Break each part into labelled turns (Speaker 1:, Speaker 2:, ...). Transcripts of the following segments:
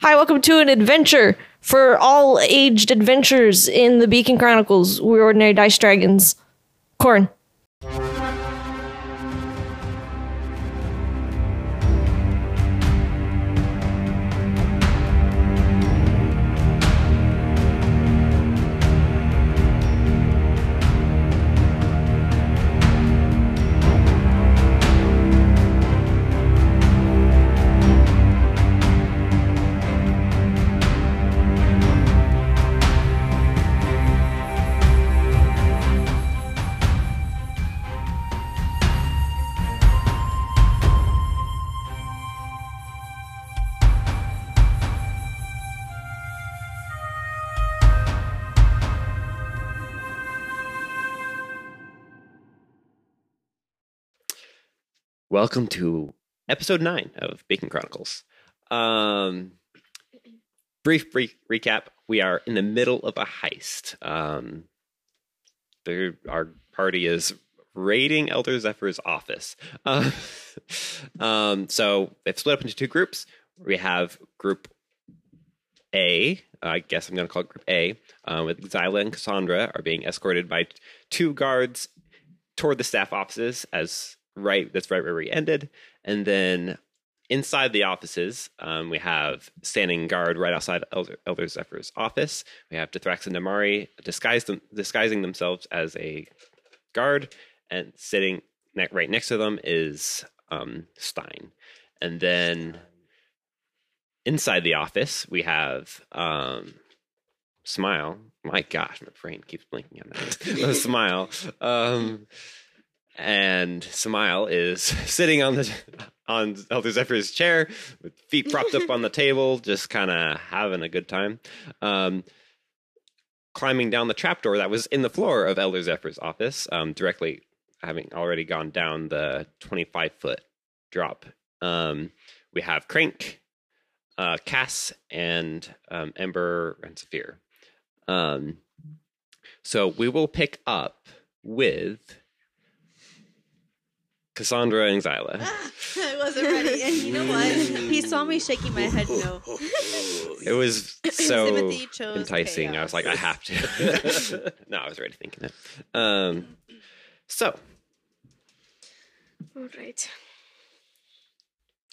Speaker 1: Hi, welcome to an adventure for all aged adventures in the Beacon Chronicles. We're ordinary dice dragons. Corn.
Speaker 2: Welcome to episode nine of Bacon Chronicles. Um, brief, brief recap: We are in the middle of a heist. Um, there, our party is raiding Elder Zephyr's office. Uh, um, so they've split up into two groups. We have Group A. I guess I'm going to call it Group A. Uh, with Xyla and Cassandra are being escorted by two guards toward the staff offices as right that's right where we ended and then inside the offices um, we have standing guard right outside elder, elder zephyr's office we have dithrax and damari disguised them, disguising themselves as a guard and sitting ne- right next to them is um, stein and then inside the office we have um, smile my gosh my brain keeps blinking on that smile um, and Smile is sitting on the on Elder Zephyr's chair with feet propped up on the table, just kind of having a good time. Um, climbing down the trapdoor that was in the floor of Elder Zephyr's office, um, directly having already gone down the 25 foot drop. Um, we have Crank, uh, Cass, and um, Ember and Saphir. Um, so we will pick up with Cassandra and Xyla.
Speaker 3: I wasn't ready. And you know what? He saw me shaking my head no.
Speaker 2: It was so
Speaker 3: Sympathy chose
Speaker 2: enticing. I was
Speaker 3: chaos.
Speaker 2: like, I have to. no, I was already thinking it. Um, so
Speaker 4: All right.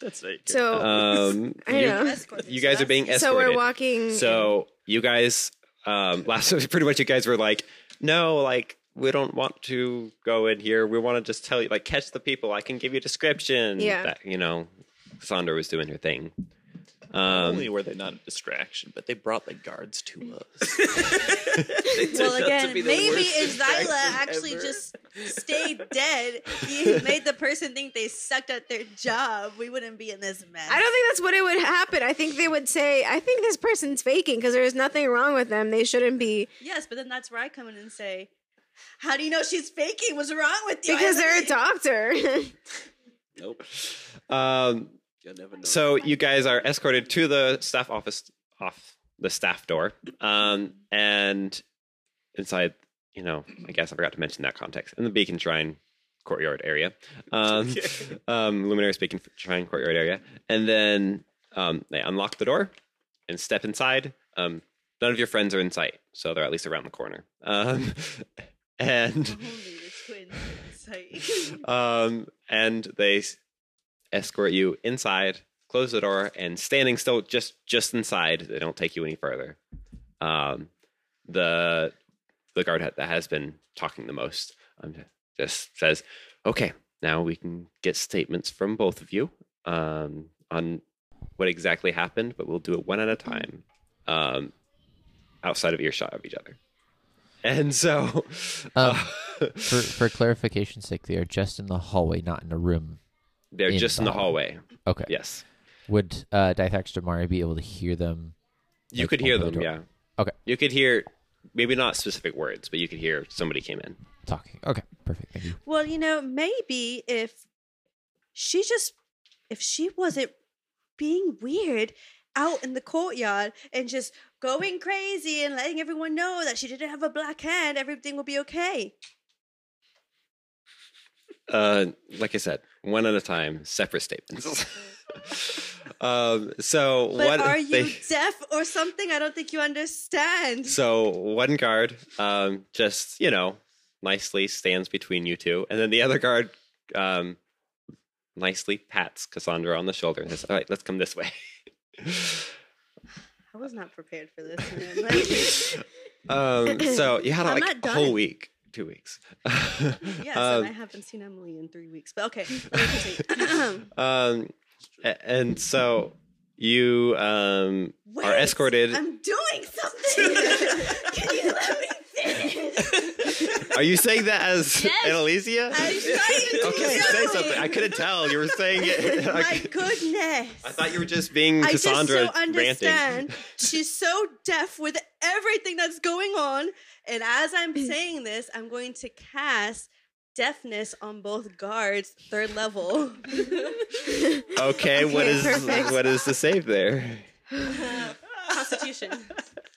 Speaker 5: That's right.
Speaker 4: So
Speaker 2: um,
Speaker 4: I
Speaker 2: you,
Speaker 4: know.
Speaker 2: you guys are being escorted.
Speaker 4: So we're walking.
Speaker 2: So you guys, um, last pretty much you guys were like, no, like we don't want to go in here. We want to just tell you, like, catch the people. I can give you a description.
Speaker 4: Yeah.
Speaker 2: That, you know, Cassandra was doing her thing.
Speaker 5: Not
Speaker 2: Um,
Speaker 5: only were they not a distraction, but they brought the guards to us.
Speaker 3: Well, again,
Speaker 5: be the
Speaker 3: maybe
Speaker 5: worst
Speaker 3: if Zyla
Speaker 5: distraction
Speaker 3: actually
Speaker 5: ever.
Speaker 3: just stayed dead, you made the person think they sucked at their job. We wouldn't be in this mess.
Speaker 4: I don't think that's what it would happen. I think they would say, "I think this person's faking because there is nothing wrong with them. They shouldn't be
Speaker 3: Yes, but then that's where I come in and say, "How do you know she's faking? What's wrong with you?"
Speaker 4: because they're a
Speaker 3: dog.
Speaker 4: doctor."
Speaker 5: nope.
Speaker 2: um,
Speaker 5: You'll never know.
Speaker 2: So you guys are escorted to the staff office off the staff door. Um and inside, you know, I guess I forgot to mention that context. In the Beacon Shrine courtyard area. Um um Luminary Beacon Shrine courtyard area. And then um they unlock the door and step inside. Um none of your friends are in sight, so they're at least around the corner. Um and um, and they s- escort you inside, close the door, and standing still, just just inside, they don't take you any further. Um, the the guard ha- that has been talking the most um, just says, "Okay, now we can get statements from both of you um, on what exactly happened, but we'll do it one at a time, um, outside of earshot of each other." And so,
Speaker 6: Um, for, for clarification's sake, they are just in the hallway, not in a room.
Speaker 2: they're just in the
Speaker 6: Inside.
Speaker 2: hallway.
Speaker 6: Okay.
Speaker 2: Yes.
Speaker 6: Would uh, Dithax Damari be able to hear them?
Speaker 2: You
Speaker 6: Like,
Speaker 2: could hear
Speaker 6: open the
Speaker 2: them, yeah.
Speaker 6: door. Okay.
Speaker 2: You could hear maybe not specific words, but you could hear somebody came in.
Speaker 6: Talking. Okay, perfect. Thank you.
Speaker 3: Well, you know, maybe if she just if she wasn't being weird out in the courtyard and just going crazy and letting everyone know that she didn't have a black hand, everything will be okay.
Speaker 2: Uh, like I said, one at a time, separate statements. Um, so
Speaker 3: But
Speaker 2: what
Speaker 3: are you
Speaker 2: they-
Speaker 3: deaf or something? I don't think you understand.
Speaker 2: So one guard, um, just you know, nicely stands between you two, and then the other guard, um, nicely pats Cassandra on the shoulder and says, "All right, let's come this way."
Speaker 3: I was not prepared for this. man. Like,
Speaker 2: um, so you had
Speaker 3: I'm
Speaker 2: like
Speaker 3: not
Speaker 2: a whole
Speaker 3: done.
Speaker 2: week, two weeks.
Speaker 3: yes,
Speaker 2: Um,
Speaker 3: and I haven't seen Emily in three weeks. But okay, let me continue.
Speaker 2: um, a- and so you um, are
Speaker 3: Wait,
Speaker 2: escorted.
Speaker 3: I'm doing something. Can you let me finish?
Speaker 2: Are you saying that as Annalisa?
Speaker 3: I'm
Speaker 2: okay,
Speaker 3: trying to do
Speaker 2: say
Speaker 3: something.
Speaker 2: something. I couldn't tell. You were saying it.
Speaker 3: My goodness.
Speaker 2: I thought you were just being
Speaker 3: I just
Speaker 2: Cassandra
Speaker 3: don't
Speaker 2: ranting.
Speaker 3: understand. She's so deaf with everything that's going on. And as I'm saying this, I'm going to cast deafness on both guards, third level.
Speaker 2: Okay, what
Speaker 4: Okay,
Speaker 2: is
Speaker 4: perfect.
Speaker 2: what is the save there?
Speaker 3: Constitution.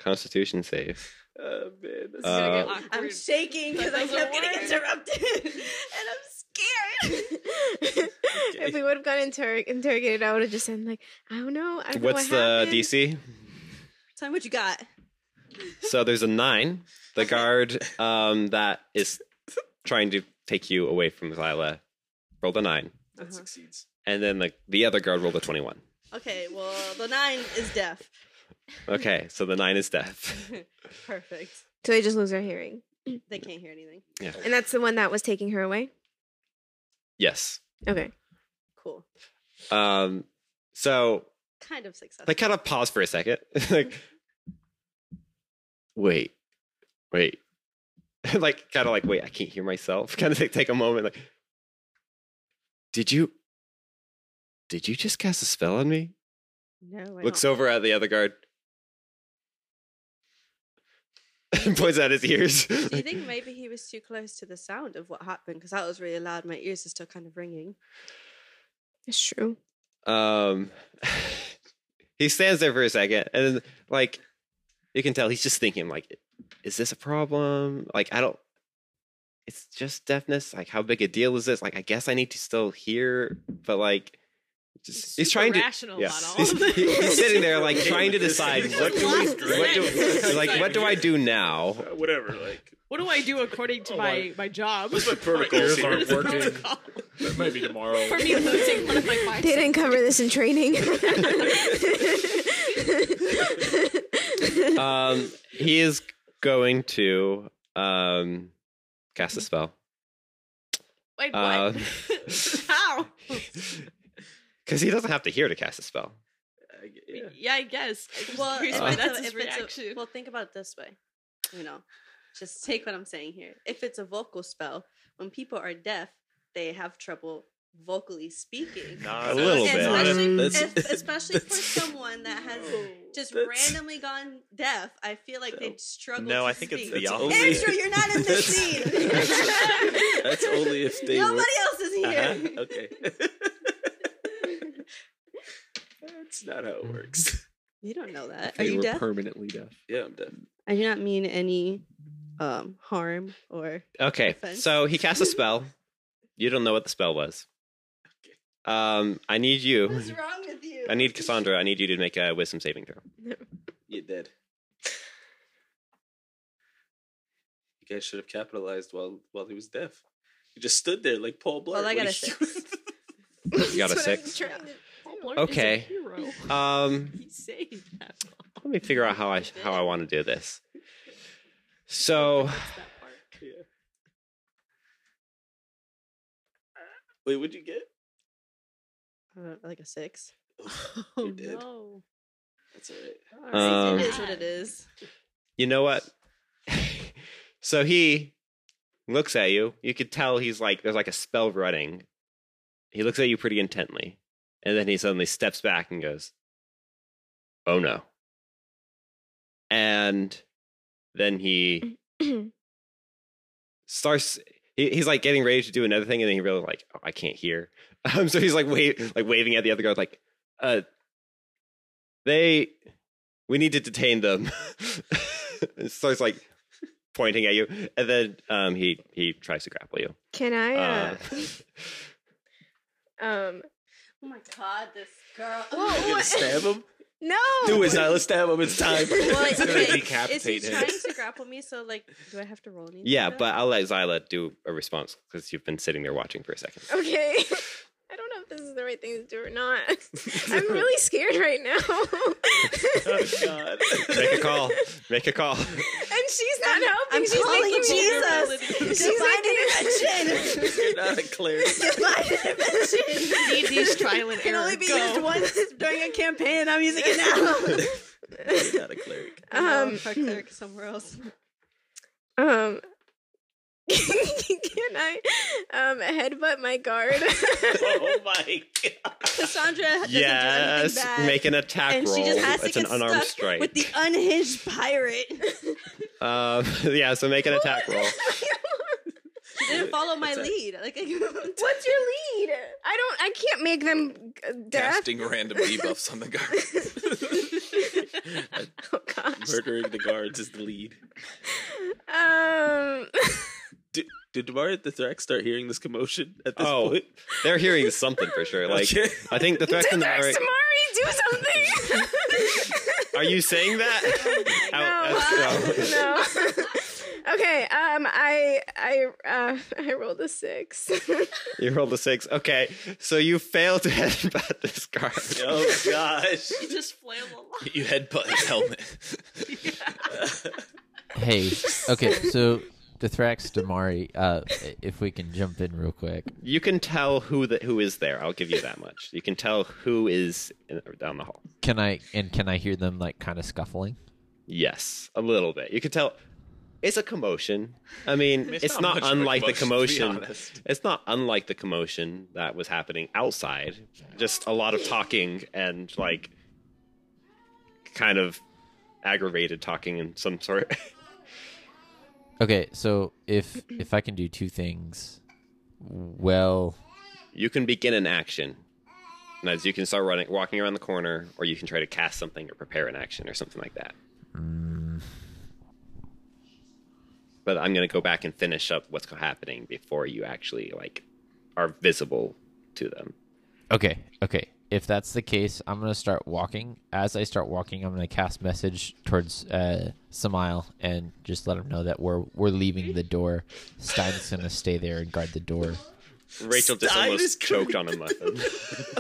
Speaker 2: Constitution save.
Speaker 5: Oh, man, that's
Speaker 2: Uh,
Speaker 3: I'm shaking because I kept getting interrupted. and I'm scared.
Speaker 4: if we would have gotten inter- interrogated, I would have just been like, I don't know. I don't
Speaker 2: What's
Speaker 4: know what
Speaker 2: the
Speaker 4: happened.
Speaker 2: DC?
Speaker 3: Tell me what you got.
Speaker 2: So there's a nine. The guard um, that is trying to take you away from Xyla rolled a nine,
Speaker 3: Uh-huh.
Speaker 5: that succeeds.
Speaker 2: and then the the other guard rolled a twenty-one.
Speaker 3: Okay, well, the nine is deaf.
Speaker 2: Okay, so the nine is death.
Speaker 3: Perfect.
Speaker 4: So they just lose their hearing,
Speaker 3: They can't hear anything.
Speaker 4: and that's the one that was taking her away.
Speaker 2: Yes.
Speaker 4: Okay.
Speaker 3: Cool.
Speaker 2: Um, so
Speaker 3: Kind of successful.
Speaker 2: Like, kind of pause for a second. like, wait, wait. like, kind of like, wait, I can't hear myself. Kind of take, take a moment. Like, did you, did you just cast a spell on me?
Speaker 3: no, I
Speaker 2: Looks
Speaker 3: don't.
Speaker 2: over at the other guard. and points at his ears.
Speaker 3: Do you think maybe he was too close to the sound of what happened? Because that was really loud. My ears are still kind of ringing.
Speaker 4: It's true.
Speaker 2: Um, he stands there for a second, and then, like you can tell, he's just thinking, like, is this a problem? Like, I don't. It's just deafness. Like, how big a deal is this? Like, I guess I need to still hear, but like, just he's trying to.
Speaker 7: rational
Speaker 2: Yeah.
Speaker 7: about all
Speaker 2: He's,
Speaker 7: of this.
Speaker 2: he- he's sitting there like trying to decide what do we,
Speaker 7: Lost his
Speaker 2: what do,
Speaker 7: head.
Speaker 2: like what do I do now?
Speaker 8: Uh, whatever. Like
Speaker 7: What do I do according to
Speaker 8: Oh,
Speaker 7: my, my job?
Speaker 8: What's my protocols
Speaker 7: My
Speaker 8: aren't working?
Speaker 7: protocol
Speaker 8: that might be tomorrow.
Speaker 7: For me losing one of my five.
Speaker 4: They didn't cover this in training.
Speaker 2: Um, he is going to um cast a spell.
Speaker 7: Wait, what?
Speaker 2: Um,
Speaker 7: How?
Speaker 2: Because he doesn't have to hear to cast a spell.
Speaker 7: Yeah, I guess. I'm just curious
Speaker 2: if
Speaker 7: why
Speaker 2: it's
Speaker 7: Oh, that's his
Speaker 3: it's
Speaker 7: reaction.
Speaker 3: A, well, think about it this way. You know, just take what I'm saying here. If it's a vocal spell, when people are deaf, they have trouble vocally speaking.
Speaker 2: A little bit.
Speaker 3: especially,
Speaker 5: That's-
Speaker 3: es- especially for someone that has just
Speaker 5: That's-
Speaker 3: randomly gone deaf, I feel like they struggle.
Speaker 8: No,
Speaker 3: to
Speaker 8: I think it's
Speaker 3: speak.
Speaker 8: the
Speaker 5: That's
Speaker 8: opposite.
Speaker 5: only-
Speaker 3: Andrew, you're not in the
Speaker 5: That's-
Speaker 3: scene.
Speaker 5: That's only if they
Speaker 3: Nobody
Speaker 5: were.
Speaker 3: else is here.
Speaker 5: Uh-huh, Okay. That's not how
Speaker 2: Mm-hmm.
Speaker 5: it works.
Speaker 3: You don't know that. Are
Speaker 5: They
Speaker 3: you
Speaker 5: were
Speaker 3: deaf?
Speaker 5: permanently deaf. Yeah, I'm deaf.
Speaker 3: I do not mean any um, harm or
Speaker 2: Okay,
Speaker 3: Offense.
Speaker 2: so he cast a spell. You don't know what the spell was. Um, I need you.
Speaker 3: What's wrong with you?
Speaker 2: I need Cassandra. I need you to make a wisdom saving throw.
Speaker 5: You did. You guys should have capitalized while while he was deaf. You just stood there like Paul Blart.
Speaker 3: Well, I
Speaker 5: What
Speaker 3: got a
Speaker 5: are you
Speaker 3: six.
Speaker 2: You got a six. Okay.
Speaker 7: He's a hero.
Speaker 2: Um,
Speaker 7: He saved that.
Speaker 2: let me figure out how I how I want to do this. So
Speaker 7: that part.
Speaker 5: Wait, what'd you get?
Speaker 3: Uh, like a six.
Speaker 7: Oh,
Speaker 5: You did.
Speaker 7: no.
Speaker 5: That's all right.
Speaker 2: Um,
Speaker 3: it is what it is.
Speaker 2: you know what? so he looks at you. You could tell he's like there's like a spell running. He looks at you pretty intently, and then he suddenly steps back and goes, "Oh no!" And then he starts. He, he's like getting ready to do another thing, and then he realizes like, "Oh, I can't hear." Um, so he's like wave, like waving at the other guard, like, "Uh, they, we need to detain them." and starts like pointing at you, and then um,
Speaker 7: Oh,
Speaker 2: he Um, he tries to grapple you.
Speaker 4: Can I? Uh,
Speaker 2: Uh,
Speaker 4: um,
Speaker 7: Oh my god, this girl.
Speaker 5: You gonna stab him?
Speaker 4: No.
Speaker 5: Do it, Let's Stab him. It's time.
Speaker 7: Well,
Speaker 5: It's gonna
Speaker 7: okay. Is he
Speaker 5: decapitate him.
Speaker 7: trying to grapple me? So, like, do I have to roll anything?
Speaker 2: Yeah,
Speaker 7: for
Speaker 2: but
Speaker 7: that?
Speaker 2: I'll let Zyla do a response because you've been sitting there watching for a second.
Speaker 4: Okay. I don't know if this is the right thing to do or not. I'm really scared right now.
Speaker 5: Oh, God.
Speaker 2: Make a call. Make a call.
Speaker 4: and she's not helping.
Speaker 3: I'm
Speaker 4: she's
Speaker 3: calling
Speaker 4: making me
Speaker 3: Jesus. Divine intervention.
Speaker 5: You're not a cleric.
Speaker 3: Divine intervention.
Speaker 7: You need these trial and
Speaker 3: Can
Speaker 7: error.
Speaker 3: only be
Speaker 7: Go.
Speaker 3: used once during a campaign, and I'm using it now.
Speaker 5: You're not a cleric.
Speaker 7: Um,
Speaker 4: Um,
Speaker 7: fuck Eric somewhere else.
Speaker 4: um, can I um headbutt my guard?
Speaker 5: Oh my God.
Speaker 3: Cassandra doesn't
Speaker 2: yes.
Speaker 3: do anything bad.
Speaker 2: Make an attack
Speaker 3: and
Speaker 2: roll.
Speaker 3: she just has to
Speaker 2: it's
Speaker 3: get
Speaker 2: an unarmed
Speaker 3: stuck
Speaker 2: strike.
Speaker 3: with the unhinged pirate.
Speaker 2: um, yeah, so make an attack roll.
Speaker 7: She didn't follow my
Speaker 5: It's a-
Speaker 7: lead. Like, I-
Speaker 4: What's your lead? I don't. I can't make them uh, deaf.
Speaker 8: Casting random debuffs on the guard.
Speaker 4: Oh gosh.
Speaker 5: Murdering the guards is the lead.
Speaker 4: Um.
Speaker 5: Did, did Demari at the Thrax start hearing this commotion at this
Speaker 2: Oh,
Speaker 5: point?
Speaker 2: they're hearing something for sure. Like,
Speaker 5: Okay.
Speaker 2: I think the threat
Speaker 4: Did
Speaker 2: and
Speaker 4: Max
Speaker 2: the.
Speaker 4: Tamari do something?
Speaker 2: Are you saying that? Out- out-
Speaker 4: uh, no. okay. Um. I. I. Uh. I rolled a six.
Speaker 3: Uh,
Speaker 2: You rolled a six. Okay, so you failed to headbutt this card.
Speaker 5: Oh gosh.
Speaker 7: she just flailed along.
Speaker 8: you headbutt his helmet.
Speaker 6: Hey, okay, so the Thrax Damari, uh, if we can jump in real quick.
Speaker 2: You can tell who the, who is there. I'll give you that much. You can tell who is in, down the hall.
Speaker 6: Can I and can I hear them like kind of scuffling?
Speaker 2: Yes, a little bit. You could tell it's a commotion. I mean, it's, not,
Speaker 8: not much of a
Speaker 2: unlike the
Speaker 8: commotion, to be
Speaker 2: commotion.
Speaker 8: honest.
Speaker 2: It's not unlike the commotion that was happening outside. Just a lot of talking and like kind of aggravated talking in some sort.
Speaker 6: Okay, so if if I can do two things, well,
Speaker 2: you can begin an action. And as you can start running walking around the corner or you can try to cast something or prepare an action or something like that.
Speaker 7: Mm.
Speaker 2: But I'm going to go back and finish up what's happening before you actually like are visible to them.
Speaker 6: okay, okay. If that's the case, I'm gonna start walking. As I start walking, I'm gonna cast message towards uh, Samael and just let him know that we're we're leaving the door. Stein's gonna stay there and guard the door.
Speaker 2: Rachel just
Speaker 5: Stein is
Speaker 2: almost
Speaker 5: going
Speaker 2: choked on a muffin.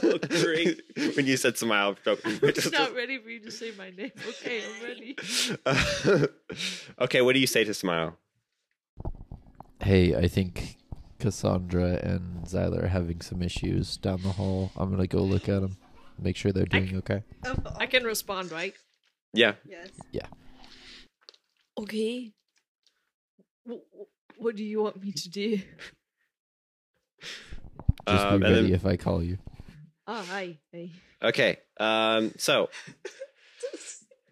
Speaker 5: Oh, great.
Speaker 2: when you said smile, choked. Rachel
Speaker 7: She's not ready for you to say my name. Okay, I'm ready.
Speaker 2: just- okay, what do you say to smile?
Speaker 6: Hey, I think Cassandra and Zyler are having some issues down the hall. I'm gonna go look at them, make sure they're doing okay.
Speaker 7: I can respond, right?
Speaker 2: Yeah.
Speaker 7: Yes.
Speaker 6: Yeah.
Speaker 7: Okay. W- w- what do you want me to do?
Speaker 6: Just
Speaker 2: Um,
Speaker 6: be
Speaker 2: and
Speaker 6: ready
Speaker 2: then-
Speaker 6: if I call you.
Speaker 7: Oh, hi. Hey.
Speaker 2: Okay. Um, so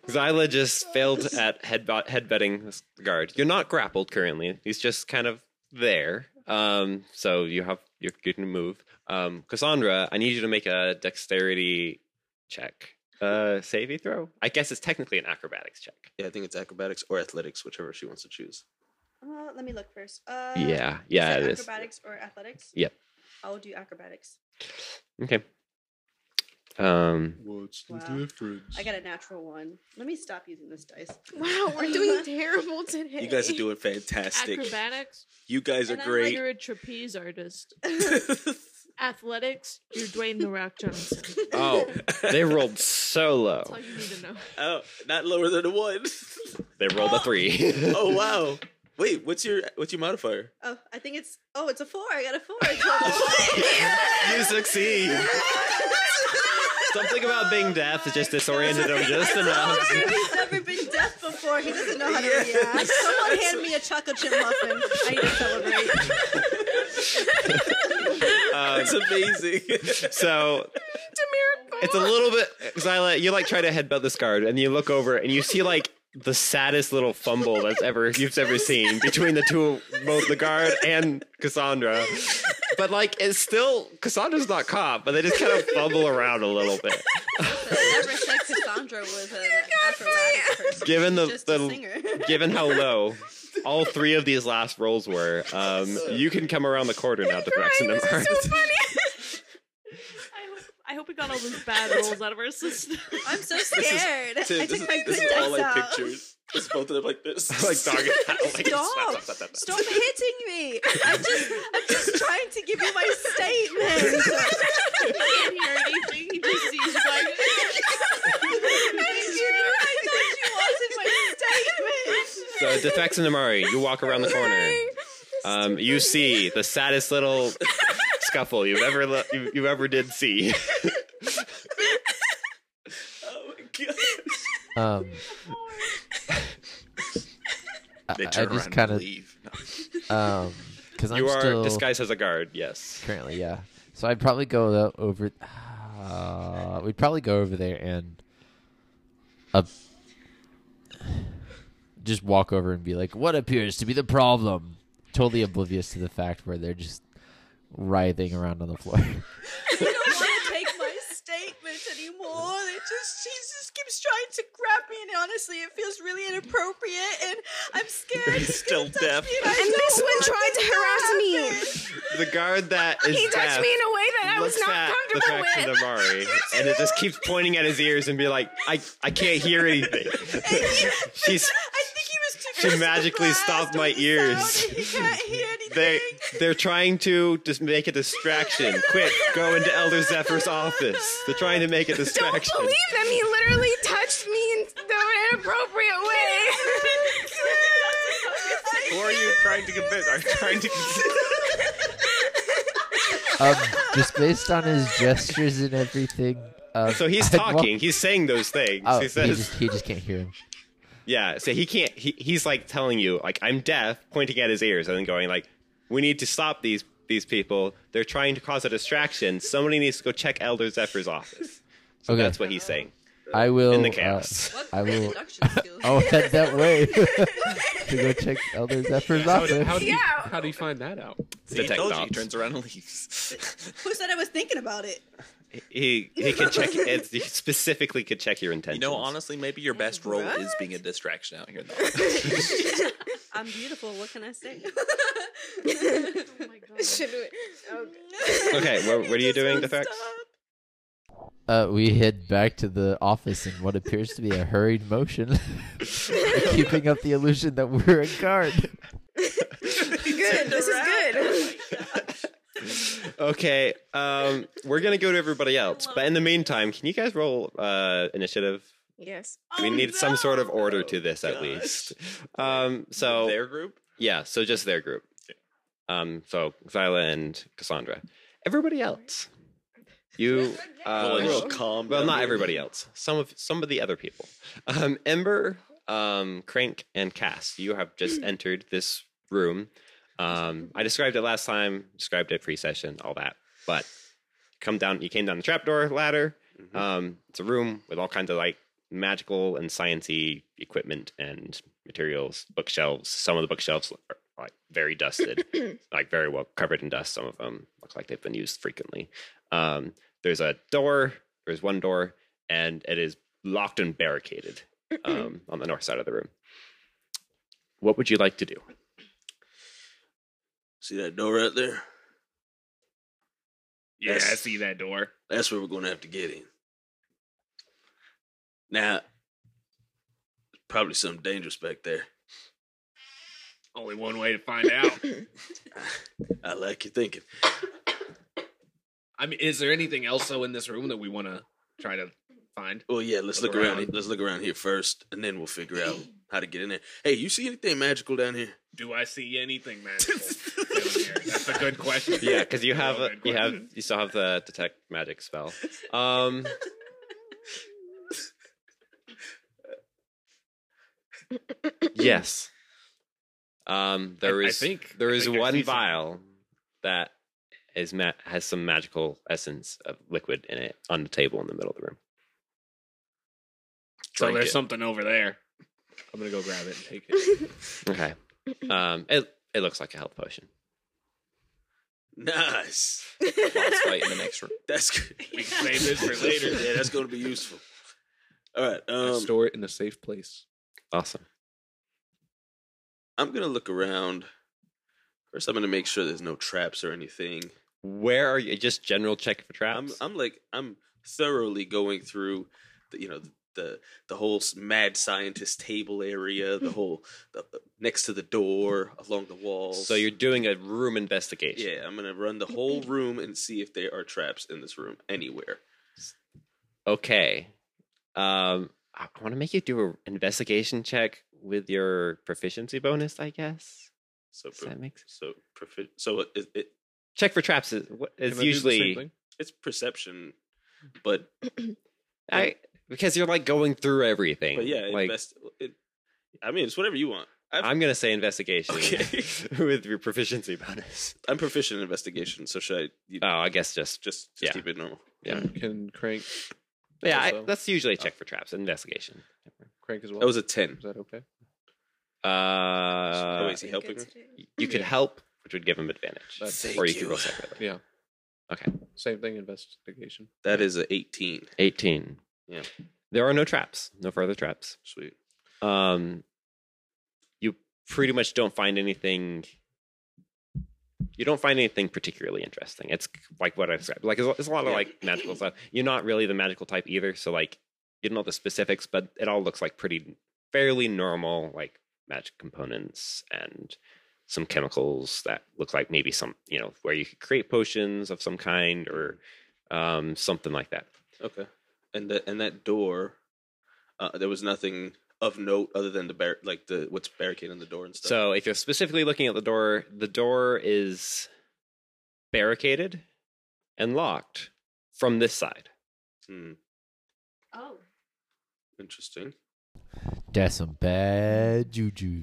Speaker 2: Xyla just failed at headbutt, headbutting this guard. You're not grappled currently. He's just kind of there. Um, so you have you're good to move. Um, Cassandra, I need you to make a dexterity check. Uh, saving throw. I guess it's technically an acrobatics check.
Speaker 5: Yeah, I think it's acrobatics or athletics, whichever she wants to choose.
Speaker 3: Uh, let me look first. Uh,
Speaker 2: yeah, yeah,
Speaker 3: is
Speaker 2: it
Speaker 3: it
Speaker 2: is.
Speaker 3: acrobatics or athletics?
Speaker 2: Yep.
Speaker 3: I'll do acrobatics.
Speaker 2: Okay. Um,
Speaker 8: What's
Speaker 3: the Wow.
Speaker 8: difference?
Speaker 3: I got a natural one. Let me stop using this dice.
Speaker 4: wow, we're doing terrible today.
Speaker 5: You guys are doing fantastic.
Speaker 7: Acrobatics.
Speaker 5: You guys are
Speaker 7: And I'm
Speaker 5: great.
Speaker 7: like, you're a trapeze artist. Athletics. You're Dwayne the Rock Johnson.
Speaker 2: oh, they rolled so
Speaker 7: That's
Speaker 2: low.
Speaker 7: all you need to know.
Speaker 5: oh, not lower than a one.
Speaker 2: They rolled a three.
Speaker 5: oh wow. Wait, what's your what's your modifier?
Speaker 3: Oh, I think it's. Oh, it's a four. I got a four. It's a four.
Speaker 2: you succeed. Something about being deaf is just disoriented him just enough.
Speaker 3: He's never been deaf before. He doesn't know how to react. Someone hand me a chocolate chip muffin. I need to celebrate.
Speaker 2: Um,
Speaker 5: That's amazing.
Speaker 2: so it's a little bit Xyla, you like try to headbutt this guard, and you look over and you see like the saddest little fumble that's ever you've ever seen between the two both the guard and Cassandra. But like it's still Cassandra's not caught, but they just kind of fumble around a little bit.
Speaker 3: never said Cassandra was an acrobatic person.
Speaker 2: Given the-
Speaker 3: Just
Speaker 2: the-
Speaker 3: a singer.
Speaker 2: Given how low all three of these last rolls were, um, you can come around the corner now to Braxton and Mars.
Speaker 4: funny.
Speaker 7: I, all those bad rolls out of our system.
Speaker 3: I'm so
Speaker 5: is-
Speaker 3: scared.
Speaker 5: Tim,
Speaker 3: I took
Speaker 5: this, is,
Speaker 3: my
Speaker 5: this is all I
Speaker 3: projectile.
Speaker 5: pictured. It's both of them like this.
Speaker 2: like dog and cat, like,
Speaker 3: Stop.
Speaker 2: stop, stop, stop.
Speaker 3: Stop hitting me. I'm just, I'm just trying to give you my statement.
Speaker 7: He can't hear anything. He just sees like
Speaker 3: Did you realize that she wanted my statement?
Speaker 2: So defects in Amari. You walk around the corner. Um, you see the saddest little scuffle you've ever le- you, you ever did see.
Speaker 5: Oh my god.
Speaker 6: Um, I,
Speaker 8: They
Speaker 6: I
Speaker 8: turn
Speaker 6: just
Speaker 8: around
Speaker 6: kind
Speaker 8: and
Speaker 6: of
Speaker 8: leave. No.
Speaker 6: um, because I'm
Speaker 2: you are
Speaker 6: still
Speaker 2: disguised as a guard. Yes.
Speaker 6: currently, yeah. So I'd probably go tho- over. Uh, we'd probably go over there and up, just walk over and be like, "What appears to be the problem?" Totally oblivious to the fact where they're just writhing around on the floor.
Speaker 3: They don't want to take my statement anymore. They just, she just keeps trying to grab me, and honestly, it feels really inappropriate, and I'm scared. He's
Speaker 5: still
Speaker 3: gonna touch
Speaker 5: deaf.
Speaker 3: me, I
Speaker 4: And
Speaker 3: don't
Speaker 4: this one
Speaker 3: want
Speaker 4: tried to harass me.
Speaker 3: happen.
Speaker 2: The guard that is
Speaker 4: He touched
Speaker 2: deaf
Speaker 4: me in a way that I was
Speaker 2: looks
Speaker 4: not
Speaker 2: at the
Speaker 4: comfortable
Speaker 2: facts
Speaker 4: with.
Speaker 2: of Amari, and it just keeps pointing at his ears and be like, "I I can't hear anything." She's
Speaker 3: I think he was too
Speaker 2: She
Speaker 3: close to the
Speaker 2: magically
Speaker 3: blast
Speaker 2: stopped
Speaker 3: or
Speaker 2: my
Speaker 3: the
Speaker 2: ears.
Speaker 3: sound, and He can't hear anything.
Speaker 2: they they're trying to just make a distraction. Quick, go into Elder Zephyr's office. They're trying to make a
Speaker 4: Don't
Speaker 2: distraction.
Speaker 4: believe them. He literally touched me in the inappropriate way.
Speaker 2: Who are you trying to convince? Are you trying to convince?
Speaker 6: um, just based on his gestures and everything. Um,
Speaker 2: So he's
Speaker 6: I'd walk-
Speaker 2: talking. He's saying those things.
Speaker 6: Oh,
Speaker 2: he
Speaker 6: he,
Speaker 2: says,
Speaker 6: just, he just can't hear him.
Speaker 2: "Yeah." So he can't. He, he's like telling you, like, "I'm deaf," pointing at his ears, and then going like, "We need to stop these these people. They're trying to cause a distraction. Somebody needs to go check Elder Zephyr's office." So
Speaker 6: Okay.
Speaker 2: that's what he's saying
Speaker 6: I will.
Speaker 2: in the
Speaker 6: uh,
Speaker 2: chaos.
Speaker 6: I will.
Speaker 3: skills.
Speaker 6: I'll head that way to go check Elder Zephyr's
Speaker 8: How, do-
Speaker 6: office.
Speaker 8: how do you,
Speaker 4: Yeah.
Speaker 8: how do you find that out?
Speaker 2: See, I
Speaker 8: Detect
Speaker 2: told you,
Speaker 8: ops.
Speaker 2: he turns
Speaker 8: turns around and leaves.
Speaker 3: Who said I was thinking about it?
Speaker 2: he he can check. It, he specifically could check your
Speaker 8: You
Speaker 2: intentions.
Speaker 8: know, honestly, maybe your best role
Speaker 3: Right?
Speaker 8: is being a distraction out here.
Speaker 3: I'm beautiful. What can I say?
Speaker 7: Oh my god.
Speaker 4: Should we? Okay.
Speaker 2: Okay, what- what are you
Speaker 3: Just
Speaker 2: doing,
Speaker 3: won't
Speaker 2: Defects?
Speaker 3: stop.
Speaker 6: Uh, we head back to the office in what appears to be a hurried motion, keeping up the illusion that we're a guard.
Speaker 4: Good. This is good.
Speaker 2: Okay, um, we're gonna go to everybody else, but in the meantime, can you guys roll uh, initiative?
Speaker 4: Yes.
Speaker 2: we need some sort of order to this at least. Um, so
Speaker 5: Their group?
Speaker 2: yeah, so just their group. Um, so Xyla and Cassandra. Everybody else, you. Uh,
Speaker 5: Real calm.
Speaker 2: well,
Speaker 5: down.
Speaker 2: not everybody else. Some of some of the other people. Um, Ember, um, Crank, and Cass. You have just entered this room. Um, I described it last time. Described it pre-session, all that. But come down. You came down the trapdoor ladder. Um, it's a room with all kinds of like magical and sciency equipment and materials. Bookshelves. Some of the bookshelves are like very dusted, like very well covered in dust. Some of them look like they've been used frequently. Um, there's a door. There's one door, and it is locked and barricaded um, on the north side of the room. What would you like to do?
Speaker 5: See that door right there? That's-
Speaker 8: that door.
Speaker 5: That's where we're going to have to get in. Now, probably something dangerous back there.
Speaker 8: Only one way to find out.
Speaker 5: I like you thinking.
Speaker 8: I mean, is there anything else though in this room that we want to try to find?
Speaker 5: Well, yeah, let's
Speaker 8: Look
Speaker 5: look around.
Speaker 8: around.
Speaker 5: Let's look around here first, and then we'll figure out how to get in there. Hey, you see anything magical down here?
Speaker 8: Do I see anything magical down here? That's a good question.
Speaker 2: Yeah, because you have
Speaker 8: Oh,
Speaker 2: a,
Speaker 8: good
Speaker 2: you have
Speaker 8: question.
Speaker 2: you still have the detect magic spell. Um, yes. Um, there
Speaker 8: I
Speaker 2: is
Speaker 8: think-
Speaker 2: there
Speaker 8: I
Speaker 2: is
Speaker 8: think I
Speaker 2: one
Speaker 8: see some-
Speaker 2: vial that is ma- has some magical essence of liquid in it on the table in the middle of the room.
Speaker 8: So
Speaker 5: Drink
Speaker 8: there's
Speaker 5: it.
Speaker 8: something over there. I'm gonna go grab it and take it.
Speaker 2: Okay. Um, it it looks like a health potion.
Speaker 5: Nice.
Speaker 8: Boss fight in the next room.
Speaker 5: That's good.
Speaker 8: We can save this for later.
Speaker 5: yeah, that's going to be useful. All right.
Speaker 8: I
Speaker 5: Um,
Speaker 8: store it in a safe place.
Speaker 2: Awesome.
Speaker 5: I'm gonna look around. First, I'm gonna make sure there's no traps or anything.
Speaker 2: Where are you? Just general check for traps.
Speaker 5: I'm, I'm like, I'm thoroughly going through, the, you know, the the whole s- mad scientist table area, the whole the, the- next to the door, along the walls.
Speaker 2: So you're doing a room investigation.
Speaker 5: yeah, I'm gonna run the whole room and see if there are traps in this room anywhere.
Speaker 2: Okay. Um, I want to make you do an investigation check with your proficiency bonus, I guess.
Speaker 5: So
Speaker 2: Does that
Speaker 5: per,
Speaker 2: make sense?
Speaker 5: so perfi- so it, it
Speaker 2: Check for traps is, what-
Speaker 8: Can
Speaker 2: is
Speaker 8: I do the same
Speaker 2: usually
Speaker 8: thing?
Speaker 5: it's perception, but
Speaker 2: I because you're like going through everything.
Speaker 5: but yeah,
Speaker 2: like
Speaker 5: invest. It, I mean, it's whatever you want. I've-
Speaker 2: I'm gonna say investigation
Speaker 5: Okay.
Speaker 2: with your proficiency bonus.
Speaker 5: I'm proficient in investigation, so should I you,
Speaker 2: Oh, I guess just
Speaker 5: just just
Speaker 2: yeah.
Speaker 5: keep it normal?
Speaker 8: Can crank
Speaker 2: yeah. I,
Speaker 8: Also-
Speaker 2: that's usually check for traps. Investigation.
Speaker 8: crank as well?
Speaker 5: That was a ten.
Speaker 8: Is that okay?
Speaker 2: Uh,
Speaker 5: Oh, is he helping her?
Speaker 2: you could help, which would give him advantage,
Speaker 8: That's-
Speaker 5: Thank
Speaker 2: or you could
Speaker 5: you.
Speaker 2: roll separately.
Speaker 8: Yeah.
Speaker 2: Okay.
Speaker 8: Same thing. Investigation.
Speaker 5: That is a eighteen.
Speaker 2: Eighteen.
Speaker 5: Yeah.
Speaker 2: There are no traps. No further traps.
Speaker 5: Sweet.
Speaker 2: um you pretty much don't find anything you don't find anything particularly interesting it's like what i described like there's, a- there's a lot of like magical stuff you're not really the magical type either so like you don't know the specifics but it all looks like pretty fairly normal like magic components and some chemicals that look like maybe some you know where you could create potions of some kind or um something like that
Speaker 5: Okay. And that and that door, uh, there was nothing of note other than the bar- like the what's barricading the door and stuff.
Speaker 2: So if you're specifically looking at the door, the door is barricaded and locked from this side.
Speaker 5: Hmm,
Speaker 7: Oh.
Speaker 5: interesting.
Speaker 6: That's some bad juju.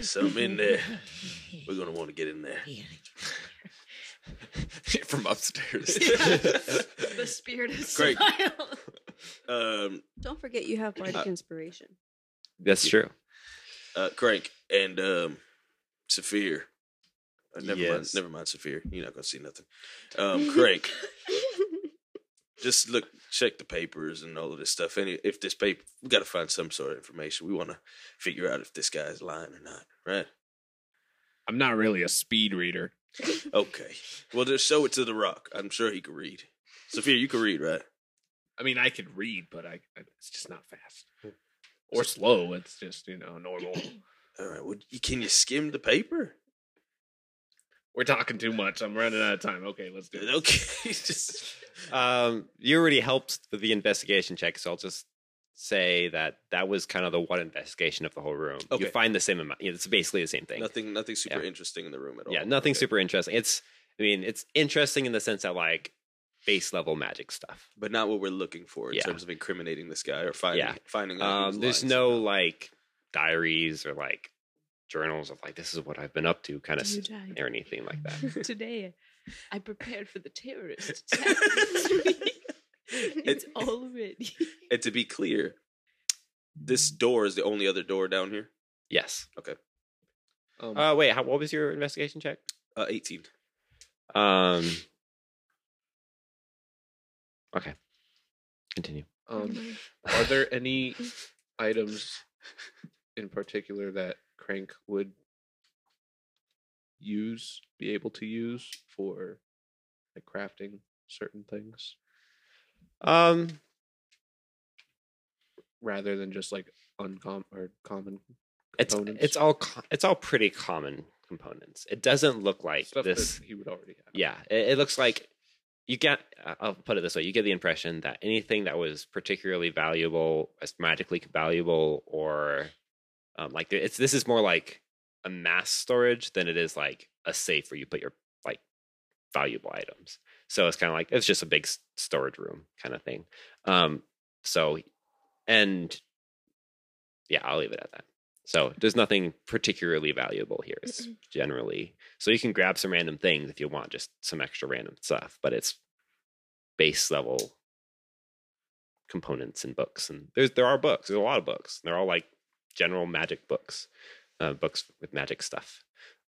Speaker 5: Some in there. We're gonna want to get in there.
Speaker 2: from upstairs.
Speaker 7: The spirit is
Speaker 5: Great.
Speaker 7: smile.
Speaker 5: um,
Speaker 3: Don't forget you have
Speaker 2: Uh,
Speaker 3: bardic inspiration.
Speaker 2: That's true.
Speaker 5: uh, Crank and um, Saphir. Uh, never mind.
Speaker 2: Yes.
Speaker 5: Never mind, Saphir. You're not gonna see nothing. Um, Crank. just look check the papers and all of this stuff any if this paper we got to find some sort of information we want to figure out if this guy's lying or not right
Speaker 8: I'm not really a speed reader.
Speaker 5: okay well just show it to the rock i'm sure he can read sophia you can read right
Speaker 8: I mean, I could read, but I, I it's just not fast or slow. It's just you know normal.
Speaker 5: all right well you, can you skim the paper
Speaker 8: We're talking too much. I'm running out of time. Okay, let's do it.
Speaker 5: okay just
Speaker 2: Um, you already helped with the investigation check, so I'll just say that that was kind of the one investigation of the whole room.
Speaker 5: Okay.
Speaker 2: You find the same amount. Yeah, it's basically the same thing.
Speaker 5: nothing nothing super
Speaker 2: Yeah.
Speaker 5: interesting in the room at all
Speaker 2: yeah, nothing
Speaker 5: Okay.
Speaker 2: super interesting. It's, I mean, it's interesting in the sense that like base level magic stuff.
Speaker 5: but not what we're looking for in
Speaker 2: Yeah.
Speaker 5: terms of incriminating this guy or finding
Speaker 2: Yeah.
Speaker 5: finding out
Speaker 2: Um, there's no like diaries or like journals of like this is what I've been up to, kind of
Speaker 7: You died.
Speaker 2: or anything like that.
Speaker 7: Today, I prepared for the terrorist attack. it's all ready.
Speaker 5: and to be clear this door is the only other door down here
Speaker 2: Yes.
Speaker 8: Um,
Speaker 2: Uh, wait, how, what was your investigation check?
Speaker 5: uh 18
Speaker 2: Um. Okay. Continue.
Speaker 8: um, are there any items in particular that Crank would use, be able to use for like crafting certain things,
Speaker 2: Um.
Speaker 8: rather than just like uncommon or common
Speaker 2: It's
Speaker 8: components?
Speaker 2: it's all co- it's all pretty common components. It doesn't look like
Speaker 8: stuff
Speaker 2: this.
Speaker 8: that he would already have.
Speaker 2: Yeah, it, it looks like you get. I- I'll put it this way: you get the impression that anything that was particularly valuable, as magically valuable, or um, like it's this is more like a mass storage than it is like a safe where you put your like valuable items. So it's kind of like it's just a big s- storage room kind of thing. Um, so and yeah, I'll leave it at that. So there's nothing particularly valuable here. It's generally so you can grab some random things if you want, just some extra random stuff, but it's base level components and books. And there's there are books. There's a lot of books. They're all like general magic books, uh, books with magic stuff,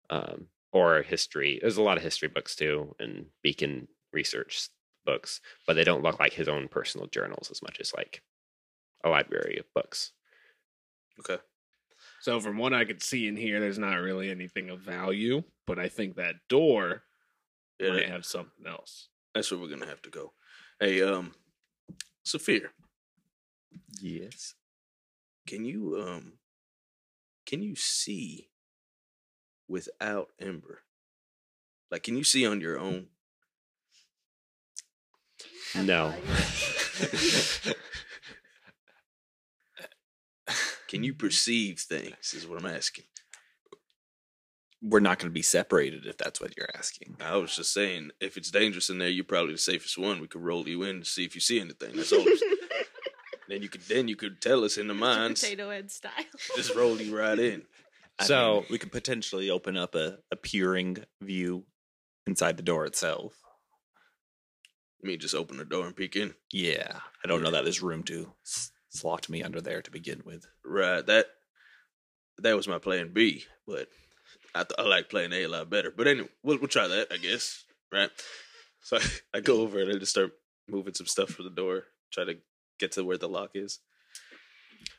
Speaker 2: um, or history. There's a lot of history books too, and Beacon research books, but they don't look like his own personal journals as much as like a library of books.
Speaker 5: okay
Speaker 8: So from what I could see in here, there's not really anything of value, but I think that door
Speaker 5: Yeah,
Speaker 8: might
Speaker 5: that-
Speaker 8: have something else.
Speaker 5: that's where we're gonna have to go. Hey, um, Sophia,
Speaker 2: Yes.
Speaker 5: can you um, can you see without Ember? Like, can you see on your own?
Speaker 2: No.
Speaker 5: Can you perceive things? Is what I'm asking.
Speaker 9: We're not going to be separated if that's what you're asking.
Speaker 5: I was just saying, if it's dangerous in there, you're probably the safest one. We could roll you in to see if you see anything. That's all. I'm s- then you could then you could tell us in the minds.
Speaker 7: Potato head style.
Speaker 5: Just roll you right in.
Speaker 9: I
Speaker 2: So-
Speaker 9: mean, we could potentially open up a, a peering view inside the door itself.
Speaker 5: I mean, just open the door and peek in.
Speaker 9: Yeah, I don't know that there's room to s- slot me under there to begin with.
Speaker 5: Right. That that was my plan B, but I th- I like plan A a lot better. But anyway, we'll we'll try that, I guess. Right. So I, I go over and I just start moving some stuff for the door, try to get to where the lock is.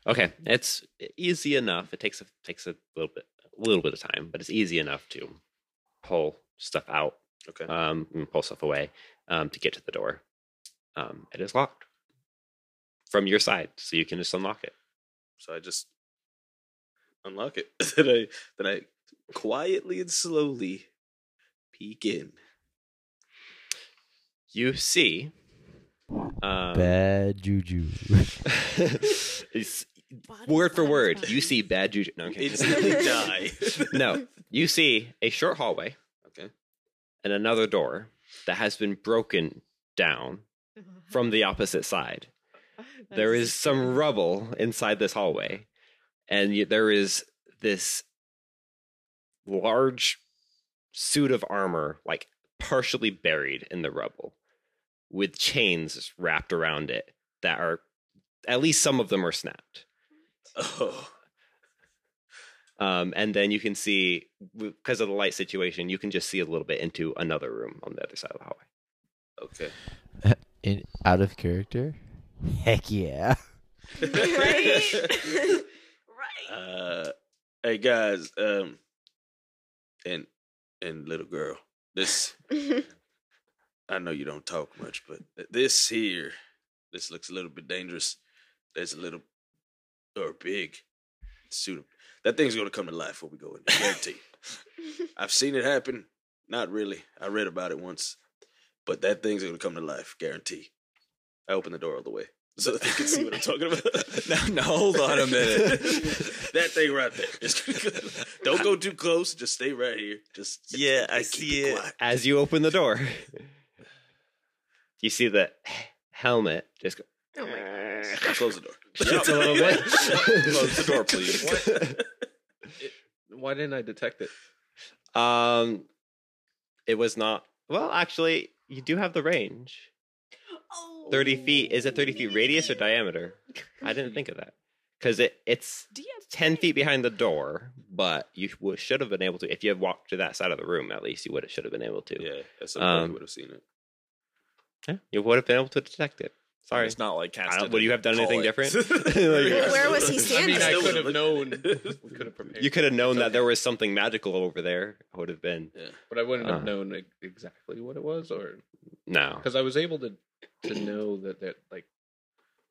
Speaker 2: Okay, it's e-, easy enough. It takes a takes a little bit a little bit of time, but it's easy enough to pull stuff out,
Speaker 5: Okay.
Speaker 2: um, and pull stuff away, um, to get to the door. Um, it is locked from your side, so you can just unlock it.
Speaker 5: So I just unlock it. then I then I quietly and slowly peek in.
Speaker 2: You see, um,
Speaker 6: Bad juju.
Speaker 2: it's- word for word, you see bad juju. No, I'm kidding.
Speaker 5: Instantly die.
Speaker 2: no, you see a short hallway.
Speaker 5: Okay.
Speaker 2: And another door that has been broken down from the opposite side. there is some rubble inside this hallway, and y- there is this large suit of armor, like partially buried in the rubble, with chains wrapped around it that are at least some of them are snapped.
Speaker 5: Oh.
Speaker 2: Um, and then you can see, because of the light situation, you can just see a little bit into another room on the other side of the hallway.
Speaker 5: Okay.
Speaker 6: In out of character? Heck yeah.
Speaker 4: Right? right.
Speaker 5: Uh, hey guys, um, and and little girl, this I know you don't talk much, but th- this here, this looks a little bit dangerous. There's a little or big suit. Of, that thing's gonna come to life before we go in. there, Guarantee. I've seen it happen. Not really. I read about it once, but that thing's gonna come to life. Guarantee. I open the door all the way so that they can see what I'm talking about.
Speaker 9: Now, now hold on a minute.
Speaker 5: that thing right there. Just- Don't go too close. Just stay right here. Just
Speaker 9: Yeah, I
Speaker 5: just keep
Speaker 9: see it.
Speaker 5: quiet.
Speaker 2: as you open the door, you see the helmet just go
Speaker 4: Oh my god.
Speaker 5: Close the door.
Speaker 2: Just a little bit.
Speaker 9: Close the door, please.
Speaker 8: Why didn't I detect it?
Speaker 2: Um, it was not. Well, actually, you do have the range.
Speaker 4: Oh.
Speaker 2: Thirty feet. Is it thirty feet radius or diameter? I didn't think of that because it it's
Speaker 4: Do you have
Speaker 2: ten feet behind the door, but you w- should have been able to if you had walked to that side of the room. At least you would have should have been able to.
Speaker 5: Yeah, that's
Speaker 2: Um,
Speaker 5: um, would have seen it.
Speaker 2: Yeah, you would have been able to detect it. Sorry.
Speaker 9: It's not like
Speaker 2: I
Speaker 9: casting.
Speaker 2: don't, would you have done anything different?
Speaker 4: Well, where was he
Speaker 8: I mean,
Speaker 4: standing?
Speaker 8: I
Speaker 5: Still
Speaker 8: could have
Speaker 5: would've
Speaker 8: known.
Speaker 5: looked.
Speaker 8: We could have prepared.
Speaker 2: you could have known that there was something magical over there. Would have been
Speaker 8: but I wouldn't have
Speaker 2: Uh.
Speaker 8: known e- exactly what it was, or
Speaker 2: no.
Speaker 8: because I was able to to know that that like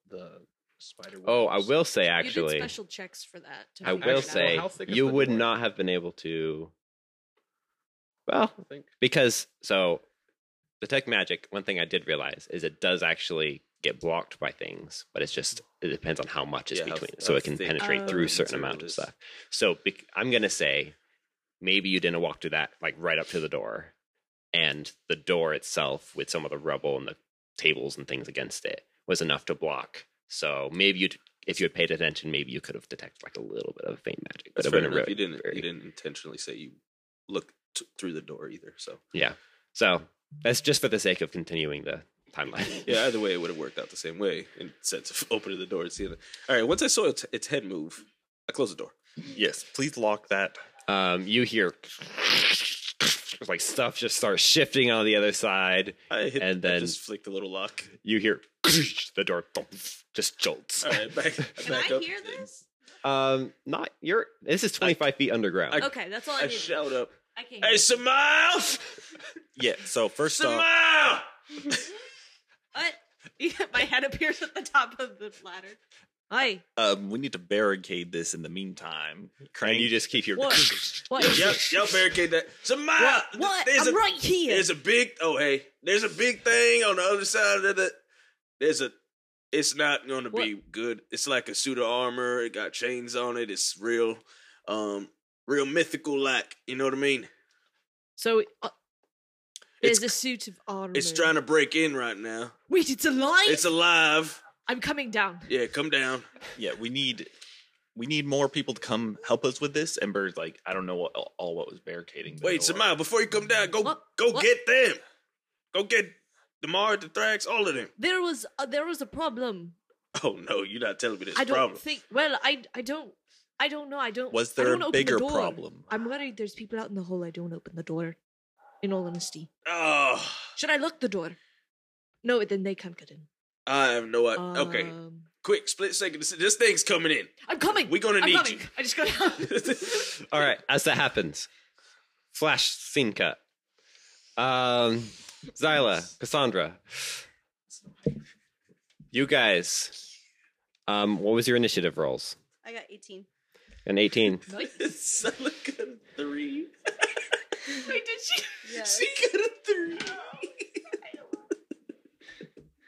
Speaker 8: the spider.
Speaker 2: Oh, I
Speaker 8: webs-
Speaker 2: will say
Speaker 7: you did
Speaker 2: actually,
Speaker 7: special checks for that. to
Speaker 2: I
Speaker 7: figure
Speaker 2: will
Speaker 7: it out.
Speaker 8: Actually, well,
Speaker 2: say
Speaker 8: how thick is
Speaker 2: you
Speaker 8: the
Speaker 2: would
Speaker 8: door?
Speaker 2: not have been able to. Well,
Speaker 8: I think.
Speaker 2: because so the tech magic. One thing I did realize is it does actually get blocked by things, but it's just it depends on how much is
Speaker 5: Yeah, how-
Speaker 2: between, it.
Speaker 5: how
Speaker 2: so it can
Speaker 5: thick
Speaker 2: penetrate
Speaker 7: the
Speaker 2: through a
Speaker 5: material
Speaker 2: certain amount of
Speaker 5: is.
Speaker 2: stuff. So bec- I'm gonna say maybe you didn't walk to that like right up to the door, and the door itself with some of the rubble and the tables and things against it was enough to block. So maybe you, if you had paid attention, maybe you could have detected like a little bit of faint magic.
Speaker 5: That's
Speaker 2: it
Speaker 5: fair
Speaker 2: wouldn't
Speaker 5: enough.
Speaker 2: really
Speaker 5: you didn't.
Speaker 2: vary.
Speaker 5: You didn't intentionally say you look t- through the door either. So
Speaker 2: So that's just for the sake of continuing the timeline.
Speaker 5: yeah, either way, it would have worked out the same way. In the sense of opening the door and seeing it. All right. Once I saw its, its head move, I closed the door.
Speaker 9: Yes, please lock that.
Speaker 2: Um, you hear like stuff just starts shifting on the other side.
Speaker 5: I hit
Speaker 2: And
Speaker 5: I
Speaker 2: then-
Speaker 5: just flicked the little lock.
Speaker 2: You hear the door thump, just jolts.
Speaker 5: All right, back.
Speaker 7: Can
Speaker 5: back
Speaker 7: I
Speaker 5: up.
Speaker 7: hear this?
Speaker 2: Um, not you're. This is twenty five feet underground.
Speaker 5: I-
Speaker 7: Okay, that's all I,
Speaker 5: I
Speaker 7: need.
Speaker 5: shout up.
Speaker 7: I can't.
Speaker 5: Hey,
Speaker 7: hear.
Speaker 5: Smile!
Speaker 9: Yeah. So first off,
Speaker 5: Smile!
Speaker 7: What? Yeah, my head appears at the top of the ladder. Hi.
Speaker 9: Um, we need to barricade this in the meantime.
Speaker 2: And
Speaker 9: Crank,
Speaker 2: you just keep your.
Speaker 1: What? What?
Speaker 5: Yep, y'all barricade that. Samaya,
Speaker 1: What? Ah, What?
Speaker 5: There's
Speaker 1: I'm
Speaker 5: a,
Speaker 1: right here.
Speaker 5: There's a big. Oh hey, there's a big thing on the other side of the. There's a. It's not going to be good. It's like a suit of armor. It got chains on it. It's real, um, real mythical. Like you know what I mean.
Speaker 7: So uh,
Speaker 5: It's-
Speaker 7: there's a suit of armor.
Speaker 5: It's trying to break in right now.
Speaker 7: Wait, it's alive.
Speaker 5: It's alive.
Speaker 7: I'm coming down.
Speaker 5: Yeah, come down.
Speaker 9: yeah, we need we need more people to come help us with this. And Bird's like, I don't know what all what was barricading. but
Speaker 5: Wait,
Speaker 9: it'll
Speaker 5: Samaya, before you come down, go
Speaker 7: What?
Speaker 5: go
Speaker 7: What?
Speaker 5: get them. Go get Demar, the Thrax, all of them.
Speaker 7: There was uh, there was a problem.
Speaker 5: Oh no, you're not telling me this
Speaker 7: I don't
Speaker 5: problem.
Speaker 7: think. Well, I I don't I don't know. I don't.
Speaker 9: work. Was
Speaker 7: I
Speaker 9: there
Speaker 7: don't
Speaker 9: a
Speaker 7: open the
Speaker 9: bigger
Speaker 7: door.
Speaker 9: problem?
Speaker 7: I'm worried. There's people out in the hole. I don't open the door. In all honesty,
Speaker 5: oh,
Speaker 7: should I lock the door? No, then they can't get in.
Speaker 5: I have no idea. okay,
Speaker 7: Um,
Speaker 5: quick, split second. This, this thing's coming in.
Speaker 7: I'm coming.
Speaker 5: We're gonna
Speaker 7: I'm
Speaker 5: need
Speaker 7: coming. I just got out.
Speaker 5: you.
Speaker 2: All right, as that happens, flash scene cut. Um, Zyla, Cassandra, you guys. Um, what was your initiative rolls?
Speaker 3: I got 18.
Speaker 2: An eighteen.
Speaker 5: Celica three.
Speaker 7: Wait, did she?
Speaker 3: Yes.
Speaker 5: She got a three.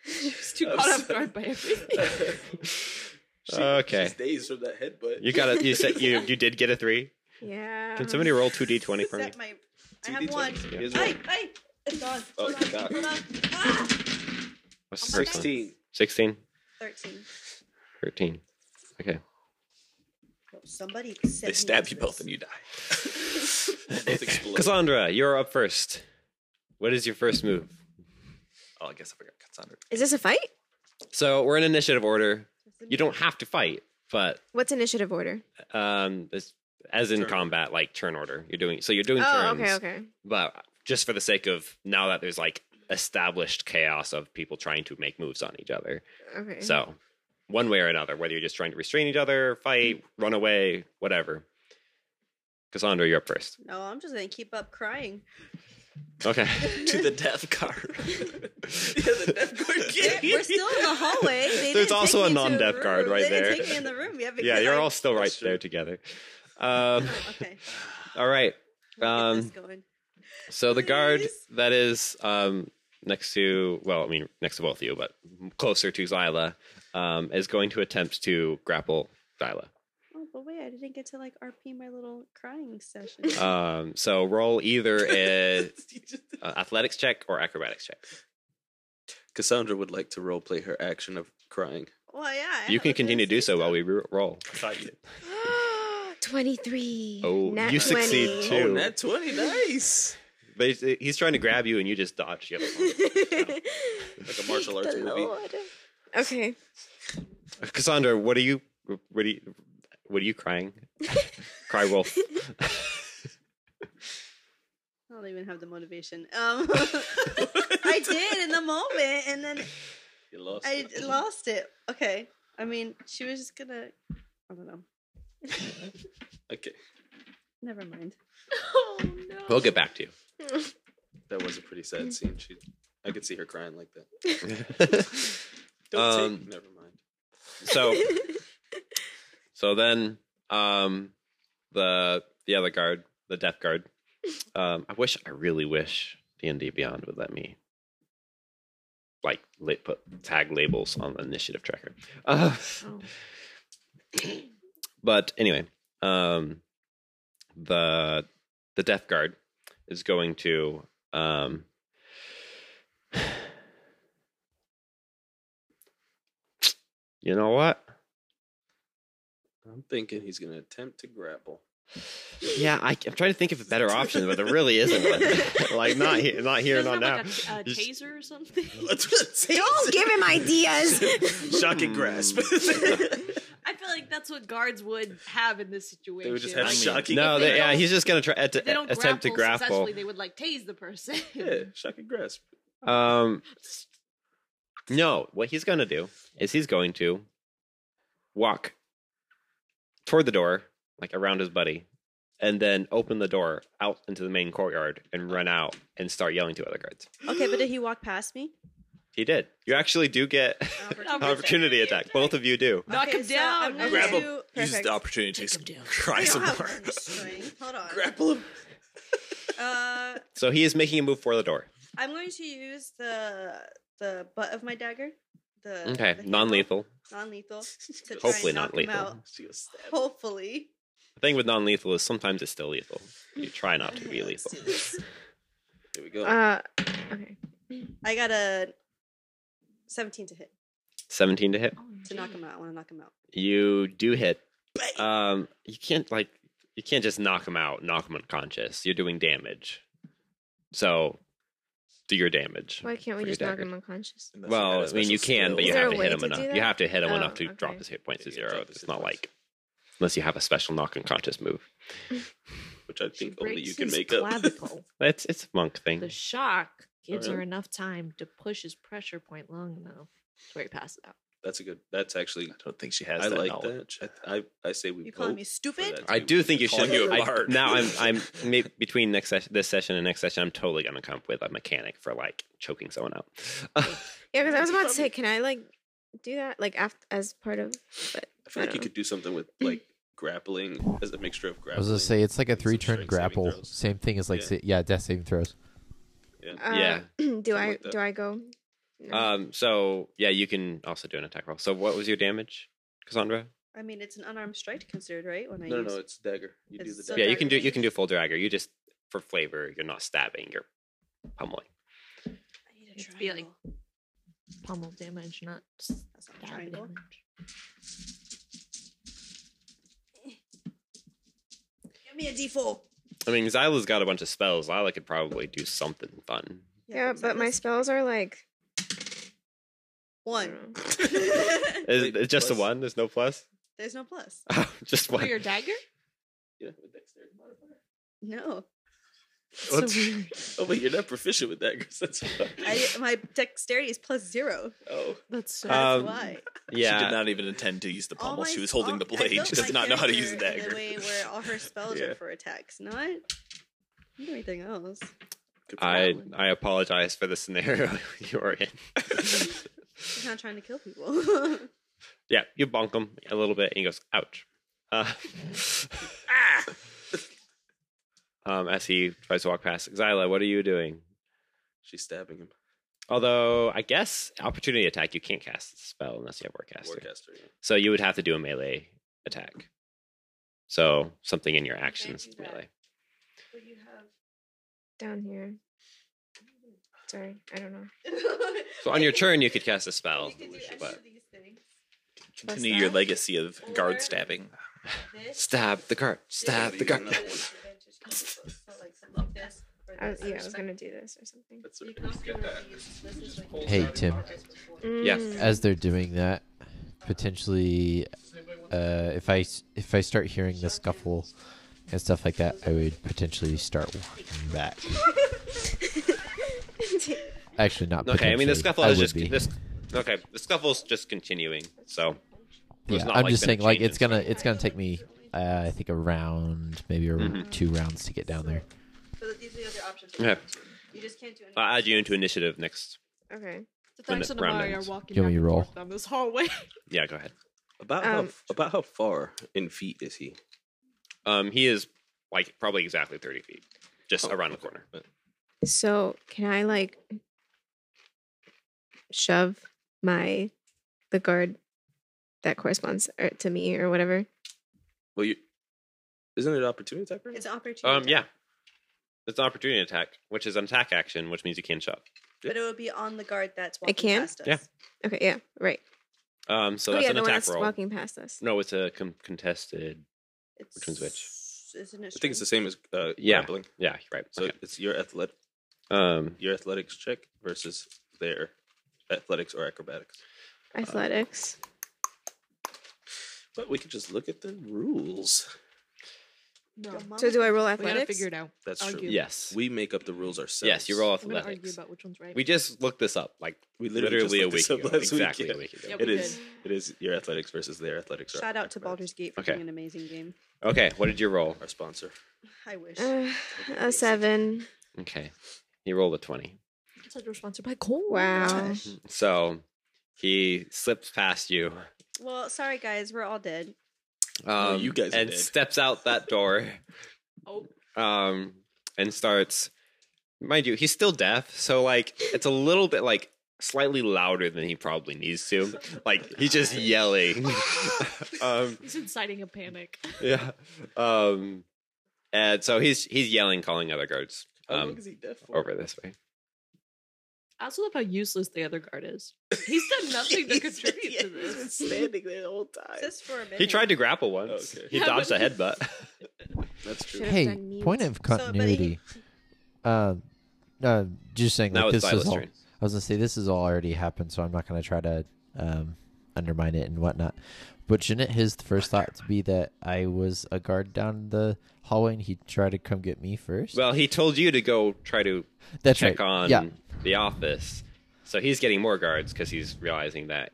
Speaker 7: She's too
Speaker 5: I'm
Speaker 7: caught off
Speaker 5: sorry.
Speaker 7: guard by everything.
Speaker 5: She-
Speaker 2: Okay.
Speaker 5: She's dazed from that headbutt.
Speaker 2: You got a. You said you you did get a three.
Speaker 4: Yeah.
Speaker 2: Can somebody roll two d twenty
Speaker 3: Is
Speaker 2: for me?
Speaker 3: that my, I have one.
Speaker 5: He has
Speaker 3: Hey,
Speaker 5: one.
Speaker 3: hey, it's gone.
Speaker 5: Oh,
Speaker 3: Hold on,
Speaker 5: God.
Speaker 3: hold on. Ah!
Speaker 2: What's the first one?
Speaker 5: Sixteen.
Speaker 2: 16?
Speaker 3: 13.
Speaker 2: 13. Okay.
Speaker 3: Oh, somebody said
Speaker 9: They
Speaker 3: he
Speaker 9: stab
Speaker 3: was
Speaker 9: you
Speaker 3: this.
Speaker 9: both and you die.
Speaker 5: Both explode.
Speaker 2: Cassandra, you're up first. What is your first move?
Speaker 9: Oh, I guess I forgot Cassandra.
Speaker 4: Is this a fight?
Speaker 2: So we're in initiative order. You don't have to fight, but
Speaker 4: What's initiative order?
Speaker 2: um, this, as in combat, like turn order, you're doing. So you're doing
Speaker 4: Oh,
Speaker 2: turns,
Speaker 4: okay, okay.
Speaker 2: but just for the sake of now that there's like established chaos of people trying to make moves on each other.
Speaker 4: Okay.
Speaker 2: So one way or another, whether you're just trying to restrain each other, fight, run away, whatever. Cassandra, you're up first.
Speaker 3: No, I'm just going to keep up crying.
Speaker 2: Okay.
Speaker 9: to the death card.
Speaker 3: We're we're still in the hallway. They
Speaker 2: There's
Speaker 3: didn't
Speaker 2: also
Speaker 3: take
Speaker 2: a
Speaker 3: me to
Speaker 2: non-deaf guard
Speaker 3: room.
Speaker 2: right
Speaker 3: they
Speaker 2: there.
Speaker 3: Didn't take me in the room yet
Speaker 2: yeah,
Speaker 3: because
Speaker 2: you're
Speaker 3: I-
Speaker 2: all still right
Speaker 5: That's true.
Speaker 2: there together. Um,
Speaker 3: Oh, okay.
Speaker 2: all right.
Speaker 3: We'll get
Speaker 2: Um,
Speaker 3: this going.
Speaker 2: So the guard
Speaker 3: Please.
Speaker 2: that is um, next to, well, I mean, next to both of you, but closer to Xyla, um, is going to attempt to grapple Xyla.
Speaker 3: Oh, but wait, I didn't get to like RP my little crying session.
Speaker 2: Um, so roll either a, a athletics check or acrobatics check.
Speaker 5: Cassandra would like to roleplay her action of crying.
Speaker 3: well, yeah. I
Speaker 2: You
Speaker 3: have
Speaker 2: can
Speaker 3: a
Speaker 2: continue to do
Speaker 3: fancy
Speaker 2: so while we re- roll.
Speaker 4: Twenty-three.
Speaker 2: Oh,
Speaker 4: Nat
Speaker 2: you succeed
Speaker 4: 20.
Speaker 2: too.
Speaker 5: Oh, nat twenty, nice.
Speaker 2: But he's, he's trying to grab you and you just dodge. the other one.
Speaker 5: Like a martial arts
Speaker 4: The
Speaker 5: movie.
Speaker 4: Lord. Okay.
Speaker 2: Cassandra, what are you? What are you? What are you crying? Cry wolf.
Speaker 3: I don't even have the motivation. Um, I did in the moment, and then
Speaker 5: You lost.
Speaker 3: I
Speaker 5: it.
Speaker 3: lost it. Okay. I mean, she was just gonna. I don't know.
Speaker 5: Okay,
Speaker 3: Never mind.
Speaker 4: Oh no.
Speaker 2: We'll get back to you.
Speaker 5: that was a pretty
Speaker 7: Mm.
Speaker 5: sad scene. She, I could see her crying like that. Don't
Speaker 2: Um,
Speaker 5: take. Never mind.
Speaker 2: so, so then, um, the the other guard, the death guard. Um, I wish, I really wish D and D Beyond would let me like la- put tag labels on the initiative tracker. Uh, but anyway, um, the the death guard is going to um. You know what?
Speaker 5: I'm thinking he's gonna attempt to grapple.
Speaker 2: Yeah, I, am trying to think of a better option, but there really isn't one. like not here, not here,
Speaker 7: Doesn't
Speaker 2: not now.
Speaker 7: have, like, a, t- a
Speaker 2: Just-
Speaker 7: taser or something.
Speaker 4: Don't give him ideas.
Speaker 5: Shock and grasp.
Speaker 7: I feel like that's what guards would have in this situation.
Speaker 5: they would just have
Speaker 9: I mean,
Speaker 5: shocking.
Speaker 2: no,
Speaker 7: If they
Speaker 2: they, yeah,
Speaker 7: don't-
Speaker 2: he's just gonna try at,
Speaker 7: If they don't
Speaker 2: attempt to
Speaker 7: grapple
Speaker 2: grapple.
Speaker 7: successfully, They would like tase the person.
Speaker 5: yeah, shock and grasp.
Speaker 2: Um, no, what he's gonna do is he's going to walk toward the door, like around his buddy, and then open the door out into the main courtyard and run out and start yelling to other guards.
Speaker 3: Okay, but did he walk past me? Oh,
Speaker 2: He did. You actually do get opportunity attack. Both of you do.
Speaker 7: Knock him down.
Speaker 3: gonna
Speaker 5: Grab him.
Speaker 3: do-
Speaker 5: Uses
Speaker 3: Perfect.
Speaker 5: the opportunity
Speaker 1: Take
Speaker 5: to
Speaker 1: him down.
Speaker 5: cry
Speaker 3: I don't
Speaker 5: some
Speaker 3: have
Speaker 5: more.
Speaker 3: advantage strength. Hold on.
Speaker 5: Grapple him.
Speaker 3: Uh,
Speaker 2: So he is making a move for the door.
Speaker 3: I'm going to use the the butt of my dagger. The
Speaker 2: Okay,
Speaker 3: the handle,
Speaker 2: non-lethal.
Speaker 3: non-lethal. To try
Speaker 2: Hopefully
Speaker 3: and knock
Speaker 2: not
Speaker 3: him
Speaker 2: lethal.
Speaker 3: out. Hopefully.
Speaker 2: The thing with non-lethal is sometimes it's still lethal. You try not to be lethal.
Speaker 5: Here we go.
Speaker 4: Uh, okay.
Speaker 3: I got a 17 to hit
Speaker 2: 17 to hit.
Speaker 3: to knock him out. I want to knock him out.
Speaker 2: You do hit. Um, you can't like you can't just knock him out, knock him unconscious. You're doing damage. So do your damage.
Speaker 4: Why can't we
Speaker 2: For your
Speaker 4: just knock
Speaker 2: dagger.
Speaker 4: him unconscious?
Speaker 5: And that's not
Speaker 2: Well,
Speaker 5: a
Speaker 2: I mean, you
Speaker 5: special
Speaker 2: can,
Speaker 5: skill.
Speaker 2: but
Speaker 4: Is
Speaker 2: you
Speaker 4: there
Speaker 2: have
Speaker 4: a
Speaker 2: to
Speaker 4: way
Speaker 2: hit him
Speaker 4: to do
Speaker 2: enough.
Speaker 4: that?
Speaker 2: You have to hit him
Speaker 4: Oh,
Speaker 2: enough to drop
Speaker 4: okay.
Speaker 2: his hit points to
Speaker 5: Yeah, you
Speaker 2: zero.
Speaker 5: drop his
Speaker 2: It's
Speaker 5: hit
Speaker 2: not
Speaker 5: points.
Speaker 2: like unless you have a special knock unconscious move.
Speaker 5: which I
Speaker 7: She
Speaker 5: think only
Speaker 7: breaks
Speaker 5: you can
Speaker 7: his
Speaker 5: make up.
Speaker 7: clavicle.
Speaker 2: It's it's a monk thing.
Speaker 7: The shock
Speaker 2: Oh,
Speaker 7: gives
Speaker 5: Alright.
Speaker 7: her enough time to push his pressure point long enough to where he passes out.
Speaker 5: that's a good. That's actually.
Speaker 9: I don't think she has
Speaker 5: I
Speaker 9: that
Speaker 5: like
Speaker 9: knowledge.
Speaker 5: that. I, I I say we.
Speaker 3: You calling
Speaker 5: vote
Speaker 3: me
Speaker 5: for
Speaker 3: stupid?
Speaker 5: that
Speaker 2: I
Speaker 5: too.
Speaker 2: do think you
Speaker 5: Calling
Speaker 2: should.
Speaker 5: you a
Speaker 2: I,
Speaker 5: liar.
Speaker 2: now I'm I'm maybe between next session, this session and next session. I'm totally gonna come up with a mechanic for like choking someone out.
Speaker 4: Yeah, because I was about to say, can I like do that like af- as part of? But
Speaker 5: I feel like you could do something with like grappling as a mixture of
Speaker 6: I
Speaker 5: grappling.
Speaker 6: was gonna say it's like a
Speaker 5: and some
Speaker 6: three turn
Speaker 5: strength saving
Speaker 6: grapple.
Speaker 5: throws.
Speaker 6: Same thing as like
Speaker 5: Yeah.
Speaker 6: sa- yeah, death saving throws.
Speaker 5: Yeah.
Speaker 4: uh,
Speaker 2: Yeah.
Speaker 4: Do I
Speaker 5: like that.
Speaker 4: do I go? No.
Speaker 2: Um. So yeah, you can also do an attack roll. So what was your damage, Cassandra?
Speaker 3: I mean, it's an unarmed strike considered, right? When I
Speaker 5: No,
Speaker 3: use
Speaker 5: no, it's dagger. You do
Speaker 3: It's
Speaker 5: the
Speaker 3: so
Speaker 5: dagger.
Speaker 2: yeah, you can do you
Speaker 3: damage.
Speaker 2: can do full dragger. You just for flavor, you're not stabbing. You're pummeling.
Speaker 3: I need a
Speaker 7: It's be like-
Speaker 3: triangle.
Speaker 7: Pummel damage, not stab
Speaker 3: That's not a triangle.
Speaker 7: damage.
Speaker 3: Give me a D4.
Speaker 2: I mean, Xyla's got a bunch of spells. Lila could probably do something fun.
Speaker 4: yeah,
Speaker 3: so
Speaker 4: but my
Speaker 3: that's
Speaker 4: spells are like I
Speaker 3: one.
Speaker 4: don't know.
Speaker 2: Is
Speaker 5: Wait,
Speaker 2: it just a
Speaker 5: plus?
Speaker 2: one? There's no plus. Oh,
Speaker 3: There's no plus.
Speaker 2: just
Speaker 7: For
Speaker 2: one.
Speaker 7: your dagger?
Speaker 5: Yeah, with dexterity modifier.
Speaker 3: No,
Speaker 5: What's- oh wait, you're not proficient with daggers. That's why.
Speaker 3: I, my dexterity is plus zero.
Speaker 5: oh,
Speaker 7: That's so.
Speaker 3: That's
Speaker 2: Um,
Speaker 3: why.
Speaker 2: Yeah.
Speaker 9: She did not even intend to use the
Speaker 3: All
Speaker 9: pommel.
Speaker 3: my-
Speaker 9: she was holding
Speaker 3: all-
Speaker 9: the
Speaker 3: I
Speaker 9: blade.
Speaker 3: built
Speaker 9: She does
Speaker 3: my
Speaker 9: not know how to use the
Speaker 3: character
Speaker 9: dagger.
Speaker 3: In a way where all her spells
Speaker 9: Yeah.
Speaker 3: are for attacks, not anything else.
Speaker 5: good for
Speaker 2: I
Speaker 5: you.
Speaker 2: I apologize for the scenario you are in.
Speaker 3: She's not trying to kill people.
Speaker 2: yeah, you bonk him a little bit, and he goes, "Ouch!" Uh, ah! um, as he tries to walk past Xyla, what are you doing?
Speaker 5: She's stabbing him.
Speaker 2: Although I guess opportunity attack, you can't cast a spell unless you have warcaster.
Speaker 5: Warcaster. yeah.
Speaker 2: So you would have to do a melee attack. So something in your actions
Speaker 7: do
Speaker 2: is
Speaker 7: that.
Speaker 2: melee.
Speaker 4: down here. Sorry, I don't know.
Speaker 2: So on your turn, you could cast a spell. but-
Speaker 9: Continue your legacy of guard stabbing.
Speaker 2: Stab the guard. Stab
Speaker 5: Maybe
Speaker 2: the guard.
Speaker 5: another one.
Speaker 4: I was, yeah, I was gonna do this or something.
Speaker 5: That's all right. Get that.
Speaker 6: Hey Tim,
Speaker 2: Yes.
Speaker 4: Mm.
Speaker 6: as they're doing that, potentially, uh, if I s- if I start hearing the scuffle and stuff like that, I would potentially start walking back. Actually, not.
Speaker 2: Okay, I mean the
Speaker 6: potentially,
Speaker 2: scuffle is
Speaker 6: would
Speaker 2: just
Speaker 6: be.
Speaker 2: this. Okay, the scuffle's just continuing. So
Speaker 6: Yeah,
Speaker 2: There's not,
Speaker 6: I'm
Speaker 2: like,
Speaker 6: just
Speaker 2: been a
Speaker 6: saying, like
Speaker 2: change
Speaker 6: it's
Speaker 2: in
Speaker 6: gonna it's gonna take me, uh, I think, a round, maybe a r-
Speaker 2: Mhm.
Speaker 6: two rounds to get down there.
Speaker 3: So that these are the other options.
Speaker 2: Yeah.
Speaker 3: You just can't do anything.
Speaker 2: I'll add you into initiative next.
Speaker 4: okay.
Speaker 7: The Thanks and
Speaker 2: round
Speaker 7: Amari are
Speaker 2: ends.
Speaker 7: walking
Speaker 6: Give
Speaker 7: back
Speaker 6: me a
Speaker 7: and
Speaker 6: roll.
Speaker 7: forth down this hallway.
Speaker 2: Yeah, go ahead.
Speaker 5: About
Speaker 4: Um,
Speaker 5: how about how far in feet is he?
Speaker 2: Um, he is like probably exactly thirty feet, just
Speaker 5: Oh,
Speaker 2: around the
Speaker 5: okay.
Speaker 2: corner.
Speaker 4: So can I like shove my the guard that corresponds or, to me or whatever?
Speaker 5: Well, you isn't it opportunity attack? Right?
Speaker 3: It's an opportunity.
Speaker 2: Um, yeah,
Speaker 3: attack,
Speaker 2: it's an opportunity attack, which is an attack action, which means you can shove.
Speaker 3: But it would be on the guard that's walking
Speaker 4: can?
Speaker 3: past us.
Speaker 2: Yeah.
Speaker 4: Okay, yeah, right.
Speaker 2: Um, so
Speaker 4: oh
Speaker 2: that's
Speaker 4: yeah,
Speaker 2: an
Speaker 4: the one
Speaker 2: attack
Speaker 4: that's
Speaker 2: roll.
Speaker 4: walking past us.
Speaker 2: No, it's a com- contested.
Speaker 3: It's,
Speaker 2: Which one's which?
Speaker 3: Isn't it
Speaker 5: I think it's the same as uh,
Speaker 2: Yeah.
Speaker 5: grappling.
Speaker 2: Yeah, you're right.
Speaker 5: So
Speaker 2: okay.
Speaker 5: it's your athletic
Speaker 2: Um,
Speaker 5: your athletics check versus their athletics or acrobatics.
Speaker 2: Uh,
Speaker 4: Athletics.
Speaker 5: But we could just look at the rules.
Speaker 7: No.
Speaker 4: so do I roll
Speaker 7: We gotta
Speaker 4: athletics?
Speaker 7: figure it out.
Speaker 5: That's
Speaker 7: I'll
Speaker 5: true.
Speaker 7: give-
Speaker 2: yes,
Speaker 5: We make up the rules ourselves.
Speaker 2: yes, you roll
Speaker 7: I'm gonna argue
Speaker 2: athletics.
Speaker 7: about which one's right.
Speaker 2: We just looked this up, like
Speaker 5: We
Speaker 2: literally,
Speaker 5: literally, just
Speaker 2: a
Speaker 5: looked
Speaker 2: week
Speaker 5: this
Speaker 2: ago.
Speaker 5: up last week.
Speaker 2: exactly
Speaker 5: Yeah.
Speaker 2: a week ago.
Speaker 7: Yep.
Speaker 5: It
Speaker 7: we
Speaker 5: is. It is your athletics versus their athletics. or
Speaker 3: Shout out to
Speaker 5: acrobatics.
Speaker 3: Baldur's Gate for
Speaker 2: Okay.
Speaker 3: being an amazing game.
Speaker 2: Okay, what did you roll?
Speaker 5: Our sponsor.
Speaker 3: I wish.
Speaker 4: Uh, a seven.
Speaker 2: Okay, he rolled a twenty.
Speaker 7: episodes were sponsored by Cole. Oh
Speaker 4: Wow.
Speaker 2: So he slips past you,
Speaker 3: Well, sorry guys, we're all dead.
Speaker 2: um,
Speaker 5: Oh, you guys are
Speaker 2: and
Speaker 5: dead.
Speaker 2: steps out that door.
Speaker 7: Oh.
Speaker 2: Um, and starts, mind you, he's still deaf, so like it's a little bit like slightly louder than he probably needs to. Like he's just yelling. um,
Speaker 7: He's inciting a panic.
Speaker 2: yeah. Um, and so he's he's yelling, calling other guards um,
Speaker 5: he deaf for?
Speaker 2: over this way.
Speaker 7: I also love how useless the other guard is. He's done nothing to contribute to this.
Speaker 4: standing there the whole time.
Speaker 3: This for a minute.
Speaker 2: He tried to grapple once.
Speaker 5: Okay.
Speaker 2: He
Speaker 7: Yeah,
Speaker 2: dodged a
Speaker 7: but-
Speaker 2: headbutt.
Speaker 5: That's true.
Speaker 4: Should've
Speaker 6: hey,
Speaker 4: done mute.
Speaker 6: point of
Speaker 3: but he-
Speaker 6: continuity. Um, no, just saying.
Speaker 2: That was
Speaker 6: Like, this is
Speaker 2: Silas'
Speaker 6: all,
Speaker 2: turn.
Speaker 6: I was gonna say this has all already happened, so I'm not gonna try to um, undermine it and whatnot. But shouldn't his first thought to be that I was a guard down the hallway and he tried to come get me first?
Speaker 2: Well, he told you to go try to
Speaker 6: That's
Speaker 2: check
Speaker 6: right.
Speaker 2: on
Speaker 6: Yeah,
Speaker 2: the office. So he's getting more guards because he's realizing that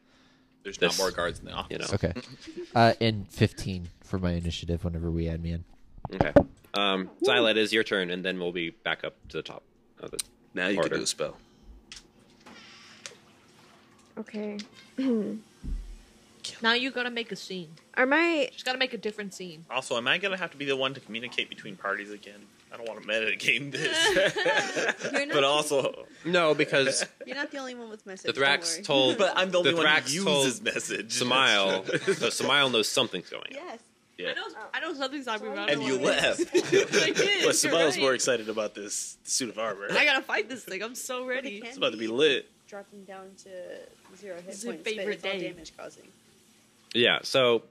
Speaker 9: There's
Speaker 2: This-
Speaker 9: not more guards in the office.
Speaker 2: you know.
Speaker 6: Okay. Uh, and 15 for my initiative whenever we add me in.
Speaker 2: Okay. Um, Xyla, it is your turn, and then we'll be back up to the top. Of it.
Speaker 5: Now you
Speaker 2: Order.
Speaker 5: can do a spell.
Speaker 4: Okay.
Speaker 7: Now you gotta make a scene.
Speaker 4: Are my
Speaker 7: She's gotta make a different scene.
Speaker 9: Also, am I gonna have to be the one to communicate between parties again? I don't want to metagame this.
Speaker 3: You're not,
Speaker 9: but also,
Speaker 2: No, because
Speaker 3: you're not the only one with message.
Speaker 2: the
Speaker 3: don't
Speaker 2: Thrax
Speaker 3: worry.
Speaker 2: told
Speaker 9: but I'm the only one
Speaker 2: Thrax
Speaker 9: who uses
Speaker 2: told
Speaker 9: this message.
Speaker 2: Smile. so Smile knows something's going on.
Speaker 3: Yes.
Speaker 9: Yeah.
Speaker 7: I know, I know something's not moving.
Speaker 9: And you left.
Speaker 7: I did.
Speaker 9: but Smile's
Speaker 7: right.
Speaker 9: more excited about this suit of armor.
Speaker 7: I gotta fight this thing. I'm so ready.
Speaker 9: It's about to be lit.
Speaker 3: Drop them down to zero hit
Speaker 7: It's
Speaker 3: points.
Speaker 7: your
Speaker 3: but
Speaker 7: favorite
Speaker 3: it's all
Speaker 7: day.
Speaker 3: damage causing.
Speaker 2: Yeah. So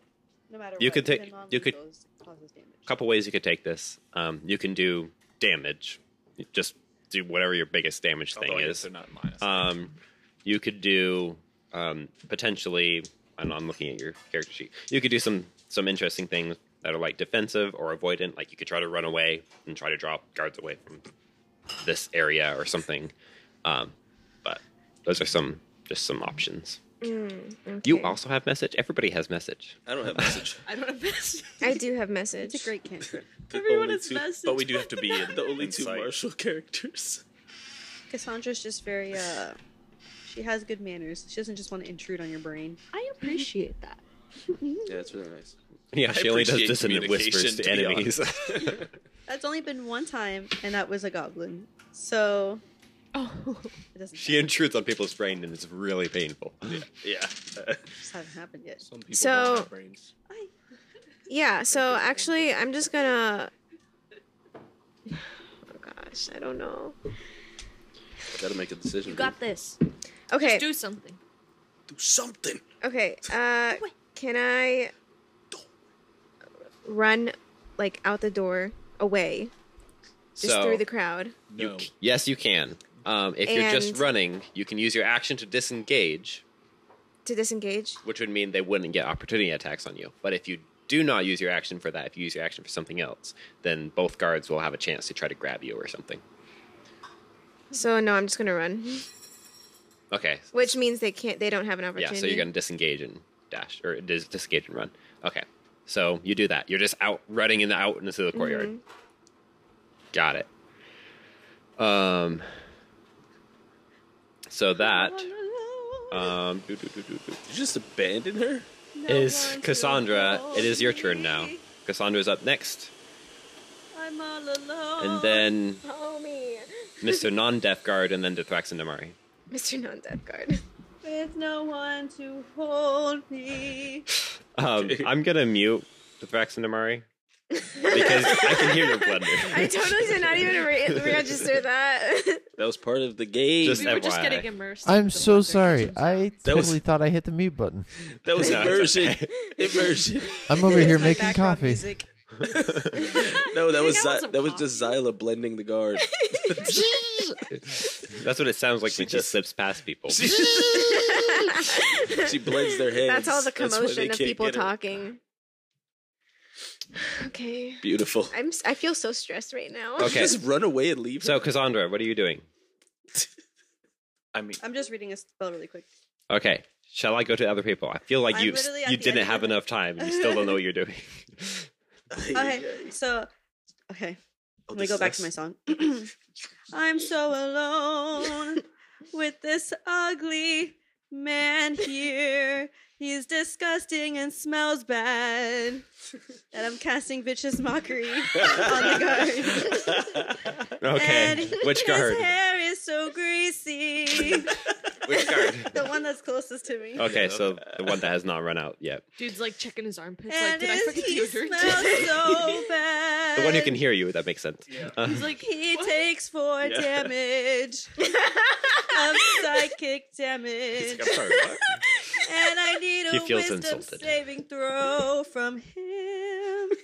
Speaker 3: No matter
Speaker 2: You
Speaker 3: what,
Speaker 2: could take-
Speaker 3: even on
Speaker 2: you could-
Speaker 3: those causes damage.
Speaker 2: a couple ways you could take this. Um, you can do damage. You Just do whatever your biggest damage
Speaker 9: Although
Speaker 2: thing
Speaker 9: I guess
Speaker 2: is.
Speaker 9: they're not minus.
Speaker 2: Um, you could do um, potentially. I know I'm looking at your character sheet. You could do some some interesting things that are like defensive or avoidant. Like you could try to run away and try to drop guards away from this area or something. Um, but those are some just some options. You
Speaker 4: Mm, okay.
Speaker 2: also have message. Everybody has message.
Speaker 9: Uh,
Speaker 5: I don't have message.
Speaker 7: I don't have message.
Speaker 4: I do have message.
Speaker 3: It's a great cantrip.
Speaker 5: The
Speaker 7: Everyone
Speaker 5: only
Speaker 7: has
Speaker 5: two-
Speaker 7: message.
Speaker 9: But we do have to be in
Speaker 5: The only two
Speaker 9: sight.
Speaker 5: martial characters.
Speaker 3: Cassandra's just very uh she has good manners. She doesn't just want to intrude on your brain.
Speaker 7: I appreciate that.
Speaker 5: Yeah, it's really nice.
Speaker 2: Yeah, she only does
Speaker 9: appreciate
Speaker 2: this in whispers
Speaker 9: communication,
Speaker 2: to,
Speaker 9: to be
Speaker 2: enemies.
Speaker 3: That's only been one time and that was a goblin. So
Speaker 7: Oh,
Speaker 3: it doesn't
Speaker 2: she intrudes on people's brain and it's really painful.
Speaker 9: yeah.
Speaker 3: just haven't happened yet.
Speaker 8: Some people
Speaker 4: So-
Speaker 8: don't have brains.
Speaker 3: I,
Speaker 4: Yeah, so actually, I'm just gonna. Oh gosh, I don't know.
Speaker 5: Gotta make a decision.
Speaker 7: you got this.
Speaker 4: Okay,
Speaker 7: Do something.
Speaker 5: do something.
Speaker 4: okay. Uh, can I run like out the door away, just
Speaker 2: so
Speaker 4: through the crowd?
Speaker 8: No.
Speaker 2: Yes, you can. Um, if you're just
Speaker 4: And-
Speaker 2: running, you can use your action to disengage,
Speaker 4: to disengage.
Speaker 2: which would mean they wouldn't get opportunity attacks on you. But if you do not use your action for that, if you use your action for something else, then both guards will have a chance to try to grab you or something.
Speaker 4: So no, I'm just gonna run,
Speaker 2: Okay.
Speaker 4: which means they can't. They don't have an opportunity.
Speaker 2: Yeah, so you're going to disengage and dash, or dis- disengage and run. Okay. So you do that. You're just out running in the out into the courtyard.
Speaker 4: Mm-hmm.
Speaker 2: Got it. Um. So that um, do, do, do, do, do.
Speaker 5: Did you just abandon her?
Speaker 2: is Cassandra. It is your turn now. Cassandra's up next,
Speaker 3: I'm all alone.
Speaker 2: and then
Speaker 4: Follow me,
Speaker 2: Mr. Non-Deaf Guard, and then Dithrax and Damari.
Speaker 4: Mr. Non-Death Guard.
Speaker 3: There's no one to hold me.
Speaker 2: Um, I'm gonna mute Dithrax and Damari because I can hear your blunder.
Speaker 4: I totally did not even re- register that.
Speaker 5: That was part of the game.
Speaker 2: Just-
Speaker 7: We were just
Speaker 2: FYI.
Speaker 7: getting immersed.
Speaker 6: I'm
Speaker 7: with the
Speaker 6: so
Speaker 7: weather.
Speaker 6: sorry. I
Speaker 5: That was-
Speaker 6: totally thought I hit the mute button.
Speaker 5: that was
Speaker 2: No, it's
Speaker 5: immersion. Immersion.
Speaker 6: I'm over here
Speaker 3: It's my
Speaker 6: making
Speaker 3: background
Speaker 6: coffee.
Speaker 3: music.
Speaker 5: No, that was
Speaker 7: got
Speaker 5: Zy-
Speaker 7: some
Speaker 5: that was just
Speaker 7: coffee.
Speaker 5: Xyla blending the guard.
Speaker 2: That's what it sounds like when she
Speaker 5: just-
Speaker 2: slips past people.
Speaker 5: she she blends their heads.
Speaker 4: That's all the
Speaker 5: That's why they
Speaker 4: commotion of
Speaker 5: can't
Speaker 4: people
Speaker 5: get her.
Speaker 4: talking. Okay.
Speaker 5: Beautiful.
Speaker 4: I'm s- I feel so stressed right now.
Speaker 2: Okay,
Speaker 5: Just run away and leave. her.
Speaker 2: so Cassandra, what are you doing?
Speaker 9: I mean,
Speaker 3: I'm just reading a spell really quick.
Speaker 2: Okay, shall I go to other people? I feel like
Speaker 3: I'm
Speaker 2: you
Speaker 3: literally at
Speaker 2: you
Speaker 3: the
Speaker 2: didn't
Speaker 3: end
Speaker 2: have
Speaker 3: of it.
Speaker 2: enough time. You still don't know what you're doing.
Speaker 3: Okay, so okay.
Speaker 5: Oh,
Speaker 3: Let me
Speaker 5: this
Speaker 3: go
Speaker 5: is
Speaker 3: back
Speaker 5: us?
Speaker 3: to my song. I'm so alone. with this ugly man here. He's disgusting and smells bad. And I'm casting vicious mockery on the guard.
Speaker 2: Okay.
Speaker 3: And
Speaker 2: Which guard?
Speaker 3: His hair is so greasy.
Speaker 2: Which guard? Oh.
Speaker 3: the one that's closest to me.
Speaker 2: Okay, so the one that has not run out yet.
Speaker 7: Dude's like checking his armpits.
Speaker 3: And
Speaker 7: Like, did I
Speaker 3: his,
Speaker 7: forget
Speaker 3: he
Speaker 7: deodorant?
Speaker 3: smells so bad.
Speaker 2: The one who can hear you, that makes sense. Uh,
Speaker 7: He's like,
Speaker 3: He
Speaker 7: what?
Speaker 3: takes four damage of psychic damage.
Speaker 9: I'm sorry. What?
Speaker 3: and I need
Speaker 2: He
Speaker 3: a
Speaker 2: feels
Speaker 3: wisdom
Speaker 2: insulted.
Speaker 3: saving throw from him.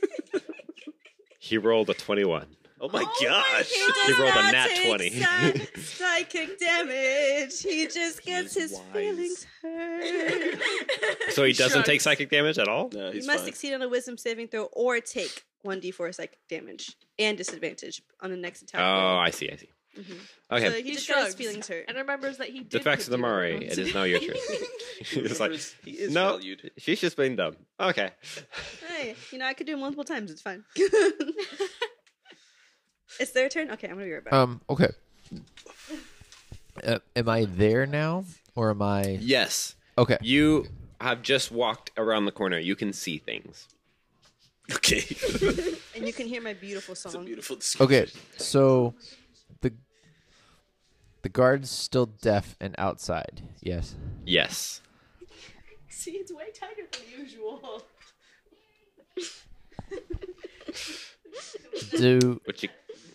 Speaker 2: he rolled a 21.
Speaker 9: Oh my gosh.
Speaker 3: He does
Speaker 2: He rolled a
Speaker 3: not
Speaker 2: nat
Speaker 3: take
Speaker 2: 20.
Speaker 3: psy- psychic damage. He just gets his feelings hurt.
Speaker 2: So he doesn't take psychic damage at all?
Speaker 9: No,
Speaker 3: You
Speaker 9: he's
Speaker 3: must
Speaker 9: fine.
Speaker 3: succeed on a wisdom saving throw or take 1d4 psychic damage and disadvantage on the next attack.
Speaker 2: Oh,
Speaker 3: roll.
Speaker 2: I see, I see.
Speaker 3: Mhm.
Speaker 2: Oh, Okay.
Speaker 3: So he,
Speaker 7: He
Speaker 3: just got his
Speaker 7: shrugs.
Speaker 3: feelings hurt.
Speaker 7: and remembers that he did.
Speaker 2: the facts
Speaker 7: put
Speaker 2: of the Mari.
Speaker 7: deodorant on.
Speaker 2: It is now your turn. it's like,
Speaker 5: Remembers he is
Speaker 2: no,
Speaker 5: valued.
Speaker 2: she's just being dumb. Okay.
Speaker 3: Hey, you know, I could do it multiple times. It's fine. it's their turn? Okay, I'm going to be right back.
Speaker 2: Oh.
Speaker 6: Um. Okay. Uh, am I there now, or am I?
Speaker 2: Yes.
Speaker 6: Okay.
Speaker 2: You have just walked around the corner. You can see things.
Speaker 5: Okay.
Speaker 3: and you can hear my beautiful song.
Speaker 5: Beautiful.
Speaker 6: Okay. So, the the guard's still deaf and outside. Yes.
Speaker 2: Yes.
Speaker 7: See, it's way tighter than usual.
Speaker 6: Do
Speaker 2: Which you,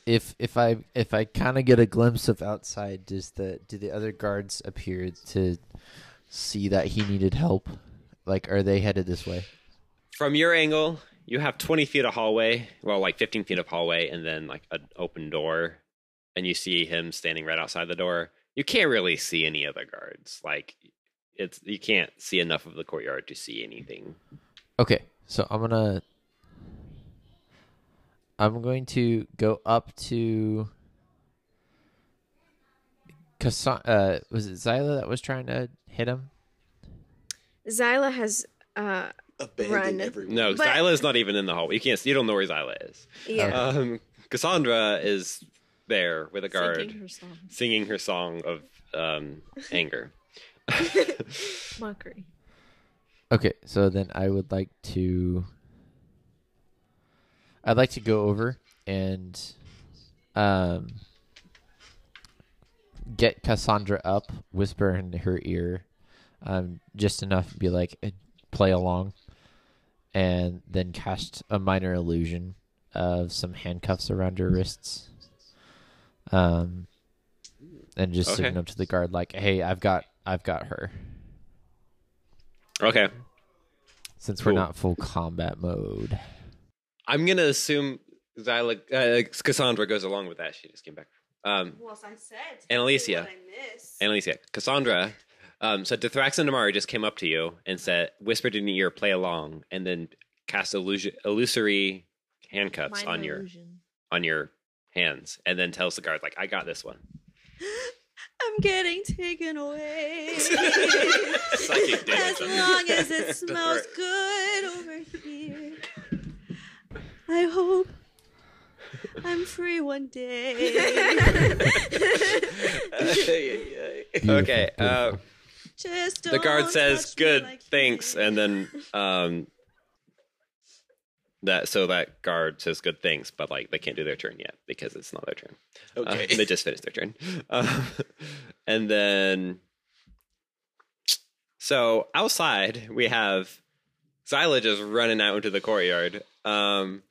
Speaker 6: if if I if I kind of get a glimpse of outside, does the do the other guards appear to see that he needed help? Like, are they headed this way?
Speaker 2: from your angle, you have 20 feet of hallway, well, like 15 feet of hallway, and then like an open door, and you see him standing right outside the door. You can't really see any other guards. Like, it's you can't see enough of the courtyard to see anything.
Speaker 6: Okay, so I'm gonna I'm going to go up to Kasa- uh was it Zyla that was trying to hit him?
Speaker 4: Zyla has uh Run.
Speaker 5: Abandon everyone.
Speaker 2: No,
Speaker 4: But-
Speaker 2: Xyla is not even in the hallway. You can't. see- You don't know where Xyla is.
Speaker 4: yeah.
Speaker 5: Uh,
Speaker 2: Um, Cassandra is there with a guard
Speaker 7: Singing her song.
Speaker 2: singing her song of um, anger.
Speaker 7: Mockery.
Speaker 6: Okay, so then I would like to I'd like to go over and um get Cassandra up, whisper in her ear um just enough to be like eh, play along and then cast a minor illusion of some handcuffs around her wrists. Um and just
Speaker 2: Okay.
Speaker 6: signal to the guard like, "Hey, I've got I've got her."
Speaker 2: Okay,
Speaker 6: Since
Speaker 2: Cool.
Speaker 6: we're not full combat mode.
Speaker 2: I'm gonna assume Xyla, uh, Cassandra goes along with that. She just came back. Um,
Speaker 3: Well, I said.
Speaker 2: And Alicia.
Speaker 3: I miss.
Speaker 2: Annalisa, Cassandra. Um, so Dithrax and Amari just came up to you and said, whispered in your ear, "Play along," and then cast illusion, illusory handcuffs on your on your hands, and then tells the guard, "Like I got this one."
Speaker 3: I'm getting taken away.
Speaker 9: Psychic
Speaker 3: as
Speaker 9: damage.
Speaker 3: long as it smells good over here. I hope I'm free one day.
Speaker 2: Okay. Uh,
Speaker 3: Just
Speaker 2: the guard
Speaker 3: don't
Speaker 2: says
Speaker 3: touch me
Speaker 2: good
Speaker 3: like
Speaker 2: thanks
Speaker 3: that."
Speaker 2: and then um that so that guard says good things but like they can't do their turn yet because it's not their turn Uh,
Speaker 5: Okay.
Speaker 2: they just finished their turn Uh, and then so outside we have Xyla just running out into the courtyard um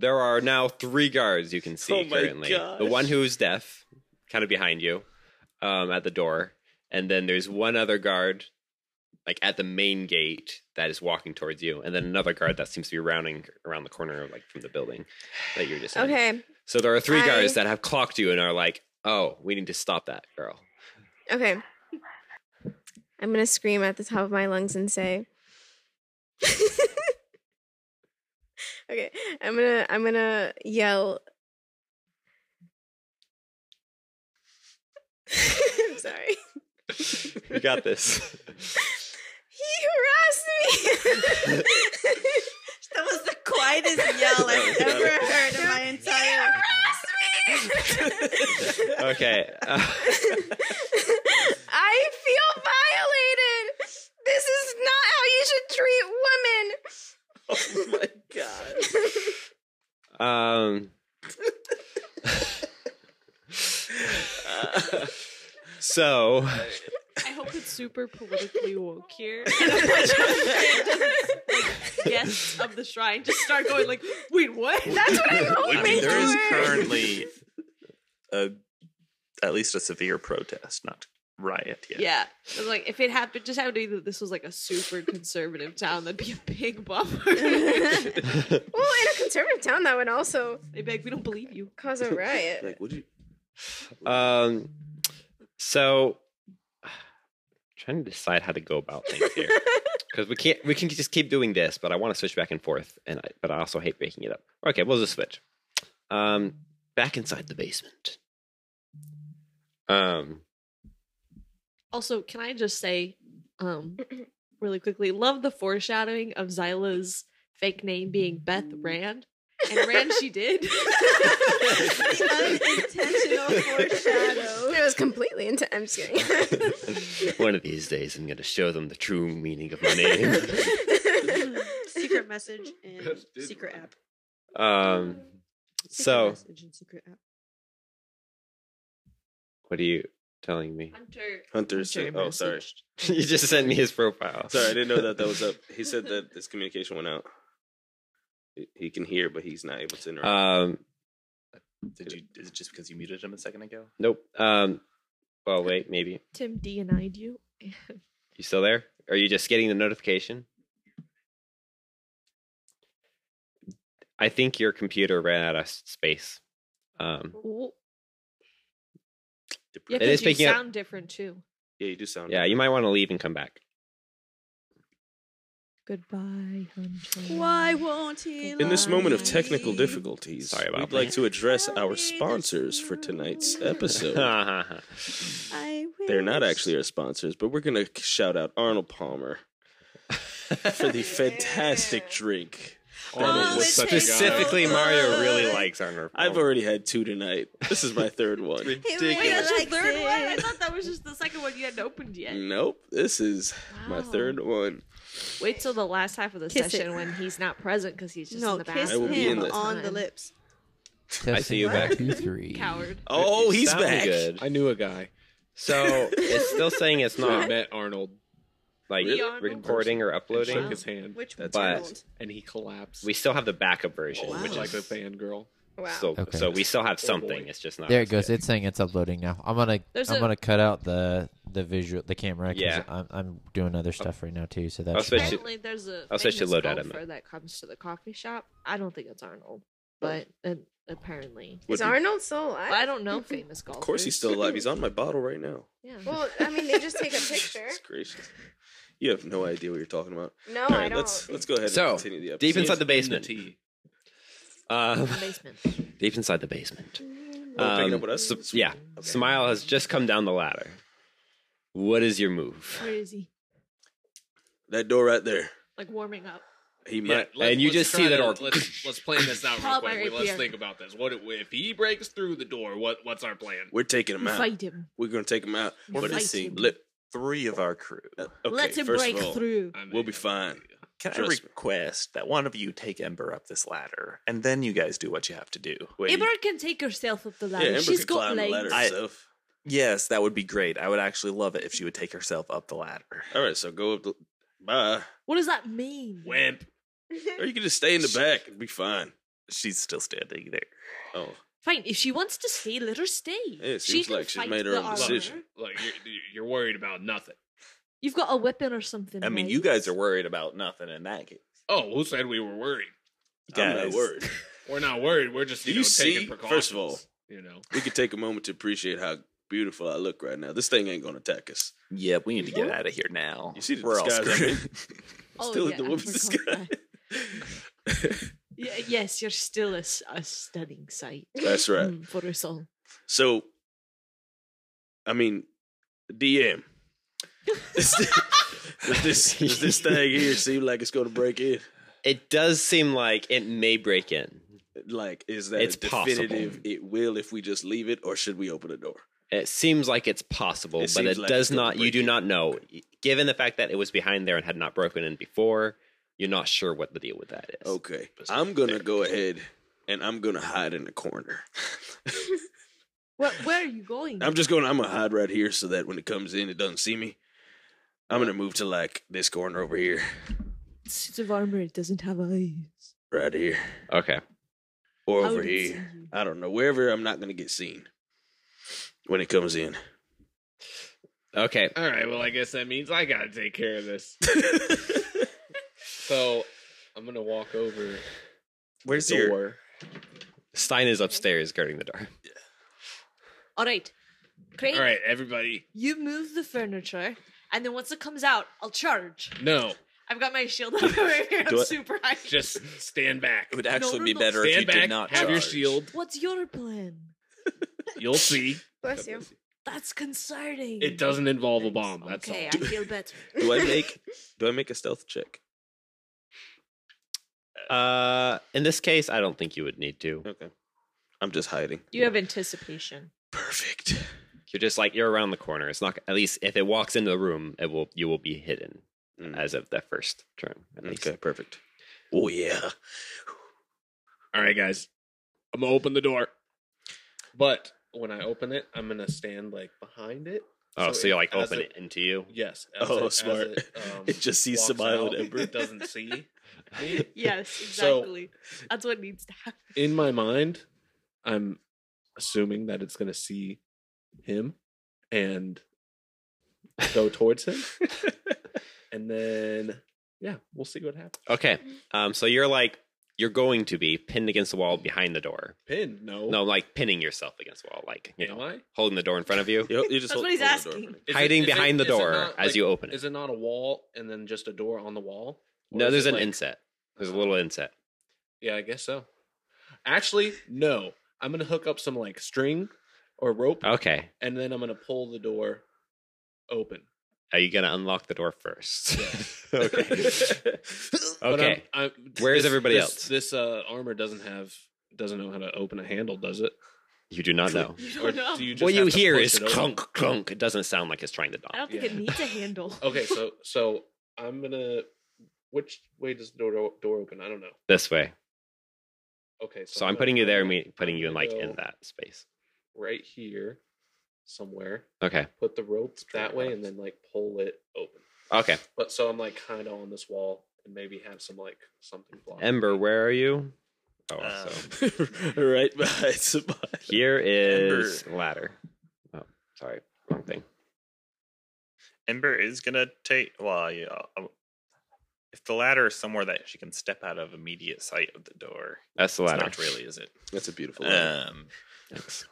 Speaker 2: there are now three guards you can see
Speaker 5: Oh my
Speaker 2: currently the
Speaker 5: gosh.
Speaker 2: one who's deaf kind of behind you um at the door and then there's one other guard like at the main gate that is walking towards you, and then another guard that seems to be rounding around the corner, like from the building that you're just in.
Speaker 4: Okay.
Speaker 2: So there are three
Speaker 4: I-
Speaker 2: guards that have clocked you and are like, "Oh, we need to stop that girl."
Speaker 4: Okay. I'm gonna scream at the top of my lungs and say Okay. I'm gonna I'm gonna yell I'm sorry.
Speaker 2: You got this.
Speaker 4: He harassed me.
Speaker 3: That was the quietest yell I've ever heard in my entire
Speaker 4: harassed me.
Speaker 2: okay. Uh, Um, so
Speaker 7: I hope it's super politically woke here. Yes, of the shrine just start going like, wait, what?
Speaker 4: That's what I'm
Speaker 9: I
Speaker 4: hoping
Speaker 9: mean, there is
Speaker 4: for.
Speaker 9: currently a, at least a severe protest, not riot yet.
Speaker 7: Yeah. I was like, if it happened, just happened to be that this was like a super conservative town, that'd be a big bummer.
Speaker 4: Well, in a conservative town, that would also
Speaker 7: They'd be like, we don't believe you.
Speaker 4: cause a riot.
Speaker 5: Like, what do you?
Speaker 2: Um, so trying to decide how to go about things here because we can't we can just keep doing this, but I want to switch back and forth, and I, but I also hate breaking it up. Okay, we'll just switch. Um, back inside the basement. Um,
Speaker 7: Also, can I just say, um, really quickly, love the foreshadowing of Xyla's fake name being Beth Rand. And Rand she did.
Speaker 3: unintentional foreshadow.
Speaker 4: It was completely into. I'm just kidding.
Speaker 2: one of these days, I'm going to show them the true meaning of my name.
Speaker 3: secret message and
Speaker 8: Did-
Speaker 3: secret app.
Speaker 2: Um,
Speaker 3: Secret
Speaker 2: so
Speaker 3: message and secret app.
Speaker 2: what are you telling me?
Speaker 7: Hunter.
Speaker 5: Hunter's. oh, sorry.
Speaker 2: you just sent me his profile.
Speaker 5: Sorry, I didn't know that that was up. He said that his communication went out. He- He can hear, but he's not able to interact.
Speaker 2: Um,
Speaker 9: Did you? Is it just because you muted him a second ago?
Speaker 2: nope. Um, well, wait, maybe.
Speaker 7: Tim D and I do.
Speaker 2: You still there? Are you just getting the notification? I think your computer ran out of s- space. Um,
Speaker 7: Yeah,
Speaker 2: It
Speaker 7: because
Speaker 2: is
Speaker 7: you
Speaker 2: picking up-
Speaker 7: sound different too.
Speaker 5: yeah, you do sound.
Speaker 2: yeah, you might want to leave and come back.
Speaker 7: Goodbye, Hunter.
Speaker 3: Why won't he?
Speaker 5: In this moment of
Speaker 3: lie?
Speaker 5: technical difficulties,
Speaker 2: Sorry about
Speaker 5: we'd
Speaker 2: that.
Speaker 5: like to address our sponsors for tonight's episode.
Speaker 2: Arnold
Speaker 3: I
Speaker 5: They're not
Speaker 3: wish.
Speaker 5: actually our sponsors, but we're going to shout out Arnold Palmer for the fantastic drink.
Speaker 8: Arnold
Speaker 3: Oh,
Speaker 8: was
Speaker 3: it
Speaker 8: such a
Speaker 3: tastes
Speaker 8: guy.
Speaker 2: Specifically, Mario really
Speaker 6: Uh,
Speaker 3: good.
Speaker 2: likes Arnold.
Speaker 5: I've already had two tonight. This is my third one.
Speaker 3: He
Speaker 7: Wait, that's your
Speaker 3: really
Speaker 7: third one? I
Speaker 3: likes it.
Speaker 7: thought that was just the second one you hadn't opened yet.
Speaker 5: Nope, this is my
Speaker 7: Wow.
Speaker 5: third one.
Speaker 7: Wait till the last half of the
Speaker 3: Kiss it.
Speaker 7: session when he's not present because he's just in
Speaker 3: No,
Speaker 7: the
Speaker 3: kiss
Speaker 5: I will
Speaker 7: bathroom.
Speaker 5: be in
Speaker 3: him
Speaker 5: the-
Speaker 3: on the lips.
Speaker 2: I see you back.
Speaker 6: Two, three.
Speaker 7: Coward.
Speaker 5: Oh,
Speaker 2: You
Speaker 5: he's
Speaker 2: sound
Speaker 5: back.
Speaker 2: Good.
Speaker 8: I knew a guy.
Speaker 2: So it's still saying it's
Speaker 8: So I
Speaker 2: not
Speaker 8: met Arnold.
Speaker 2: like
Speaker 7: Really? Arnold?
Speaker 2: recording or
Speaker 8: and
Speaker 2: uploading.
Speaker 8: Shook his hand,
Speaker 3: Which
Speaker 2: That's
Speaker 3: one?
Speaker 2: right.
Speaker 8: and he collapsed.
Speaker 2: We still have the backup version,
Speaker 3: Wow.
Speaker 2: which is
Speaker 8: like a fangirl.
Speaker 4: wow.
Speaker 2: so.
Speaker 6: Okay.
Speaker 2: So we still have something. It's just not.
Speaker 6: There
Speaker 2: as
Speaker 6: it goes.
Speaker 2: good.
Speaker 6: It's saying it's uploading now. I'm gonna
Speaker 7: There's
Speaker 6: I'm
Speaker 7: a-
Speaker 6: gonna cut out the the visual the camera. 'cause
Speaker 2: Yeah.
Speaker 6: I'm I'm doing other stuff right now too. So that's
Speaker 2: switch it.
Speaker 7: Apparently, there's a
Speaker 2: I'll switch to
Speaker 7: famous
Speaker 2: low data
Speaker 7: golfer that comes to the coffee shop. I don't think it's Arnold, but uh, apparently,
Speaker 4: Is Arnold still alive?
Speaker 7: I don't know famous golfers.
Speaker 5: Of course, he's still alive. He's on my bottle right now.
Speaker 7: Yeah.
Speaker 4: Well, I mean, they just take a picture.
Speaker 5: Jesus gracious. You have no idea what you're talking about.
Speaker 4: No,
Speaker 5: All
Speaker 4: I
Speaker 5: right,
Speaker 4: don't.
Speaker 5: let's let's go ahead and
Speaker 2: So,
Speaker 5: continue the episode.
Speaker 2: deep inside the
Speaker 8: The
Speaker 2: basement.
Speaker 8: tea.
Speaker 2: Um,
Speaker 7: basement.
Speaker 2: deep inside the basement.
Speaker 5: Oh, picking
Speaker 2: Um,
Speaker 5: up with us?
Speaker 2: s- yeah. Smile has just come down the ladder. What is your move?
Speaker 7: Where is he?
Speaker 5: That door right there.
Speaker 7: Like warming up.
Speaker 5: He
Speaker 8: Yeah,
Speaker 5: might.
Speaker 8: let's-
Speaker 2: and you
Speaker 8: let's
Speaker 2: just see
Speaker 8: try
Speaker 2: that
Speaker 8: to-
Speaker 2: orc-
Speaker 8: Let's, let's plan this out real
Speaker 7: Help
Speaker 8: quick.
Speaker 7: our
Speaker 8: Wait, Let's
Speaker 7: APR.
Speaker 8: think about this. What if he breaks through the door? What what's our plan?
Speaker 5: We're taking him out.
Speaker 7: Fight him.
Speaker 5: We're gonna take him out.
Speaker 7: We're
Speaker 5: But it's
Speaker 7: fighting.
Speaker 5: let,
Speaker 9: Three of our crew.
Speaker 5: uh, okay,
Speaker 7: Let him
Speaker 5: first
Speaker 7: break
Speaker 5: of all,
Speaker 7: through.
Speaker 8: I mean,
Speaker 5: We'll be fine.
Speaker 9: Can I
Speaker 5: Trust me.
Speaker 9: request that one of you take Ember up this ladder, and then you guys do what you have to do?
Speaker 5: Wait,
Speaker 7: Amber can take herself up the
Speaker 5: yeah,
Speaker 7: ladder.
Speaker 5: Amber
Speaker 7: She's
Speaker 5: could
Speaker 7: got
Speaker 5: climb the ladder
Speaker 7: legs.
Speaker 9: I-
Speaker 5: herself.
Speaker 9: Yes, that would be great. I would actually love it if she would take herself up the ladder.
Speaker 5: All right, so go up. The, bye.
Speaker 7: What does that mean?
Speaker 8: wimp.
Speaker 5: Or you can just stay in the back and be fine.
Speaker 9: She's still standing there.
Speaker 5: Oh,
Speaker 7: Fine, if she wants to stay, let her stay.
Speaker 5: it
Speaker 7: She
Speaker 5: seems
Speaker 7: can
Speaker 5: like she's
Speaker 7: fight
Speaker 5: made her
Speaker 7: the
Speaker 5: own
Speaker 7: armor.
Speaker 5: decision.
Speaker 8: Look, you're, you're worried about nothing.
Speaker 7: You've got a weapon or something.
Speaker 9: I mean,
Speaker 7: right?
Speaker 9: you guys are worried about nothing in that case.
Speaker 8: Oh, who said we were worried?
Speaker 5: I'm not
Speaker 9: Guys.
Speaker 5: worried.
Speaker 8: We're not worried. We're just you,
Speaker 5: Do you
Speaker 8: know
Speaker 5: see?
Speaker 8: taking precautions.
Speaker 5: First of all,
Speaker 8: you know,
Speaker 5: we could take a moment to appreciate how beautiful I look right now. This thing ain't gonna attack us.
Speaker 9: Yeah, we need to get out of here now.
Speaker 5: You see the
Speaker 9: We're all
Speaker 5: disguise I'm
Speaker 9: screwed.
Speaker 7: Oh,
Speaker 5: Still
Speaker 7: yeah,
Speaker 5: in the
Speaker 7: I
Speaker 5: woman's
Speaker 7: forgot
Speaker 5: disguise.
Speaker 7: that. Yeah, yes, you're still a, s- a stunning sight
Speaker 5: That's right.
Speaker 7: mm, for us all.
Speaker 5: So, I mean, DM. Does this, this, does this thing here seem like it's going to break in?
Speaker 2: It does seem like it may break in.
Speaker 5: Like, is that a
Speaker 2: It's
Speaker 5: definitive?
Speaker 2: possible.
Speaker 5: It will if we just leave it, or should we open the door?
Speaker 2: It seems like it's possible,
Speaker 5: It
Speaker 2: but
Speaker 5: seems
Speaker 2: it
Speaker 5: like
Speaker 2: does
Speaker 5: it's gonna
Speaker 2: not. You
Speaker 5: break
Speaker 2: do
Speaker 5: in.
Speaker 2: not know, given the fact that it was behind there and had not broken in before. You're not sure what the deal with that is.
Speaker 5: Okay, I'm gonna go ahead and I'm gonna hide in a corner.
Speaker 7: What, where are you going?
Speaker 5: I'm just gonna I'm gonna hide right here so that when it comes in, it doesn't see me. I'm gonna move to like this corner over here,
Speaker 7: Suit of armor. It doesn't have eyes.
Speaker 5: right here,
Speaker 2: Okay.
Speaker 5: or
Speaker 7: How
Speaker 5: over
Speaker 7: did it see
Speaker 5: here.
Speaker 7: you?
Speaker 5: I don't know wherever I'm not gonna get seen when it comes in.
Speaker 2: Okay.
Speaker 8: All right. Well, I guess that means I gotta take care of this. so I'm gonna walk over
Speaker 2: Where's
Speaker 8: the
Speaker 2: your
Speaker 8: door.
Speaker 2: Stein is upstairs guarding the door.
Speaker 7: All right, Crane,
Speaker 8: All right, everybody.
Speaker 7: you move the furniture, and then once it comes out, I'll charge.
Speaker 8: No,
Speaker 7: I've got my shield up over here. I'm
Speaker 9: Do I-
Speaker 7: super high.
Speaker 8: just stand back.
Speaker 9: It would actually
Speaker 7: no,
Speaker 9: be
Speaker 7: no.
Speaker 9: better if you
Speaker 8: Stand
Speaker 9: did
Speaker 8: back.
Speaker 9: not
Speaker 8: Have your
Speaker 9: charge.
Speaker 8: shield.
Speaker 7: What's your plan?
Speaker 8: You'll see.
Speaker 4: Bless you.
Speaker 7: That's concerning.
Speaker 8: It doesn't involve a bomb. That's
Speaker 7: Okay,
Speaker 8: all.
Speaker 7: I feel better.
Speaker 5: Do I make do I make a stealth check?
Speaker 2: Uh, in this case, I don't think you would need to.
Speaker 5: Okay, I'm just hiding.
Speaker 7: You have anticipation.
Speaker 5: Perfect.
Speaker 2: You're just like you're around the corner. It's not at least if it walks into the room, it will you will be hidden
Speaker 5: Mm.
Speaker 2: as of that first turn. At least.
Speaker 5: Okay, perfect. Oh yeah.
Speaker 8: All right, guys. I'm gonna open the door. But when I open it, I'm gonna stand like behind it.
Speaker 2: Oh, so,
Speaker 8: it-
Speaker 2: you like
Speaker 8: as
Speaker 2: open it, into you.
Speaker 8: Yes.
Speaker 5: Oh, smart.
Speaker 9: Um,
Speaker 5: It just sees
Speaker 8: um, walks
Speaker 5: Samael and
Speaker 8: out,
Speaker 5: Ember.
Speaker 8: It doesn't see me.
Speaker 7: Yes,
Speaker 8: So-
Speaker 7: exactly. That's what needs to happen.
Speaker 8: In my mind, I'm assuming that it's gonna see him and go towards him, and then yeah, we'll see what happens.
Speaker 2: Okay. Um, so you're like you're going to be pinned against the wall behind the door.
Speaker 8: Pin? No.
Speaker 2: No, like pinning yourself against the wall, like you
Speaker 8: Am
Speaker 2: know,
Speaker 8: I?
Speaker 2: holding the door in front of you,
Speaker 5: You, you just
Speaker 7: That's
Speaker 5: hold-
Speaker 7: what he's
Speaker 5: hold the door
Speaker 7: asking.
Speaker 5: open.
Speaker 8: Is it-
Speaker 2: hiding
Speaker 8: is it-
Speaker 2: behind
Speaker 8: is
Speaker 2: the
Speaker 8: it
Speaker 2: door
Speaker 8: not,
Speaker 2: as
Speaker 8: like,
Speaker 2: you open it.
Speaker 8: Is it not a wall and then just a door on the wall? Or
Speaker 2: no,
Speaker 8: is
Speaker 2: there's
Speaker 8: it
Speaker 2: an
Speaker 8: like- Oh.
Speaker 2: inset. There's a little inset.
Speaker 8: Yeah, I guess so. Actually, no. I'm gonna hook up some like string or rope,
Speaker 2: Okay.
Speaker 8: and then I'm gonna pull the door open.
Speaker 2: Are you gonna unlock the door first? okay.
Speaker 8: But
Speaker 2: Okay.
Speaker 8: I'm- I'm-
Speaker 2: Where's
Speaker 8: this-
Speaker 2: everybody
Speaker 8: this-
Speaker 2: else?
Speaker 8: This uh, armor doesn't have doesn't know how to open a handle, does it?
Speaker 2: You do not know.
Speaker 7: You
Speaker 8: Or
Speaker 7: don't know.
Speaker 8: do you just
Speaker 2: What
Speaker 8: have
Speaker 2: you
Speaker 8: to
Speaker 2: hear
Speaker 8: push
Speaker 2: is
Speaker 8: it open?
Speaker 2: clunk clunk. It doesn't sound like it's trying to
Speaker 7: I don't
Speaker 2: knock.
Speaker 7: think it
Speaker 8: Yeah. Oh.
Speaker 7: needs a handle.
Speaker 8: Okay, so so I'm gonna. Which way does the door door open? I don't know.
Speaker 2: This way.
Speaker 8: Okay,
Speaker 2: So I'm putting you
Speaker 8: gonna
Speaker 2: there,
Speaker 8: go
Speaker 2: me putting you in like
Speaker 8: Go.
Speaker 2: in that space.
Speaker 8: right here, somewhere.
Speaker 2: Okay.
Speaker 8: Put the rope that way, and then like pull it open.
Speaker 2: Okay.
Speaker 8: But so I'm like kind of on this wall, and maybe have some like something blocked.
Speaker 2: Ember, where are you? Oh,
Speaker 9: Uh,
Speaker 5: Um,
Speaker 2: so
Speaker 5: right behind Samael.
Speaker 2: here is ladder. Oh, sorry, wrong thing.
Speaker 9: Ember is gonna take. Well, yeah, uh, if the ladder is somewhere that she can step out of immediate sight of the door,
Speaker 2: That's the
Speaker 9: it's
Speaker 2: ladder.
Speaker 9: not really, is it?
Speaker 5: That's a beautiful. line.
Speaker 9: Um,
Speaker 2: Thanks.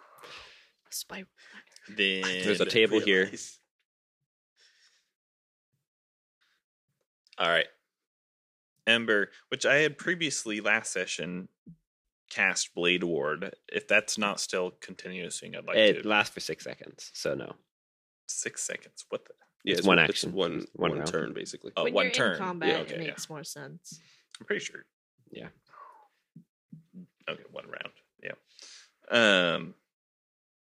Speaker 7: Spy-
Speaker 9: then
Speaker 2: There's a table here.
Speaker 9: All right, Ember, which I had previously last session cast Blade Ward. If that's not still continuousing, I'd like
Speaker 2: it
Speaker 9: to.
Speaker 2: lasts for six seconds, so no.
Speaker 9: Six seconds. What the?
Speaker 5: Yeah,
Speaker 2: It's one action.
Speaker 5: It's one
Speaker 2: It's one
Speaker 5: one
Speaker 2: round.
Speaker 5: turn basically.
Speaker 9: Oh,
Speaker 7: when
Speaker 9: one
Speaker 7: you're
Speaker 9: turn.
Speaker 7: in combat,
Speaker 9: yeah, okay,
Speaker 7: it
Speaker 9: yeah.
Speaker 7: makes more sense.
Speaker 9: I'm pretty sure.
Speaker 2: Yeah.
Speaker 9: Okay, one round. Yeah. Um.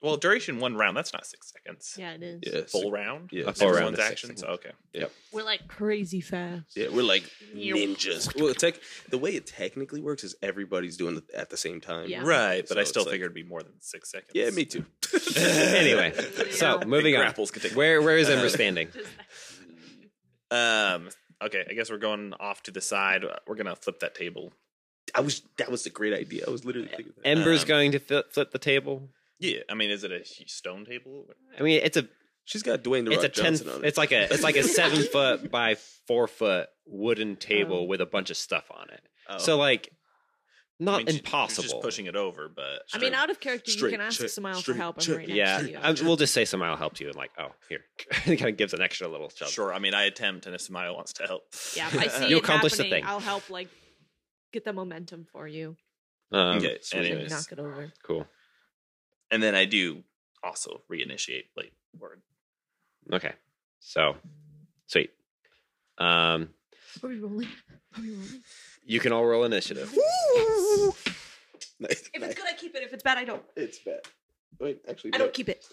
Speaker 9: Well, duration one round. That's not six seconds.
Speaker 7: Yeah, it is.
Speaker 5: Yeah,
Speaker 9: Full round.
Speaker 5: Yeah,
Speaker 2: full round
Speaker 9: Everyone's
Speaker 2: is six
Speaker 9: actions.
Speaker 2: seconds.
Speaker 9: okay.
Speaker 7: We're like crazy fast.
Speaker 5: Yeah, we're like
Speaker 7: Yeah.
Speaker 5: ninjas. Well, tech, the way it technically works is everybody's doing it at the same time.
Speaker 7: Yeah.
Speaker 9: Right, but
Speaker 5: So
Speaker 9: I
Speaker 5: it's
Speaker 9: still
Speaker 5: like-
Speaker 9: figured it'd be more than six seconds.
Speaker 5: Yeah, me too.
Speaker 2: Anyway, so
Speaker 7: Yeah.
Speaker 2: moving on.
Speaker 9: Grapples could take
Speaker 2: Where where is Ember
Speaker 9: Uh,
Speaker 2: standing?
Speaker 9: Um. Okay, I guess we're going off to the side. Uh, We're gonna flip that table.
Speaker 5: I was that was a great idea. I was literally thinking that.
Speaker 2: Ember's
Speaker 9: um,
Speaker 2: going to flip, flip the table.
Speaker 9: Yeah. I mean, is it a hu- stone table?
Speaker 2: I mean, it's a
Speaker 5: She's got Dwayne the
Speaker 2: it's a
Speaker 5: Rock
Speaker 2: ten.
Speaker 5: Johnson on it.
Speaker 2: It's like a it's like a seven foot by four foot wooden table
Speaker 7: Um,
Speaker 2: with a bunch of stuff on it.
Speaker 5: Oh.
Speaker 2: So like, not
Speaker 9: I mean, she- she's
Speaker 2: impossible.
Speaker 9: Just pushing it over, but
Speaker 7: I mean, out of character,
Speaker 5: Straight
Speaker 7: you can ask
Speaker 5: check,
Speaker 7: Smile for
Speaker 5: straight
Speaker 7: help. I'm
Speaker 5: check.
Speaker 7: right next
Speaker 2: Yeah,
Speaker 7: to you.
Speaker 2: I, we'll just say Smile helps you and like, oh, here, it kind of gives an extra little shove.
Speaker 9: sure. I mean, I attempt, and if Samaya wants to help,
Speaker 7: yeah, if I see
Speaker 2: You
Speaker 7: it
Speaker 2: accomplish the
Speaker 7: happening,
Speaker 2: thing.
Speaker 7: I'll help like get the momentum for you.
Speaker 2: Um,
Speaker 9: okay.
Speaker 7: and
Speaker 9: Anyways,
Speaker 7: knock it over.
Speaker 2: cool.
Speaker 9: and then I do also reinitiate late word.
Speaker 2: Okay, so sweet. Um,
Speaker 7: Are we rolling? Are we rolling?
Speaker 2: you can all roll initiative.
Speaker 5: Nice,
Speaker 7: If
Speaker 5: nice.
Speaker 7: it's good, I keep it. If it's bad, I don't.
Speaker 5: It's bad. Wait, actually,
Speaker 7: I don't keep it.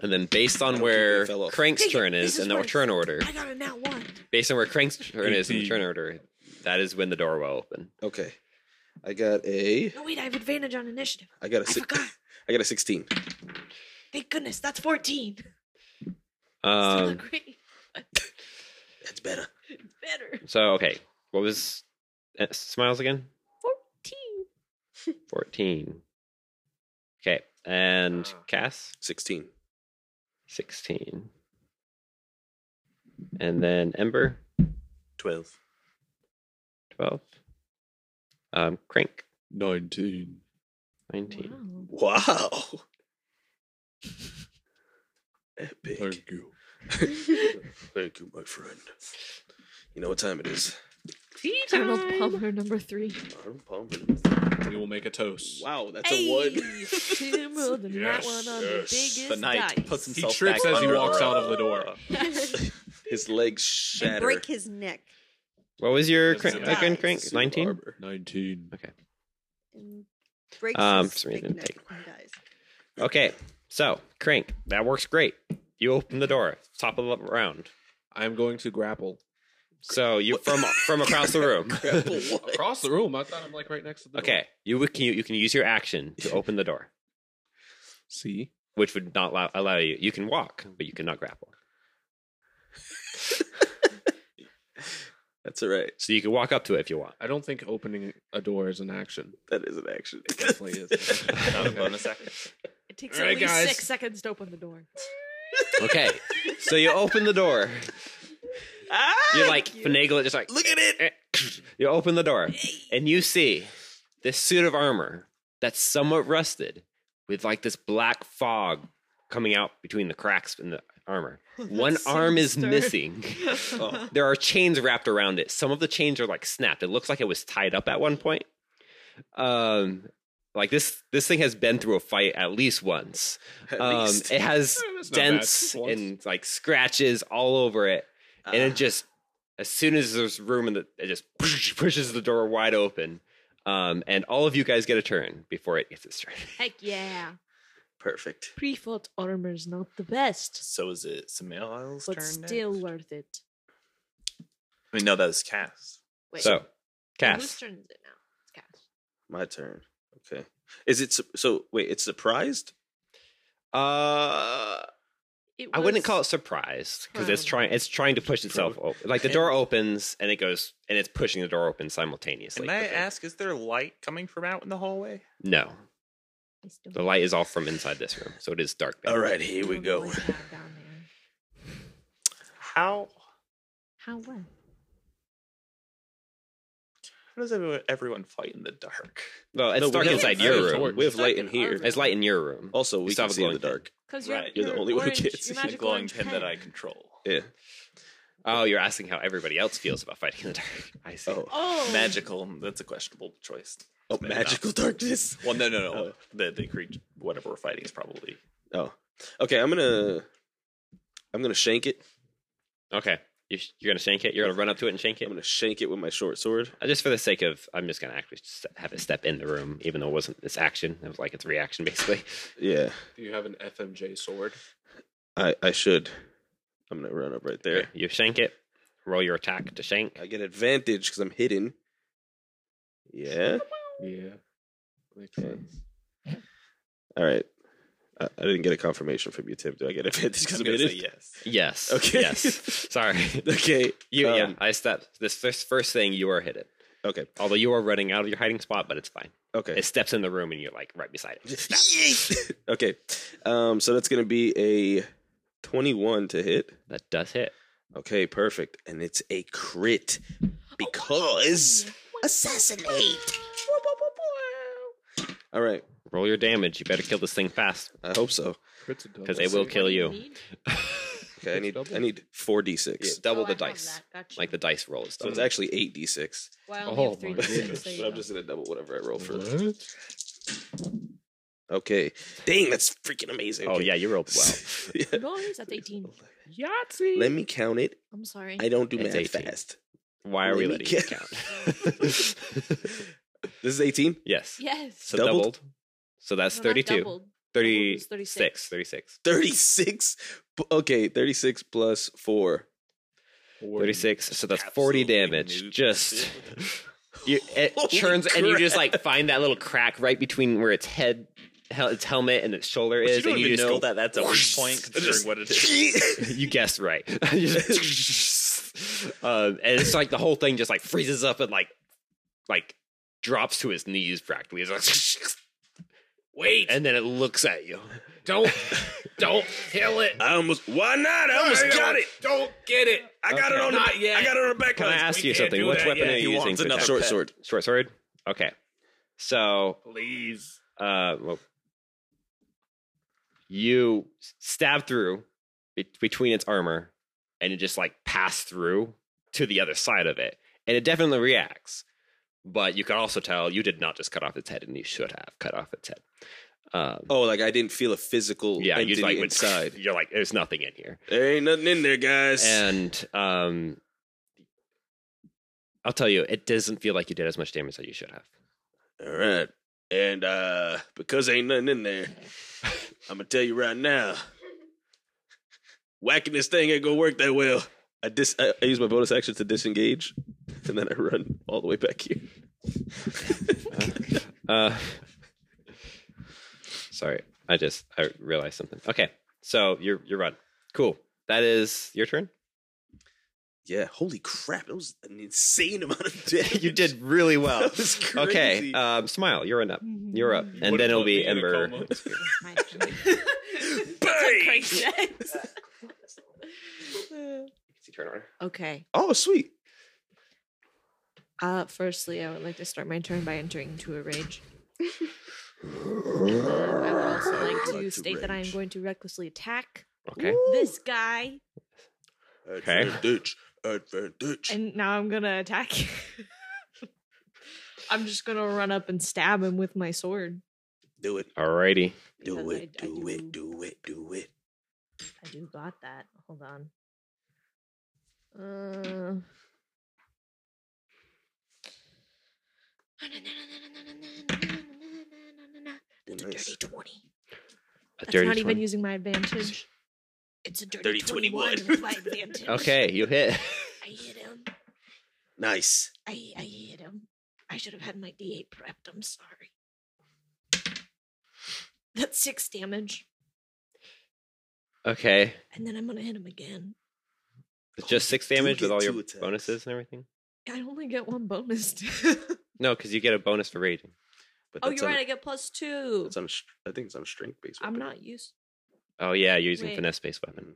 Speaker 2: And then based on
Speaker 5: don't
Speaker 2: where
Speaker 5: think they fell off.
Speaker 2: Crank's
Speaker 7: Dang it,
Speaker 2: turn is
Speaker 7: this is
Speaker 2: and the
Speaker 7: worse.
Speaker 2: turn order,
Speaker 7: I got it now. One.
Speaker 2: based on where Crank's turn is in the
Speaker 9: Eighteen.
Speaker 2: turn order, that is when the door will open.
Speaker 5: Okay, I got a
Speaker 7: No, wait, I have advantage on initiative.
Speaker 5: I got a
Speaker 7: I
Speaker 5: si-
Speaker 7: forgot.
Speaker 5: I got a sixteen.
Speaker 7: Thank goodness, that's 14. Still
Speaker 2: Um,
Speaker 7: not great.
Speaker 5: That's better.
Speaker 7: It's better.
Speaker 2: so okay, what was uh, smiles again? 14. Okay. And Cass,
Speaker 5: Sixteen.
Speaker 2: 16. And then Ember,
Speaker 9: 12.
Speaker 2: 12. Um, Crank,
Speaker 8: 19.
Speaker 2: 19.
Speaker 5: Wow. Epic.
Speaker 8: Thank you.
Speaker 5: Thank you, my friend. You know what time it is.
Speaker 7: Arnold Palmer, number three.
Speaker 5: Arnold Palmer.
Speaker 8: We will make a toast.
Speaker 5: Wow, that's
Speaker 7: Hey,
Speaker 5: a one.
Speaker 7: Tim rolled a nat one on the biggest
Speaker 9: The knight
Speaker 7: dice.
Speaker 9: puts
Speaker 8: He
Speaker 9: himself
Speaker 8: trips
Speaker 9: back
Speaker 8: as he
Speaker 9: under
Speaker 8: walks out of
Speaker 9: rope.
Speaker 8: the door.
Speaker 5: His legs
Speaker 3: and
Speaker 5: shatter.
Speaker 3: break his neck.
Speaker 2: What was your
Speaker 8: Doesn't
Speaker 2: crank,
Speaker 3: matter.
Speaker 2: again, Crank?
Speaker 5: Sue
Speaker 2: 19?
Speaker 5: Barber.
Speaker 8: 19.
Speaker 3: And breaks
Speaker 2: Um,
Speaker 3: his
Speaker 2: for some
Speaker 3: big
Speaker 2: reason,
Speaker 3: neck
Speaker 2: take-
Speaker 3: and dies.
Speaker 2: Okay. So, Crank, that works great. You open the door, top of the round.
Speaker 8: I'm going to grapple.
Speaker 2: So you from from across the room.
Speaker 5: Grapple what?
Speaker 8: Across the room. I thought I'm like right next to the door.
Speaker 2: Okay, you w- can you, you can use your action to open the door,
Speaker 8: See?
Speaker 2: which would not allow, allow you. You can walk, but you cannot grapple.
Speaker 5: That's all right.
Speaker 2: So you can walk up to it if you want.
Speaker 8: I don't think opening a door is an action.
Speaker 5: That is an action.
Speaker 8: It definitely is.
Speaker 9: Not a bonus action.
Speaker 7: It takes
Speaker 8: All
Speaker 7: at
Speaker 8: right,
Speaker 7: least
Speaker 8: guys.
Speaker 7: six seconds to open the door.
Speaker 2: Okay. So you open the door. you like finagle it, just like
Speaker 5: Ah,
Speaker 2: eh,
Speaker 5: Look at it.
Speaker 2: you open the door, and you see this suit of armor that's somewhat rusted, with like this black fog coming out between the cracks in the armor. One arm is missing. Oh. There are chains wrapped around it. Some of the chains are like snapped. It looks like it was tied up at one point. Um, like this this thing has been through a fight at least once
Speaker 5: At
Speaker 2: um,
Speaker 5: least.
Speaker 2: it has
Speaker 8: Eh, that's not bad.
Speaker 2: dents
Speaker 8: Once.
Speaker 2: and like scratches all over it, and
Speaker 5: Ah.
Speaker 2: it just as soon as there's room in the it just pushes the door wide open, um, and all of you guys get a turn before it gets its turn.
Speaker 7: Heck yeah.
Speaker 5: Perfect.
Speaker 7: Pre-fought armor's not the best,
Speaker 9: So is it Samiel's turn?
Speaker 7: but still
Speaker 9: next?
Speaker 7: worth it.
Speaker 9: I mean, no, that was Cass.
Speaker 7: Wait,
Speaker 2: so,
Speaker 7: Whose
Speaker 2: Cass,
Speaker 7: turn is it now? It's Cass.
Speaker 5: My turn. Okay. Is it su- so? Wait, it's surprised.
Speaker 2: uh, I
Speaker 7: It
Speaker 2: wouldn't
Speaker 7: was-
Speaker 2: call it surprised because it's
Speaker 7: Prone.
Speaker 2: trying it's trying to push itself open. Like the door opens and it goes and it's pushing the door open simultaneously.
Speaker 9: Can
Speaker 2: but
Speaker 9: I
Speaker 2: then-
Speaker 9: ask, is there light coming from out in the hallway?
Speaker 2: No,
Speaker 7: I still
Speaker 2: the light is all from inside this room, so it is dark.
Speaker 5: All right, here we
Speaker 7: don't know
Speaker 5: go.
Speaker 7: what's down- down there.
Speaker 9: How
Speaker 7: How what?
Speaker 9: how does everyone, everyone fight in the dark?
Speaker 2: Well, it's
Speaker 5: No, we
Speaker 2: dark
Speaker 5: have-
Speaker 2: inside
Speaker 5: I
Speaker 2: your
Speaker 5: have
Speaker 2: room.
Speaker 5: torch.
Speaker 2: We have
Speaker 5: It's light in here.
Speaker 2: It's light in your room.
Speaker 5: Also, Oh, we
Speaker 2: still
Speaker 5: can
Speaker 2: have a
Speaker 5: see in the
Speaker 2: glowing
Speaker 5: dark.
Speaker 7: Because
Speaker 9: Right,
Speaker 5: you're the only one who gets
Speaker 7: Your
Speaker 9: The
Speaker 7: magic
Speaker 9: glowing
Speaker 7: orange
Speaker 9: pin that I control.
Speaker 5: Yeah.
Speaker 2: Oh, you're asking how everybody else feels about fighting in the dark. I see.
Speaker 5: Oh,
Speaker 7: Oh,
Speaker 9: Magical. That's a questionable choice.
Speaker 5: oh
Speaker 9: Maybe not.
Speaker 5: magical darkness.
Speaker 9: Well, no, no, no.
Speaker 5: Oh.
Speaker 9: The the creature, whatever we're fighting, is probably
Speaker 5: Oh. Okay, I'm gonna. I'm gonna shank it.
Speaker 2: Okay. You sh- You're gonna shank it. You're gonna run up to it and shank
Speaker 5: I'm
Speaker 2: it.
Speaker 5: gonna shank it with my short sword.
Speaker 2: Uh, Just for the sake of, I'm just gonna actually s- have it step in the room, even though it wasn't its action. It was like its reaction, basically.
Speaker 5: Yeah,
Speaker 8: Do you have an FMJ sword?
Speaker 5: I I should. I'm gonna run up right there.
Speaker 2: Okay, You shank it. Roll your attack to shank.
Speaker 5: I get advantage because I'm hidden. Yeah.
Speaker 8: Yeah. Makes
Speaker 5: Okay.
Speaker 8: sense.
Speaker 5: All right. I, I didn't get a confirmation from you, Tim. Do I get advantage because
Speaker 9: I'm
Speaker 5: I'm
Speaker 9: gonna
Speaker 5: hidden?
Speaker 9: say yes.
Speaker 2: Yes.
Speaker 5: Okay.
Speaker 2: Yes. Sorry.
Speaker 5: Okay.
Speaker 2: You, yeah.
Speaker 5: Um,
Speaker 2: I stepped. This first, first thing you are hidden.
Speaker 5: Okay.
Speaker 2: Although you are running out of your hiding spot, but it's fine.
Speaker 5: Okay.
Speaker 2: It steps in the room and you're like right beside it. Stop.
Speaker 5: okay. Um, so that's gonna be a twenty-one to hit.
Speaker 2: That does hit.
Speaker 5: Okay, perfect. And it's a crit because assassinate. All right.
Speaker 2: Roll your damage. You better kill this thing fast
Speaker 5: I hope so.
Speaker 2: because they will kill you.
Speaker 5: Okay, I need
Speaker 8: double?
Speaker 5: I need four d six.
Speaker 2: Yeah, double
Speaker 7: Oh, I
Speaker 2: the
Speaker 7: have
Speaker 2: dice.
Speaker 7: that, gotcha.
Speaker 2: Like the dice roll is
Speaker 5: So it's
Speaker 2: double.
Speaker 5: actually eight d six.
Speaker 7: Well, I only
Speaker 8: Oh
Speaker 7: have three
Speaker 8: my
Speaker 7: d six,
Speaker 8: goodness,
Speaker 7: so you
Speaker 5: But I'm
Speaker 7: know.
Speaker 5: just gonna double whatever I roll for.
Speaker 8: What?
Speaker 5: Okay. Dang, that's freaking amazing.
Speaker 2: Oh
Speaker 5: Okay.
Speaker 2: yeah, you rolled well.
Speaker 5: Yeah.
Speaker 7: Nice, that's 18.
Speaker 5: Let me count it.
Speaker 7: I'm sorry.
Speaker 5: I don't do
Speaker 2: It's
Speaker 5: math
Speaker 2: 18.
Speaker 5: fast.
Speaker 2: Why are we
Speaker 5: Let me
Speaker 2: letting you
Speaker 5: count.
Speaker 2: count?
Speaker 5: This is eighteen.
Speaker 2: yes.
Speaker 7: yes.
Speaker 2: So
Speaker 5: Doubled?
Speaker 2: doubled. So that's
Speaker 7: No, not
Speaker 2: 32.
Speaker 7: doubled. Doubled is
Speaker 2: 36.
Speaker 7: 36.
Speaker 2: 36.
Speaker 5: Thirty six. Okay, thirty six plus four.
Speaker 8: Forty.
Speaker 2: 36. So that's 40
Speaker 9: Absolutely
Speaker 2: damage.
Speaker 9: nuked.
Speaker 2: Just You, it churns, and you just like find that little crack right between where its head, hel- its helmet, and its shoulder
Speaker 9: But you
Speaker 2: is,
Speaker 9: don't
Speaker 2: and
Speaker 9: even
Speaker 2: you just
Speaker 9: know
Speaker 2: go,
Speaker 9: that that's a weak point considering what it is.
Speaker 2: you guessed right. You just- um, and it's like the whole thing just like freezes up and like, like drops to his knees practically. It's like,
Speaker 5: Wait,
Speaker 2: and then it looks at you. Don't, don't kill it.
Speaker 5: I almost. Why not? I almost got it.
Speaker 10: Don't get it.
Speaker 5: I got it on the.
Speaker 10: Not yet.
Speaker 5: I got it on the back.
Speaker 2: Can I
Speaker 5: lines.
Speaker 2: ask
Speaker 5: We
Speaker 2: you
Speaker 5: can't
Speaker 2: something?
Speaker 5: do
Speaker 2: Which
Speaker 5: that
Speaker 2: weapon
Speaker 5: yet.
Speaker 2: are you
Speaker 5: He wants
Speaker 2: using for
Speaker 5: another
Speaker 2: attack?
Speaker 5: short sword?
Speaker 2: Short sword. Okay, so
Speaker 10: Please.
Speaker 2: uh, well, you stab through bet- between its armor, and it just like pass through to the other side of it, and it definitely reacts. But you can also tell you did not just cut off its head, and you should have cut off its head. Um,
Speaker 5: Oh, like I didn't feel a physical
Speaker 2: yeah, you
Speaker 5: entity
Speaker 2: like went-
Speaker 5: inside.
Speaker 2: You're like, there's nothing in here.
Speaker 5: there ain't nothing in there, guys.
Speaker 2: and um I'll tell you, it doesn't feel like you did as much damage as you should have.
Speaker 5: All right. And uh because ain't nothing in there, I'm gonna tell you right now. Whacking this thing ain't gonna work that well. I dis I, I use my bonus action to disengage, and then I run all the way back here.
Speaker 2: Uh Sorry, I just I realized something. Okay, so you're you're run. Cool. That is your turn.
Speaker 5: Yeah, holy crap, that was an insane amount of damage.
Speaker 2: you did really well.
Speaker 5: That was crazy.
Speaker 2: Okay,
Speaker 5: uh,
Speaker 2: um, smile. You're an up. You're up, and then it'll be Ember.
Speaker 5: Bang!
Speaker 2: It's your turn order.
Speaker 7: okay.
Speaker 5: Oh sweet.
Speaker 7: Uh, firstly, I would like to start my turn by entering into a rage. Uh, I would also
Speaker 5: I
Speaker 7: like to
Speaker 5: would like to
Speaker 7: state that I am
Speaker 5: rage.
Speaker 7: going to recklessly attack
Speaker 2: Okay.
Speaker 7: this guy,
Speaker 2: Okay.
Speaker 5: Advantage. Advantage.
Speaker 7: and now I'm gonna attack. I'm just gonna run up and stab him with my sword.
Speaker 5: Do it.
Speaker 2: Alrighty.
Speaker 5: Do
Speaker 7: because
Speaker 5: it.
Speaker 7: I- I
Speaker 5: Do it.
Speaker 7: do-
Speaker 5: Do it. Do it.
Speaker 7: I do got that. Hold on. Uh. That's a
Speaker 5: Nice.
Speaker 7: dirty 20.
Speaker 2: A
Speaker 7: That's
Speaker 2: dirty
Speaker 7: not even
Speaker 2: 20.
Speaker 7: using my advantage. It's a dirty,
Speaker 5: Dirty
Speaker 7: 21,
Speaker 5: 21.
Speaker 7: with my advantage.
Speaker 2: Okay, you hit.
Speaker 7: I hit him.
Speaker 5: Nice.
Speaker 7: I, I hit him. I should have had my D8 prepped. I'm sorry. That's six damage.
Speaker 2: Okay.
Speaker 7: And then I'm going to hit him again.
Speaker 2: It's just six
Speaker 5: do
Speaker 2: damage with
Speaker 5: get
Speaker 2: all
Speaker 5: two
Speaker 2: your
Speaker 5: attacks.
Speaker 2: bonuses and everything.
Speaker 7: I only get one bonus.
Speaker 2: No, because you get a bonus for raging.
Speaker 5: But
Speaker 7: oh,
Speaker 5: that's
Speaker 7: you're
Speaker 5: on-
Speaker 7: right. I get plus two.
Speaker 5: It's on. a str- I think it's on a strength base.
Speaker 7: I'm
Speaker 5: weapon.
Speaker 7: not used.
Speaker 2: Oh yeah, you're using
Speaker 7: Wait.
Speaker 2: finesse based weapon.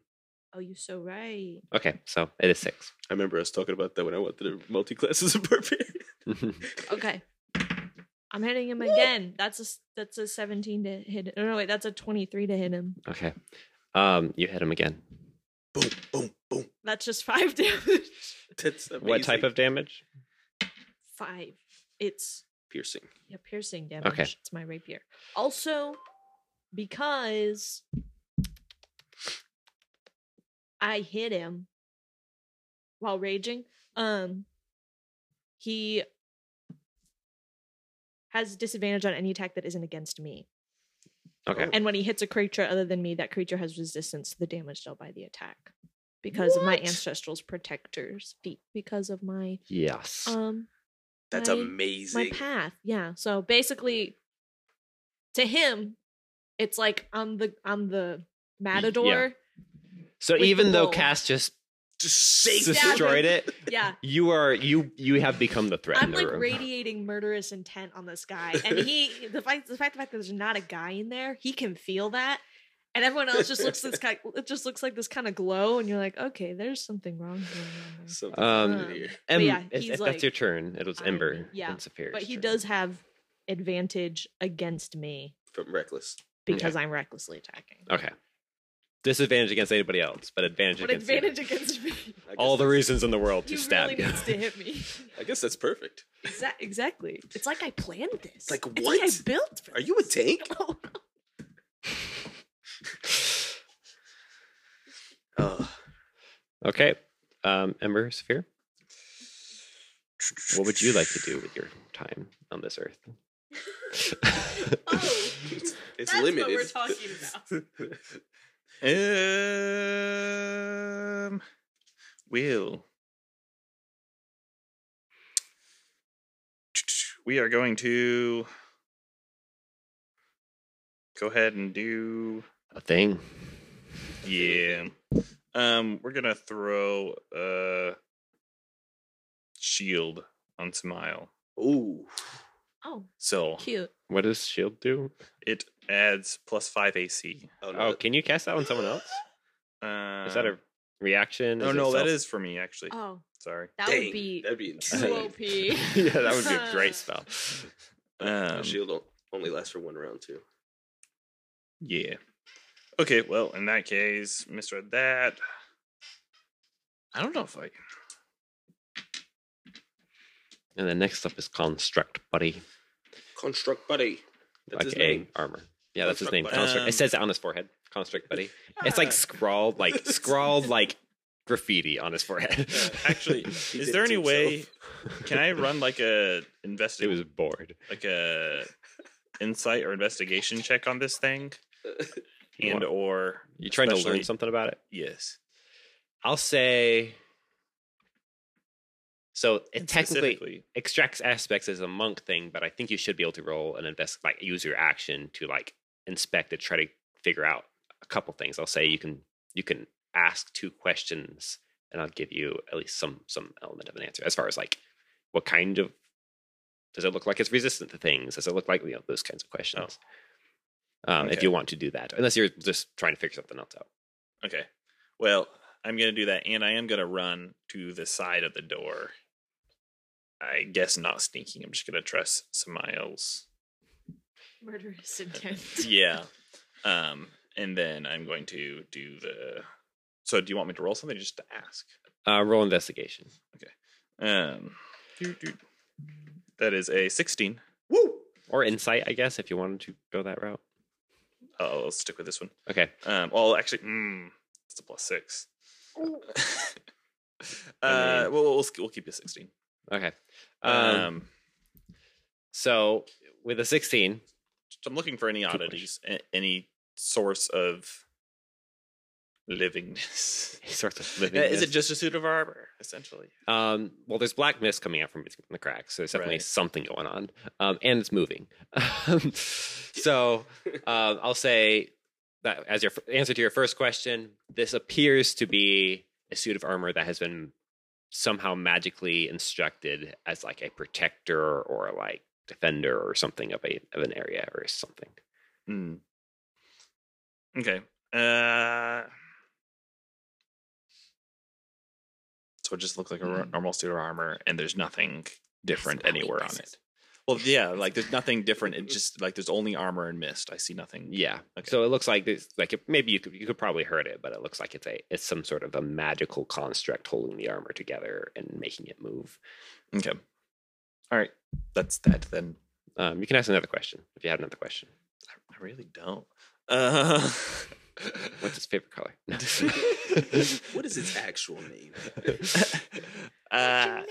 Speaker 7: Oh, you're so right.
Speaker 2: Okay, so it is six.
Speaker 5: I remember us talking about that when I went to the multi classes of barbarian.
Speaker 7: Okay. I'm hitting him again. That's a s- that's a 17 to hit. him. No, no, wait, that's a 23 to hit him.
Speaker 2: okay. Um, you hit him again.
Speaker 5: boom, boom, boom.
Speaker 7: That's just five damage.
Speaker 5: That's amazing.
Speaker 2: What type of damage?
Speaker 7: Five. It's
Speaker 5: piercing?
Speaker 7: yeah, piercing damage.
Speaker 2: Okay.
Speaker 7: It's my rapier. Also, because I hit him while raging, um, he has disadvantage on any attack that isn't against me.
Speaker 2: Okay.
Speaker 7: And when he hits a creature other than me, that creature has resistance to the damage dealt by the attack because of my ancestral's protector's feet, because of my
Speaker 2: Yes.
Speaker 7: um
Speaker 5: That's
Speaker 7: my, my
Speaker 5: amazing.
Speaker 7: path. Yeah. So basically, to him, it's like I'm the I'm the matador.
Speaker 2: so
Speaker 7: with the
Speaker 2: even though
Speaker 7: bull.
Speaker 2: Cass just
Speaker 5: Just shake
Speaker 7: Stab him.
Speaker 2: destroyed it,
Speaker 7: Yeah.
Speaker 2: you are you you have become the threat
Speaker 7: I'm
Speaker 2: in the
Speaker 7: like
Speaker 2: room.
Speaker 7: radiating murderous intent on this guy, and he the fact the fact, the fact that there's not a guy in there, he can feel that, and everyone else just looks this kind. It just looks like this kind of glow, and you're like, okay, there's something wrong going on there.
Speaker 5: something
Speaker 2: Um,
Speaker 5: in here.
Speaker 2: Em-
Speaker 7: But yeah,
Speaker 2: if,
Speaker 7: he's
Speaker 2: if
Speaker 7: like-
Speaker 2: that's your turn, it was
Speaker 7: I'm-
Speaker 2: Ember.
Speaker 7: yeah,
Speaker 2: and Saphir's
Speaker 7: But he
Speaker 2: turn.
Speaker 7: does have advantage against me
Speaker 5: from reckless.
Speaker 7: because I'm recklessly attacking.
Speaker 2: Okay. Disadvantage against anybody else, but advantage
Speaker 7: But
Speaker 2: against you.
Speaker 7: advantage against me.
Speaker 5: I guess
Speaker 2: all the
Speaker 5: that's-
Speaker 2: reasons in the world to
Speaker 7: He
Speaker 2: stab
Speaker 7: really
Speaker 2: you.
Speaker 7: needs to hit me.
Speaker 5: I guess that's perfect.
Speaker 7: Exa- exactly. It's like I planned this. It's
Speaker 5: like,
Speaker 7: I
Speaker 5: what?
Speaker 7: built. For
Speaker 5: Are you a
Speaker 7: this.
Speaker 5: tank?
Speaker 7: Oh,
Speaker 5: Oh,
Speaker 2: Okay. Um, Ember Sphere. What would you like to do with your time on this earth?
Speaker 7: Oh,
Speaker 5: it's
Speaker 4: That's what
Speaker 5: limited.
Speaker 4: we're talking
Speaker 5: about.
Speaker 9: Um, will We are going to go ahead and do
Speaker 2: A thing.
Speaker 9: yeah. Um, we're gonna throw a shield on Smile.
Speaker 5: Ooh.
Speaker 7: Oh,
Speaker 9: So
Speaker 7: cute.
Speaker 2: What does shield E do?
Speaker 9: it adds plus five AC.
Speaker 5: Oh,
Speaker 2: Oh, can you cast that on someone else?
Speaker 9: Uh,
Speaker 2: Is that a reaction?
Speaker 9: oh, No,
Speaker 2: it
Speaker 9: no, that
Speaker 2: self-
Speaker 9: is for me actually.
Speaker 7: Oh,
Speaker 9: Sorry.
Speaker 7: that
Speaker 5: dang,
Speaker 7: would be
Speaker 5: that'd be
Speaker 7: too
Speaker 5: insane.
Speaker 7: OP. It's
Speaker 2: yeah, that would be a great spell.
Speaker 9: Um,
Speaker 5: The shield o- only lasts for one round too.
Speaker 9: Yeah. Okay, well, in that case, misread that. I don't know if I
Speaker 2: And then next up is construct, buddy.
Speaker 5: Construct buddy. That's
Speaker 2: like
Speaker 5: his
Speaker 2: a
Speaker 5: name.
Speaker 2: armor. Yeah, that's his
Speaker 5: Construct
Speaker 2: name.
Speaker 5: buddy.
Speaker 2: Construct.
Speaker 9: Um,
Speaker 2: it says it on his forehead. Construct, buddy. It's like scrawled, like scrawled, like graffiti on his forehead.
Speaker 9: Uh, actually
Speaker 5: He
Speaker 9: is
Speaker 5: did
Speaker 9: there
Speaker 5: it
Speaker 9: any
Speaker 5: to
Speaker 9: way
Speaker 5: himself.
Speaker 9: can I run like a
Speaker 2: It
Speaker 9: investigate
Speaker 2: was bored.
Speaker 9: like a insight or investigation check on this thing?
Speaker 2: You
Speaker 9: And
Speaker 2: want-
Speaker 9: or
Speaker 2: You trying to learn
Speaker 9: especially-
Speaker 2: something about it?
Speaker 9: Yes.
Speaker 2: I'll say. So it
Speaker 9: and
Speaker 2: technically
Speaker 9: specifically,
Speaker 2: extracts aspects is a monk thing, but I think you should be able to roll and invest, like use your action to like inspect and try to figure out a couple things. I'll say you can you can ask two questions, and I'll give you at least some some element of an answer as far as like what kind of does it look like it's resistant to things? Does it look like you know those kinds of questions? Um, If
Speaker 9: Okay.
Speaker 2: you want to do that, unless you're just trying to figure something else out.
Speaker 9: Okay. Well, I'm gonna do that and I am gonna run to the side of the door. I guess not sneaking. I'm just gonna trust Smiles.
Speaker 7: murderous intent.
Speaker 9: yeah. Um, and then I'm going to do the. So, do you want me to roll something or just to ask?
Speaker 2: Uh, roll investigation.
Speaker 9: Um, doo, doo. that is a 16.
Speaker 2: or insight, I guess, if you wanted to go that route.
Speaker 9: Oh, I'll stick with this one.
Speaker 2: Okay,
Speaker 9: Um, well, actually, mm, it's a plus six.
Speaker 2: I
Speaker 9: uh,
Speaker 2: mean-
Speaker 9: we'll, we'll we'll keep it 16.
Speaker 2: okay.
Speaker 9: Um,
Speaker 2: Um, so with a sixteen,
Speaker 9: so I'm looking for any
Speaker 2: much.
Speaker 9: oddities, a- any source of livingness.
Speaker 2: he starts with
Speaker 9: Uh,
Speaker 2: living.
Speaker 9: Is it
Speaker 2: mist.
Speaker 9: just a suit of armor, essentially?
Speaker 2: Um, well, there's black mist coming out from between the cracks, so there's definitely
Speaker 9: Right.
Speaker 2: something going on, um, and it's moving. so um, I'll say that as your f- answer to your first question, this appears to be a suit of armor that has been somehow magically instructed as like a protector or like defender or something of a of an area or something.
Speaker 9: Mm. Okay. Uh, so it just looks like a r- normal suit of armor, and Mm-hmm. there's nothing different anywhere on it. Well, yeah, like there's nothing different. It just like there's only armor and mist. I see nothing.
Speaker 2: Yeah.
Speaker 9: Okay.
Speaker 2: So it looks like this, like it, maybe you could you could probably hurt it, but it looks like it's a it's some sort of a magical construct holding the armor together and making it move.
Speaker 9: Okay. All right. That's that then.
Speaker 2: Um, you can ask another question if you have another question.
Speaker 9: I really don't. Uh,
Speaker 2: What's his favorite color? No.
Speaker 5: what is its actual name?
Speaker 9: uh,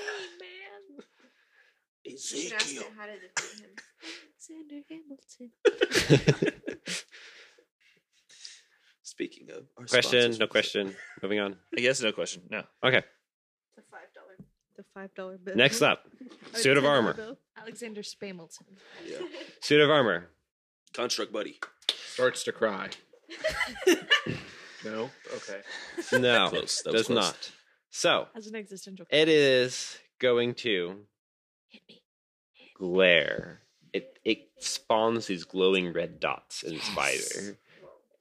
Speaker 4: You should ask
Speaker 5: Ezekiel.
Speaker 4: him how to defeat him.
Speaker 7: Alexander Hamilton.
Speaker 5: Speaking of our
Speaker 2: question?
Speaker 5: sponsors,
Speaker 2: No question. Moving on.
Speaker 9: I guess no question. No.
Speaker 2: Okay.
Speaker 4: The five dollar.
Speaker 3: The five dollar bill.
Speaker 2: Next up,
Speaker 3: Or
Speaker 2: suit of
Speaker 3: $10
Speaker 2: armor.
Speaker 3: bill.
Speaker 7: Alexander Spamilton.
Speaker 5: Yeah.
Speaker 2: Suit of armor.
Speaker 5: Construct buddy.
Speaker 8: Starts to cry. no? Okay.
Speaker 2: No,
Speaker 5: Close. That was
Speaker 2: does
Speaker 5: close.
Speaker 2: not. So
Speaker 7: As an existential.
Speaker 2: it is going to
Speaker 7: Hit me.
Speaker 2: glare. It it spawns these glowing red dots in the spider.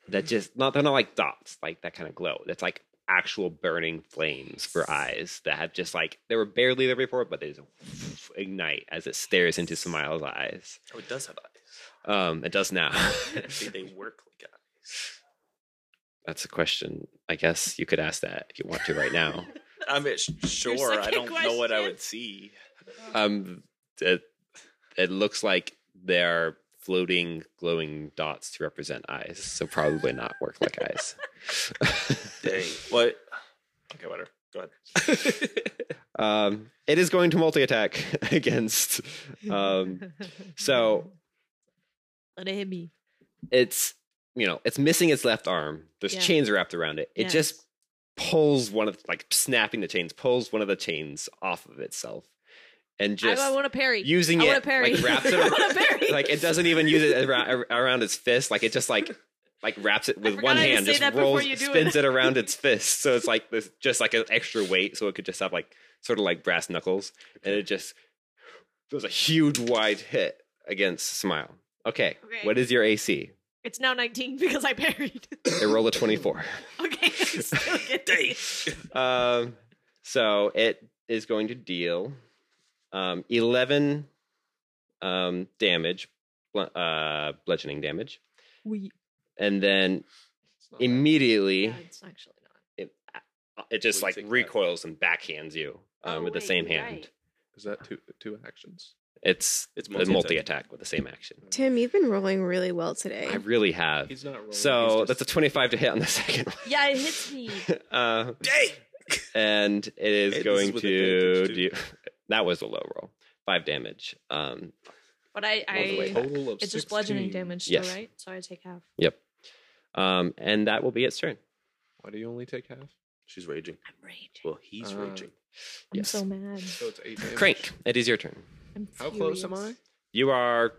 Speaker 2: That just not they're not like dots, like that kind of glow. That's like actual burning flames for eyes that have just like they were barely there before, but they just ignite as it stares into Smile's eyes.
Speaker 9: Oh, it does have eyes.
Speaker 2: Um, it does now.
Speaker 9: See, they work like eyes.
Speaker 2: That's a question. I guess you could ask that if you want to right now.
Speaker 9: I mean, sh- sure. I
Speaker 7: second
Speaker 9: don't know what I
Speaker 7: question.
Speaker 9: would see.
Speaker 2: Um, it, it looks like they are floating, glowing dots to represent eyes, so probably not work like eyes.
Speaker 5: Dang.
Speaker 9: What? Okay, whatever. Go ahead.
Speaker 2: um, it is going to multi attack against. Um, so
Speaker 7: Let it hit me.
Speaker 2: it's you know it's missing its left arm. There's
Speaker 7: Yeah.
Speaker 2: chains wrapped around it. It
Speaker 7: Yes.
Speaker 2: just pulls one of like snapping the chains, pulls one of the chains off of itself, and just
Speaker 7: I, I want to parry.
Speaker 2: using
Speaker 7: I
Speaker 2: it
Speaker 7: wanna parry.
Speaker 2: like wraps it
Speaker 7: I want to parry.
Speaker 2: around, like it doesn't even use it ar- around its fist. Like it just like like wraps it with
Speaker 7: forgot
Speaker 2: one
Speaker 7: I had to
Speaker 2: hand,
Speaker 7: say
Speaker 2: just
Speaker 7: that before
Speaker 2: rolls,
Speaker 7: you do
Speaker 2: spins
Speaker 7: it.
Speaker 2: it. around its fist. So it's like this, just like an extra weight. So it could just have like sort of like brass knuckles, and it just does a huge wide hit against Smile. Okay,
Speaker 7: Okay.
Speaker 2: what is your AC?
Speaker 7: It's now 19 because I parried.
Speaker 2: It rolled a twenty-four.
Speaker 7: okay. I still get this.
Speaker 2: Um, so it is going to deal um, 11 um, damage, bl- uh, bludgeoning damage.
Speaker 7: We,
Speaker 2: And then
Speaker 8: It's not bad.
Speaker 2: immediately
Speaker 7: Oh, yeah, it's actually not.
Speaker 2: it just
Speaker 5: What
Speaker 2: like
Speaker 5: do you think that-
Speaker 2: recoils and backhands you um,
Speaker 4: Oh,
Speaker 2: with the
Speaker 4: wait,
Speaker 2: same
Speaker 4: you're
Speaker 2: hand.
Speaker 4: right.
Speaker 8: Is that two two actions?
Speaker 2: It's it's
Speaker 5: It's multi-attack.
Speaker 2: multi attack with the same action.
Speaker 4: Tim, you've been rolling really well today.
Speaker 2: I really have.
Speaker 8: He's not rolling.
Speaker 2: Uh, So
Speaker 8: he's
Speaker 2: that's a 25 to hit on the second one.
Speaker 7: Yeah, it hits me.
Speaker 2: Uh,
Speaker 5: Dang!
Speaker 2: and it is
Speaker 5: Hey, this
Speaker 2: going
Speaker 5: is with
Speaker 2: to
Speaker 5: advantage,
Speaker 2: do. That was a low roll. Five damage. Um,
Speaker 7: But I,
Speaker 8: a
Speaker 5: Oh,
Speaker 7: I
Speaker 8: total of
Speaker 7: it's just bludgeoning
Speaker 8: 16.
Speaker 7: damage still,
Speaker 2: Yes.
Speaker 7: right? So I take half.
Speaker 2: um, and that will be its turn.
Speaker 8: Why do you only take half?
Speaker 5: She's raging.
Speaker 7: I'm raging.
Speaker 5: Well, he's
Speaker 8: Uh,
Speaker 5: raging.
Speaker 7: I'm
Speaker 2: Yes.
Speaker 7: so mad.
Speaker 8: So it's eight. Damage.
Speaker 2: Crank, it is your turn.
Speaker 7: I'm
Speaker 8: How close am I?
Speaker 7: furious.
Speaker 2: You are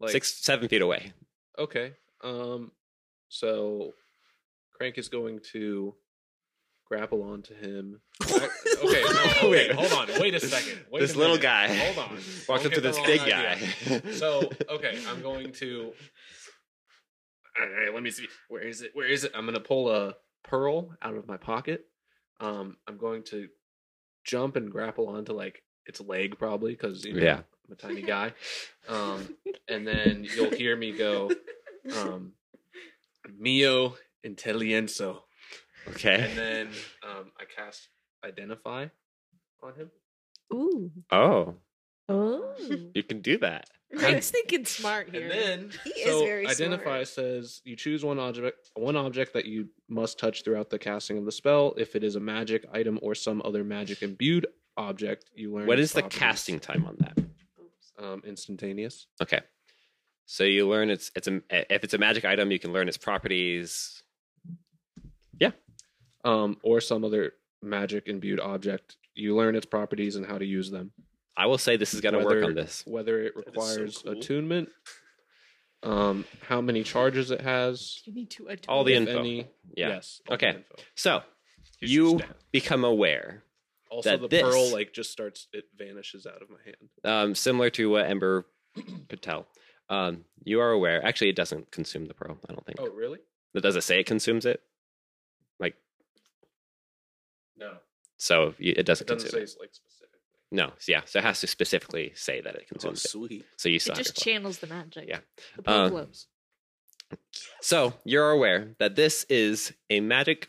Speaker 8: Like
Speaker 2: six, seven feet away.
Speaker 8: Okay. Um. So, Crank is going to grapple onto him. I- okay. no, wait. Hold on. Wait a second. Wait
Speaker 2: this
Speaker 8: a
Speaker 2: little
Speaker 8: minute.
Speaker 2: guy
Speaker 8: Hold on.
Speaker 2: walked
Speaker 8: Don't
Speaker 2: up to
Speaker 8: get the
Speaker 2: this
Speaker 8: wrong
Speaker 2: big
Speaker 8: idea.
Speaker 2: guy.
Speaker 8: So okay, I'm going to. All right, let me see. Where is it? Where is it? I'm gonna pull a pearl out of my pocket. Um, I'm going to jump and grapple onto like its leg, probably because you know,
Speaker 2: Yeah.
Speaker 8: I'm a tiny guy. Um, and then you'll hear me go, um, "Mio intellienzo," and
Speaker 2: okay.
Speaker 8: then um, I cast identify on him.
Speaker 7: Ooh.
Speaker 2: Oh,
Speaker 7: Oh.
Speaker 2: you can do that.
Speaker 7: Craig's thinking smart here.
Speaker 8: And then
Speaker 3: He
Speaker 8: so
Speaker 3: is very
Speaker 8: identify
Speaker 3: smart.
Speaker 8: says you choose one object one object that you must touch throughout the casting of the spell. If it is a magic item or some other magic imbued object, you learn
Speaker 2: What is the
Speaker 8: properties.
Speaker 2: casting time on that?
Speaker 8: Um, instantaneous.
Speaker 2: Okay. So you learn it's it's a if it's a magic item, you can learn its properties.
Speaker 8: Um, or some other magic imbued object. You learn its properties and how to use them.
Speaker 2: I will say this is going to work
Speaker 8: Whether-
Speaker 2: on this.
Speaker 8: Whether it
Speaker 5: is so
Speaker 8: requires
Speaker 5: cool.
Speaker 8: attunement, um, how many charges it has,
Speaker 7: You need to adore
Speaker 2: All the
Speaker 8: if
Speaker 2: info.
Speaker 8: any.
Speaker 2: Yeah.
Speaker 8: Yes. all the
Speaker 2: Okay.
Speaker 8: info.
Speaker 2: So
Speaker 8: Here's
Speaker 2: you
Speaker 8: your stat.
Speaker 2: become aware,
Speaker 8: also
Speaker 2: that
Speaker 8: the
Speaker 2: this-
Speaker 8: pearl like just starts it vanishes out of my hand.
Speaker 2: um, similar to what Ember Patel. Um, you are aware. Actually, it doesn't consume the pearl. I don't think.
Speaker 8: Oh really?
Speaker 2: That does it say it consumes it.
Speaker 8: No.
Speaker 2: So you, it doesn't
Speaker 8: It doesn't
Speaker 2: consume.
Speaker 8: say
Speaker 2: it.
Speaker 8: it's like specific.
Speaker 2: No, yeah. So it has to specifically say that it
Speaker 5: Oh,
Speaker 2: consumes it.
Speaker 5: sweet.
Speaker 2: So you still
Speaker 7: It
Speaker 2: have
Speaker 7: just
Speaker 2: your phone.
Speaker 7: channels the magic.
Speaker 2: Yeah.
Speaker 7: The pearl
Speaker 2: Uh,
Speaker 7: glows.
Speaker 2: So you're aware that this is a magic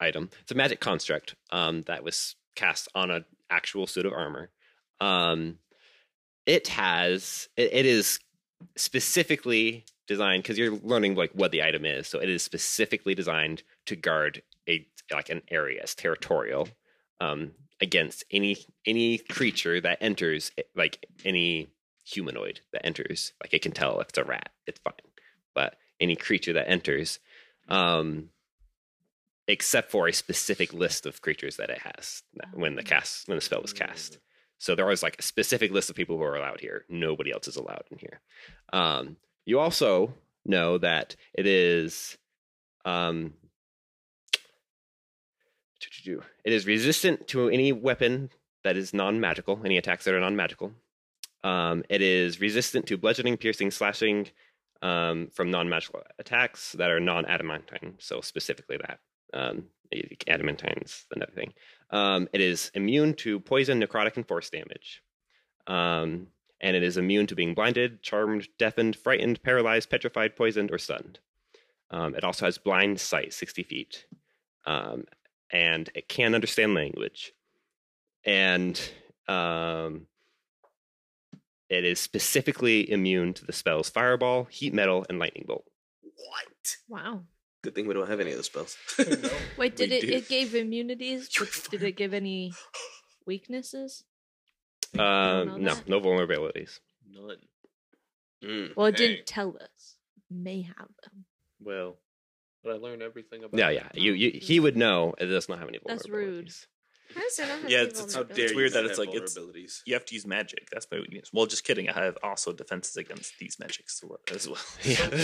Speaker 2: item. It's a magic construct um, that was cast on an actual suit of armor. Um, it has. It, it is specifically designed because you're learning like what the item is. So it is specifically designed to guard a like an area, it's territorial, um, against any any creature that enters, like any humanoid that enters. Like it can tell if it's a rat, it's fine, but any creature that enters, um, except for a specific list of creatures that it has when the cast when the spell was cast. So there was like a specific list of people who are allowed here. Nobody else is allowed in here. Um, you also know that it is, um, it is resistant to any weapon that is non-magical. Any attacks that are non-magical. Um, it is resistant to bludgeoning, piercing, slashing um, from non-magical attacks that are non-adamantine. So specifically that um, adamantines and everything. Um, it is immune to poison, necrotic, and force damage. Um, and it is immune to being blinded, charmed, deafened, frightened, paralyzed, petrified, poisoned, or stunned. Um, it also has blind sight, 60 feet. Um, and it can understand language. And um, it is specifically immune to the spells Fireball, Heat Metal, and Lightning Bolt.
Speaker 5: What?
Speaker 7: Wow.
Speaker 5: Good thing we don't have any of those spells.
Speaker 7: Wait, did
Speaker 5: We
Speaker 7: it?
Speaker 5: do.
Speaker 7: It gave immunities.
Speaker 5: You're
Speaker 7: But did it give any weaknesses? know
Speaker 2: Um, no,
Speaker 7: that.
Speaker 2: no vulnerabilities.
Speaker 8: None.
Speaker 5: Mm.
Speaker 7: Well, it
Speaker 5: Dang.
Speaker 7: didn't tell us. May have them.
Speaker 8: Well, but I learned everything about.
Speaker 2: Yeah, yeah. You, you, he would know. It does not have any vulnerabilities.
Speaker 7: That's rude.
Speaker 4: How does it not have
Speaker 9: Yeah,
Speaker 4: evil
Speaker 9: it's-
Speaker 5: How
Speaker 4: vulnerability?
Speaker 5: dare
Speaker 9: It's
Speaker 5: you
Speaker 9: weird
Speaker 5: not
Speaker 9: that it's
Speaker 5: have
Speaker 9: like it's-
Speaker 5: vulnerabilities.
Speaker 9: You have to use magic. That's my weakness. Well, just kidding. I have also defenses against these magics as well. Yeah.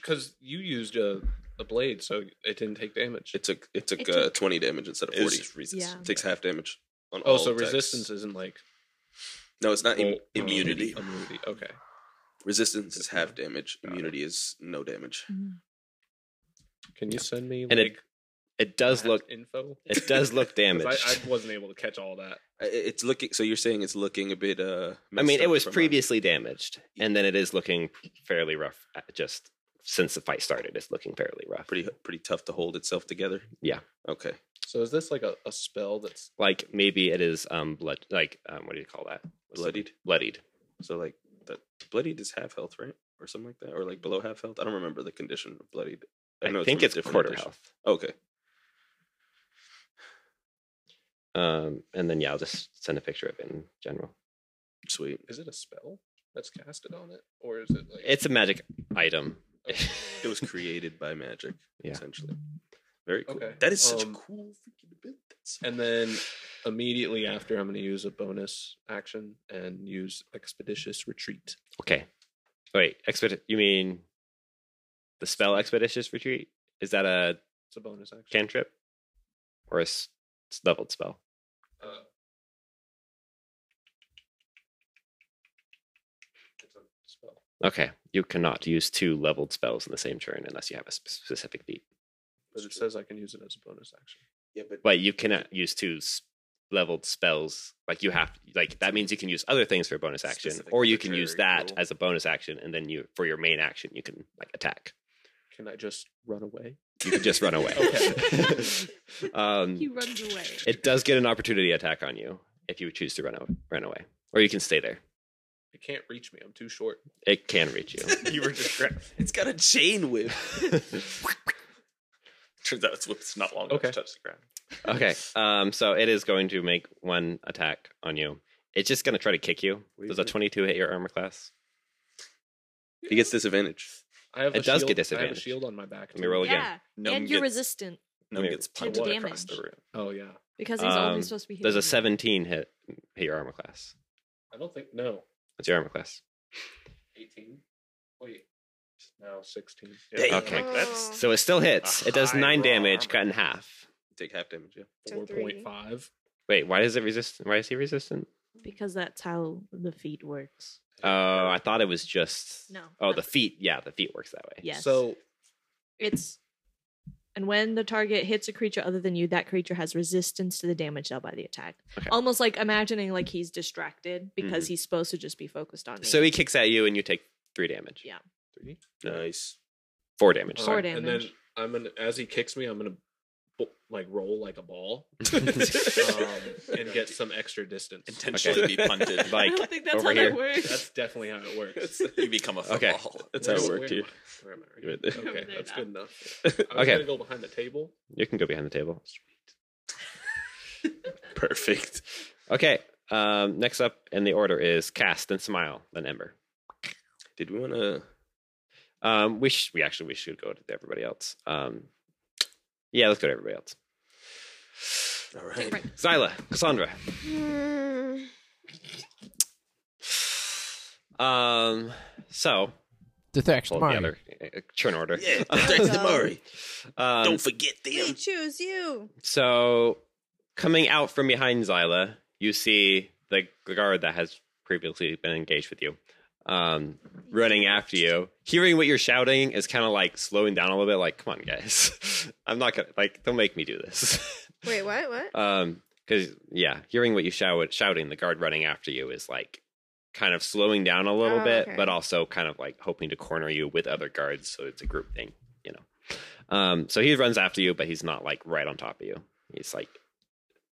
Speaker 8: Because you used a, a blade, so it didn't take damage.
Speaker 5: It took it took
Speaker 7: It
Speaker 5: uh,
Speaker 7: took-
Speaker 5: twenty damage instead of
Speaker 9: It was
Speaker 5: forty.
Speaker 9: just resist.
Speaker 7: Yeah.
Speaker 5: takes half damage. On
Speaker 8: oh,
Speaker 5: all
Speaker 8: so
Speaker 5: attacks.
Speaker 8: resistance isn't like
Speaker 5: No, it's not im-
Speaker 8: Oh,
Speaker 2: uh,
Speaker 5: immunity.
Speaker 2: um,
Speaker 8: Immunity. Okay.
Speaker 5: Resistance is half damage. Immunity is no damage.
Speaker 8: Can you send me
Speaker 2: And it
Speaker 8: like,
Speaker 2: It does
Speaker 8: that
Speaker 2: look
Speaker 8: info?
Speaker 2: it does look
Speaker 8: 'Cause
Speaker 2: damaged.
Speaker 8: I, I wasn't able to catch all that.
Speaker 5: I- I- It's looking. So you're saying it's looking a bit. Uh,
Speaker 2: I
Speaker 5: messed
Speaker 2: mean, it
Speaker 5: up
Speaker 2: was
Speaker 5: from a-
Speaker 2: previously damaged, and then it is looking fairly rough. uh, Just since the fight started, it's looking fairly rough.
Speaker 5: pretty pretty tough to hold itself together.
Speaker 2: Yeah.
Speaker 5: Okay.
Speaker 8: So is this like a, a spell that's
Speaker 2: like maybe it is um blood like um what do you call that? What's the-
Speaker 5: Bloodied?
Speaker 2: Bloodied.
Speaker 5: So like that bloodied is half health, right, or something like that, or like below half health. I don't remember the condition of bloodied.
Speaker 2: I,
Speaker 5: know
Speaker 2: think
Speaker 5: from a
Speaker 2: it's
Speaker 5: different
Speaker 2: quarter
Speaker 5: edition.
Speaker 2: health.
Speaker 5: Okay.
Speaker 2: Um, and then yeah, I'll just send a picture of it in general.
Speaker 5: Sweet.
Speaker 8: is it a spell that's casted on it, or is it like
Speaker 2: It's a magic item.
Speaker 5: It was created by magic,
Speaker 2: Yeah.
Speaker 5: essentially. Very cool.
Speaker 8: Okay.
Speaker 5: That is such
Speaker 8: Um,
Speaker 5: a cool freaking ability. That's-
Speaker 8: And then immediately after, I'm going to use a bonus action and use expeditious retreat.
Speaker 2: okay. Wait, expedit you mean the spell expeditious retreat? Is that a
Speaker 8: It's a bonus action.
Speaker 2: cantrip? Or a s- s- leveled spell?
Speaker 8: Uh, it's a spell.
Speaker 2: Okay. You cannot use two leveled spells in the same turn unless you have a sp- specific feat.
Speaker 8: But it says I can use it as a bonus action.
Speaker 5: yeah, but
Speaker 2: But you cannot use two s- leveled spells. Like you have like that means you can use other things for a bonus action,
Speaker 5: Specific
Speaker 2: or you can use
Speaker 5: arbitrary
Speaker 2: that
Speaker 5: rule.
Speaker 2: as a bonus action, and then you for your main action you can like attack.
Speaker 8: Can I just run away?
Speaker 2: You can just run away.
Speaker 7: He
Speaker 2: um,
Speaker 7: runs away.
Speaker 2: it does get an opportunity attack on you if you choose to run out, run away, or you can stay there.
Speaker 8: It can't reach me. I'm too short.
Speaker 2: It can reach you.
Speaker 9: you were just gra-
Speaker 5: it's got a chain whip.
Speaker 9: turns out it's whips not long enough
Speaker 8: Okay.
Speaker 9: to touch the ground.
Speaker 2: Okay, um, so it is going to make one attack on you. It's just going to try to kick you.
Speaker 5: Wait,
Speaker 2: Does a
Speaker 5: wait.
Speaker 2: twenty-two hit your armor class?
Speaker 5: He gets disadvantage.
Speaker 8: I have
Speaker 2: It
Speaker 8: a
Speaker 2: does get
Speaker 8: shield. I have
Speaker 2: disadvantage.
Speaker 8: a shield on my back.
Speaker 2: Let me
Speaker 8: too.
Speaker 2: roll again.
Speaker 7: yeah,
Speaker 9: No one
Speaker 7: and you're
Speaker 9: gets-
Speaker 7: resistant
Speaker 9: No one
Speaker 2: Maybe.
Speaker 9: gets
Speaker 7: To
Speaker 9: pummeled
Speaker 7: damage.
Speaker 9: across the room.
Speaker 8: Oh yeah.
Speaker 7: because he's
Speaker 2: Um,
Speaker 7: always supposed to be.
Speaker 2: Does a
Speaker 7: hitting
Speaker 2: seventeen hit hit your armor class?
Speaker 8: I don't think no.
Speaker 2: What's your armor class?
Speaker 8: 18. Wait. No, 16.
Speaker 5: Yeah.
Speaker 2: Okay.
Speaker 4: Oh.
Speaker 9: That's-
Speaker 2: So it still hits. It does
Speaker 9: high
Speaker 2: nine
Speaker 9: raw
Speaker 2: damage,
Speaker 9: armor.
Speaker 2: cut in half.
Speaker 5: Take half damage. Yeah.
Speaker 4: So three.
Speaker 8: 4.5.
Speaker 2: Wait, why does it resist? Why is he resistant?
Speaker 7: him. Because that's how the feet works.
Speaker 2: Oh, I thought it was just.
Speaker 7: No.
Speaker 2: Oh, the feet. Yeah, the feet works that way.
Speaker 7: Yes.
Speaker 8: So
Speaker 7: It's and when the target hits a creature other than you, that creature has resistance to the damage dealt by the attack.
Speaker 2: Okay.
Speaker 7: Almost like imagining like he's distracted because he's supposed to just be focused on me.
Speaker 2: So he kicks at you, and you take three damage.
Speaker 7: Yeah.
Speaker 8: three.
Speaker 5: Nice.
Speaker 2: Four damage.
Speaker 8: Um,
Speaker 2: Sorry.
Speaker 7: Four
Speaker 8: And then
Speaker 7: damage.
Speaker 8: I'm gonna, as he kicks me, I'm gonna bo- like roll like a ball um, and get some extra distance.
Speaker 9: Intentionally be punted.
Speaker 2: Like
Speaker 7: I don't think that's
Speaker 2: over
Speaker 7: how
Speaker 2: here.
Speaker 7: that works.
Speaker 8: That's definitely how it works.
Speaker 9: you become a
Speaker 2: Okay.
Speaker 9: football.
Speaker 5: That's how it
Speaker 8: Where-
Speaker 5: worked here.
Speaker 8: where am I? Where am I?
Speaker 5: Right there.
Speaker 8: Okay,
Speaker 7: Over there
Speaker 8: that's
Speaker 7: now.
Speaker 8: good enough. I was
Speaker 2: Okay.
Speaker 8: gonna go behind the table.
Speaker 2: you can go behind the table.
Speaker 5: Perfect.
Speaker 2: Okay. Um, next up in the order is Cast and Smile, then Ember.
Speaker 5: Did we want to?
Speaker 2: Um, we sh- we actually we should go to everybody else. Um, yeah, let's go to everybody else.
Speaker 5: All right.
Speaker 2: Xyla, Cassandra.
Speaker 4: Hmm.
Speaker 2: Um, so
Speaker 6: The Thrax
Speaker 2: hold the
Speaker 6: Mine.
Speaker 2: other uh, turn order.
Speaker 5: Yeah, Dexter Murray.
Speaker 2: Um,
Speaker 5: Don't forget
Speaker 3: We
Speaker 5: them.
Speaker 3: choose you.
Speaker 2: So, coming out from behind Xyla, you see the guard that has previously been engaged with you um, running after you. Hearing what you're shouting is kind of like slowing down a little bit, like, come on, guys. I'm not going to, like, don't make me do this.
Speaker 4: Wait, what? What?
Speaker 2: Um, because yeah, hearing what you shout shouting, the guard running after you is like kind of slowing down a little
Speaker 4: Oh,
Speaker 2: bit,
Speaker 4: okay.
Speaker 2: but also kind of like hoping to corner you with other guards, so it's a group thing, you know. Um, so he runs after you, but he's not like right on top of you. He's like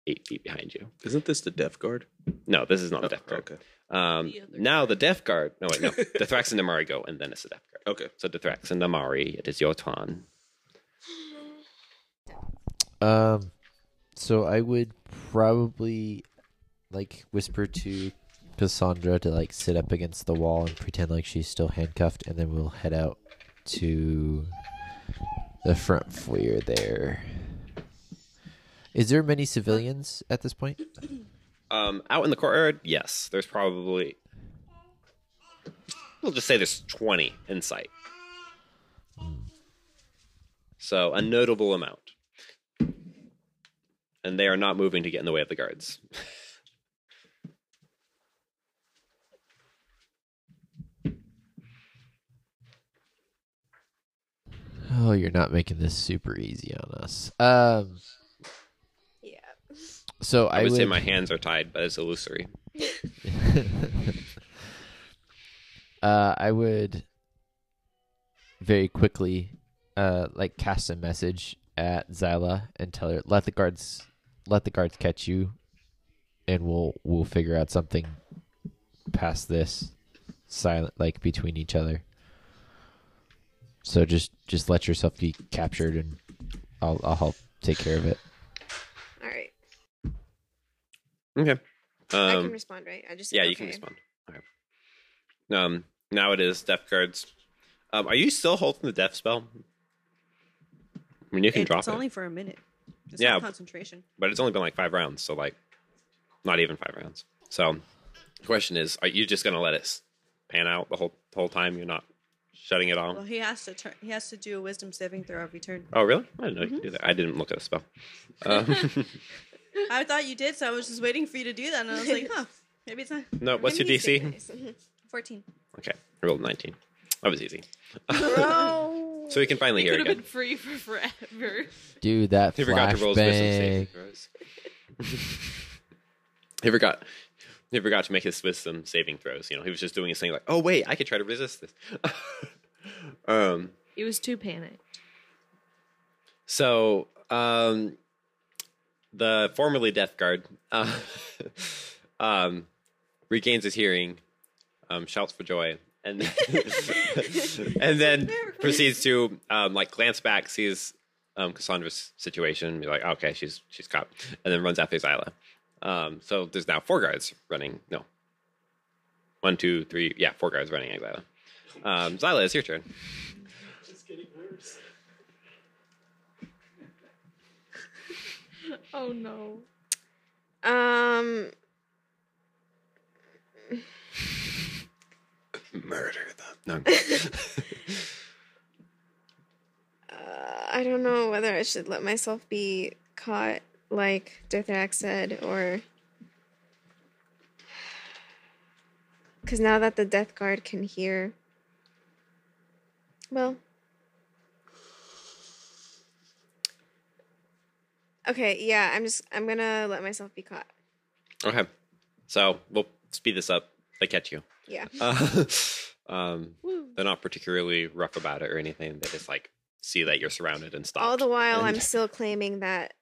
Speaker 2: eight feet behind you.
Speaker 5: Isn't this the Death Guard?
Speaker 2: No, this is not
Speaker 5: Oh,
Speaker 2: the death guard.
Speaker 5: Okay.
Speaker 2: Um,
Speaker 7: The other
Speaker 2: now the death guard. No, wait, no, the Thrax and Amari go, and then it's the death guard.
Speaker 5: Okay.
Speaker 2: So the Thrax and Amari, it is your turn.
Speaker 6: Um, so I would probably like whisper to Cassandra to like sit up against the wall and pretend like she's still handcuffed, and then we'll head out to the front foyer there. Is there many civilians at this point?
Speaker 2: Um, out in the courtyard, yes, there's probably. We'll just say there's 20 in sight. So a notable amount. And they are not moving to get in the way of the guards.
Speaker 6: Oh, you're not making this super easy on us. Um,
Speaker 4: Yeah.
Speaker 6: so I,
Speaker 2: I would say my hands are tied, but it's illusory.
Speaker 6: uh, I would very quickly uh, like cast a message at Zyla and tell her let the guards let the guards catch you, and we'll we'll figure out something past this silent like between each other. So just just let yourself be captured, and I'll I'll help take care of it.
Speaker 4: All right.
Speaker 2: Okay.
Speaker 4: I can
Speaker 2: Um,
Speaker 4: respond, right? I just
Speaker 2: yeah, you can
Speaker 4: okay.
Speaker 2: respond. Okay. Um, now it is death guards. Um, are you still holding the death spell? I mean, you can
Speaker 3: it's
Speaker 2: drop it.
Speaker 3: only for a minute. It's
Speaker 2: Yeah.
Speaker 3: not concentration.
Speaker 2: but it's only been like five rounds, so like not even five rounds. So the question is, are you just gonna let it pan out the whole the whole time? You're not shutting it
Speaker 3: Well,
Speaker 2: all?
Speaker 3: he has to turn. He has to do a wisdom saving throw every turn.
Speaker 2: Oh really? I didn't know you could do that. I didn't look at a spell. Um,
Speaker 3: I thought you did, so I was just waiting for you to do that, and I was like, huh, maybe it's not.
Speaker 2: no, what's your
Speaker 4: Mindy's
Speaker 2: DC?
Speaker 4: taking this.
Speaker 3: Fourteen.
Speaker 2: Okay. I rolled nineteen. That was easy. so we can finally hear
Speaker 7: Could have
Speaker 2: again.
Speaker 7: been free for forever.
Speaker 6: Dude, that
Speaker 2: He forgot to roll his wisdom saving
Speaker 6: flashbang.
Speaker 2: throws. he forgot. He forgot to make his wisdom saving throws. You know, he was just doing his thing like, oh wait, I could try to resist this. um
Speaker 7: It was too panicked.
Speaker 2: So, um, the formerly deaf guard uh, um, regains his hearing, um, shouts for joy, and and then proceeds to um, like glance back, sees um, Cassandra's situation, be like, okay, she's she's caught, and then runs after Xyla. Um, so there's now four guards running. No, one, two, three. Yeah, four guards running at Xyla. Um, Xyla, it's your turn.
Speaker 7: Oh no.
Speaker 4: Um.
Speaker 2: Murder them.
Speaker 4: Uh, I don't know whether I should let myself be caught, like Dirthrak said, or. Because now that the Death Guard can hear. Well. Okay, yeah, I'm just. I'm gonna let myself be caught.
Speaker 2: Okay. So we'll speed this up. They catch you.
Speaker 4: Yeah.
Speaker 2: Uh, um, they're not particularly rough about it or anything. They just like see that you're surrounded and stop.
Speaker 4: All the while,
Speaker 2: And-
Speaker 4: I'm still claiming that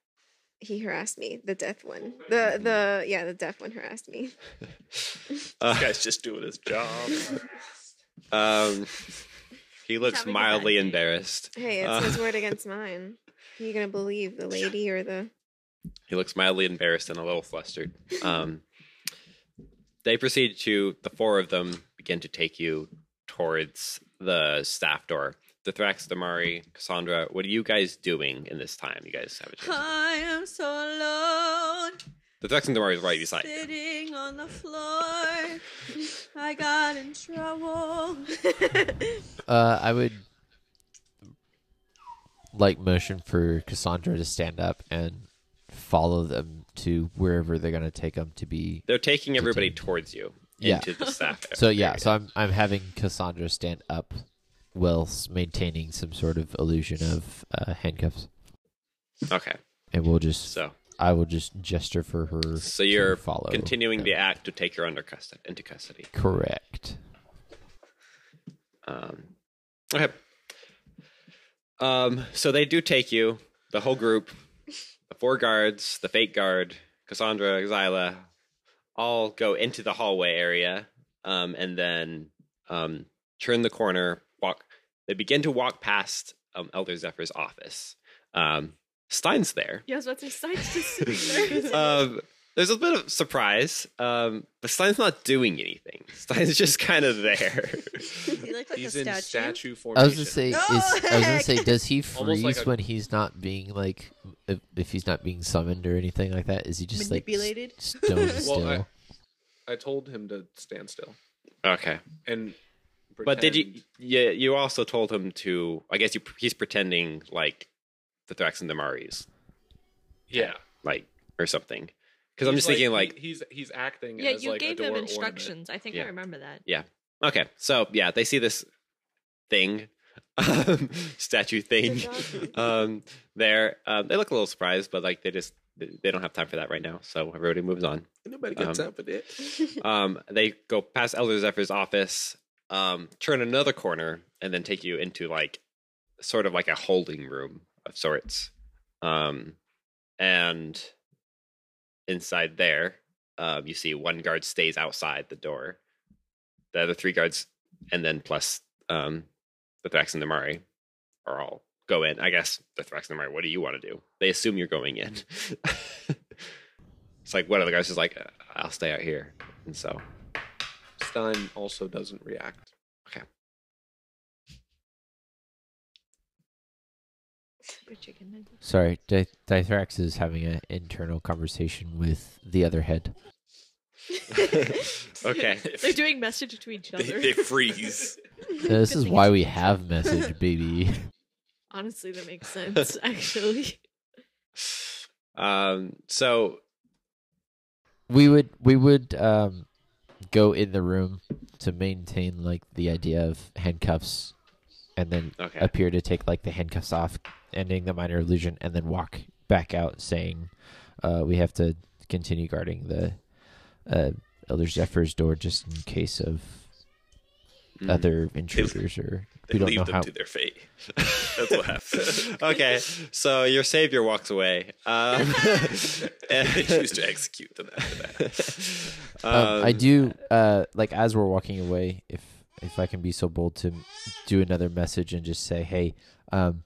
Speaker 4: he harassed me. The death one. The the yeah, the deaf one harassed me.
Speaker 2: Uh,
Speaker 9: guy's just doing his job.
Speaker 2: um, he looks
Speaker 7: having a bad
Speaker 2: mildly
Speaker 7: day.
Speaker 2: embarrassed.
Speaker 4: Hey, it's
Speaker 2: Uh,
Speaker 4: his word against mine. Are you gonna believe the lady or the?
Speaker 2: He looks mildly embarrassed and a little flustered. Um, they proceed to the four of them begin to take you towards the staff door. The Thrax, Damari, Cassandra. What are you guys doing in this time? You guys have a chance.
Speaker 3: I am so alone,
Speaker 2: The Thrax and Damari is right beside. you.
Speaker 3: sitting on the floor. I got in trouble.
Speaker 6: Uh, I would like motion for Cassandra to stand up and follow them to wherever they're gonna take them to be.
Speaker 2: They're taking everybody towards you
Speaker 6: Yeah.
Speaker 2: into the staff.
Speaker 6: So
Speaker 2: area.
Speaker 6: yeah, so I'm I'm having Cassandra stand up, whilst maintaining some sort of illusion of uh, handcuffs,
Speaker 2: okay.
Speaker 6: and we'll just
Speaker 2: So
Speaker 6: I will just gesture for her.
Speaker 2: so you're
Speaker 6: to follow
Speaker 2: continuing
Speaker 6: them.
Speaker 2: the act to take her under custody into custody.
Speaker 6: correct.
Speaker 2: Um, okay. Um, so they do take you, the whole group, the four guards, the fake guard, Cassandra, Xyla, all go into the hallway area, um, and then um, turn the corner, walk. They begin to walk past um, Elder Zephyr's office. Um, Stein's there.
Speaker 7: Yeah, I was about to say, Stein's just sitting there.
Speaker 2: um, there's a bit of surprise, um, but Stein's not doing anything. Stein's just kind of there.
Speaker 3: he looked like
Speaker 8: He's
Speaker 3: a
Speaker 8: in
Speaker 3: statue.
Speaker 8: statue formation.
Speaker 6: I was gonna say, is, I was gonna
Speaker 3: heck.
Speaker 6: say, does he
Speaker 8: Almost like
Speaker 6: freeze
Speaker 8: a-
Speaker 6: when he's not being like if, if he's not being summoned or anything like that? Is he just
Speaker 3: Manipulated?
Speaker 6: like s- stoned still?
Speaker 8: Well, I, I told him to stand still
Speaker 2: Okay.
Speaker 8: and.
Speaker 2: But did you?
Speaker 8: pretend-
Speaker 2: Yeah, you also told him to. I guess you, he's pretending like the Thrax and the Maris,
Speaker 8: Yeah,
Speaker 2: like or something. Because I'm
Speaker 8: He's
Speaker 2: just thinking
Speaker 8: he-
Speaker 2: like,
Speaker 8: he's he's acting.
Speaker 7: Yeah,
Speaker 8: as
Speaker 7: you
Speaker 8: like a
Speaker 7: gave
Speaker 8: door
Speaker 7: them
Speaker 8: ornament.
Speaker 7: instructions. I think
Speaker 2: Yeah.
Speaker 7: I remember that.
Speaker 2: okay, so yeah, they see this thing, um, statue thing, um, there. Um, they look a little surprised, but like they just they don't have time for that right now. So everybody moves on.
Speaker 5: Nobody got
Speaker 2: Um,
Speaker 5: time for that.
Speaker 2: um, they go past Elder Zephyr's office, um, turn another corner, and then take you into like sort of like a holding room of sorts. Um, and inside there, um, you see one guard stays outside the door, the other three guards, and then plus um, the Thrax and the Mari are all go in. I guess the Thrax and the Mari, what do you want to do? They assume you're going in. it's like one of the guys is like, "Uh, I'll stay out here. And so
Speaker 8: Stein also doesn't react.
Speaker 6: Sorry, Di- Dithrax is having an internal conversation with the other head.
Speaker 2: okay.
Speaker 7: They're doing message to each
Speaker 5: They,
Speaker 7: other.
Speaker 5: they freeze.
Speaker 6: This is why we have message, baby.
Speaker 7: Honestly, that makes sense. Actually,
Speaker 2: Um, so
Speaker 6: we would we would um go in the room to maintain like the idea of handcuffs and then
Speaker 2: okay,
Speaker 6: appear to take like the handcuffs off ending the minor illusion and then walk back out saying uh we have to continue guarding the uh elder zephyr's door just in case of
Speaker 2: Mm.
Speaker 6: other intruders or
Speaker 5: Hmm. They
Speaker 6: we don't know
Speaker 5: leave them
Speaker 6: how
Speaker 5: to their fate. That's what happens.
Speaker 2: okay. So your savior walks away. Um,
Speaker 5: they choose to execute them after that.
Speaker 6: Um, I
Speaker 2: um,
Speaker 6: do uh, like as we're walking away. If if I can be so bold to do another message and just say, "Hey, um,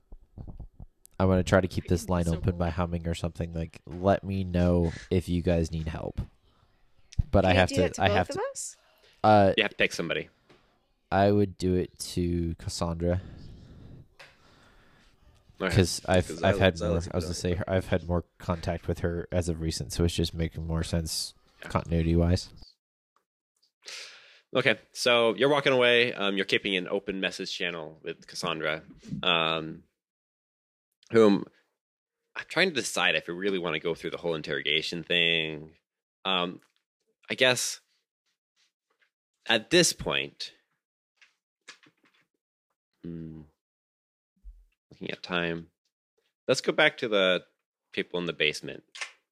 Speaker 6: I want to try to keep this line open by humming or something. Like, let me know if you guys need help." But I
Speaker 4: Can
Speaker 6: have
Speaker 4: do
Speaker 6: to.
Speaker 4: that
Speaker 6: I
Speaker 4: both
Speaker 6: have
Speaker 4: of
Speaker 6: to.
Speaker 4: us?
Speaker 6: Uh,
Speaker 2: You have to pick somebody.
Speaker 6: I would do it to Cassandra
Speaker 2: Okay.
Speaker 6: because I've
Speaker 5: 'Cause
Speaker 6: I've had
Speaker 5: Xyla's-
Speaker 6: more.
Speaker 5: Xyla's
Speaker 6: I was gonna say I've had more contact with her as of recent, so it's just making more sense
Speaker 2: Yeah.
Speaker 6: continuity wise.
Speaker 2: Okay, so you're walking away. Um, you're keeping an open message channel with Cassandra, um, whom I'm trying to decide if we really want to go through the whole interrogation thing. Um, I guess at this point, hmm, looking at time, let's go back to the people in the basement.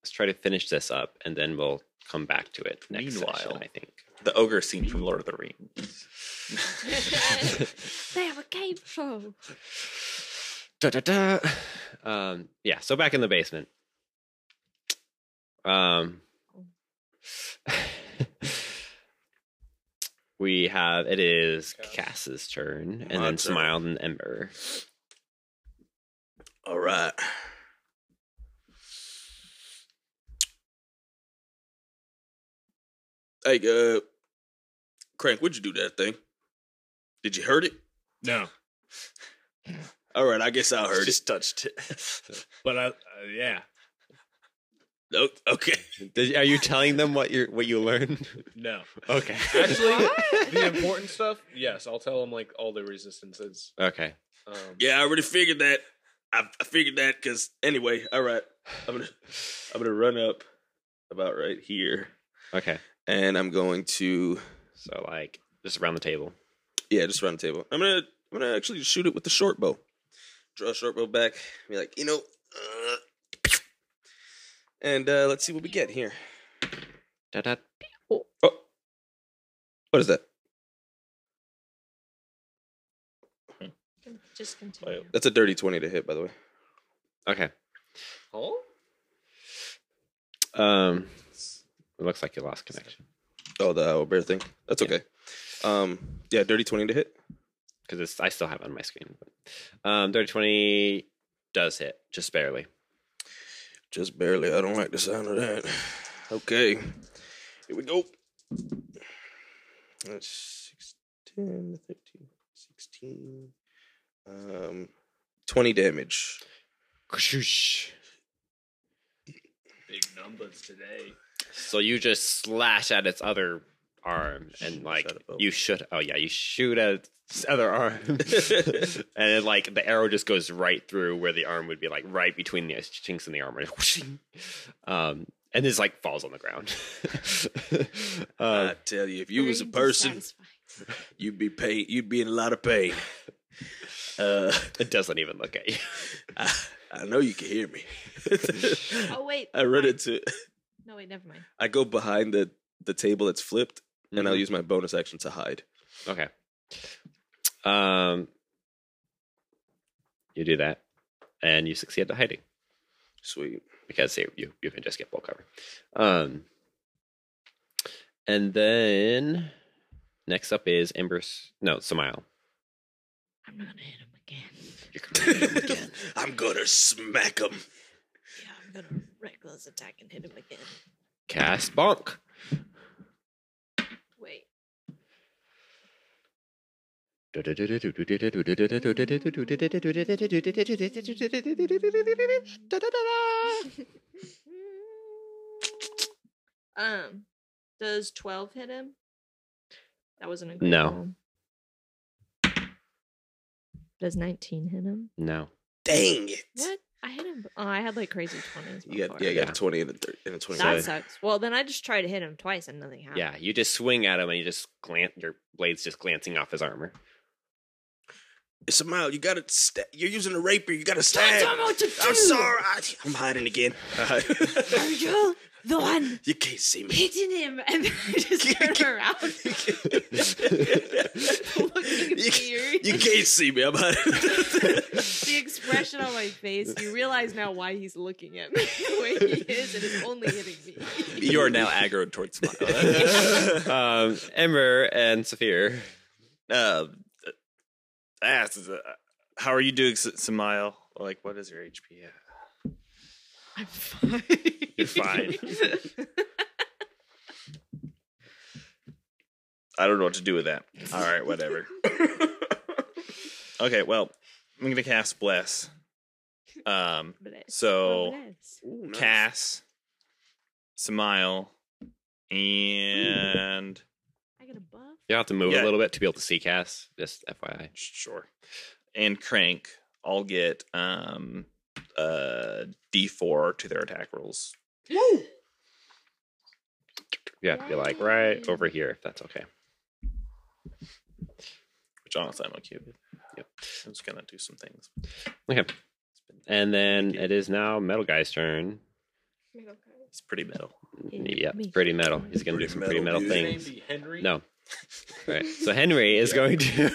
Speaker 2: Let's try to finish this up, and then we'll come back to it next session,
Speaker 9: Meanwhile-
Speaker 2: I think.
Speaker 9: The ogre scene from Lord of the Rings.
Speaker 7: they have a game show.
Speaker 2: Da, da, da. Um, yeah, so back in the basement. Um, we have it is Cass's turn, and
Speaker 5: My
Speaker 2: then
Speaker 5: turn.
Speaker 2: Smile and Ember.
Speaker 5: All right. Hey, uh, Crank, what'd you do to that thing? Did you hurt it?
Speaker 10: No,
Speaker 5: All right, I guess I heard it.
Speaker 9: Just touched it.
Speaker 10: but I, uh, yeah,
Speaker 5: Oh, okay.
Speaker 2: Did, are you telling them what you what you learned?
Speaker 8: No,
Speaker 2: okay,
Speaker 8: actually, the important stuff. Yes, I'll tell him like all the resistances.
Speaker 2: okay.
Speaker 8: Um,
Speaker 5: Yeah, I already figured that. I, I figured that because anyway. All right, I'm gonna I'm gonna run up about right here,
Speaker 2: Okay,
Speaker 5: and I'm going to
Speaker 2: so like just around the table.
Speaker 5: yeah, just around the table. I'm gonna I'm gonna actually shoot it with the short bow. Draw a short bow back. Be like, you know, uh, and uh, let's see what we get here.
Speaker 2: Da, da.
Speaker 5: Oh, what is that?
Speaker 7: Just continue.
Speaker 5: That's a dirty twenty to hit, by the way.
Speaker 2: Okay,
Speaker 8: oh?
Speaker 2: um, it looks like you lost connection
Speaker 5: Oh, the owlbear thing. That's okay. Um, yeah, dirty twenty to hit.
Speaker 2: because it's I still have it on my screen. But, um, thirty twenty does hit just barely.
Speaker 5: Just barely. I don't like the sound of that. Okay. Here we go. That's six, 10, 13, 16, um, 20 damage.
Speaker 10: big numbers today.
Speaker 2: So you just slash at its other arm and like you should oh yeah, you shoot at its other arm. and then like the arrow just goes right through where the arm would be like right between the chinks in the armor. um and this like falls on the ground. Uh,
Speaker 5: I tell you, if you was a person, you'd be pain. You'd be in a lot of pain. Uh,
Speaker 2: it doesn't even look at you.
Speaker 5: I, I know you can hear me.
Speaker 7: Oh wait.
Speaker 5: I run into.
Speaker 7: No wait, never mind.
Speaker 5: I go behind the the table that's flipped, and I'll use my bonus action to hide.
Speaker 2: Okay. Um you do that and you succeed at hiding.
Speaker 5: Sweet.
Speaker 2: Because you you, you can just get full cover. Um and then next up is Ember's no, Smile.
Speaker 7: I'm not gonna hit him again.
Speaker 5: I'm gonna smack him.
Speaker 7: Yeah, I'm gonna reckless attack and hit him again.
Speaker 2: Cast bonk.
Speaker 7: Wait. Um, does twelve hit him? That wasn't a good
Speaker 2: No.
Speaker 7: roll. Does nineteen hit him?
Speaker 2: No.
Speaker 5: Dang it!
Speaker 7: What? I hit him. Oh, I had like crazy twenties.
Speaker 5: You got,
Speaker 7: before.
Speaker 5: yeah, you got
Speaker 2: Yeah.
Speaker 5: a twenty and a, thir- and a twenty-one.
Speaker 7: That sucks. Well, then I just tried to hit him twice and nothing happened.
Speaker 2: Yeah, you just swing at him and you just glance your blade's just glancing off his armor.
Speaker 5: It's a mile. You gotta. St- you're using a rapier. You gotta stab. I'm sorry. I, I'm hiding again.
Speaker 7: Virgil, the one
Speaker 5: you can't see me.
Speaker 7: hitting him, and then I just turn around. looking weird.
Speaker 5: You can't see me. I'm hiding.
Speaker 7: the expression on my face, you realize now why he's looking at me the way he is, and it's only hitting me.
Speaker 9: You are now aggroed towards smile.
Speaker 2: um, Ember and Saphir.
Speaker 9: uh, ask, uh, how are you doing, S- Smile? Like, what is your HP? at?
Speaker 7: I'm fine.
Speaker 9: You're fine. I don't know what to do with that. All right, whatever. okay, well, I'm gonna cast bless. Um, so
Speaker 7: Oh,
Speaker 9: Cass, Smile, and
Speaker 7: I get a buff.
Speaker 2: You'll have to move
Speaker 9: Yeah.
Speaker 2: a little bit to be able to see Cass. Just FYI.
Speaker 9: sure, and Crank. I'll get um uh D4 to their attack rolls.
Speaker 2: You have to be like right over here if that's okay.
Speaker 9: which honestly I'm okay with.
Speaker 2: Yep.
Speaker 9: I'm just gonna do some things.
Speaker 2: Okay. And then it is now Metal Guy's turn.
Speaker 9: It's pretty metal.
Speaker 2: Yeah, pretty metal. He's gonna do
Speaker 5: Pretty
Speaker 2: some pretty
Speaker 5: metal
Speaker 2: metal
Speaker 5: dude.
Speaker 2: things.
Speaker 10: Henry.
Speaker 2: No. Right. So Henry is going to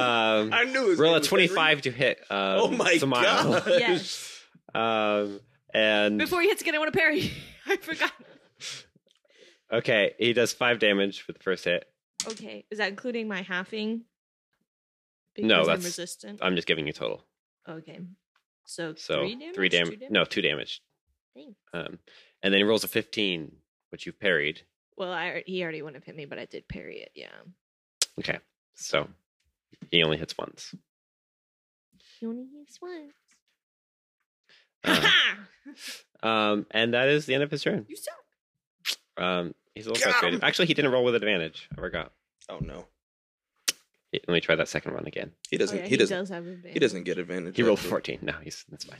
Speaker 2: um,
Speaker 5: I knew it. was
Speaker 2: roll a
Speaker 5: gonna be Henry.
Speaker 2: twenty-five to hit. Um,
Speaker 5: Oh my
Speaker 2: Samael.
Speaker 5: god!
Speaker 7: Yes.
Speaker 2: Um, and
Speaker 7: Before he hits again, I want to parry. I forgot.
Speaker 2: okay, he does five damage for the first hit.
Speaker 7: Okay, is that including my halving?
Speaker 2: No,
Speaker 7: Because I'm
Speaker 2: that's-
Speaker 7: resistant.
Speaker 2: I'm just giving you total.
Speaker 7: Okay, so,
Speaker 2: So
Speaker 7: three damage.
Speaker 2: three dam-
Speaker 7: Two damage?
Speaker 2: No, two damage.
Speaker 7: Thanks.
Speaker 2: Um, and then he rolls a fifteen, which you've parried.
Speaker 7: Well, I, he already wouldn't have hit me, but I did parry it. Yeah.
Speaker 2: Okay, so he only hits once.
Speaker 7: He only hits once.
Speaker 2: Uh,
Speaker 7: Ha
Speaker 2: um, and that is the end of his turn.
Speaker 7: You suck.
Speaker 2: Um, he's a little
Speaker 5: Got
Speaker 2: frustrated.
Speaker 5: him.
Speaker 2: Actually, he didn't roll with advantage. I forgot.
Speaker 5: Oh no,
Speaker 2: Let me try that second one again.
Speaker 5: he
Speaker 7: Oh,
Speaker 5: doesn't.
Speaker 7: yeah,
Speaker 5: he, doesn't.
Speaker 7: does have advantage.
Speaker 5: He doesn't get advantage.
Speaker 2: He rolled
Speaker 5: actually.
Speaker 2: fourteen. No, he's that's fine.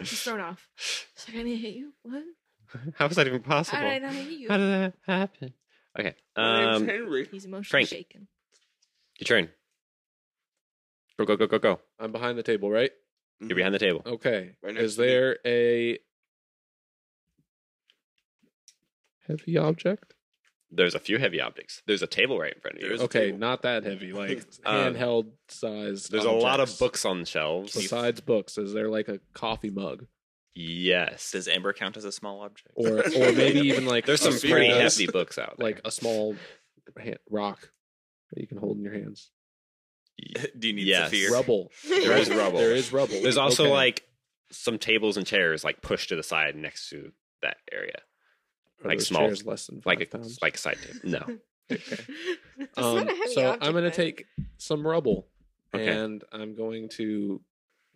Speaker 7: He's thrown off. It's like, I didn't hit you. What?
Speaker 2: How is that even possible?
Speaker 7: How did I not hit you?
Speaker 2: How did that happen? Okay.
Speaker 5: My name's
Speaker 2: Um,
Speaker 5: Henry.
Speaker 7: He's emotionally
Speaker 2: Frank.
Speaker 7: shaken.
Speaker 2: your turn. Go go go go go.
Speaker 8: I'm behind the table, right?
Speaker 7: Mm-hmm.
Speaker 2: You're behind the table.
Speaker 8: Okay.
Speaker 5: Right next
Speaker 8: Is
Speaker 5: to me.
Speaker 8: there a heavy object?
Speaker 2: There's a few heavy objects. There's a table right in front of you.
Speaker 5: There's a
Speaker 8: Okay,
Speaker 5: table.
Speaker 8: not that heavy, like
Speaker 2: Um,
Speaker 8: handheld sized.
Speaker 2: There's a lot of
Speaker 8: objects.
Speaker 2: books on shelves.
Speaker 8: Besides books, is there like a coffee mug,
Speaker 2: Yes.
Speaker 9: Does Amber count as a small object?
Speaker 8: or or maybe even like
Speaker 2: There's
Speaker 8: a
Speaker 2: some
Speaker 5: Sphere
Speaker 2: pretty
Speaker 8: small-
Speaker 5: does.
Speaker 2: hefty books out there.
Speaker 8: like a small hand, rock that you can hold in your hands.
Speaker 9: do you need
Speaker 2: Yes.
Speaker 9: Saphir?
Speaker 8: Rubble.
Speaker 2: There is rubble.
Speaker 8: There is rubble.
Speaker 2: There's also
Speaker 8: Okay.
Speaker 2: like some tables and chairs like pushed to the side next to that area.
Speaker 8: Are
Speaker 2: like
Speaker 8: those
Speaker 2: small-
Speaker 8: chairs less than five
Speaker 2: Like a,
Speaker 8: pounds?
Speaker 2: like a side table. No.
Speaker 4: That's not
Speaker 8: Um,
Speaker 4: a heavy
Speaker 8: so
Speaker 4: object,
Speaker 8: I'm going
Speaker 4: though.
Speaker 8: to take some rubble
Speaker 2: Okay.
Speaker 8: and I'm going to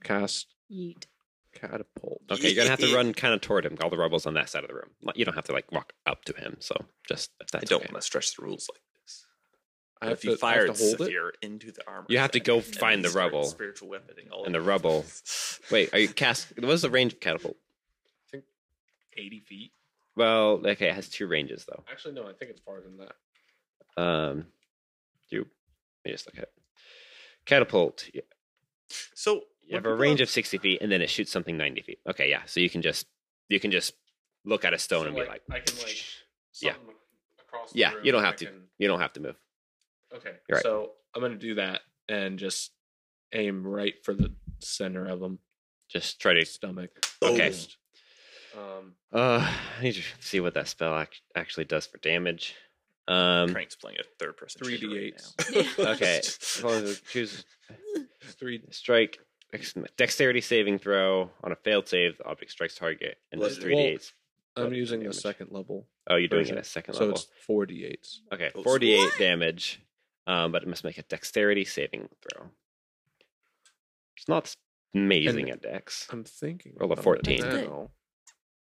Speaker 8: cast
Speaker 7: Yeet.
Speaker 8: catapult.
Speaker 2: Okay, you're gonna have to run kind of toward him. All the rebels on that side of the room. Like, You don't have to like walk up to him. So just if
Speaker 9: I
Speaker 2: that's
Speaker 9: don't
Speaker 2: okay.
Speaker 9: want to stretch the rules like this.
Speaker 8: I have
Speaker 9: if you
Speaker 8: to- I have
Speaker 9: fired
Speaker 8: to hold it?
Speaker 9: Saphir into the armor,
Speaker 2: You have to
Speaker 9: set
Speaker 2: go
Speaker 9: and
Speaker 2: find the
Speaker 9: start
Speaker 2: rebel.
Speaker 9: Spiritual weaponing all
Speaker 2: and the rebel. Wait, are you cast? What is the range of catapult?
Speaker 8: Eighty feet.
Speaker 2: Well, okay, it has two ranges though.
Speaker 8: Actually, no. I think it's farther than that.
Speaker 2: Um, you let me just look at it. catapult. You
Speaker 5: So
Speaker 2: you have a range of sixty feet, and then it shoots something ninety feet. Okay, yeah. So you can just you can just look at a stone and be like,
Speaker 8: I can like,
Speaker 2: Yeah.
Speaker 8: something Across the
Speaker 2: yeah,
Speaker 8: room
Speaker 2: you don't
Speaker 8: I
Speaker 2: have to.
Speaker 8: can-
Speaker 2: You don't have to move.
Speaker 8: Okay.
Speaker 2: You're right.
Speaker 8: So I'm gonna do that and just aim right for the center of them,
Speaker 2: Just try to.
Speaker 8: stomach.
Speaker 2: Okay.
Speaker 8: Just, Um,
Speaker 2: Uh, I need to see what that spell act- actually does for damage. Um,
Speaker 9: Crank's playing a third person.
Speaker 8: three
Speaker 9: shooter
Speaker 8: d
Speaker 9: right
Speaker 8: eights.
Speaker 9: now.
Speaker 2: okay. Choose
Speaker 8: Three.
Speaker 2: strike dex- dexterity saving throw on a failed save the object strikes target and does
Speaker 5: Well,
Speaker 2: 3d8
Speaker 8: I'm
Speaker 2: What
Speaker 8: using the
Speaker 2: damage?
Speaker 8: second level,
Speaker 2: oh you're doing it
Speaker 8: version.
Speaker 2: at second
Speaker 8: so
Speaker 2: level
Speaker 8: it's four d eights.
Speaker 2: okay
Speaker 5: Oops.
Speaker 2: 48 damage um, but it must make a dexterity saving throw it's not amazing at dex
Speaker 8: I'm thinking.
Speaker 2: Roll a
Speaker 8: about it
Speaker 2: 14.
Speaker 1: That's good.
Speaker 8: now.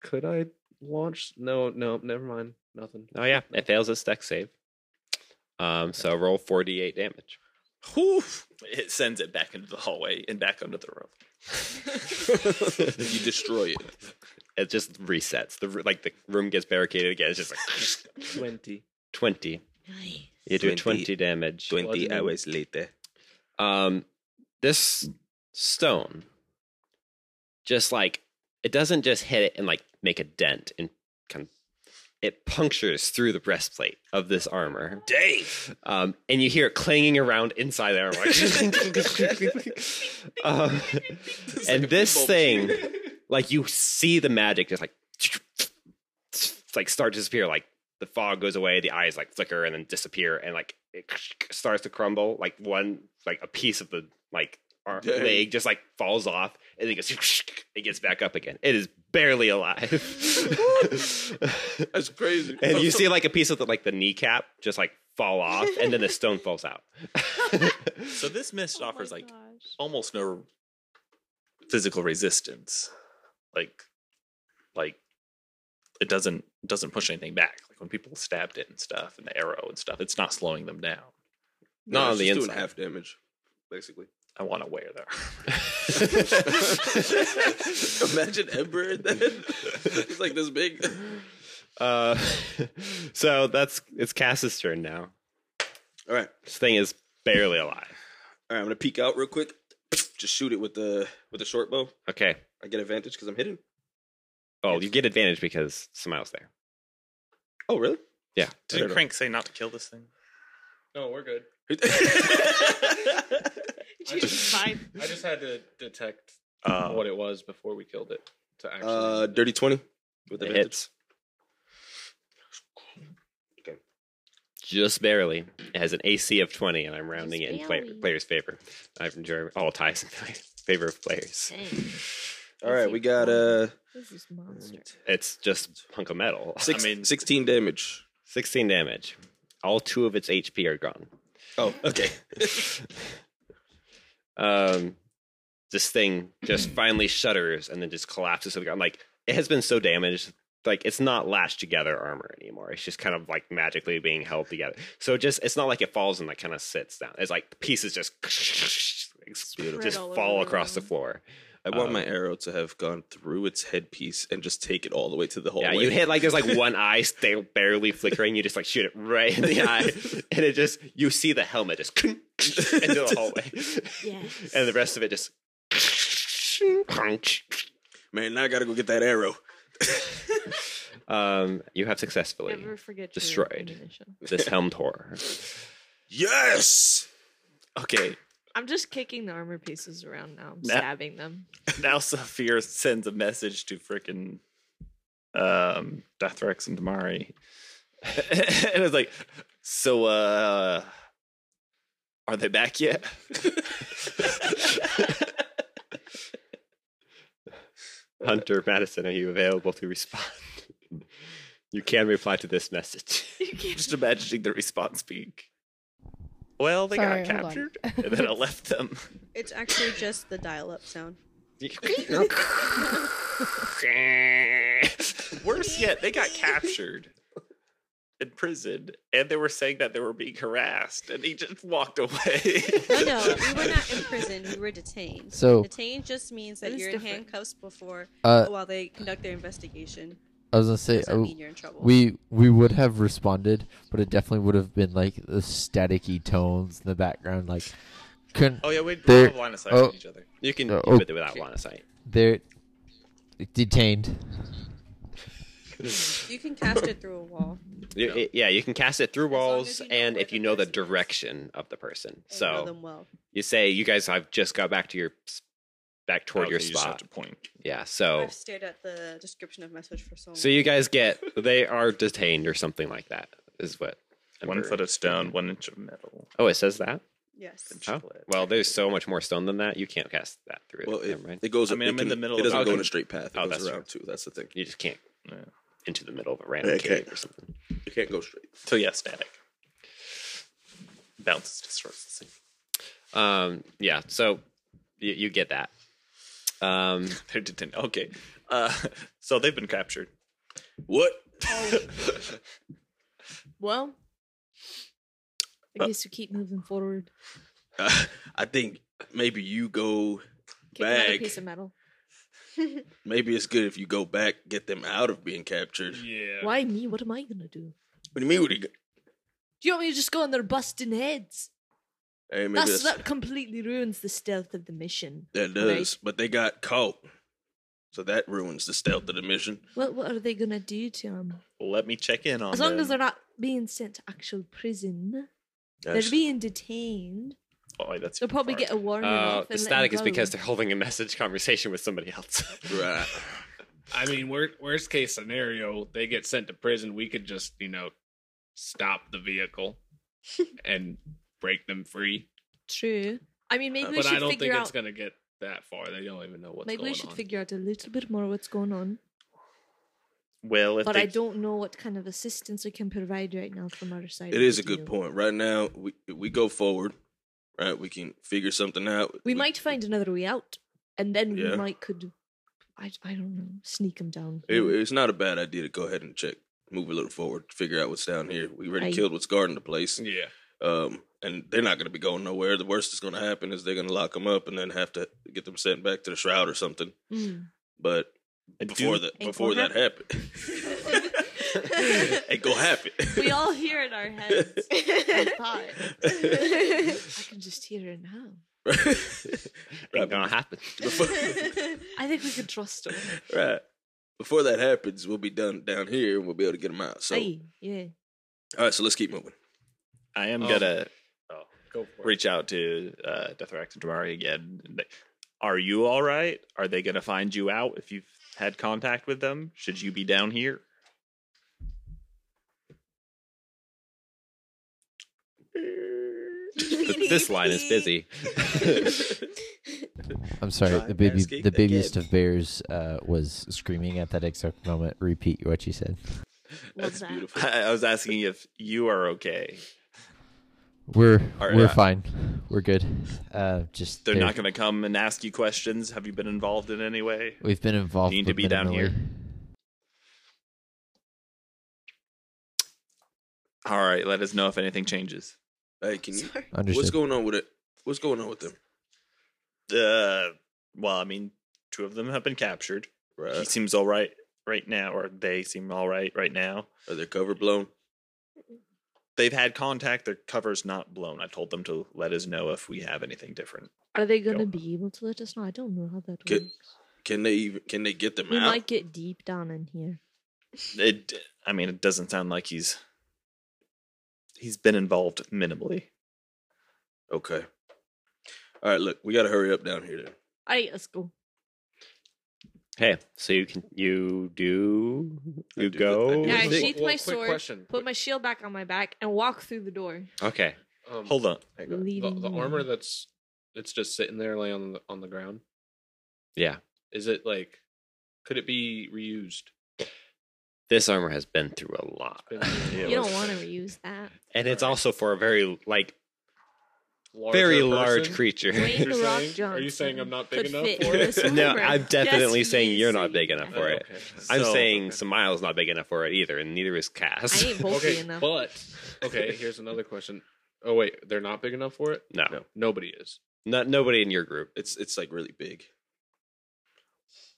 Speaker 8: Could I launch? No, no, never mind. Nothing.
Speaker 2: oh yeah it fails its dex save um, so roll 48 damage
Speaker 9: Whew. It sends it back into the hallway and back under the rope.
Speaker 5: you destroy it.
Speaker 2: it just resets the r- like the room gets barricaded again it's just like
Speaker 8: Twenty.
Speaker 2: 20 you do 20,
Speaker 5: 20.
Speaker 2: damage
Speaker 8: Bludgeoning.
Speaker 5: later.
Speaker 2: um this stone just like it doesn't just hit it and like make a dent and kind of, it punctures through the breastplate of this armor
Speaker 5: Dang.
Speaker 2: um and you hear it clanging around inside Um, the armor um, and this thing like you see the magic just like like start to disappear like the fog goes away the eyes like flicker and then disappear and like it starts to crumble like one like a piece of the like arm,
Speaker 5: Dang.
Speaker 2: leg just like falls off and then it goes it gets back up again it is barely alive
Speaker 5: That's crazy.
Speaker 2: and you see like a piece of the, like the kneecap just like fall off and then the stone falls out
Speaker 9: So this mist
Speaker 4: Oh my
Speaker 9: offers like
Speaker 4: gosh.
Speaker 9: almost no physical resistance. Like, like it doesn't it doesn't push anything back. Like when people stabbed it and stuff, and the arrow and stuff, it's not slowing them down.
Speaker 2: not on
Speaker 5: it's
Speaker 2: the
Speaker 5: just doing
Speaker 2: inside.
Speaker 5: half damage, basically.
Speaker 9: I want to wear their armor.
Speaker 5: Imagine Ember in that. It's like this big.
Speaker 2: uh so that's it's cass's turn now
Speaker 5: All right,
Speaker 2: this thing is barely alive
Speaker 5: all right. I'm gonna peek out real quick. Just shoot it with the with the short bow.
Speaker 2: okay
Speaker 5: I get advantage because I'm hidden.
Speaker 2: oh you get advantage because smile's there
Speaker 5: Oh, really?
Speaker 2: yeah
Speaker 9: Didn't Crank say not to kill this thing?
Speaker 8: No, we're good.
Speaker 7: Fine.
Speaker 8: I just had to detect
Speaker 9: Uh,
Speaker 8: what it was before we killed it to actually.
Speaker 5: uh, dirty twenty with
Speaker 2: it
Speaker 5: advantage.
Speaker 2: hits just barely it has an ac of 20 and i'm rounding it in play,
Speaker 1: barely.
Speaker 2: players favor i've enjoyed all ties in favor of players
Speaker 5: All right, we got uh
Speaker 1: This is monster.
Speaker 2: it's just a hunk of metal
Speaker 5: six,
Speaker 9: I mean-
Speaker 5: sixteen damage.
Speaker 2: 16 damage all two of its hp are gone
Speaker 5: Oh, okay.
Speaker 2: um, this thing just finally shudders and then just collapses to the ground. Like it has been so damaged, like it's not lashed together armor anymore. It's just kind of like magically being held together. So it just it's not like it falls and like kind of sits down. It's like pieces just just
Speaker 7: all over
Speaker 2: fall
Speaker 7: the
Speaker 2: across the
Speaker 7: room.
Speaker 2: floor.
Speaker 5: I want
Speaker 2: Um,
Speaker 5: my arrow to have gone through its headpiece and just take it all the way to the hallway.
Speaker 2: Yeah, you hit like there's like one eye still barely flickering. You just like shoot it right in the eye, and it just you see the helmet just into the hallway,
Speaker 1: Yes.
Speaker 2: and the rest of it just.
Speaker 5: Man, now I gotta go get that arrow.
Speaker 2: Um, you have successfully
Speaker 7: Never forget your
Speaker 2: destroyed.
Speaker 7: ammunition.
Speaker 2: this helmed horror.
Speaker 5: Yes.
Speaker 9: okay,
Speaker 7: I'm just kicking the armor pieces around now. I'm
Speaker 9: Nah.
Speaker 7: stabbing them.
Speaker 9: now Saphir sends a message to frickin' um, Deathrex and Damari. and it's like, so, uh, are they back yet?
Speaker 2: Hunter Madison, are you available to respond? you can reply to this message.
Speaker 9: Just imagining the response being, well, they
Speaker 11: Sorry,
Speaker 9: got
Speaker 11: hold on.
Speaker 9: captured, and then I left them.
Speaker 3: It's actually just the dial-up sound.
Speaker 9: Worse yet, they got captured in prison, and they were saying that they were being harassed, and he just walked away.
Speaker 3: No, no, we were not imprisoned. We were detained.
Speaker 6: So-
Speaker 3: detained just means that
Speaker 7: It is
Speaker 3: you're in
Speaker 7: different.
Speaker 3: handcuffs before
Speaker 6: Uh,
Speaker 3: while they conduct their investigation.
Speaker 6: I was gonna say,
Speaker 3: Does that
Speaker 6: uh,
Speaker 3: mean you're in trouble?
Speaker 6: we we would have responded, but it definitely would have been like the staticky tones in the background, like, couldn't
Speaker 9: Oh yeah, we'd
Speaker 6: They're-
Speaker 9: all line of sight
Speaker 6: oh.
Speaker 9: with each other.
Speaker 2: You can
Speaker 6: Uh,
Speaker 2: do it
Speaker 6: okay.
Speaker 2: without line of sight.
Speaker 6: they're detained.
Speaker 3: You can cast it through a wall.
Speaker 2: You- it- yeah, you can cast it through
Speaker 3: long
Speaker 2: walls
Speaker 3: as you know
Speaker 2: and
Speaker 3: where
Speaker 2: if
Speaker 3: the
Speaker 2: you know the
Speaker 3: person is.
Speaker 2: direction of the person.
Speaker 3: and know
Speaker 2: So
Speaker 3: them well.
Speaker 2: you say you guys have just got back to your s- back toward
Speaker 9: Oh, Okay,
Speaker 2: your
Speaker 9: you just have
Speaker 2: spot.
Speaker 9: to point.
Speaker 2: Yeah, so
Speaker 3: I've stared at the description of message for so long.
Speaker 2: so you guys get they are detained or something like that is what I
Speaker 9: One
Speaker 2: remember.
Speaker 9: foot of stone, one inch of metal.
Speaker 2: Oh, it says that.
Speaker 3: yes.
Speaker 2: Oh, well, there's so much more stone than that. You can't cast that through.
Speaker 5: Well,
Speaker 2: it.
Speaker 5: it,
Speaker 2: Never mind.
Speaker 5: it goes.
Speaker 9: I mean,
Speaker 5: it
Speaker 9: I'm in the middle
Speaker 5: It
Speaker 9: of-
Speaker 5: doesn't go in
Speaker 2: Okay.
Speaker 5: a straight path. It
Speaker 2: Oh,
Speaker 5: goes
Speaker 2: that's
Speaker 5: around too. That's the thing.
Speaker 2: You just can't
Speaker 9: Yeah.
Speaker 2: into the middle of a random
Speaker 5: Okay.
Speaker 2: cave or something.
Speaker 5: You can't go straight.
Speaker 9: So yeah, static. Bounces distorts the scene.
Speaker 2: Um, yeah. So you, you get that. Um,
Speaker 9: They're detained. Okay, uh, so they've been captured.
Speaker 5: What?
Speaker 7: Well,
Speaker 5: Uh,
Speaker 7: I guess we keep moving forward.
Speaker 9: Oh.
Speaker 5: I think maybe you go
Speaker 7: Kick another
Speaker 5: Bag.
Speaker 7: piece of metal.
Speaker 5: Maybe it's good if you go back, get them out of being captured.
Speaker 10: Yeah.
Speaker 7: Why me? What am I gonna do?
Speaker 5: What do you mean? What do you go-
Speaker 7: Do you want me to just go in there busting heads?
Speaker 5: Hey, maybe
Speaker 7: That's,
Speaker 5: that's,
Speaker 7: that completely ruins the stealth of the mission.
Speaker 5: that does, but they got caught, so that ruins the stealth of the mission.
Speaker 7: What what are they gonna do to them?
Speaker 9: Let me check in on
Speaker 5: Oh,
Speaker 7: As long
Speaker 9: them.
Speaker 7: as they're not being sent to actual prison,
Speaker 5: That's-
Speaker 7: they're being detained.
Speaker 9: Oh, wait, that's
Speaker 7: They'll probably get a warning.
Speaker 2: uh,
Speaker 7: off
Speaker 2: the
Speaker 7: and let
Speaker 2: static
Speaker 7: them
Speaker 2: is because
Speaker 7: go.
Speaker 2: they're holding a message conversation with somebody else.
Speaker 5: right.
Speaker 10: I mean, worst, worst case scenario, they get sent to prison. We could just, you know, stop the vehicle and break them free.
Speaker 7: true. I mean, maybe we
Speaker 10: Uh, but
Speaker 7: should
Speaker 10: I don't
Speaker 7: figure
Speaker 10: think
Speaker 7: out.
Speaker 10: it's gonna get that far. They don't even know what's
Speaker 7: Maybe
Speaker 10: going
Speaker 7: we should
Speaker 10: on.
Speaker 7: figure out a little bit more what's going on.
Speaker 9: Well, if
Speaker 7: But
Speaker 9: they,
Speaker 7: I don't know what kind of assistance we can provide right now from our side.
Speaker 5: It
Speaker 7: of
Speaker 5: is
Speaker 7: the
Speaker 5: a good
Speaker 7: deal.
Speaker 5: point. Right now, we we go forward. Right, we can figure something out.
Speaker 7: We might find another way out, and then
Speaker 5: Yeah.
Speaker 7: we might could, I, I don't know, sneak them down.
Speaker 5: It, it's not a bad idea to go ahead and check, move a little forward, figure out what's down here. We already
Speaker 7: Right.
Speaker 5: killed what's guarding the place.
Speaker 10: Yeah.
Speaker 5: Um, and they're not going to be going nowhere. The worst that's going to happen is they're going to lock them up and then have to get them sent back to the shroud or something.
Speaker 7: Mm.
Speaker 5: But
Speaker 9: I do-
Speaker 5: before that,
Speaker 7: Ain't
Speaker 5: before
Speaker 7: gonna
Speaker 5: that happened, ain't gonna happen.
Speaker 7: We all hear in our heads. I thought I can just hear it now.
Speaker 2: Ain't gonna happen.
Speaker 5: before,
Speaker 7: I think we could trust them.
Speaker 5: right. Before that happens, we'll be done down here and we'll be able to get them out. So,
Speaker 7: Hey, yeah.
Speaker 5: all right. So let's keep moving.
Speaker 9: I am
Speaker 8: Oh.
Speaker 9: gonna
Speaker 8: Oh, go for it.
Speaker 9: reach out to uh, Dethrax and Damari again. and be- Are you all right? Are they gonna find you out if you've had contact with them? Should you be down here?
Speaker 2: this line is busy.
Speaker 6: I'm sorry,
Speaker 9: Try
Speaker 6: the baby,
Speaker 9: asking
Speaker 6: the babiest
Speaker 9: again.
Speaker 6: of bears, uh, was screaming at that exact moment. Repeat what you said.
Speaker 7: What's that?
Speaker 9: I, I was asking if you are okay.
Speaker 6: We're
Speaker 9: Alright,
Speaker 6: we're
Speaker 9: yeah.
Speaker 6: fine. We're good. Uh, just
Speaker 9: uh, They're not gonna come and ask you questions. Have you been involved in any way?
Speaker 6: We've been involved.
Speaker 9: need to
Speaker 6: with
Speaker 9: be down here.
Speaker 6: minimally.
Speaker 9: All right, let us know if anything changes.
Speaker 5: Hey, can you?
Speaker 3: Sorry.
Speaker 5: What's
Speaker 6: Understood.
Speaker 5: going on with it? What's going on with them?
Speaker 9: Uh, well, I mean, two of them have been captured. He
Speaker 5: Right.
Speaker 9: seems all right right now, or they seem all right right now.
Speaker 5: Are their cover blown?
Speaker 9: They've had contact. Their cover's not blown. I told them to let us know if we have anything different.
Speaker 7: Are they gonna
Speaker 9: Go.
Speaker 7: be able to let us know? I don't know how that
Speaker 5: Get-
Speaker 7: works.
Speaker 5: Can they even? Can they get them
Speaker 7: We
Speaker 5: out?
Speaker 7: might get deep down in here.
Speaker 9: It. I mean, it doesn't sound like he's he's been involved minimally.
Speaker 5: Okay. All right. Look, we got to hurry up down here. Then.
Speaker 7: All right, let's go.
Speaker 2: Hey, so you can you do
Speaker 5: I
Speaker 2: you
Speaker 5: do the- I
Speaker 2: go?
Speaker 5: do
Speaker 7: Yeah,
Speaker 5: the
Speaker 7: I
Speaker 5: thing.
Speaker 7: sheathed my sword,
Speaker 8: Question.
Speaker 7: Put my shield back on my back and walk through the door.
Speaker 2: Okay.
Speaker 8: Um,
Speaker 9: Hold on.
Speaker 8: hang on. The,
Speaker 7: Leading
Speaker 8: the
Speaker 7: me.
Speaker 8: armor that's it's just sitting there, laying on the on the ground.
Speaker 2: Yeah.
Speaker 8: Is it like? Could it be reused?
Speaker 2: This armor has been through a lot.
Speaker 8: Been-
Speaker 9: Yeah,
Speaker 7: you don't
Speaker 9: let's-
Speaker 7: want to reuse that.
Speaker 2: And it's also for a very like
Speaker 8: larger
Speaker 2: Very large
Speaker 8: person?
Speaker 2: creature.
Speaker 7: Wayne
Speaker 8: You're
Speaker 7: The Rock
Speaker 8: saying- are you saying
Speaker 7: Johnson
Speaker 8: I'm not big
Speaker 7: could
Speaker 8: enough
Speaker 7: fit
Speaker 8: for
Speaker 7: in
Speaker 8: it?
Speaker 7: this
Speaker 2: No,
Speaker 7: room.
Speaker 2: I'm definitely
Speaker 7: Yes,
Speaker 2: saying
Speaker 7: he
Speaker 2: you're
Speaker 7: is
Speaker 2: not big enough for it.
Speaker 8: Oh, Okay.
Speaker 2: I'm
Speaker 9: So-
Speaker 2: saying Samile's not big enough for it either, and neither is Cass.
Speaker 7: I ain't bulky
Speaker 8: Okay,
Speaker 7: enough.
Speaker 8: but okay, here's another question. Oh wait, they're not big enough for it.
Speaker 2: No,
Speaker 5: No.
Speaker 8: Nobody is.
Speaker 2: not nobody in your group.
Speaker 5: It's it's like really big.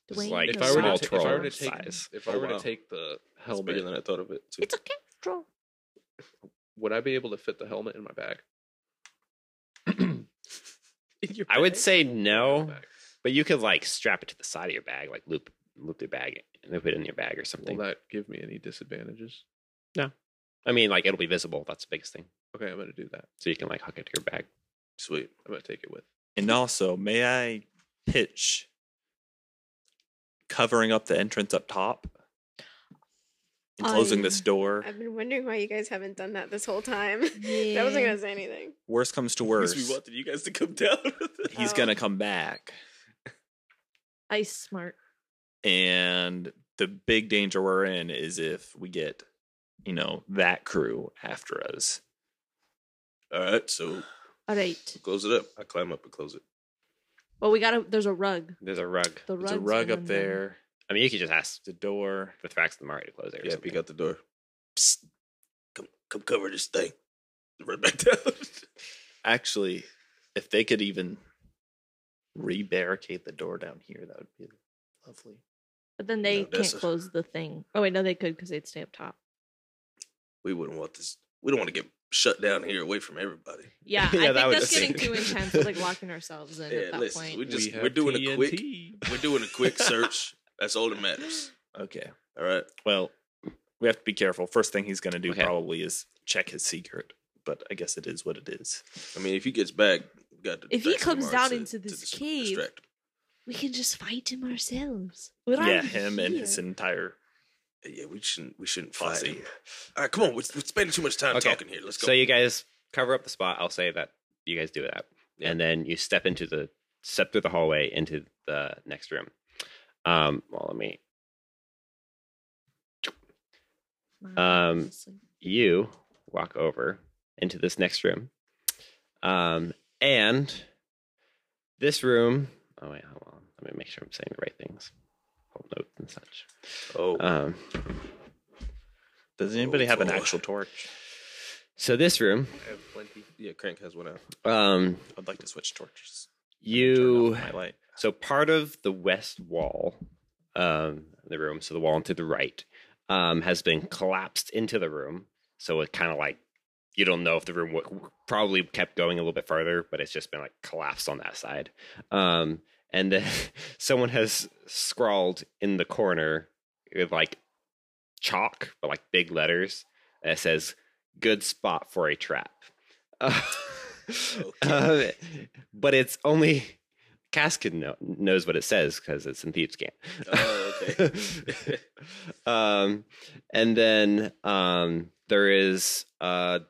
Speaker 2: It's
Speaker 7: Dwayne
Speaker 2: like
Speaker 7: The
Speaker 8: If I were
Speaker 2: small
Speaker 8: to,
Speaker 7: Rock
Speaker 8: ta- if I
Speaker 2: troll
Speaker 8: were to take,
Speaker 2: size.
Speaker 8: if I
Speaker 5: Oh,
Speaker 8: were
Speaker 5: wow.
Speaker 8: to take the
Speaker 5: It's
Speaker 8: helmet,
Speaker 5: bigger than I thought of it. Too.
Speaker 1: It's okay. Draw.
Speaker 8: would I be able to fit the helmet in my bag?
Speaker 2: I would say
Speaker 8: My
Speaker 2: no,
Speaker 8: bag.
Speaker 2: but you could like strap it to the side of your bag, like loop loop your bag and loop it in your bag or
Speaker 8: Will
Speaker 2: something.
Speaker 8: that give me any disadvantages?
Speaker 2: I mean, like it'll be visible. That's the biggest thing.
Speaker 8: Okay, I'm gonna do that.
Speaker 2: So you can like hook it to your bag.
Speaker 5: Sweet.
Speaker 8: I'm gonna take it with.
Speaker 9: And also, may I pitch covering up the entrance up top and closing this
Speaker 1: I-
Speaker 9: door?
Speaker 4: I've been wondering why you guys haven't done that this whole time.
Speaker 1: Yeah.
Speaker 4: I wasn't gonna say anything.
Speaker 9: Worst comes to
Speaker 5: Because we
Speaker 9: worst,
Speaker 5: wanted you guys to come down. with it.
Speaker 9: he's
Speaker 4: Oh.
Speaker 9: gonna come back,
Speaker 7: Ice smart.
Speaker 9: and the big danger we're in is if we get, you know, that crew after us.
Speaker 5: All right, so
Speaker 7: All right.
Speaker 5: close it up. I climb up and close it.
Speaker 7: Well, we got to There's a rug.
Speaker 2: There's a rug.
Speaker 7: The
Speaker 9: There's a
Speaker 7: rug's
Speaker 9: rug
Speaker 7: been
Speaker 9: up
Speaker 7: undone.
Speaker 9: there,
Speaker 2: I mean, you could just ask
Speaker 9: the door.
Speaker 2: the Thrax and Mari to close it. Or
Speaker 5: Yeah,
Speaker 2: something.
Speaker 5: peek out the door. Psst. Come come cover this thing. Run back down.
Speaker 9: Actually, if they could even rebarricade the door down here, that would be lovely.
Speaker 7: But then
Speaker 5: No,
Speaker 7: they
Speaker 5: that's
Speaker 7: can't
Speaker 5: a-
Speaker 7: close the thing. Oh wait, no, they could because they'd stay up top.
Speaker 5: we wouldn't want this. We don't want to get shut down here, away from everybody.
Speaker 7: Yeah,
Speaker 2: Yeah,
Speaker 7: I
Speaker 2: that
Speaker 7: think
Speaker 2: would
Speaker 7: that's
Speaker 2: stink.
Speaker 7: getting too intense with like locking ourselves in
Speaker 5: Yeah,
Speaker 7: at that
Speaker 5: listen,
Speaker 7: point.
Speaker 5: we just
Speaker 8: We
Speaker 5: we are
Speaker 8: have
Speaker 5: doing a quick
Speaker 8: TNT.
Speaker 5: we're doing a quick search. That's all that matters.
Speaker 9: Okay.
Speaker 5: All right.
Speaker 9: Well, we have to be careful. First thing he's going to do
Speaker 2: Okay.
Speaker 9: probably is check his secret, but I guess it is what it is.
Speaker 5: I mean, if he gets back, we got to
Speaker 7: If he
Speaker 5: distract
Speaker 7: comes
Speaker 5: Lamar
Speaker 7: down
Speaker 5: to-
Speaker 7: into
Speaker 5: to
Speaker 7: this
Speaker 5: dis-
Speaker 7: cave-
Speaker 5: distract him.
Speaker 1: We can just fight him ourselves.
Speaker 9: yeah, him and his entire
Speaker 5: yeah, we shouldn't we shouldn't fight.
Speaker 9: posse.
Speaker 5: him. All right, come on. We're, we're spending too much time
Speaker 2: Okay.
Speaker 5: talking here. Let's go.
Speaker 2: So you guys cover up the spot. I'll say that you guys do that, and then you step into the step through the hallway into the next room. Um, well, let me. Um, You walk over into this next room, um, and this room. Oh wait, hold on. Let me make sure I'm saying the right things. Hold notes and such.
Speaker 5: oh,
Speaker 2: Um,
Speaker 9: Uh, Does anybody have an
Speaker 5: Lord.
Speaker 9: actual torch?
Speaker 2: so this room,
Speaker 5: I have plenty. Yeah, Crank has one out.
Speaker 2: um,
Speaker 9: I'd like to switch torches. Turn
Speaker 2: you
Speaker 9: off my light.
Speaker 2: So part of the west wall, um, the room, so the wall to the right, um, has been collapsed into the room. So it kind of like you don't know if the room w- probably kept going a little bit further, but it's just been like collapsed on that side. Um, and then someone has scrawled in the corner with like chalk, but like big letters that says "Good spot for a trap." Uh,
Speaker 5: Okay.
Speaker 2: um, but it's only Cass can know, knows what it says because it's in Thieves' Camp.
Speaker 5: Oh, okay.
Speaker 2: um, and then um, there is a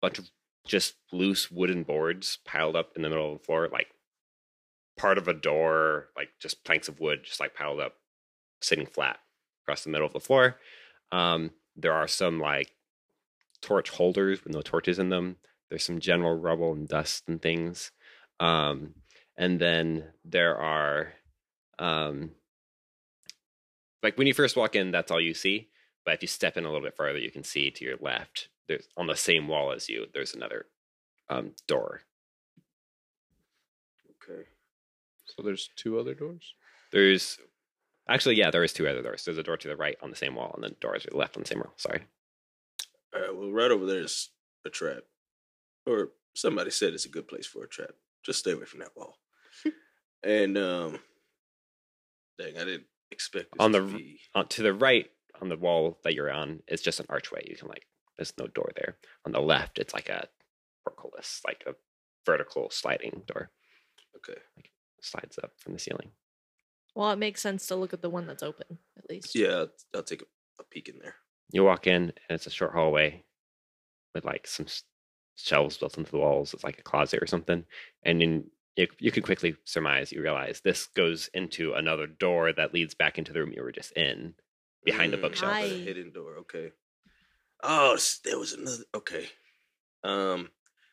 Speaker 2: bunch of just loose wooden boards piled up in the middle of the floor, like part of a door, like just planks of wood, just like piled up, sitting flat across the middle of the floor. Um, there are some like torch holders with no torches in them. There's some general rubble and dust and things. Um, and then there are um like when you first walk in that's all you see but if you step in a little bit farther you can see to your left there's on the same wall as you there's another um door
Speaker 5: Okay.
Speaker 8: So there's two other doors.
Speaker 2: there's actually yeah there is two other doors there's a door to the right on the same wall and then doors to the left on the same wall sorry
Speaker 5: All right. Well, right over there is a trap, or somebody said it's a good place for a trap. Just stay away from that wall. and um, dang, I didn't expect this
Speaker 2: On
Speaker 5: to
Speaker 2: the-
Speaker 5: be-
Speaker 2: on, to the right on the wall that you're on is just an archway you can like there's no door there on the left it's like a portcullis like a vertical sliding door
Speaker 5: okay.
Speaker 2: slides up from the ceiling
Speaker 7: well, it makes sense to look at the one that's open at least.
Speaker 5: Yeah, I'll, I'll take a, a peek in there.
Speaker 2: You walk in, and it's a short hallway with like some s- shelves built into the walls. It's like a closet or something. And then you, you can quickly surmise, you realize this goes into another door that leads back into the room you were just in behind the
Speaker 5: Mm,
Speaker 2: bookshelf.
Speaker 5: a
Speaker 7: Aye.
Speaker 5: hidden door. Okay. Oh, s- there was another. Okay. Um,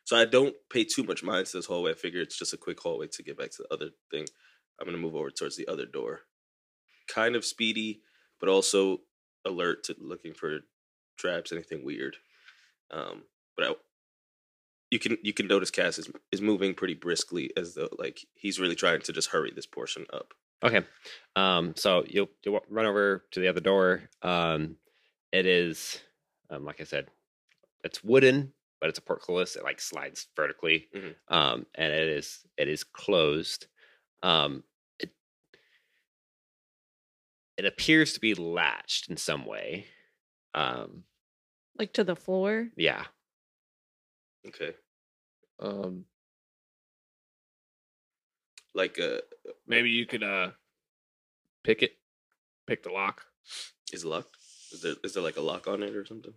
Speaker 5: So I don't pay too much mind to this hallway. I figure it's just a quick hallway to get back to the other thing. I'm gonna move over towards the other door. Kind of speedy, but also alert to looking for traps, anything weird. Um, but I, you can you can notice Cass is is moving pretty briskly, as though like he's really trying to just hurry this portion up.
Speaker 2: Okay. Um, so you'll, you'll wa- run over to the other door. Um, it is, um, like I said, it's wooden, but it's a portcullis. It like slides vertically,
Speaker 5: Mhm.
Speaker 2: um, and it is it is closed. Um, it it appears to be latched in some way. Um,
Speaker 7: Like to the floor.
Speaker 2: yeah.
Speaker 5: Okay,
Speaker 8: Um,
Speaker 5: like uh,
Speaker 10: Maybe you could uh pick it, pick the lock.
Speaker 5: is lock? Is there is there like a lock on it or something?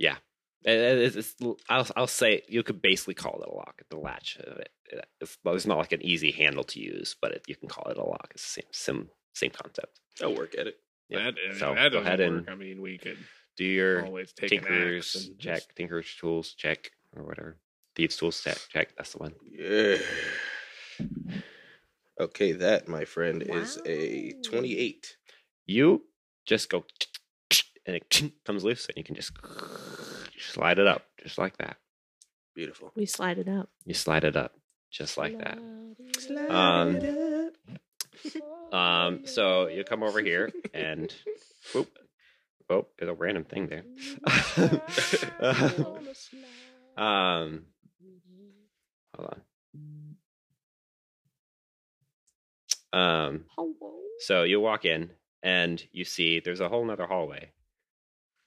Speaker 2: It- it- it's- it's l- I'll I'll say you could basically call it a lock, the latch of it. It- It's, well, it's not like an easy handle to use, but it, you can call it a lock. It's the same same same concept.
Speaker 5: I'll work at it.
Speaker 2: Yeah.
Speaker 10: That, I mean,
Speaker 2: so
Speaker 10: that
Speaker 2: go
Speaker 10: doesn't
Speaker 2: ahead
Speaker 10: work.
Speaker 2: and
Speaker 10: I mean, we could
Speaker 2: do your
Speaker 10: always take an axe
Speaker 2: tinker's
Speaker 10: and
Speaker 2: check,
Speaker 10: just-
Speaker 2: tinker's tools check, or whatever. Thieves tools check. check. That's the one.
Speaker 5: Yeah. Okay, that my friend is a
Speaker 7: Wow.
Speaker 5: twenty-eight.
Speaker 2: You just go, and it comes loose, and you can just slide it up, just like that.
Speaker 5: Beautiful.
Speaker 7: We slide it up.
Speaker 2: You slide it up, just like that.
Speaker 7: that.
Speaker 2: Um, Um, so you come over here and whoop, oh, there's a random thing there. um, hold on. Um, so you walk in and you see there's a whole nother hallway.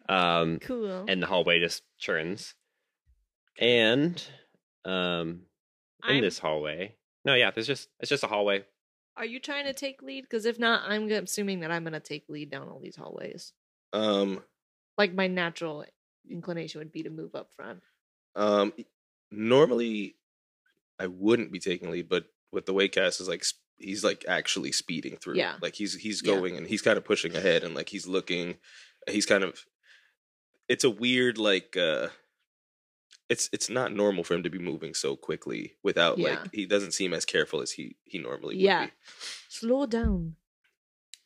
Speaker 2: Um,
Speaker 7: Cool.
Speaker 2: and the hallway just turns, and um, in
Speaker 7: I'm-
Speaker 2: this hallway, no, yeah, there's just it's just a hallway.
Speaker 7: Are you trying to take lead? Because if not, I'm g- assuming that I'm going to take lead down all these hallways.
Speaker 5: Um,
Speaker 7: Like my natural inclination would be to move up front.
Speaker 5: um, normally I wouldn't be taking lead, but with the way Cass is like, sp- he's like actually speeding through.
Speaker 7: Yeah.
Speaker 5: Like he's he's
Speaker 7: Yeah.
Speaker 5: going and he's kind of pushing ahead and like he's looking. He's kind of. It's a weird like. uh It's it's not normal for him to be moving so quickly without
Speaker 7: Yeah.
Speaker 5: like he doesn't seem as careful as he he normally would
Speaker 7: Yeah.
Speaker 5: be.
Speaker 7: Slow down.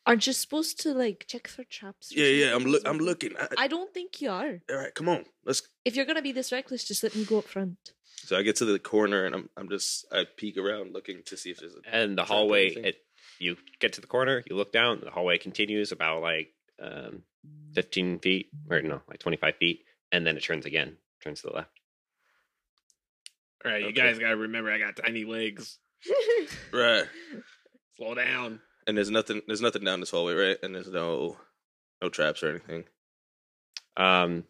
Speaker 7: Aren't you supposed to like check for traps? or
Speaker 5: Yeah, yeah. I'm
Speaker 7: something
Speaker 5: look.
Speaker 7: as
Speaker 5: I'm
Speaker 7: well?
Speaker 5: looking. I,
Speaker 7: I don't think you are.
Speaker 5: all right, come on. Let's.
Speaker 7: If you're going to be this reckless, just let me go up front.
Speaker 5: So I get to the corner and I'm I'm just I peek around looking to see if there's a.
Speaker 2: and the
Speaker 5: Is that the
Speaker 2: hallway
Speaker 5: thing?
Speaker 2: it you get to the corner you look down the hallway continues about like um 15 feet or no like 25 feet and then it turns again turns to the left
Speaker 10: All right, you
Speaker 5: Okay.
Speaker 10: guys gotta remember I got tiny legs.
Speaker 5: Right.
Speaker 10: Slow down.
Speaker 5: And there's nothing. There's nothing down this hallway, right? And there's no no traps or anything.
Speaker 2: um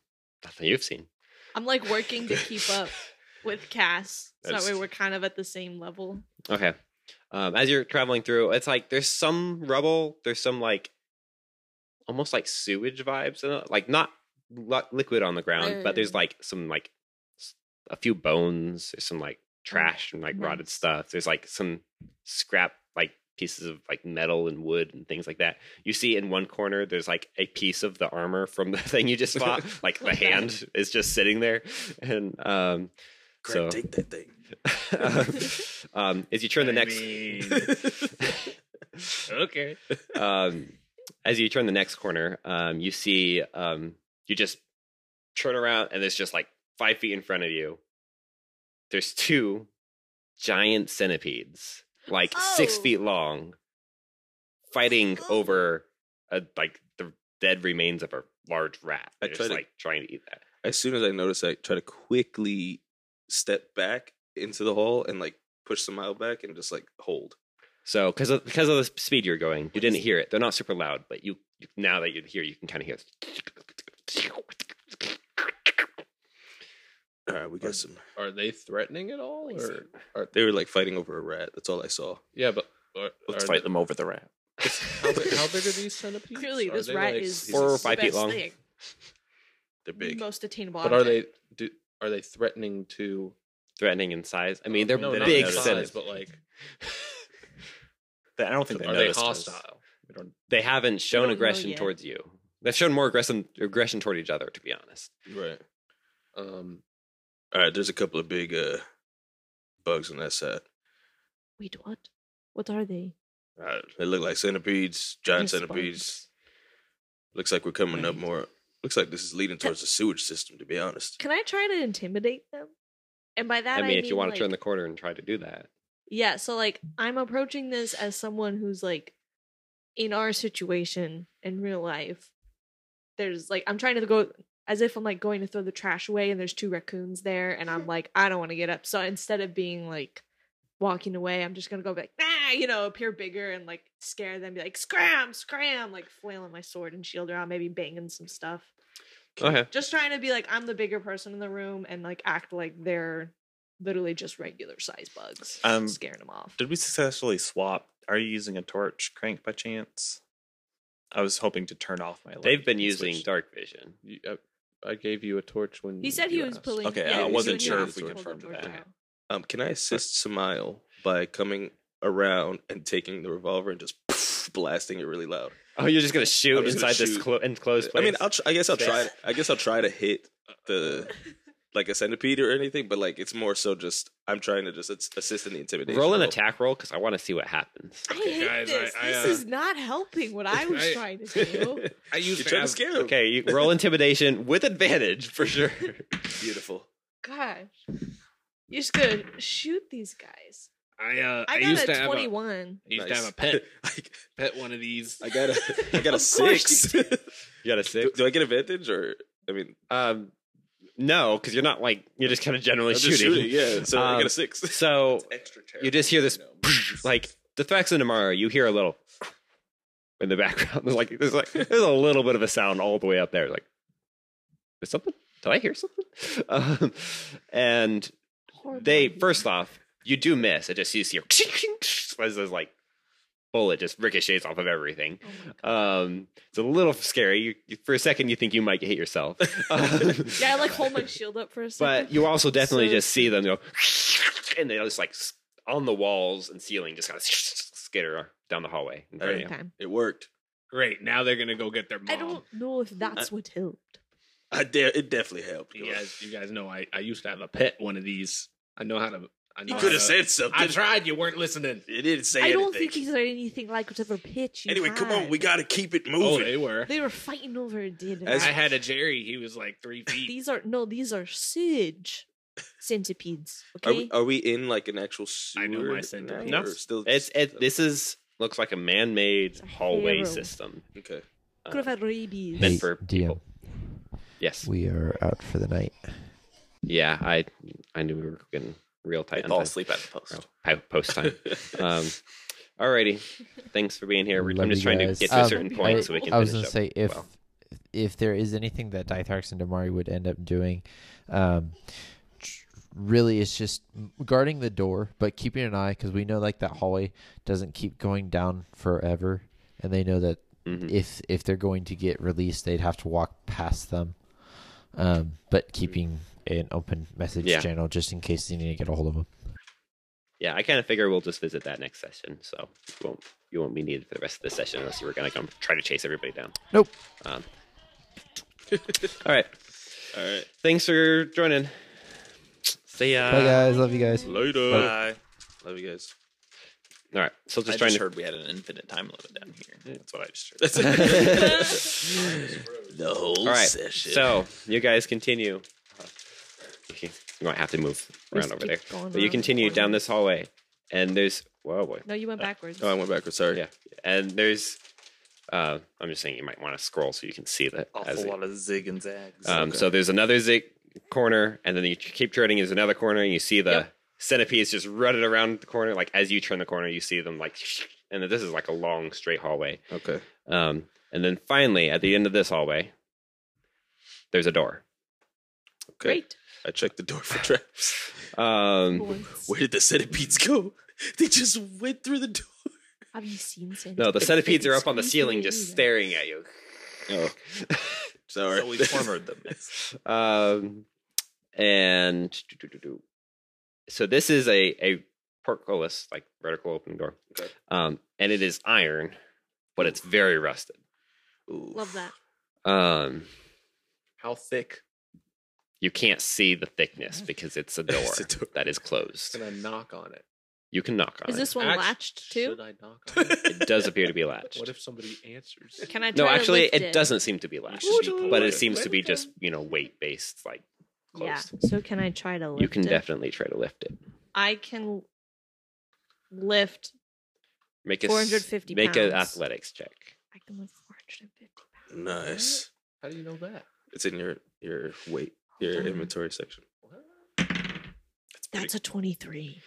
Speaker 2: nothing you've seen
Speaker 7: I'm like working to keep up with Cass. So that
Speaker 5: That's-
Speaker 7: way we're kind of at the same level.
Speaker 2: okay um as you're traveling through it's like there's some rubble there's some like almost like sewage vibes in it. like not li- liquid on the ground but there's
Speaker 7: Mm.
Speaker 2: like some like s- a few bones there's some like trash and like rotted
Speaker 7: Mm, nice.
Speaker 2: stuff there's like some scrap like pieces of like metal and wood and things like that you see in one corner there's like a piece of the armor from the thing you just fought like the
Speaker 7: Love that.
Speaker 2: hand is just sitting there and um
Speaker 5: Greg,
Speaker 2: So-
Speaker 5: take that thing.
Speaker 2: um as you turn the
Speaker 10: I
Speaker 2: next
Speaker 10: mean, okay.
Speaker 2: um, as you turn the next corner, um, you see um, you just turn around and there's just like five feet in front of you. There's two giant centipedes, like six
Speaker 3: Oh.
Speaker 2: feet long, fighting
Speaker 3: Oh.
Speaker 2: over a, like the dead remains of a large rat.
Speaker 5: I
Speaker 2: They're
Speaker 5: tried
Speaker 2: just
Speaker 5: to-
Speaker 2: like trying to eat that.
Speaker 5: As soon as I notice, I try to quickly step back into the hall and like push the mile back and just like hold.
Speaker 2: So because of because of the speed you're going, you didn't hear it. They're not super loud, but you, you now that you're here, you can kind of hear. it.
Speaker 5: All right, we got some.
Speaker 8: are they threatening at all? Or are
Speaker 5: They were like fighting over a rat. That's all I saw.
Speaker 8: yeah, but are,
Speaker 9: Let's
Speaker 8: are
Speaker 9: fight them over the rat.
Speaker 8: How, big, how big are these centipedes?
Speaker 7: Clearly,
Speaker 8: Are
Speaker 7: this
Speaker 8: they,
Speaker 7: rat
Speaker 8: like-
Speaker 7: is
Speaker 2: four or
Speaker 7: the
Speaker 2: five feet
Speaker 7: best
Speaker 2: long.
Speaker 7: thing.
Speaker 5: They're big.
Speaker 7: Most attainable.
Speaker 8: But are
Speaker 7: object.
Speaker 8: they do are they threatening to?
Speaker 2: threatening in size. I mean, they're
Speaker 8: No, not
Speaker 2: big
Speaker 8: in size,
Speaker 2: centipedes.
Speaker 8: but like
Speaker 9: I don't think they
Speaker 8: are they
Speaker 9: noticed us.
Speaker 8: hostile? We don't.
Speaker 2: They haven't shown
Speaker 7: know
Speaker 2: aggression
Speaker 7: yet.
Speaker 2: towards you. They've shown more aggression aggression toward each other, to be honest.
Speaker 5: Right.
Speaker 8: Um,
Speaker 5: All right, there's a couple of big uh, bugs on that side.
Speaker 7: Wait, what? What are they?
Speaker 5: Uh, they look like centipedes, giant
Speaker 7: Yes,
Speaker 5: centipedes.
Speaker 7: bugs.
Speaker 5: Looks like we're coming up
Speaker 7: Right.
Speaker 5: more. Looks like this is leading towards the sewage system, to be honest.
Speaker 7: Can I try to intimidate them? And by that
Speaker 2: I mean, if you want
Speaker 7: like,
Speaker 2: to turn the corner and try to do that,
Speaker 7: Yeah, so like I'm approaching this as someone who's like in our situation in real life. There's like I'm trying to go as if I'm like going to throw the trash away and there's two raccoons there and I'm like I don't want to get up. So instead of being like walking away, I'm just going to go be like nah, you know, appear bigger and like scare them be like scram, scram, like flailing my sword and shield around, maybe banging some stuff.
Speaker 2: okay,
Speaker 7: Just trying to be like I'm the bigger person in the room and like act like they're literally just regular size bugs.
Speaker 9: Um,
Speaker 7: scaring them off.
Speaker 9: Did we successfully swap? Are you using a torch crank by chance? I was hoping to turn off my. light
Speaker 2: they've been
Speaker 9: and
Speaker 2: using
Speaker 9: switch.
Speaker 2: dark vision.
Speaker 8: You, I, I gave you a torch when
Speaker 7: He said he
Speaker 8: you
Speaker 7: was
Speaker 8: asked.
Speaker 7: pulling.
Speaker 9: Okay,
Speaker 5: I
Speaker 7: he was
Speaker 5: wasn't
Speaker 7: doing
Speaker 5: sure
Speaker 7: that.
Speaker 5: if we
Speaker 7: Pulled the
Speaker 9: confirmed
Speaker 7: torch
Speaker 9: that.
Speaker 7: out.
Speaker 5: Um, can I assist Smile by coming around and taking the revolver and just blasting it really loud?
Speaker 2: Oh, you're just gonna shoot
Speaker 5: I'm just gonna
Speaker 2: inside this
Speaker 5: shoot.
Speaker 2: clo- enclosed
Speaker 5: I
Speaker 2: place.
Speaker 5: mean, I'll tr- I guess I'll try.
Speaker 2: Space.
Speaker 5: I guess I'll try to hit the like a centipede or anything, but like it's more so just I'm trying to just it's assist in the intimidation. Oh,
Speaker 2: roll an
Speaker 5: roll.
Speaker 2: attack roll because I want to see what happens.
Speaker 7: I hate
Speaker 10: guys, I-
Speaker 7: this.
Speaker 10: I,
Speaker 7: this
Speaker 10: uh,
Speaker 7: is not helping what I was
Speaker 10: I-
Speaker 7: trying to do.
Speaker 10: I
Speaker 5: You're
Speaker 10: used to
Speaker 5: trying to
Speaker 10: have
Speaker 5: scare him.
Speaker 2: Okay, you roll intimidation with advantage for sure.
Speaker 5: Beautiful.
Speaker 7: Gosh, you're just gonna shoot these guys.
Speaker 10: I uh I,
Speaker 7: I got
Speaker 10: used to
Speaker 7: a
Speaker 10: have a,
Speaker 7: 21.
Speaker 10: I used to
Speaker 5: Nice.
Speaker 10: have a pet
Speaker 5: I,
Speaker 10: pet one of these.
Speaker 5: I got a I got a
Speaker 7: Of course
Speaker 5: six.
Speaker 2: You got a
Speaker 5: do,
Speaker 2: six?
Speaker 5: do I get advantage or I mean
Speaker 2: Um, no, because you're not like you're just kind of generally
Speaker 5: I'm
Speaker 2: shooting.
Speaker 5: just Yeah, so I
Speaker 2: Um,
Speaker 5: got a six.
Speaker 2: So
Speaker 5: Extra
Speaker 2: you just hear this
Speaker 5: terrible,
Speaker 2: like the facts of tomorrow. You hear a little in the background. There's like there's like there's a little bit of a sound all the way up there. Like there's something. Did I hear something? Um, and
Speaker 7: Horrible
Speaker 2: they
Speaker 7: idea.
Speaker 2: first off you do miss. It just you see as this like bullet just ricochets off of everything.
Speaker 7: Oh my God.
Speaker 2: Um, it's a little scary. You, you, for a second, you think you might hit yourself. Um,
Speaker 7: yeah, I like hold my shield up for a second.
Speaker 2: but you also definitely
Speaker 7: So-
Speaker 2: just see them go, and they just like s- on the walls and ceiling, just kind of skitter down the hallway. in front of you.
Speaker 7: Okay.
Speaker 5: It worked.
Speaker 10: Great. Now they're gonna go get their mom.
Speaker 7: I don't know if that's what helped.
Speaker 5: I dare it definitely helped.
Speaker 10: You guys, you guys know I, I used to have a pet one of these. I know how to. I know
Speaker 5: You
Speaker 10: how
Speaker 5: could have
Speaker 10: to-
Speaker 5: said something.
Speaker 10: I tried. You weren't listening.
Speaker 5: It didn't say
Speaker 7: I
Speaker 5: anything.
Speaker 7: don't think he said anything like whatever pitch. You
Speaker 5: anyway, come on,
Speaker 7: had.
Speaker 5: we gotta keep it
Speaker 10: Oh,
Speaker 5: moving.
Speaker 10: they were.
Speaker 7: They were fighting over a dinner.
Speaker 5: As-
Speaker 10: I had a Jerry. He was like three feet.
Speaker 7: these are no, these are sewage centipedes.
Speaker 5: are,
Speaker 7: Okay,
Speaker 5: we, oh are we in like an actual sewer?
Speaker 10: I know my
Speaker 5: now,
Speaker 10: sentiment.
Speaker 2: No.
Speaker 5: or still
Speaker 2: It's it. This is looks like a man-made
Speaker 7: It's a
Speaker 2: hallway
Speaker 7: harrow.
Speaker 2: system.
Speaker 5: okay.
Speaker 2: Uh,
Speaker 7: could have had rabies.
Speaker 2: Then for
Speaker 6: DM.
Speaker 2: people. Yes.
Speaker 6: We are out for the night.
Speaker 2: Yeah. I I knew we were getting real tight. on
Speaker 9: Fall
Speaker 2: time.
Speaker 9: asleep at the post.
Speaker 2: Oh, po- post time. um, alrighty. Thanks for being here. We're,
Speaker 6: Love
Speaker 2: I'm just
Speaker 6: you
Speaker 2: trying
Speaker 6: guys.
Speaker 2: to get to
Speaker 6: Um,
Speaker 2: a certain
Speaker 7: I-
Speaker 2: point so we can.
Speaker 6: I was
Speaker 2: finish
Speaker 6: gonna
Speaker 2: up
Speaker 6: say if
Speaker 2: well.
Speaker 6: if there is anything that Dithrax and Damari would end up doing, um, tr- really it's just guarding the door, but keeping an eye because we know like that hallway doesn't keep going down forever, and they know that
Speaker 2: Mhm.
Speaker 6: if if they're going to get released, they'd have to walk past them. Um, but keeping an open message
Speaker 2: Hmm. Yeah.
Speaker 6: channel just in case they need to get a hold of them.
Speaker 2: Yeah, I kind of figure we'll just visit that next session, so you won't you won't be needed for the rest of the session unless you were gonna come try to chase everybody down.
Speaker 6: Nope.
Speaker 2: Um, all right,
Speaker 5: All right.
Speaker 2: thanks for joining. See
Speaker 5: uh,
Speaker 2: ya.
Speaker 6: Bye guys, love you guys.
Speaker 2: Oh.
Speaker 5: Later.
Speaker 9: Bye.
Speaker 5: Love you guys.
Speaker 2: All right, so just
Speaker 9: I
Speaker 2: trying
Speaker 9: just
Speaker 2: to.
Speaker 9: heard we had an infinite time limit down here. That's what I just heard.
Speaker 5: The whole
Speaker 2: all right,
Speaker 5: session.
Speaker 2: so you guys continue. You might have to move around
Speaker 7: Just
Speaker 2: over
Speaker 7: keep
Speaker 2: there,
Speaker 7: going
Speaker 2: but
Speaker 7: around
Speaker 2: you
Speaker 7: the
Speaker 2: continue down
Speaker 7: corner.
Speaker 2: this hallway, and there's whoa, boy.
Speaker 7: No, you went backwards.
Speaker 5: oh, I went backwards. Sorry.
Speaker 2: yeah, and there's. Uh, I'm just saying you might want to scroll so you can see that. as
Speaker 9: Awful
Speaker 2: it-
Speaker 9: lot of zig and zags.
Speaker 2: Um, So there's another zig corner, and then you keep turning. There's another corner, and you see the centipedes just running around the corner. Like as you turn the corner, you see them like, and then this is like a long straight hallway.
Speaker 5: Okay.
Speaker 2: Um, and then finally, at the end of this hallway, there's a door.
Speaker 5: Okay.
Speaker 7: Great.
Speaker 5: I checked the door for traps.
Speaker 2: Um,
Speaker 7: Once.
Speaker 5: Where did the centipedes go? They just went through the door.
Speaker 7: Have you seen Santa?
Speaker 2: no, the centipedes are up on the
Speaker 7: Squeaky
Speaker 2: ceiling, just
Speaker 7: leader.
Speaker 2: staring at you.
Speaker 5: Oh, sorry.
Speaker 9: so we cornered them.
Speaker 2: um, and doo-doo-doo-doo. so this is a a portcullis, like vertical open door,
Speaker 5: Okay.
Speaker 2: um, and it is iron, but it's very rusted.
Speaker 5: Ooh.
Speaker 7: Love that.
Speaker 2: Um,
Speaker 8: How thick?
Speaker 2: You can't see the thickness because it's a door,
Speaker 5: It's a door.
Speaker 2: that is closed.
Speaker 8: Can I knock on it?
Speaker 2: You can knock on
Speaker 7: Is
Speaker 2: it.
Speaker 7: this one
Speaker 8: Act-
Speaker 7: latched too?
Speaker 8: Should I knock on it?
Speaker 2: It does appear to be latched.
Speaker 8: What if somebody answers?
Speaker 7: Can I? Try
Speaker 2: no,
Speaker 7: to
Speaker 2: actually,
Speaker 7: lift
Speaker 2: it, doesn't seem to be latched,
Speaker 8: should be
Speaker 2: but
Speaker 8: polite.
Speaker 2: it seems to be
Speaker 8: Welcome.
Speaker 2: just you know weight based. Like
Speaker 7: Yeah.
Speaker 2: closed.
Speaker 7: So can I try to lift
Speaker 2: you can
Speaker 7: it?
Speaker 2: definitely try to lift it.
Speaker 7: I can lift.
Speaker 2: Make a s-
Speaker 7: 450
Speaker 2: Make an
Speaker 7: pounds.
Speaker 2: athletics check.
Speaker 7: I can lift 450 pounds.
Speaker 5: Nice.
Speaker 8: How do you know that?
Speaker 5: It's in your your weight your
Speaker 7: Hold on.
Speaker 5: inventory section.
Speaker 7: That's a 23.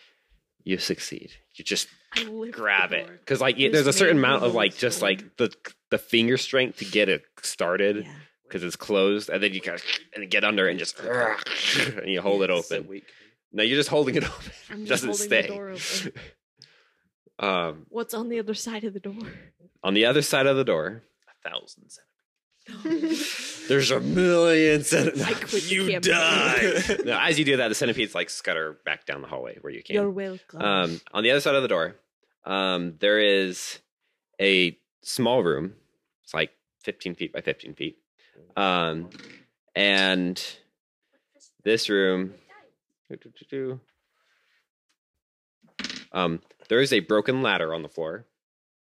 Speaker 2: You succeed. You just
Speaker 7: I lift
Speaker 2: grab
Speaker 7: the
Speaker 2: it
Speaker 7: door.
Speaker 2: because like y-
Speaker 7: Just
Speaker 2: there's a certain
Speaker 7: make
Speaker 2: amount of
Speaker 7: room
Speaker 2: like
Speaker 7: for
Speaker 2: just
Speaker 7: it.
Speaker 2: like the the finger strength to get it started
Speaker 7: Yeah.
Speaker 2: because it's closed, and then you kind of get under it and just and you hold it open. No, you're just holding it open.
Speaker 7: I'm
Speaker 2: It
Speaker 7: just
Speaker 2: doesn't
Speaker 7: holding the door
Speaker 2: stay.
Speaker 7: open.
Speaker 2: um,
Speaker 7: What's on the other side of the door?
Speaker 2: on the other side of the door,
Speaker 8: Thousands.
Speaker 2: there's a million
Speaker 7: I
Speaker 2: centipedes.
Speaker 7: quit the campaign.
Speaker 2: no, as you do that, the centipedes like scutter back down the hallway where you
Speaker 7: You're
Speaker 2: came.
Speaker 7: welcome.
Speaker 2: Um, on the other side of the door, um, there is a small room. It's like 15 feet by 15 feet. Um, and this room, um, there is a broken ladder on the floor,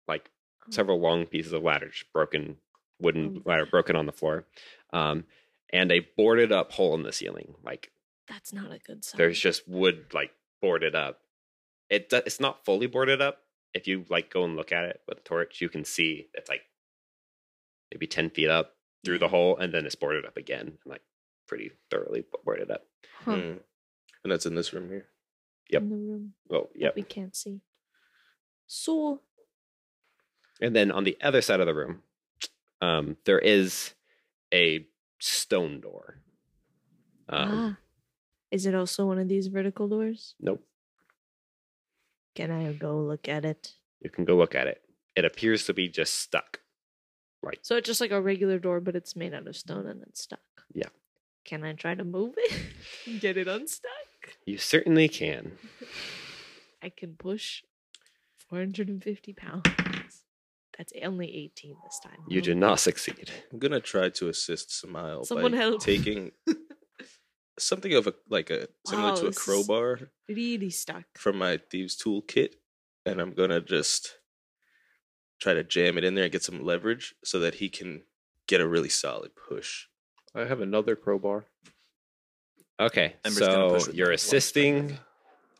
Speaker 2: like several long pieces of ladder, just broken wooden ladder, broken on the floor, um, and a boarded up hole in the ceiling, like
Speaker 7: That's not a good sign.
Speaker 2: there's just wood like boarded up. It do- it's not fully boarded up. If you like go and look at it with a torch, you can see it's like maybe ten feet up through the hole, and then it's boarded up again, and, like pretty thoroughly bo- boarded up.
Speaker 7: Huh.
Speaker 5: Mm. And that's in this room here.
Speaker 2: yep.
Speaker 7: in the room
Speaker 2: Well,
Speaker 7: that
Speaker 2: yep.
Speaker 7: we can't see. So
Speaker 2: And then on the other side of the room, um, there is a stone door. Um,
Speaker 7: ah, is it also one of these vertical doors?
Speaker 2: Nope.
Speaker 7: Can I go look at it?
Speaker 2: You can go look at it. It appears to be just stuck.
Speaker 7: So it's just like a regular door, but it's made out of stone and it's stuck.
Speaker 2: Yeah.
Speaker 7: Can I try to move it? Get it unstuck?
Speaker 2: You certainly can.
Speaker 7: I can push 450 pounds. That's only 18 this time.
Speaker 2: You
Speaker 7: huh?
Speaker 2: did not succeed.
Speaker 5: I'm gonna try to assist Smile
Speaker 7: Someone
Speaker 5: by
Speaker 7: help.
Speaker 5: taking something of a like a similar
Speaker 7: Wow,
Speaker 5: to a
Speaker 7: this is-
Speaker 5: crowbar
Speaker 7: Really stuck.
Speaker 5: from my thieves toolkit, and I'm gonna just try to jam it in there and get some leverage so that he can get a really solid push.
Speaker 8: I have another crowbar.
Speaker 2: Okay,
Speaker 9: I'm just gonna
Speaker 2: so
Speaker 9: push with
Speaker 2: you're
Speaker 9: my left
Speaker 2: assisting.
Speaker 9: hand.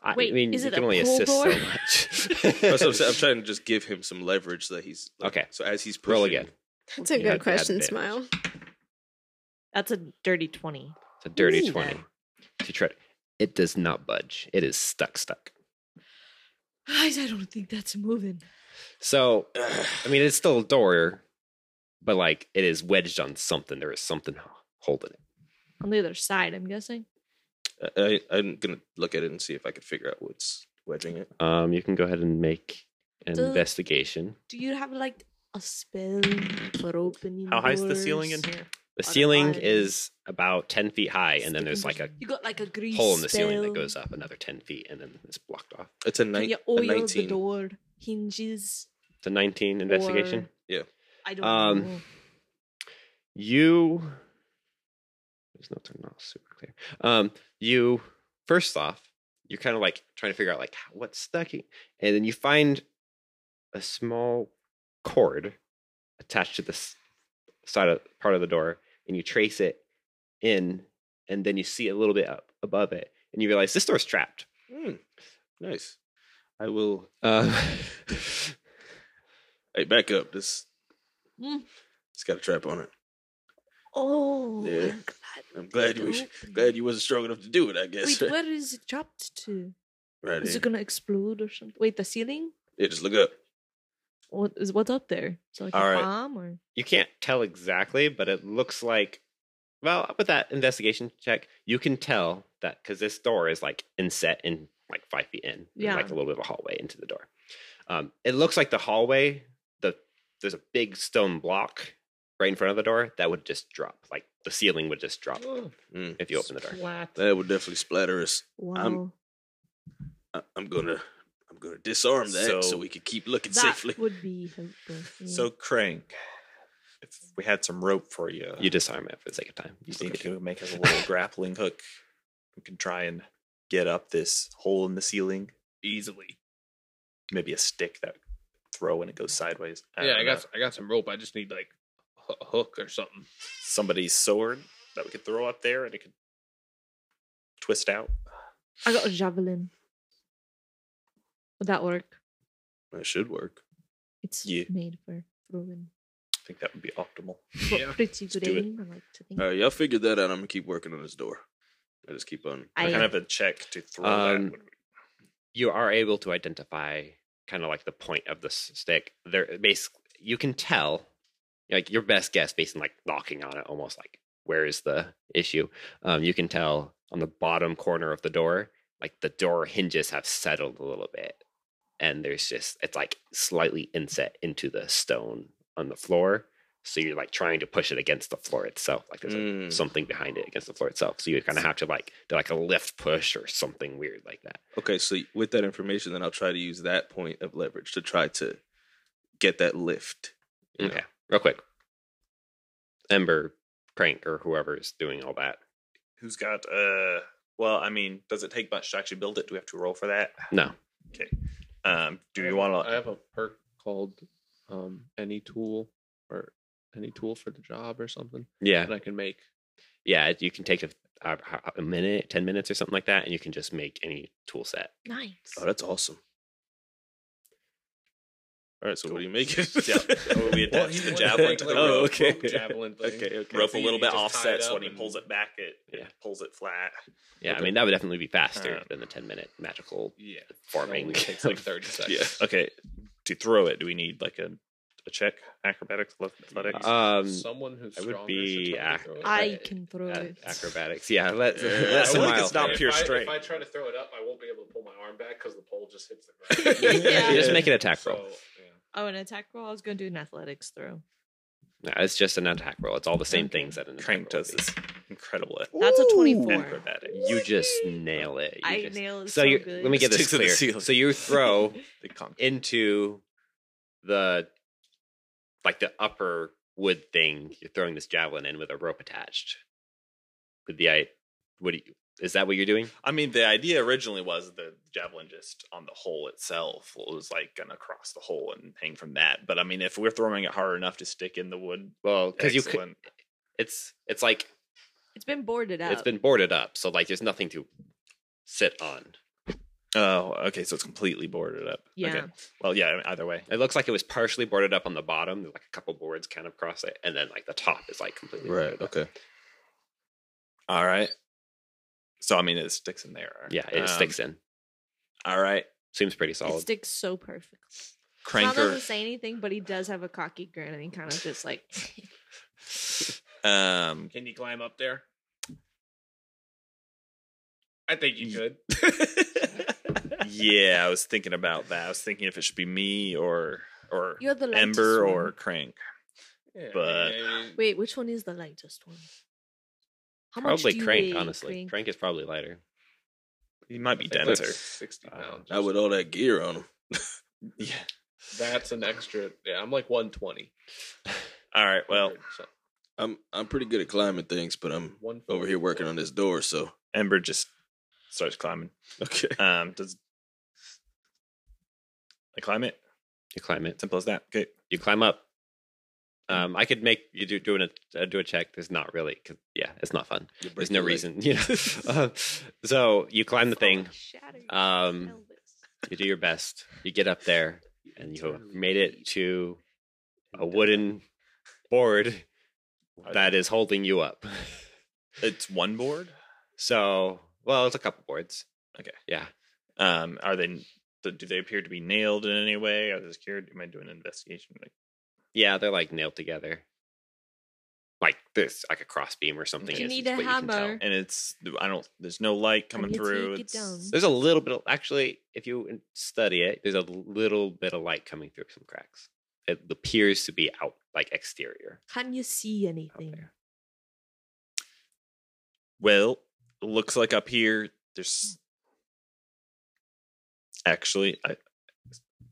Speaker 2: I
Speaker 7: Wait,
Speaker 2: mean,
Speaker 7: is
Speaker 2: you
Speaker 7: it
Speaker 2: can
Speaker 7: a
Speaker 2: only
Speaker 7: pull
Speaker 2: assist
Speaker 7: door?
Speaker 5: That's
Speaker 2: so
Speaker 5: what I'm,
Speaker 2: much.
Speaker 5: saying. I'm trying to just give him some leverage so that he's like-
Speaker 2: Okay.
Speaker 5: So as he's pushing,
Speaker 2: Roll again.
Speaker 4: That's a
Speaker 2: Yeah,
Speaker 4: good
Speaker 2: bad
Speaker 4: question,
Speaker 2: bitch.
Speaker 4: Smile.
Speaker 7: That's a dirty 20.
Speaker 2: It's a dirty
Speaker 7: Ooh.
Speaker 2: twenty. If you try, it- it does not budge. It is stuck, stuck.
Speaker 7: Guys, I don't think that's moving.
Speaker 2: So, I mean, it's still a door, but like it is wedged on something. There is something h- holding it.
Speaker 7: On the other side, I'm guessing.
Speaker 5: I, I, I'm gonna look at it and see if I can figure out what's wedging it.
Speaker 2: Um, you can go ahead and make an
Speaker 7: Does-
Speaker 2: investigation.
Speaker 7: Do you have like a spell for opening
Speaker 9: How high is the ceiling in
Speaker 7: doors?
Speaker 9: here?
Speaker 2: The
Speaker 7: Other
Speaker 2: ceiling
Speaker 7: items.
Speaker 2: is about ten feet high, and then there's like a
Speaker 7: You got like a grease
Speaker 2: hole in the ceiling that
Speaker 7: spell.
Speaker 2: goes up another ten feet, and then it's blocked off.
Speaker 5: It's a,
Speaker 7: Can
Speaker 5: nine,
Speaker 7: you
Speaker 5: a
Speaker 7: oil the
Speaker 5: 19.
Speaker 7: door hinges?
Speaker 2: It's a nineteen investigation.
Speaker 7: Or-
Speaker 5: Yeah.
Speaker 7: I don't
Speaker 2: Um,
Speaker 7: know.
Speaker 2: you these notes are not super clear um you first off you're kind of like trying to figure out like h- what's stuck in- and then you find a small cord attached to this side of part of the door and you trace it in and then you see a little bit up above it and you realize this door's trapped
Speaker 5: Hmm, nice. I will.
Speaker 2: um
Speaker 5: Hey, back up. This.
Speaker 7: Mm.
Speaker 5: It's got a trap on it.
Speaker 7: Oh,
Speaker 5: Yeah.
Speaker 7: I'm glad.
Speaker 5: I'm glad you was, glad you wasn't strong enough to do it. I guess.
Speaker 7: Wait, where is it trapped to?
Speaker 5: right.
Speaker 7: Is
Speaker 5: Here.
Speaker 7: it gonna explode or something? Wait, the ceiling?
Speaker 5: Yeah, just look up.
Speaker 7: What is what's up there? Is it like
Speaker 2: All
Speaker 7: a
Speaker 2: right.
Speaker 7: bomb or?
Speaker 2: you can't tell exactly, but it looks like. Well, with that investigation check, you can tell that because this door is like inset in like five feet in,
Speaker 7: Yeah.
Speaker 2: like a little bit of a hallway into the door. Um, it looks like the hallway. The there's a big stone block right in front of the door that would just drop, like the ceiling would just drop
Speaker 5: Mm.
Speaker 2: if you open the door.
Speaker 5: That would definitely splatter us.
Speaker 7: Wow.
Speaker 5: I- I'm gonna I'm gonna disarm that so,
Speaker 9: So-
Speaker 5: we can keep looking
Speaker 7: that
Speaker 5: safely.
Speaker 7: would be helpful. yeah.
Speaker 9: So Crank, if we had some rope for you,
Speaker 2: You disarm it for the sake of time.
Speaker 9: you think you could make us a little grappling hook? We can try and get up this hole in the ceiling.
Speaker 10: easily.
Speaker 9: Maybe a stick that throw when it goes sideways.
Speaker 10: yeah, I
Speaker 9: don't
Speaker 10: got
Speaker 9: know.
Speaker 10: I got some rope. I just need like h- a hook or something.
Speaker 9: somebody's sword that we could throw up there and it could twist out.
Speaker 7: I got a javelin. Would that work?
Speaker 5: That should work.
Speaker 7: It's
Speaker 9: Yeah.
Speaker 7: made for throwing.
Speaker 9: I think that would be optimal.
Speaker 7: For
Speaker 10: Yeah.
Speaker 7: pretty good
Speaker 9: do it.
Speaker 7: aim, I like to think.
Speaker 5: All right, y'all figured that out. I'm gonna keep working on this door. I just keep on.
Speaker 9: What
Speaker 7: I-
Speaker 9: kind of a check to throw
Speaker 2: Um,
Speaker 9: that. would-
Speaker 2: you are able to identify kind of like the point of the s- stick. There, basically, you can tell, like your best guess, based on like knocking on it, almost like where is the issue. Um, you can tell on the bottom corner of the door, like the door hinges have settled a little bit, and there's just it's like slightly inset into the stone on the floor. So you're like trying to push it against the floor itself, like there's a
Speaker 5: Mm.
Speaker 2: something behind it against the floor itself. So you kind of have to like do like a lift push or something weird like that.
Speaker 5: Okay, so with that information, then I'll try to use that point of leverage to try to get that lift. you know?
Speaker 2: Okay, real quick. Ember, Crank, or whoever is doing all that.
Speaker 9: Who's got? Uh, well, I mean, does it take much to actually build it? Do we have to roll for that?
Speaker 2: No.
Speaker 9: Um, do
Speaker 8: I
Speaker 9: you
Speaker 8: have-
Speaker 9: want
Speaker 8: I
Speaker 10: Uh,
Speaker 9: to?
Speaker 8: have a perk called um, any tool or any tool for the job or something
Speaker 2: Yeah,
Speaker 8: that I can make.
Speaker 2: yeah. You can take a, a, a minute, ten minutes, or something like that, and you can just make any tool set.
Speaker 7: Nice.
Speaker 5: Oh, that's awesome.
Speaker 9: Oh,
Speaker 5: All right, so what do you make it?
Speaker 9: Yeah. Oh, we attach the javelin to the
Speaker 5: Oh,
Speaker 9: rope.
Speaker 5: okay.
Speaker 10: Rope javelin thing.
Speaker 5: Okay, okay.
Speaker 9: Rope a
Speaker 10: easy,
Speaker 9: little
Speaker 10: you
Speaker 9: bit
Speaker 10: just tie it
Speaker 9: offsets
Speaker 10: up
Speaker 9: when he
Speaker 10: and-
Speaker 9: pulls it back. It,
Speaker 2: Yeah.
Speaker 9: it pulls it flat.
Speaker 2: Yeah, I
Speaker 9: Okay.
Speaker 2: mean that would definitely be faster
Speaker 9: Uh,
Speaker 2: than the ten minute magical
Speaker 10: Yeah, it
Speaker 2: forming.
Speaker 10: only takes like thirty seconds.
Speaker 9: Okay. To throw it, do we need like a, a check? Acrobatics, athletics.
Speaker 2: um,
Speaker 8: Someone who's
Speaker 2: I would
Speaker 8: stronger should
Speaker 2: be
Speaker 8: try to
Speaker 2: ac-
Speaker 8: throw it.
Speaker 7: I
Speaker 2: uh,
Speaker 7: can throw
Speaker 2: a-
Speaker 7: it.
Speaker 2: acrobatics. Yeah, let's
Speaker 5: Yeah,
Speaker 2: let's
Speaker 5: I
Speaker 2: a
Speaker 5: wonder if
Speaker 2: mile
Speaker 9: it's not
Speaker 2: thing.
Speaker 9: pure
Speaker 8: if I,
Speaker 9: strength.
Speaker 8: If I try to throw it up, I won't be able to pull my arm back because the pole just hits the ground.
Speaker 7: Yeah.
Speaker 2: Just make an attack
Speaker 8: so,
Speaker 2: roll.
Speaker 8: yeah.
Speaker 7: Oh, an attack roll. I was going to do an athletics throw.
Speaker 2: No, it's just an attack roll. It's all the same things that an attack
Speaker 9: Crank
Speaker 2: roll
Speaker 9: does
Speaker 2: would be.
Speaker 9: this incredible
Speaker 7: That's a twenty-four.
Speaker 9: acrobatic.
Speaker 2: You just nail it. You
Speaker 7: I
Speaker 2: just-
Speaker 7: nail it
Speaker 2: So,
Speaker 7: so,
Speaker 2: you
Speaker 7: good.
Speaker 2: let me get
Speaker 5: Stick
Speaker 2: this
Speaker 5: to the
Speaker 2: clear.
Speaker 5: ceiling.
Speaker 2: So you throw
Speaker 9: They conk.
Speaker 2: into the like the upper wood thing. You're throwing this javelin in with a rope attached. With the I, what do you, is that what you're doing?
Speaker 9: I mean, the idea originally was the javelin just on the hole itself was like gonna cross the hole and hang from that. But I mean, if we're throwing it hard enough to stick in the wood,
Speaker 2: Well, because you could,
Speaker 9: excellent.
Speaker 2: it's it's like
Speaker 7: It's been boarded out.
Speaker 2: it's been boarded up, so like there's nothing to sit on.
Speaker 9: Oh, okay, so it's completely boarded up.
Speaker 7: Yeah.
Speaker 9: Okay. Well, yeah. I mean, Either way,
Speaker 2: It looks like it was partially boarded up on the bottom. There's like a couple boards kind of across it, and then like the top is like completely
Speaker 5: Right.
Speaker 2: boarded up.
Speaker 5: Okay.
Speaker 9: all right. So I mean, it sticks in there.
Speaker 2: Yeah, it
Speaker 9: Um,
Speaker 2: sticks in.
Speaker 9: All right,
Speaker 2: Seems pretty solid.
Speaker 7: It sticks so perfectly. Tom doesn't
Speaker 9: cranker.
Speaker 7: say anything, but he does have a cocky grin, and he kind of just like,
Speaker 9: Um,
Speaker 10: Can you climb up there? I think you could.
Speaker 9: yeah, I was thinking about that. I was thinking if it should be me or or
Speaker 7: "You're the lightest
Speaker 9: Ember
Speaker 7: one."
Speaker 9: or Crank.
Speaker 10: Yeah,
Speaker 9: But-
Speaker 10: maybe.
Speaker 7: Wait, which one is the lightest one? How much
Speaker 2: probably
Speaker 7: do you
Speaker 2: crank,
Speaker 7: weigh,
Speaker 2: honestly. Crank?
Speaker 7: Crank?
Speaker 2: is probably lighter.
Speaker 9: He might be
Speaker 8: I think
Speaker 9: denser.
Speaker 8: that's 60
Speaker 2: Uh,
Speaker 8: pounds.
Speaker 5: Not with all that gear on him.
Speaker 9: Yeah.
Speaker 8: That's an extra. Yeah, I'm like 120.
Speaker 9: All right. Well,
Speaker 8: so
Speaker 5: I'm I'm pretty good at climbing things, but I'm over here working on this door. So
Speaker 9: Ember just starts climbing.
Speaker 5: okay.
Speaker 9: Um, does I climb it?
Speaker 2: You climb it.
Speaker 9: Simple as that. Okay.
Speaker 2: You climb up. Um, I could make you do doing a uh, do a check. There's not really, cause, yeah, it's not fun.
Speaker 5: You break
Speaker 2: There's no
Speaker 5: your leg.
Speaker 2: reason, you know. Uh, so you climb the thing.
Speaker 7: Shatter your
Speaker 2: Um,
Speaker 7: pelvis.
Speaker 2: you do your best. You get up there, and you have made it to a wooden board that is holding you up.
Speaker 9: It's one board.
Speaker 2: So, well, it's a couple boards.
Speaker 9: Okay.
Speaker 2: Yeah.
Speaker 9: Um, are they? Do do they appear to be nailed in any way? Are they secured? Am I doing an investigation? Like,
Speaker 2: Yeah, they're like nailed together. Like this, like a crossbeam or something.
Speaker 7: You
Speaker 2: is-
Speaker 7: need
Speaker 2: is
Speaker 7: a
Speaker 2: what you can tell.
Speaker 7: hammer.
Speaker 9: and it's I don't. There's no light coming
Speaker 7: need to
Speaker 9: through.
Speaker 7: get
Speaker 9: It's
Speaker 7: down.
Speaker 2: There's a little bit of actually, if you study it, there's a little bit of light coming through some cracks. It appears to be out like exterior
Speaker 7: Can you see
Speaker 2: out
Speaker 7: anything?
Speaker 2: there.
Speaker 9: Well, looks like up here there's actually I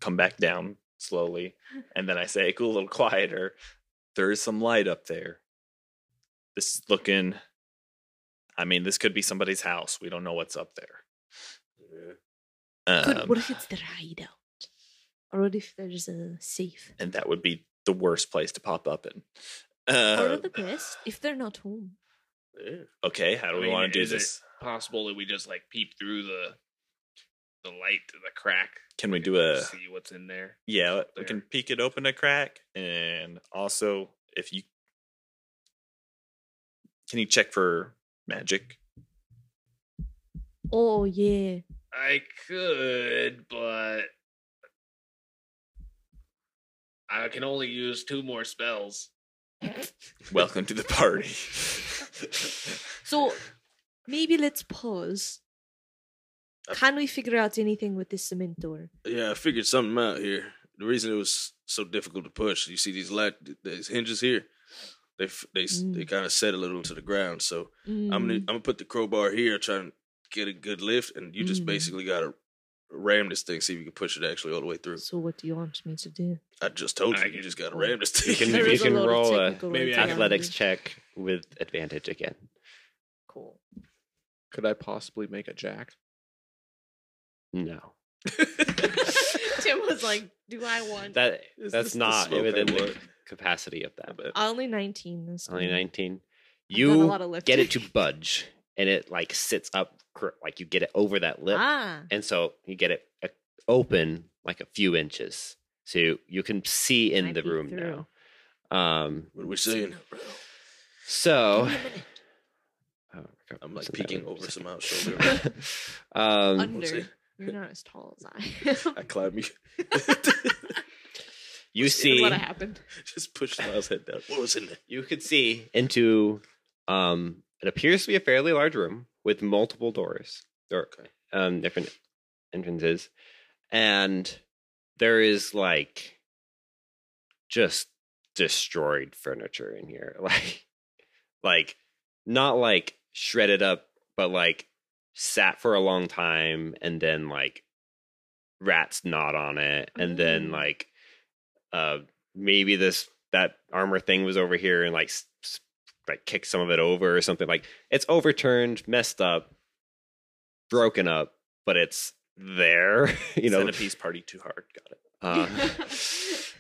Speaker 9: come back down slowly and then I say, cool, a little quieter. There is some light up there. This is looking. I mean, this could be somebody's house. We don't know what's up there. Um,
Speaker 7: Could, what
Speaker 2: Um,
Speaker 7: if it's the hideout? Or what if there's a safe?
Speaker 9: and that would be the worst place to pop up in.
Speaker 7: or
Speaker 9: Uh,
Speaker 7: the best if they're not home.
Speaker 9: okay, how do
Speaker 10: I
Speaker 9: we
Speaker 10: mean,
Speaker 9: want to do
Speaker 10: is it-
Speaker 9: this?
Speaker 10: Possible that we just like peep through the the light to the crack.
Speaker 9: Can we
Speaker 10: and
Speaker 9: do a?
Speaker 10: see what's in there?
Speaker 9: Yeah, we
Speaker 10: there.
Speaker 9: can peek it open a crack, and also if you can, you check for magic.
Speaker 7: Oh yeah.
Speaker 10: I could, but I can only use two more spells.
Speaker 9: Welcome to the party.
Speaker 7: So maybe let's pause. Can we figure out anything with this cementor?
Speaker 5: Yeah, I figured something out here. The reason it was so difficult to push, you see these lat, these hinges here, they f- they s they kind of set a little to the ground. So
Speaker 7: Hmm.
Speaker 5: I'm
Speaker 7: Mm.
Speaker 5: gonna I'm gonna put the crowbar here, try and get a good lift, and you just
Speaker 7: Mm.
Speaker 5: basically gotta ram this thing, see if you can push it actually all the way through.
Speaker 7: So what do you want me to do?
Speaker 5: I just told you,
Speaker 10: I
Speaker 5: you
Speaker 10: can-
Speaker 5: just gotta ram this
Speaker 2: You
Speaker 5: thing.
Speaker 2: can,
Speaker 7: There
Speaker 2: you
Speaker 7: is a
Speaker 2: can
Speaker 7: lot of
Speaker 2: roll a
Speaker 7: technical
Speaker 10: maybe I
Speaker 7: writing.
Speaker 10: can-
Speaker 2: athletics check with advantage again.
Speaker 7: Cool.
Speaker 8: Could I possibly make a jack?
Speaker 2: No,
Speaker 7: Tim was like, "Do I want?"
Speaker 2: that
Speaker 5: Is this
Speaker 2: that's
Speaker 5: the
Speaker 2: not
Speaker 5: smoke I
Speaker 2: within the
Speaker 5: want?
Speaker 2: capacity of that. But
Speaker 7: Only nineteen this
Speaker 2: only
Speaker 7: time.
Speaker 2: nineteen.
Speaker 7: I've done a
Speaker 2: You
Speaker 7: lot of
Speaker 2: get it to
Speaker 7: lifting.
Speaker 2: budge, and it like sits up, cor- like you get it over that lip,
Speaker 7: Ah,
Speaker 2: and so you get it uh, open like a few inches, so you, you can see in
Speaker 7: I
Speaker 2: the
Speaker 7: peek
Speaker 2: room
Speaker 7: through.
Speaker 2: now. Um,
Speaker 5: What are we saying?
Speaker 2: so. Oh,
Speaker 5: I'm like
Speaker 2: isn't that
Speaker 5: peeking
Speaker 2: what it
Speaker 5: over
Speaker 2: was?
Speaker 5: some out shoulder.
Speaker 2: um,
Speaker 5: What's
Speaker 7: under.
Speaker 5: it?
Speaker 7: You're not as tall as I.
Speaker 5: I climb you.
Speaker 2: you see,
Speaker 7: what happened?
Speaker 5: just push Miles' head down. What was in there?
Speaker 2: you could see into um it appears to be a fairly large room with multiple doors or um different entrances and there is like just destroyed furniture in here like like not like shredded up but like sat for a long time and then like rats gnawed on it and then
Speaker 7: Mm.
Speaker 2: like uh maybe this that armor thing was over here and like s- s- like kicked some of it over or something like it's overturned messed up broken up but it's there you know
Speaker 9: centipede party too hard. Got it.
Speaker 2: um,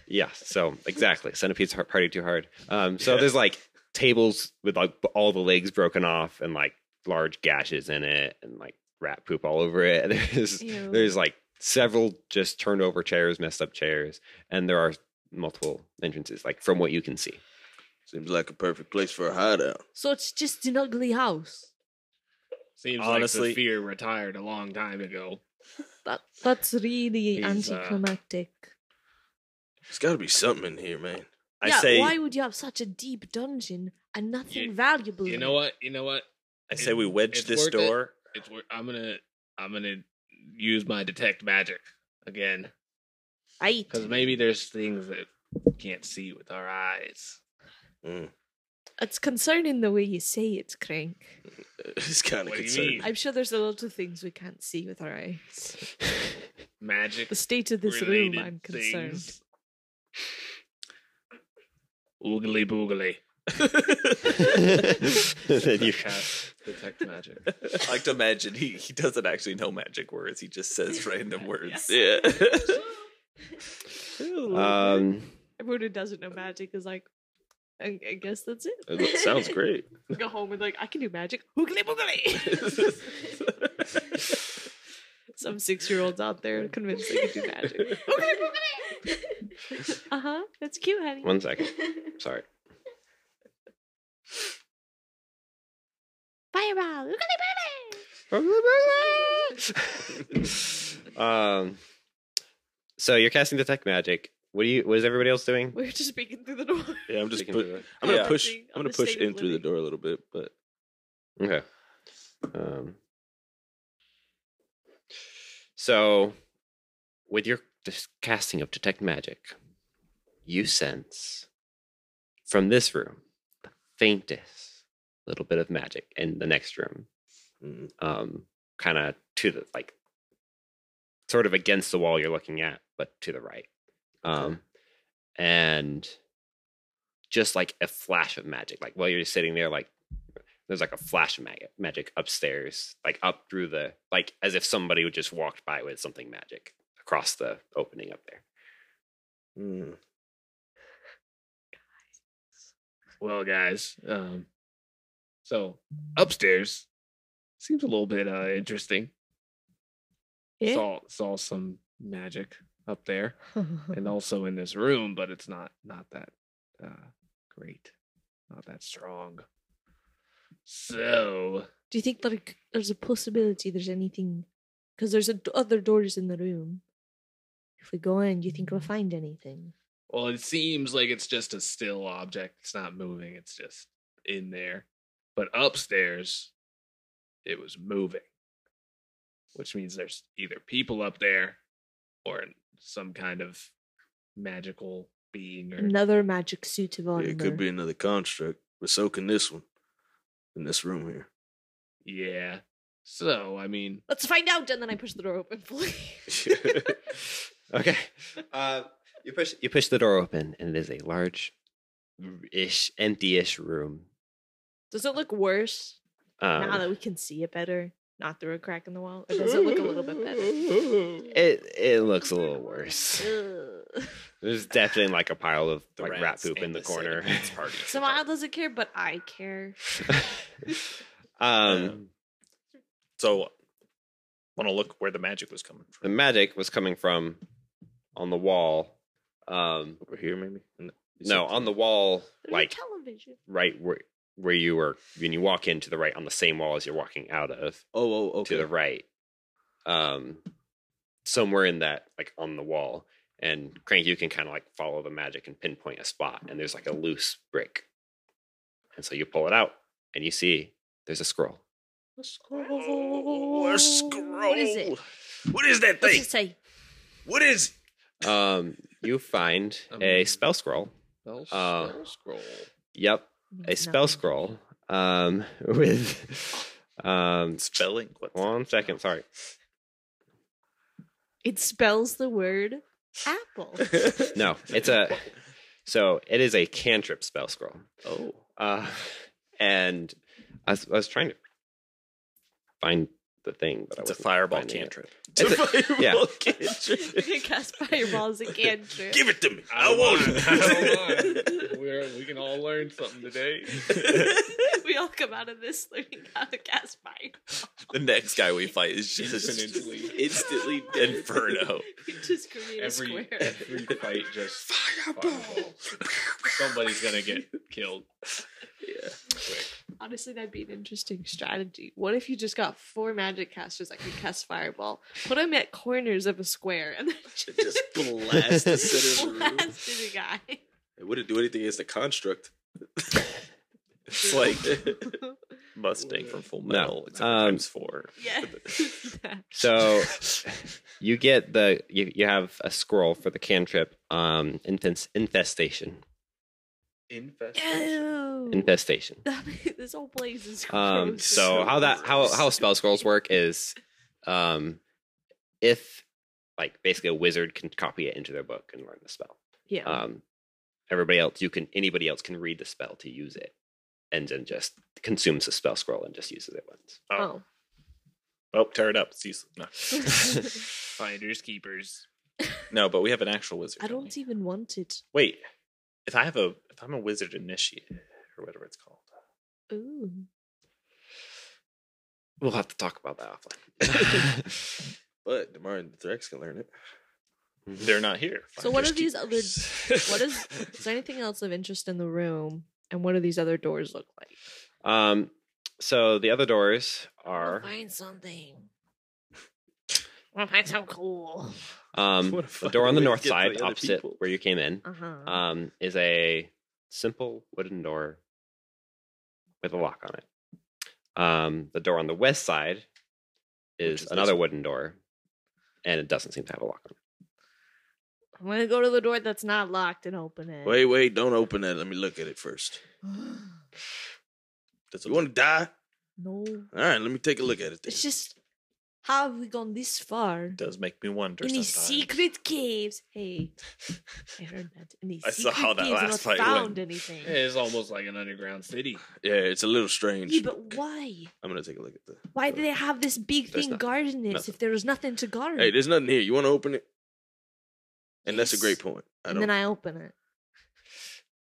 Speaker 2: yeah, so exactly. Centipede's har- party too hard. Um, so
Speaker 9: Yeah.
Speaker 2: there's like tables with like b- all the legs broken off and like large gashes in it and like rat poop all over it. There's
Speaker 7: Ew.
Speaker 2: there's like several just turned over chairs, messed up chairs, and there are multiple entrances like from what you can see.
Speaker 5: Seems like a perfect place for a hideout.
Speaker 7: So it's just an ugly house.
Speaker 10: Seems
Speaker 9: Honestly-
Speaker 10: like the fear retired a long time ago.
Speaker 7: That that's really
Speaker 10: He's, uh,
Speaker 7: anticlimactic.
Speaker 5: There's got to be something in here, man.
Speaker 9: I
Speaker 7: yeah,
Speaker 9: say.
Speaker 7: why would you have such a deep dungeon and nothing
Speaker 10: You-
Speaker 7: valuable?
Speaker 10: You
Speaker 7: in
Speaker 10: know
Speaker 7: it?
Speaker 10: what? You know what?
Speaker 9: I say we wedge
Speaker 10: It's
Speaker 9: this
Speaker 10: worth it.
Speaker 9: door.
Speaker 10: It's wor- I'm gonna I'm gonna use my detect magic again
Speaker 7: I
Speaker 10: because maybe there's things that we can't see with our eyes.
Speaker 5: Mm.
Speaker 7: it's concerning the way you say it, Crank.
Speaker 5: It's kind of
Speaker 10: What do you
Speaker 5: concerning.
Speaker 10: mean?
Speaker 7: I'm sure there's a lot of things we can't see with our eyes.
Speaker 10: Magic
Speaker 7: The state of this room,
Speaker 10: related
Speaker 7: I'm concerned.
Speaker 10: things. Oogly boogly.
Speaker 2: Then you-
Speaker 8: Cast detect magic.
Speaker 9: I like to imagine he, he doesn't actually know magic words. He just says random words.
Speaker 5: Yeah.
Speaker 2: um,
Speaker 7: Everyone who doesn't know magic is like, I, I guess that's it.
Speaker 5: It sounds great.
Speaker 7: Go home and like, I can do magic. Hoogly boogly. Some six year olds out there convinced they can do magic. uh huh. That's cute, honey.
Speaker 2: one second. Sorry.
Speaker 7: Fireball. Hoogly
Speaker 2: um, so you're casting detect magic. What do you? What is everybody else doing?
Speaker 7: We're just peeking through the door.
Speaker 5: Yeah, I'm just.
Speaker 2: Speaking
Speaker 5: Put,
Speaker 2: to it.
Speaker 5: I'm gonna
Speaker 9: Yeah.
Speaker 5: push.
Speaker 7: Thing on
Speaker 5: I'm gonna
Speaker 7: the
Speaker 5: push
Speaker 7: state of
Speaker 5: in through the
Speaker 7: living.
Speaker 5: door a little bit, but
Speaker 2: Okay. Um, so, with your dis- casting of detect magic, you sense from this room the faintest little bit of magic in the next room,
Speaker 5: Mm.
Speaker 2: um, kind of to the like, sort of against the wall you're looking at, but to the right, um, and just like a flash of magic. Like while you're sitting there, like there's like a flash of mag- magic upstairs, like up through the like as if somebody would just walked by with something magic across the opening up there.
Speaker 5: Mm.
Speaker 10: Well, guys, um, so upstairs seems a little bit uh, interesting.
Speaker 1: Yeah.
Speaker 10: Saw saw some magic up there, and also in this room, but it's not not that uh, great, not that strong. So
Speaker 7: Do you think like there's a possibility there's anything? Because there's a d other doors in the room. If we go in, do you think we'll find anything?
Speaker 10: Well, it seems like it's just a still object. It's not moving. It's just in there. But upstairs, it was moving, which means there's either people up there or some kind of magical being or
Speaker 7: Another magic suit of armor.
Speaker 5: Yeah, it could be another construct, but so can this one in this room here.
Speaker 10: yeah. So, I mean,
Speaker 7: Let's find out. And then I push the door open.
Speaker 2: okay. Uh, you push you push the door open, and it is a large, ish, empty-ish room.
Speaker 7: Does it look worse now
Speaker 2: Um,
Speaker 7: that we can see it better, not through a crack in the wall? Or does it look a little bit better?
Speaker 2: it it looks a little worse. There's definitely like a pile of
Speaker 9: The
Speaker 2: like rat
Speaker 9: rats
Speaker 2: poop in
Speaker 9: and
Speaker 2: the
Speaker 9: the
Speaker 2: corner.
Speaker 9: centipedes party.
Speaker 7: Smile doesn't care, but I care.
Speaker 2: um,
Speaker 9: So, want to look where the magic was coming
Speaker 2: the
Speaker 9: from?
Speaker 2: magic was coming from on the wall. Um,
Speaker 5: Over here, maybe? No,
Speaker 2: no, on the wall,
Speaker 7: Through
Speaker 2: like
Speaker 7: television.
Speaker 2: right where where you were when you walk into the right on the same wall as you're walking out of
Speaker 5: Oh, oh, okay.
Speaker 2: to the right. Um, somewhere in that, like on the wall, and Crank, you can kind of like follow the magic and pinpoint a spot, and there's like a loose brick, and so you pull it out, and you see there's a scroll.
Speaker 5: Oh, a scroll.
Speaker 7: What is it?
Speaker 5: What is that
Speaker 7: What's
Speaker 5: thing?
Speaker 7: it say?
Speaker 5: What is?
Speaker 2: Um, you find a
Speaker 10: Um,
Speaker 2: spell scroll.
Speaker 10: spell
Speaker 2: Uh,
Speaker 10: scroll, scroll.
Speaker 2: Yep, a spell
Speaker 7: Nothing.
Speaker 2: scroll. Um, with um,
Speaker 9: Spelling? What?
Speaker 2: one second. Sorry.
Speaker 7: It spells the word apple.
Speaker 2: No, it's a so it is a cantrip spell scroll.
Speaker 5: Oh,
Speaker 2: Uh, and I was, I was trying to find the thing, but I
Speaker 9: It's a
Speaker 2: wasn't
Speaker 9: fireball
Speaker 2: finding it.
Speaker 9: cantrip.
Speaker 2: It's a- yeah,
Speaker 7: Cast fireballs and cantrip.
Speaker 5: give it to me. I, want it.
Speaker 10: We're, we can all learn something today.
Speaker 7: we all come out of this learning how to cast fire.
Speaker 9: The next guy we fight is just
Speaker 10: Instantly.
Speaker 9: instantly Inferno.
Speaker 7: We just create a
Speaker 10: every
Speaker 7: square.
Speaker 10: every fight just fireballs. Somebody's gonna get killed.
Speaker 7: Honestly, that'd be an interesting strategy. What if you just got four magic casters that could cast fireball, put them at corners of a square, and then just,
Speaker 5: Just blast the center of the room.
Speaker 7: blasted a guy?
Speaker 5: It wouldn't do anything against the construct.
Speaker 9: It's like Mustang from Full Metal, except for
Speaker 2: um,
Speaker 9: times four.
Speaker 7: Yeah.
Speaker 2: So you get the you, you have a scroll for the cantrip um infest, infestation
Speaker 10: Infestation.
Speaker 7: Ew.
Speaker 2: infestation.
Speaker 7: this whole place is gross.
Speaker 2: Um so how that how how spell scrolls work is um if like basically a wizard can copy it into their book and learn the spell.
Speaker 7: yeah.
Speaker 2: um, everybody else you can anybody else can read the spell to use it and then just consumes the spell scroll and just uses it once
Speaker 7: oh.
Speaker 9: Oh, tear it up. It's useless. No.
Speaker 10: Finders keepers.
Speaker 9: no, but we have an actual wizard.
Speaker 7: I
Speaker 9: don't
Speaker 7: don't even want it.
Speaker 9: we? Wait. If I have a if I'm a wizard initiate or whatever it's called.
Speaker 7: Ooh.
Speaker 2: we'll have to talk about that offline
Speaker 5: But Demar and Threx can learn it.
Speaker 9: They're not here.
Speaker 7: So what
Speaker 9: Finders
Speaker 7: are these other-
Speaker 9: keepers.
Speaker 7: What is is there anything else of interest in the room? And what do these other doors look like?
Speaker 2: um, so the other doors are
Speaker 7: Find something. Well, that's so cool.
Speaker 2: um,
Speaker 9: What
Speaker 2: the
Speaker 9: a fun
Speaker 2: door on the
Speaker 9: way to
Speaker 2: north
Speaker 9: get to
Speaker 2: side
Speaker 9: the other
Speaker 2: opposite
Speaker 9: people.
Speaker 2: where you came in
Speaker 7: Uh huh.
Speaker 2: um, is a simple wooden door with a lock on it um, the door on the west side is,
Speaker 9: is this
Speaker 2: another wooden door and it doesn't seem to have a lock on it
Speaker 7: I'm gonna go to the door that's not locked and open it.
Speaker 5: Wait, wait, don't open that. Let me look at it first.
Speaker 9: That's
Speaker 5: You want to die?
Speaker 7: no.
Speaker 5: All right, let me take a look at it. Then.
Speaker 7: It's just How have we gone this far?
Speaker 9: does make me wonder.
Speaker 7: In these
Speaker 9: sometimes.
Speaker 7: secret caves. Hey, I heard that. In these
Speaker 9: I saw
Speaker 7: secret
Speaker 9: how that
Speaker 7: caves, I've
Speaker 9: last
Speaker 7: not
Speaker 9: fight went.
Speaker 7: found anything.
Speaker 10: It's almost like an underground city.
Speaker 5: Yeah, it's a little strange.
Speaker 7: Yeah, but why?
Speaker 5: I'm gonna take a look at the.
Speaker 7: Why do they have this big
Speaker 5: There's
Speaker 7: thing
Speaker 5: nothing.
Speaker 7: guarding this
Speaker 5: Nothing.
Speaker 7: if there was nothing to guard?
Speaker 5: Hey, there's nothing here. You want to open it? And that's a
Speaker 7: Yes.
Speaker 5: great point. I
Speaker 7: and
Speaker 5: don't.
Speaker 7: then I open it.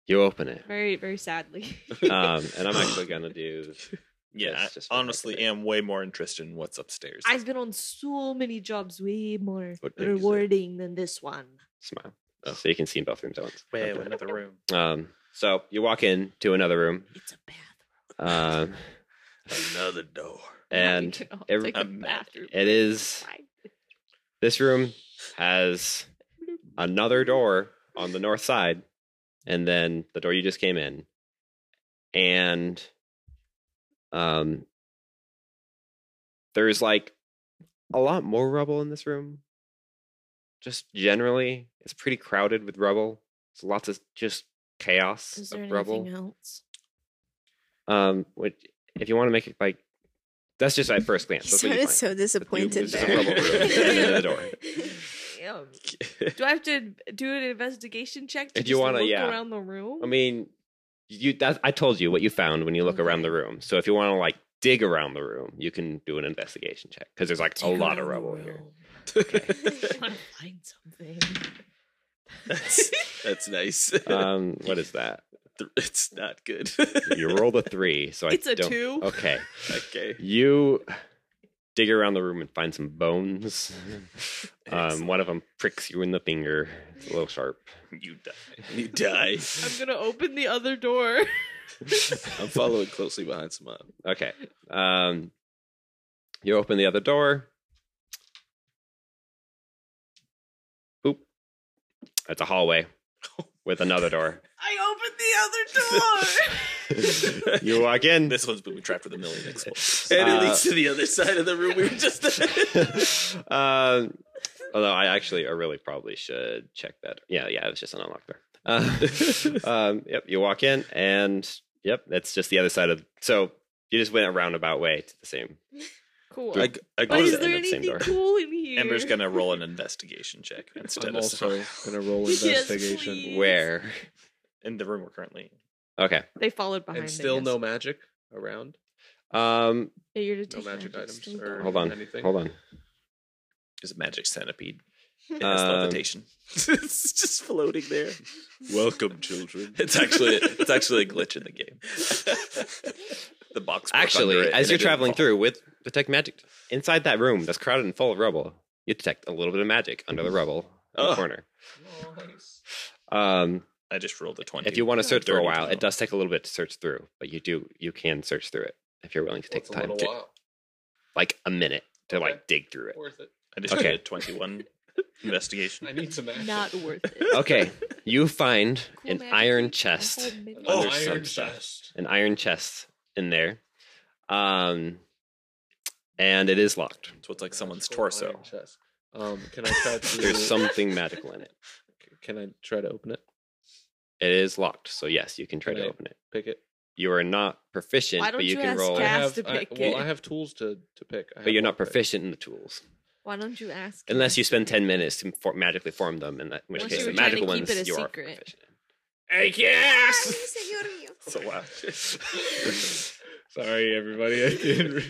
Speaker 2: You open it.
Speaker 7: Very, very sadly.
Speaker 2: Um, and I'm actually going to do.
Speaker 9: Yeah,
Speaker 2: That's
Speaker 9: I
Speaker 2: just what I
Speaker 9: honestly
Speaker 2: could-
Speaker 9: am way more interested in what's upstairs.
Speaker 7: I've been on so many jobs way more
Speaker 5: What thing is it?
Speaker 7: rewarding than this one.
Speaker 2: Smile. So you can see in both rooms at once.
Speaker 10: Way
Speaker 2: Okay.
Speaker 10: another room.
Speaker 2: Um, so you walk in to another room,
Speaker 7: It's a bathroom.
Speaker 2: um,
Speaker 5: Another door.
Speaker 2: and
Speaker 7: I'll take
Speaker 2: every- uh, eh,
Speaker 7: the bathroom.
Speaker 2: it is this room has another door on the north side, and then the door you just came in, and um, there's like a lot more rubble in this room. Just generally, it's pretty crowded with rubble. There's lots of just chaos
Speaker 7: Is there
Speaker 2: of
Speaker 7: anything
Speaker 2: rubble.
Speaker 7: else?
Speaker 2: Um, which if you want to make it like that's just at first glance.
Speaker 4: He
Speaker 2: That's what you
Speaker 4: sounded
Speaker 2: find.
Speaker 4: so disappointed
Speaker 2: It's just a rubble
Speaker 4: there.
Speaker 2: room and then the door.
Speaker 7: Um, do I have to do an investigation check to
Speaker 2: If you
Speaker 7: just
Speaker 2: wanna,
Speaker 7: look
Speaker 2: yeah.
Speaker 7: around the room?
Speaker 2: I mean, you that I told you what you found when you look around
Speaker 7: Mm-hmm.
Speaker 2: the room. So if you want to like dig around the room, you can do an investigation check because there's like a
Speaker 7: Dig
Speaker 2: lot of
Speaker 7: around the
Speaker 2: rubble here.
Speaker 7: room. I
Speaker 5: Okay.
Speaker 7: want to find something.
Speaker 5: That's, that's nice.
Speaker 2: Um, what is that?
Speaker 5: Th- it's not good.
Speaker 2: You rolled a three, so I
Speaker 7: It's a
Speaker 2: don't- oh.
Speaker 7: two.
Speaker 2: Okay,
Speaker 5: okay.
Speaker 2: you dig around the room and find some bones. Um, one of them pricks you in the finger. It's a little sharp.
Speaker 9: you die.
Speaker 5: You die.
Speaker 7: I'm gonna open the other door.
Speaker 5: I'm following closely behind Samad.
Speaker 2: Okay. Um, you open the other door. Boop. That's a hallway with another door.
Speaker 7: I opened the other door.
Speaker 2: You walk in.
Speaker 9: This one's been trapped with a million explosives.
Speaker 5: And
Speaker 2: Uh,
Speaker 5: it leads to the other side of the room we were just
Speaker 2: um, although I actually, I really probably should check that. Yeah, yeah, it was just an unlock door. Uh, um, yep, you walk in, and yep, that's just the other side of. So you just went a roundabout way to the same.
Speaker 7: cool.
Speaker 5: I, I
Speaker 7: but
Speaker 5: go
Speaker 2: does
Speaker 7: is
Speaker 5: to
Speaker 2: the
Speaker 7: there
Speaker 2: end of the same
Speaker 7: anything
Speaker 2: door.
Speaker 7: cool in here?
Speaker 9: Ember's gonna roll an investigation check instead
Speaker 8: I'm
Speaker 9: of
Speaker 8: also gonna roll
Speaker 7: Yes,
Speaker 8: investigation.
Speaker 7: please.
Speaker 2: Where?
Speaker 9: in the room we're currently.
Speaker 2: Okay.
Speaker 7: They followed behind. I
Speaker 8: and still
Speaker 7: guess.
Speaker 8: no magic around.
Speaker 2: Um,
Speaker 7: Yeah, you're to
Speaker 8: No
Speaker 7: take
Speaker 8: magic
Speaker 7: magic
Speaker 8: items
Speaker 7: still
Speaker 8: or
Speaker 2: Hold on,
Speaker 8: anything.
Speaker 2: hold on.
Speaker 9: Is a magic centipede. It has
Speaker 2: Um,
Speaker 9: levitation. it's just floating there.
Speaker 5: in. Welcome, children.
Speaker 9: It's actually it's actually a glitch in the game. the box. broke under
Speaker 2: Actually, as
Speaker 9: it and
Speaker 2: you're
Speaker 9: it didn't
Speaker 2: traveling
Speaker 9: fall.
Speaker 2: through with detect magic inside that room that's crowded and full of rubble, you detect a little bit of magic under the rubble in the
Speaker 9: Oh.
Speaker 2: corner. Um,
Speaker 9: I just rolled a twenty.
Speaker 2: if you want to search for a
Speaker 9: Dirty
Speaker 2: while,
Speaker 9: towel.
Speaker 2: it does take a little bit to search through, but you do you can search through it if you're willing to take
Speaker 8: It's
Speaker 2: the
Speaker 8: a
Speaker 2: time
Speaker 8: little
Speaker 2: to
Speaker 8: while.
Speaker 2: like a minute to
Speaker 8: Okay.
Speaker 2: like dig through it.
Speaker 8: Worth it.
Speaker 9: I just
Speaker 2: Okay.
Speaker 9: did a twenty-one investigation.
Speaker 8: I need some action.
Speaker 7: Not worth it.
Speaker 2: Okay, you find
Speaker 7: Cool
Speaker 2: an
Speaker 7: magic
Speaker 2: iron
Speaker 7: items, a whole
Speaker 2: chest,
Speaker 7: menu.
Speaker 8: Oh,
Speaker 2: There's some
Speaker 8: iron
Speaker 2: stuff.
Speaker 8: chest.
Speaker 2: an iron chest in there, um, and it is locked.
Speaker 9: So it's like someone's
Speaker 8: Magical iron
Speaker 9: torso.
Speaker 8: chest. Um, can I try to?
Speaker 2: There's something magical in it.
Speaker 8: Can I try to open it?
Speaker 2: It is locked, so yes, you can try
Speaker 8: Can
Speaker 2: to
Speaker 8: I-
Speaker 2: open it.
Speaker 8: Pick it.
Speaker 2: You are not proficient,
Speaker 7: Why
Speaker 2: but
Speaker 7: don't
Speaker 2: you,
Speaker 7: you
Speaker 2: can
Speaker 7: ask
Speaker 2: roll.
Speaker 8: I
Speaker 7: Cat?
Speaker 8: have.
Speaker 7: Has to
Speaker 8: I-
Speaker 7: pick
Speaker 8: well,
Speaker 7: it.
Speaker 8: I have tools to to pick. I
Speaker 2: But
Speaker 8: have
Speaker 2: you're
Speaker 8: one
Speaker 2: not
Speaker 8: pick.
Speaker 2: proficient in the tools
Speaker 7: Why don't you ask?
Speaker 2: unless you spend ten minutes to for- magically form them. In, that, in which
Speaker 7: Unless
Speaker 2: case,
Speaker 7: you
Speaker 2: the
Speaker 7: were trying to
Speaker 2: magical
Speaker 7: keep
Speaker 2: ones
Speaker 7: it a
Speaker 2: you are
Speaker 7: secret.
Speaker 2: proficient. in.
Speaker 10: Hey, yes!
Speaker 9: So wow.
Speaker 10: Sorry, everybody. I didn't re-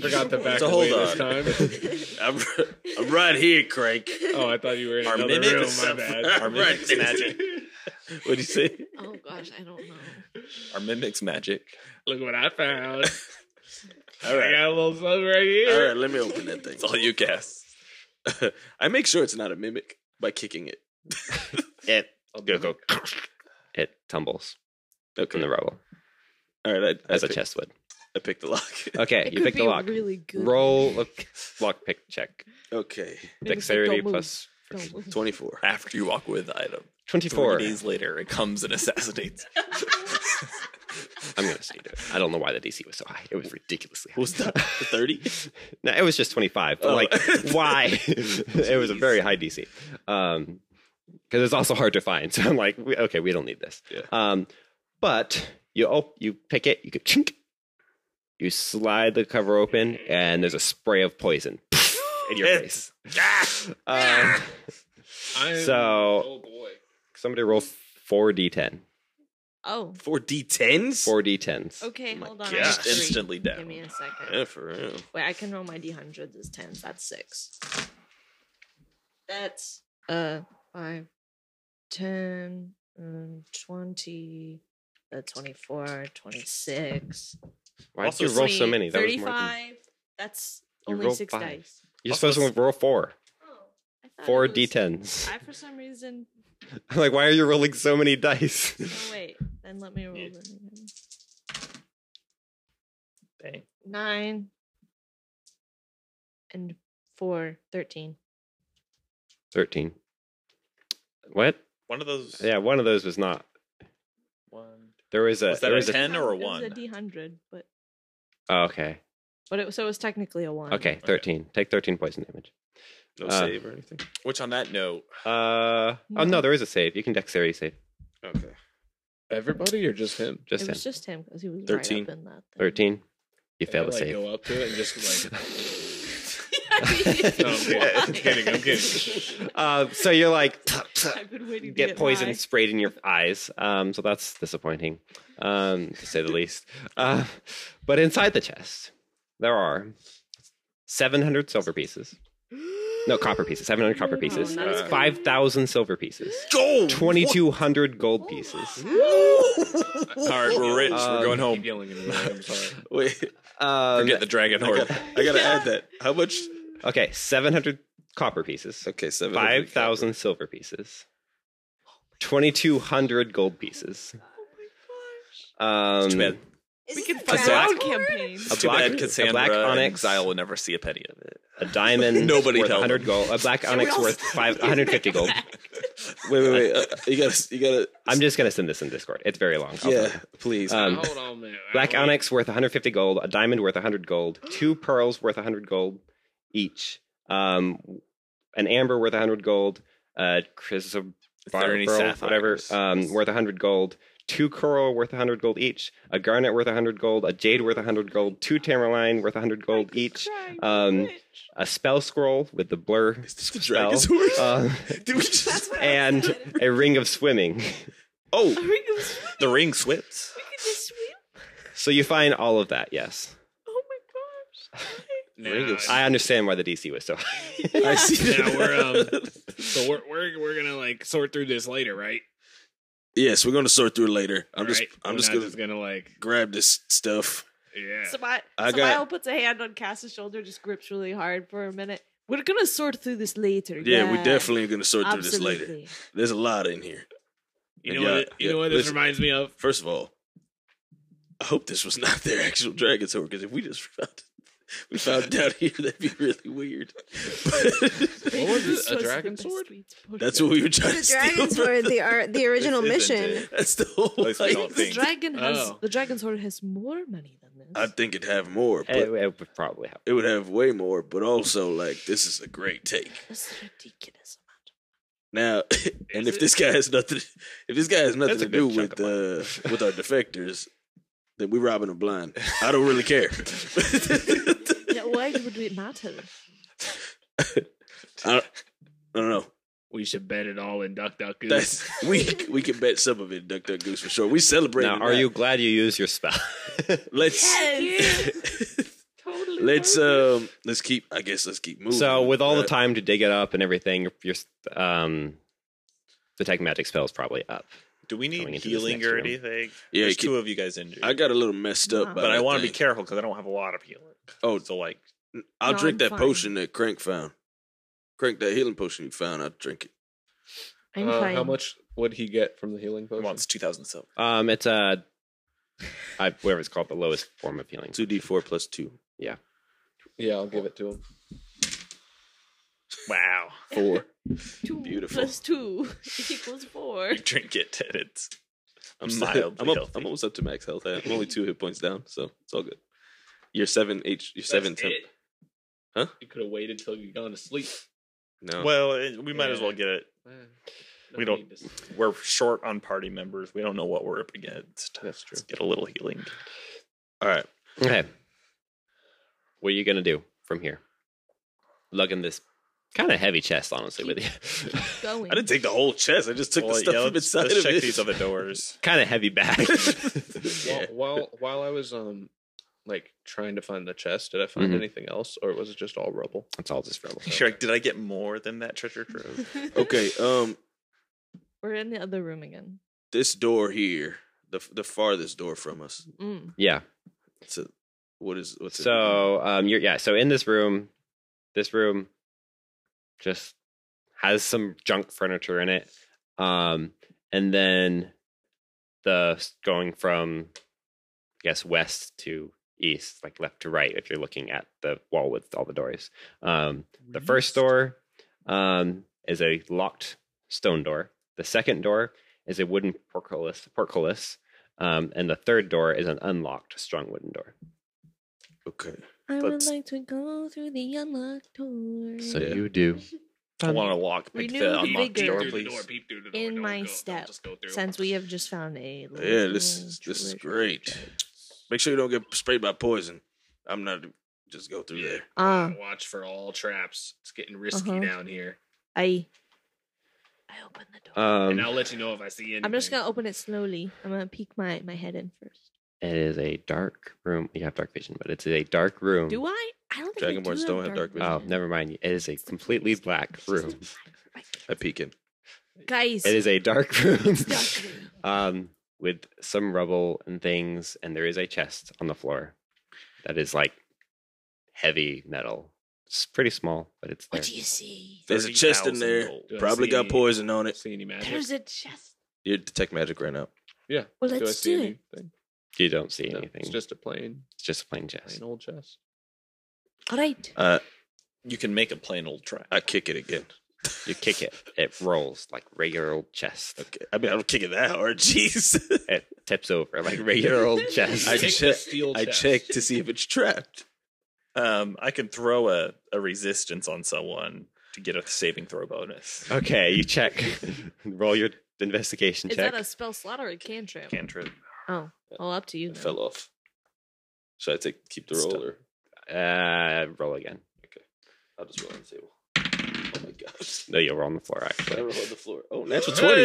Speaker 10: forgot the back
Speaker 5: So
Speaker 10: away
Speaker 5: hold
Speaker 10: this time.
Speaker 5: I'm, I'm right here, Craig.
Speaker 10: Oh, I thought you were in
Speaker 5: Our
Speaker 10: another
Speaker 5: mimic
Speaker 10: room.
Speaker 5: is
Speaker 10: My
Speaker 5: up-
Speaker 10: bad.
Speaker 5: our mimic's magic. What'd you say?
Speaker 7: Oh gosh, I don't know.
Speaker 9: Our mimic's magic.
Speaker 10: Look what I found.
Speaker 5: All
Speaker 10: I
Speaker 5: right.
Speaker 10: got a little something right
Speaker 5: All
Speaker 10: here.
Speaker 5: right, let me open that thing.
Speaker 9: It's all you cast.
Speaker 5: I make sure it's not a mimic by kicking it.
Speaker 2: It
Speaker 8: I'll
Speaker 2: go,
Speaker 8: do it.
Speaker 2: go, it tumbles
Speaker 5: Okay.
Speaker 2: in the rubble
Speaker 5: All right, I, I,
Speaker 2: as a
Speaker 5: pick,
Speaker 2: chest would.
Speaker 5: I picked the lock.
Speaker 2: Okay,
Speaker 7: It
Speaker 2: you
Speaker 7: could
Speaker 2: pick
Speaker 7: be
Speaker 2: the
Speaker 7: a
Speaker 2: lock.
Speaker 7: Really good.
Speaker 2: Roll a lock pick check.
Speaker 5: Okay,
Speaker 7: Maybe it's like,
Speaker 2: Dexterity
Speaker 7: don't move,
Speaker 2: plus
Speaker 7: don't move.
Speaker 5: 24.
Speaker 9: After you walk with the item,
Speaker 2: twenty-four.
Speaker 9: three days later, it comes and assassinates.
Speaker 2: I'm gonna say it. I don't know why the DC was so high. It was ridiculously high.
Speaker 5: What's that? 30?
Speaker 2: No, it was just 25. But
Speaker 5: Oh.
Speaker 2: like, why? it was a very high DC. Um, because it's also hard to find. So I'm like, we, okay, we don't need this.
Speaker 5: Yeah.
Speaker 2: Um, but you op- you pick it, you go chink, you slide the cover open, and there's a spray of poison in your face. Um,
Speaker 10: I'm,
Speaker 2: so
Speaker 10: oh boy.
Speaker 2: somebody roll four d10,
Speaker 7: Oh,
Speaker 5: Four D10s?
Speaker 2: four d10s.
Speaker 7: okay.
Speaker 5: my
Speaker 7: hold on. I
Speaker 5: gosh,
Speaker 7: got three.
Speaker 5: instantly
Speaker 7: Give
Speaker 5: down.
Speaker 7: me a second.
Speaker 5: Yeah, for real.
Speaker 7: Wait, I can roll my d100s as tens. That's six. That's uh five, ten, um, twenty, uh, twenty-four, twenty-six.
Speaker 2: Why did
Speaker 5: Also
Speaker 2: you roll so
Speaker 7: 20,
Speaker 2: many? That was more than-
Speaker 7: Thirty-five. That's
Speaker 2: You
Speaker 7: only
Speaker 2: rolled
Speaker 7: six
Speaker 2: five.
Speaker 7: dice.
Speaker 2: You're supposed to roll four,
Speaker 7: Oh, I thought
Speaker 2: four
Speaker 7: it was-
Speaker 2: d10s.
Speaker 7: I for some reason.
Speaker 2: I'm like, why are you rolling so many dice?
Speaker 7: Oh wait, then let me roll
Speaker 9: Yeah.
Speaker 7: them again.
Speaker 9: Dang.
Speaker 7: Nine and four, thirteen.
Speaker 2: Thirteen. What?
Speaker 9: One of those.
Speaker 2: Yeah, one of those was not.
Speaker 9: One.
Speaker 2: There was a.
Speaker 9: Was that
Speaker 2: there
Speaker 9: a
Speaker 2: was a.
Speaker 9: 10 or a
Speaker 7: It was
Speaker 9: 1?
Speaker 7: a d100, but
Speaker 2: Oh, okay.
Speaker 7: but it was, so it was technically a one.
Speaker 2: Okay. Thirteen. Take thirteen poison damage.
Speaker 5: No
Speaker 2: Uh,
Speaker 5: save or anything.
Speaker 9: Which on that note,
Speaker 2: Uh oh no,
Speaker 7: No.
Speaker 2: there is a save. You can dexterity save.
Speaker 5: Okay.
Speaker 8: Everybody or just him?
Speaker 2: Just
Speaker 7: it
Speaker 2: him.
Speaker 7: was just him because he was
Speaker 5: 13.
Speaker 7: right up in that. Thing.
Speaker 2: Thirteen. You
Speaker 10: I,
Speaker 2: failed the
Speaker 10: like,
Speaker 2: save.
Speaker 10: Go up to it and just like.
Speaker 7: I
Speaker 10: no, I'm kidding. I'm kidding. I'm kidding.
Speaker 2: Uh, so you're like tup, tup,
Speaker 7: have been waiting to
Speaker 2: get poison
Speaker 7: high.
Speaker 2: sprayed in your eyes. Um, so that's disappointing, um, to say the least. Uh, but inside the chest, there are 700 silver pieces. No, copper pieces. 700 copper pieces.
Speaker 7: that's
Speaker 5: Uh,
Speaker 7: good.
Speaker 2: 5,000 silver pieces.
Speaker 5: Gold!
Speaker 2: 2,200 gold pieces.
Speaker 5: All right, we're rich.
Speaker 2: Um,
Speaker 5: we're going
Speaker 10: Keep
Speaker 5: home.
Speaker 10: yelling in the room. I'm sorry.
Speaker 5: Wait,
Speaker 2: Um,
Speaker 9: get the dragon
Speaker 5: I
Speaker 9: horde.
Speaker 5: gotta, I gotta add that. How much?
Speaker 2: okay, 700 copper pieces.
Speaker 5: Okay, seven.
Speaker 2: Five thousand silver pieces, twenty two hundred gold pieces. Um,
Speaker 5: Too bad.
Speaker 7: We can
Speaker 5: find
Speaker 7: find
Speaker 5: out.
Speaker 7: our campaign.
Speaker 2: A
Speaker 5: Too
Speaker 2: black,
Speaker 5: bad
Speaker 2: a
Speaker 5: Cassandra
Speaker 2: black
Speaker 5: and
Speaker 2: onyx,
Speaker 5: Xyle will never see a penny of it.
Speaker 2: a diamond.
Speaker 5: Nobody
Speaker 2: worth
Speaker 5: tell
Speaker 2: hundred
Speaker 5: them.
Speaker 2: gold. A black onyx
Speaker 7: all
Speaker 2: worth five one hundred fifty gold.
Speaker 5: Wait, wait, wait. Uh, you gotta, you gotta.
Speaker 2: I'm just gonna send this in Discord. It's very long. I'll
Speaker 5: yeah,
Speaker 2: tell
Speaker 5: please.
Speaker 2: you.
Speaker 8: Oh.
Speaker 2: Um,
Speaker 10: Hold on, man.
Speaker 2: black onyx worth one hundred fifty gold. A diamond worth hundred gold. Two pearls worth hundred gold each. Um, an amber worth hundred gold. Uh, chrysob-
Speaker 5: Is
Speaker 2: bar-
Speaker 5: there any
Speaker 2: pearl, whatever,
Speaker 5: sapphires?
Speaker 2: um, worth 100 gold, two coral worth 100 gold each, a garnet worth 100 gold, a jade worth 100 gold, two tamarine worth 100 gold each, um, a spell scroll with the blur
Speaker 5: Is this the
Speaker 2: spell,
Speaker 5: dragon's horse?
Speaker 2: uh,
Speaker 5: Did we just?
Speaker 2: and a ring of swimming.
Speaker 5: Oh,
Speaker 7: We can just
Speaker 5: the ring swims.
Speaker 7: sweep.
Speaker 2: So you find all of that, yes.
Speaker 7: Oh my gosh.
Speaker 10: Now,
Speaker 2: I understand why the DC was so high.
Speaker 5: I see.
Speaker 10: now we're um. So we're we're we're gonna like sort through this later, right?
Speaker 5: Yes, we're gonna sort through it later. I'm just,
Speaker 10: Right?
Speaker 5: I'm
Speaker 10: We're
Speaker 5: just
Speaker 10: not
Speaker 5: gonna,
Speaker 10: like
Speaker 5: grab this stuff.
Speaker 10: yeah.
Speaker 7: Samael
Speaker 5: I got-
Speaker 7: Samael puts a hand on Cass's shoulder, just grips really hard for a minute. We're gonna sort through this later.
Speaker 5: Yeah, we definitely are gonna sort through this
Speaker 7: Absolutely.
Speaker 5: later. There's a lot in here.
Speaker 10: You know
Speaker 5: Yeah,
Speaker 10: what? it- You
Speaker 5: yeah,
Speaker 10: know what this
Speaker 5: listen.
Speaker 10: reminds me of?
Speaker 5: First of all, I hope this was not their actual dragon's horn because if we just found it, we found it out here, that'd be really weird. But
Speaker 8: What was
Speaker 7: This
Speaker 8: it? A
Speaker 7: was the
Speaker 8: dragon
Speaker 7: best
Speaker 8: sword?
Speaker 7: we'd spoken.
Speaker 5: that's what we were trying
Speaker 4: the
Speaker 5: to
Speaker 4: dragons
Speaker 5: steal.
Speaker 4: were the ar- the original
Speaker 9: This isn't
Speaker 4: mission.
Speaker 5: That's the whole
Speaker 9: Place we
Speaker 5: idea.
Speaker 9: don't
Speaker 7: The
Speaker 9: think.
Speaker 7: dragon has
Speaker 10: Oh.
Speaker 7: the dragon sword has more money than this.
Speaker 5: I think it'd have more, but
Speaker 2: it, it would probably help.
Speaker 5: it would have way more. But also, like this is a great take.
Speaker 7: this is ridiculous amount.
Speaker 5: Now, and
Speaker 10: Is
Speaker 5: if
Speaker 10: it?
Speaker 5: this guy has nothing, if this guy has nothing
Speaker 2: That's a
Speaker 5: to do
Speaker 2: good chunk
Speaker 5: with uh,
Speaker 2: of
Speaker 5: with our defectors, then we robbing them blind. I don't really care.
Speaker 7: Yeah, why would it matter?
Speaker 5: I, don't, I don't know.
Speaker 10: We should bet it all in Duck Duck Goose.
Speaker 5: That's we we can bet some of it, Duck Duck Goose for sure. We celebrate.
Speaker 2: Now, are you glad you used your spell?
Speaker 5: Let's
Speaker 7: Totally.
Speaker 5: let's um let's keep. I guess let's keep moving.
Speaker 2: so, with all the
Speaker 5: Uh,
Speaker 2: time to dig it up and everything, your um, detect magic spell is probably up.
Speaker 9: do we
Speaker 2: Coming
Speaker 9: need
Speaker 2: into this
Speaker 9: healing
Speaker 2: next
Speaker 9: or
Speaker 2: room.
Speaker 9: anything?
Speaker 5: Yeah,
Speaker 9: There's
Speaker 5: keep-
Speaker 9: two of you guys injured.
Speaker 5: I got a little messed up,
Speaker 7: Wow.
Speaker 9: but I want to be
Speaker 5: careful.
Speaker 9: careful because I don't have a lot of healing.
Speaker 5: Oh.
Speaker 9: so like,
Speaker 5: I'll
Speaker 7: No,
Speaker 5: drink
Speaker 7: I'm
Speaker 5: that
Speaker 7: fine.
Speaker 5: potion that Crank found. Crank that healing potion you found. I'll drink it.
Speaker 7: I'm
Speaker 8: Uh,
Speaker 7: fine.
Speaker 8: How much would he get from the healing
Speaker 9: come
Speaker 8: potion?
Speaker 9: on, it's two thousand silver.
Speaker 2: Um, it's uh, I, whatever it's called, the lowest form of healing.
Speaker 5: Two D four plus two.
Speaker 8: Yeah, I'll give it to him.
Speaker 9: Wow,
Speaker 5: Four.
Speaker 7: Two
Speaker 5: Beautiful.
Speaker 7: plus two equals four.
Speaker 9: you drink it and it's
Speaker 5: I'm
Speaker 9: mildly
Speaker 5: still, I'm, up,
Speaker 9: healthy.
Speaker 5: I'm almost up to max health. I'm only two hit points down, so it's all good. You're seven H. You're seven temp.
Speaker 8: You could have waited till you gone to sleep.
Speaker 2: Oh.
Speaker 5: No.
Speaker 9: well. It, we might as well
Speaker 8: Yeah.
Speaker 9: get it. We don't- We're short on party members. We don't know what we're up against.
Speaker 8: That's true.
Speaker 9: Let's get a little healing.
Speaker 5: All right.
Speaker 2: Okay. What are you gonna do from here? lugging this kind of heavy chest, honestly, with you.
Speaker 7: Going.
Speaker 5: I didn't take the whole chest. I just took
Speaker 9: Well,
Speaker 5: the stuff
Speaker 9: yeah,
Speaker 5: from
Speaker 9: let's,
Speaker 5: inside
Speaker 9: let's
Speaker 5: of
Speaker 9: check
Speaker 5: it.
Speaker 9: these other doors.
Speaker 2: kind of heavy bag.
Speaker 5: Yeah.
Speaker 8: While, while while I was um like trying to find the chest, did I find
Speaker 2: Mhm.
Speaker 8: anything else, or was it just all rubble?
Speaker 2: That's all just rubble.
Speaker 9: You're like, did I get more than that treasure trove?
Speaker 5: Okay, um,
Speaker 7: We're in the other room again.
Speaker 5: this door here, the the farthest door from us.
Speaker 7: Mm.
Speaker 2: Yeah.
Speaker 5: It's a, what is what's it?
Speaker 2: So um, you're yeah. So in this room, this room just has some junk furniture in it, um, and then the going from I guess west to east, like left to right, if you're looking at the wall with all the doors. Um, the first door um, is a locked stone door. The second door is a wooden portcullis, portcullis, um, and the third door is an unlocked, strong wooden door.
Speaker 5: Okay,
Speaker 7: I would
Speaker 5: Let's-
Speaker 7: like to go through the unlocked door.
Speaker 2: So
Speaker 5: Yeah.
Speaker 2: you do.
Speaker 9: I want to lock
Speaker 7: We
Speaker 9: pick
Speaker 7: knew
Speaker 9: the
Speaker 7: the
Speaker 9: unlocked
Speaker 7: bigger-
Speaker 9: door,
Speaker 10: Peep through the
Speaker 9: please.
Speaker 10: door, peep through the door.
Speaker 7: In
Speaker 10: don't
Speaker 7: my
Speaker 10: go, don't
Speaker 7: step.
Speaker 10: Just go through.
Speaker 7: Since we have just found a
Speaker 5: yeah, this
Speaker 7: little
Speaker 5: is this is
Speaker 7: treasure.
Speaker 5: great. Make sure you don't get sprayed by poison. I'm not just go through
Speaker 10: Yeah.
Speaker 5: there.
Speaker 7: Uh,
Speaker 10: Gotta Watch for all traps. It's getting risky
Speaker 7: Uh-huh.
Speaker 10: down here.
Speaker 7: I I open the
Speaker 5: Uh,
Speaker 7: door.
Speaker 2: Um,
Speaker 10: And I'll let you know if I see anything.
Speaker 7: I'm just gonna open it slowly. I'm gonna peek my, my head in first.
Speaker 2: it is a dark room. You have dark vision, but it's a dark
Speaker 5: Hmm.
Speaker 2: room.
Speaker 7: Do I? I don't think I
Speaker 5: Dragonborns
Speaker 7: do
Speaker 5: don't
Speaker 7: have
Speaker 5: have dark
Speaker 2: Oh, never mind. It is a completely black room.
Speaker 5: I peek in.
Speaker 7: Guys,
Speaker 2: It is a dark room.
Speaker 7: dark room.
Speaker 2: um, with some rubble and things, and there is a chest on the floor that is like heavy metal. It's pretty small, but it's there.
Speaker 7: what do you see?
Speaker 5: There's a chest in
Speaker 9: 30,000
Speaker 5: there.
Speaker 9: gold.
Speaker 8: Do I
Speaker 5: Probably got
Speaker 8: see-
Speaker 5: poison on it.
Speaker 8: See any magic?
Speaker 7: There's a chest.
Speaker 5: You detect magic right now.
Speaker 8: yeah.
Speaker 7: Well,
Speaker 8: do I
Speaker 7: let's
Speaker 8: see
Speaker 7: do it.
Speaker 8: anything?
Speaker 2: You don't see
Speaker 8: No,
Speaker 2: anything.
Speaker 8: it's just a plain,
Speaker 2: a plain chest.
Speaker 8: plain old chest.
Speaker 7: All right.
Speaker 5: Uh,
Speaker 9: You can make a plain old trap.
Speaker 5: I kick it again.
Speaker 2: You kick it, it rolls like regular old chest.
Speaker 5: Okay, I mean I don't kick it that hard. Jeez.
Speaker 2: It tips over like regular old chest.
Speaker 5: I
Speaker 10: Kick the
Speaker 5: check.
Speaker 10: steel
Speaker 5: I
Speaker 10: chest.
Speaker 5: check to see if it's trapped.
Speaker 9: Um, I can throw a, a resistance on someone to get a saving throw bonus.
Speaker 2: Okay, you check. Roll your investigation
Speaker 7: Is
Speaker 2: check.
Speaker 7: that a spell slot or a cantrip?
Speaker 9: Cantrip.
Speaker 7: oh, well, up to you.
Speaker 5: It
Speaker 7: then.
Speaker 5: fell off. Should I take keep the
Speaker 9: Stop.
Speaker 5: roller?
Speaker 2: Uh, roll again.
Speaker 5: I'll just roll on the table. Oh my gosh.
Speaker 2: No, you'll roll on the floor.
Speaker 5: I
Speaker 2: Actually,
Speaker 5: roll on the floor. Oh, natural 20.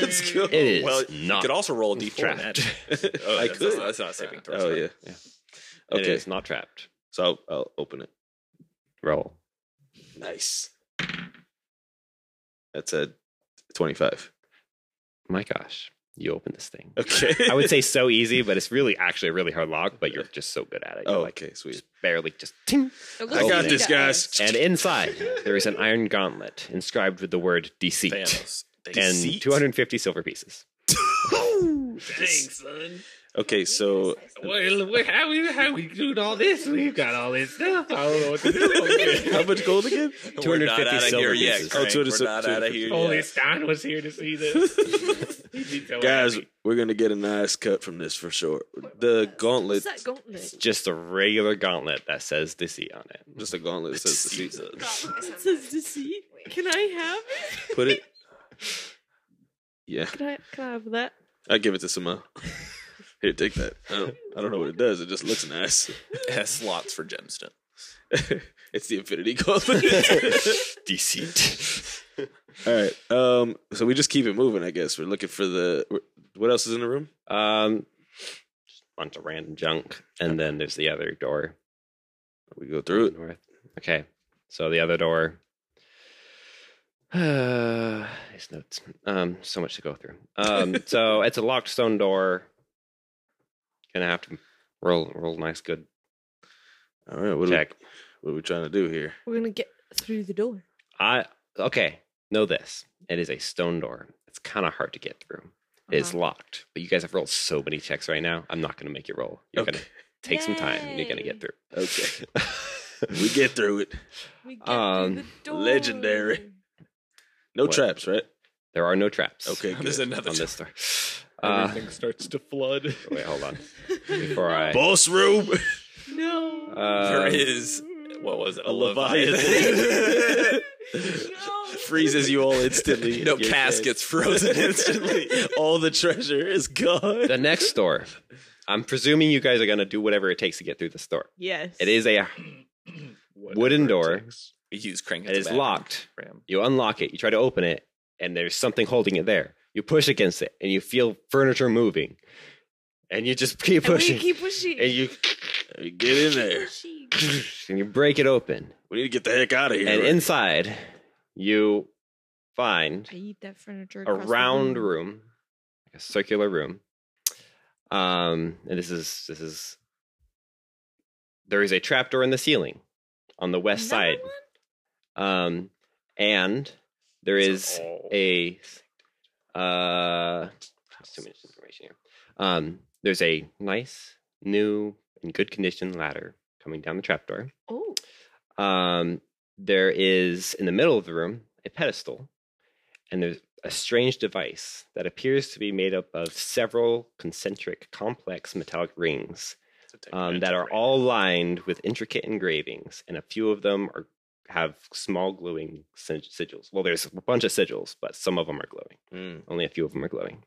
Speaker 5: Let's go.
Speaker 2: it is
Speaker 9: well,
Speaker 2: not.
Speaker 9: You could also roll a d4
Speaker 2: trapped.
Speaker 9: magic. Oh,
Speaker 5: I
Speaker 9: that's
Speaker 5: could.
Speaker 9: Not, that's not a saving throw.
Speaker 5: Oh,
Speaker 9: sorry.
Speaker 5: yeah.
Speaker 2: Yeah. It
Speaker 5: Okay.
Speaker 2: is not trapped.
Speaker 5: So I'll, I'll open it.
Speaker 2: Roll.
Speaker 5: Nice. That's a 25.
Speaker 2: My gosh, you open this thing.
Speaker 5: Okay.
Speaker 2: I would say so easy, but it's really actually a really hard lock. But you're just so good at it. You're
Speaker 5: Oh,
Speaker 2: like
Speaker 5: okay. Sweet.
Speaker 2: just barely just ting.
Speaker 7: It looks
Speaker 5: I
Speaker 2: got
Speaker 5: got
Speaker 7: like
Speaker 2: this,
Speaker 5: this,
Speaker 7: a-
Speaker 5: guys.
Speaker 2: And inside there is an iron gauntlet inscribed with the word deceit
Speaker 9: Thanos.
Speaker 2: and
Speaker 9: Deceit?
Speaker 2: 250 silver pieces.
Speaker 10: Dang, son.
Speaker 5: Okay, so
Speaker 10: Well, we- how we how we doing all this? We've got all this stuff. I don't know what to do.
Speaker 5: how much gold again?
Speaker 9: We're not
Speaker 2: 250
Speaker 9: outta
Speaker 2: silver
Speaker 9: here yet.
Speaker 2: pieces.
Speaker 5: Oh,
Speaker 9: Crank.
Speaker 5: 200
Speaker 9: We're not out of here
Speaker 10: Only
Speaker 9: yet.
Speaker 10: Stein was here to see this. He'd be so
Speaker 5: Guys,
Speaker 10: happy.
Speaker 5: we're going to get a nice cut from this for sure. The
Speaker 7: What's
Speaker 5: gauntlet,
Speaker 7: that
Speaker 2: It's
Speaker 7: gauntlet?
Speaker 2: just a regular gauntlet that says deceit on it.
Speaker 5: just a gauntlet that says deceit.
Speaker 7: It says deceit. Can I have it?
Speaker 5: Put it. Yeah,
Speaker 7: Can I, can I have that?
Speaker 5: I give it to Samal. Here, take that. I don't, I don't know what it does. It just looks nice.
Speaker 9: It has slots for gemstone.
Speaker 5: it's the Infinity Gauntlet.
Speaker 2: Deceit.
Speaker 5: All right. Um. So we just keep it moving. I guess we're looking for the. What else is in the room?
Speaker 2: um, just a bunch of random junk, and then there's the other door.
Speaker 5: We go through it.
Speaker 2: North. Okay. So the other door. Uh, it's notes. Um, so much to go through. Um, so it's a locked stone door. Gonna have to roll roll nice good
Speaker 5: All right. What are, we,
Speaker 2: check.
Speaker 5: what are we trying to do here?
Speaker 7: We're going to get through the door.
Speaker 2: I okay. Know this. It is a stone door. It's kind of hard to get through. It's
Speaker 7: Uh-huh.
Speaker 2: locked. But you guys have rolled so many checks right now. I'm not gonna make you roll. You're
Speaker 5: Okay.
Speaker 2: gonna take some time. and You're gonna
Speaker 7: Yay.
Speaker 2: get through.
Speaker 5: Okay. we get through it.
Speaker 7: We get
Speaker 2: Um,
Speaker 7: through the door.
Speaker 5: legendary. No
Speaker 2: What?
Speaker 5: traps, right?
Speaker 2: There are no traps.
Speaker 5: Okay.
Speaker 9: There's
Speaker 5: Good.
Speaker 9: another
Speaker 2: On
Speaker 9: chest.
Speaker 2: this door. Uh,
Speaker 8: Everything starts to flood.
Speaker 2: wait, hold on. Before I
Speaker 5: Boss room.
Speaker 7: No.
Speaker 9: there
Speaker 2: Um,
Speaker 9: is what was it? A,
Speaker 5: A
Speaker 9: leviathan.
Speaker 5: Leviathan.
Speaker 7: No.
Speaker 5: Freezes you all instantly.
Speaker 9: no
Speaker 5: in your chest.
Speaker 9: cast gets frozen instantly.
Speaker 5: all the treasure is gone.
Speaker 2: the next door. I'm presuming you guys are gonna do whatever it takes to get through this door.
Speaker 7: Yes.
Speaker 2: It is a
Speaker 8: Whatever
Speaker 2: Wooden
Speaker 8: it
Speaker 2: door.
Speaker 8: takes.
Speaker 9: We use crank.
Speaker 2: It is locked.
Speaker 10: Ram.
Speaker 2: You unlock it. You try to open it, and there's something holding it there. You push against it, and you feel furniture moving, and you just keep
Speaker 7: And
Speaker 2: pushing,
Speaker 7: we keep pushing.
Speaker 2: and you
Speaker 5: Get in there.
Speaker 7: pushing.
Speaker 2: and you break it open,
Speaker 5: We need to get the heck out of here.
Speaker 2: and inside you find
Speaker 7: I eat that furniture.
Speaker 2: a
Speaker 7: across the
Speaker 2: round
Speaker 7: room.
Speaker 2: room, like a circular room. Um, and this is this is there is a trapdoor in the ceiling on the west
Speaker 7: Another
Speaker 2: side. Um, and there is a uh there's too much information here. Um, there's a nice new in good condition ladder coming down the trapdoor.
Speaker 7: Oh,
Speaker 2: Um, there is in the middle of the room a pedestal, and there's a strange device that appears to be made up of several concentric, complex metallic rings um, that are all lined with intricate engravings, and a few of them are have small glowing sig- sigils. Well, there's a bunch of sigils, but some of them are glowing.
Speaker 5: Mm.
Speaker 2: Only a few of them are glowing.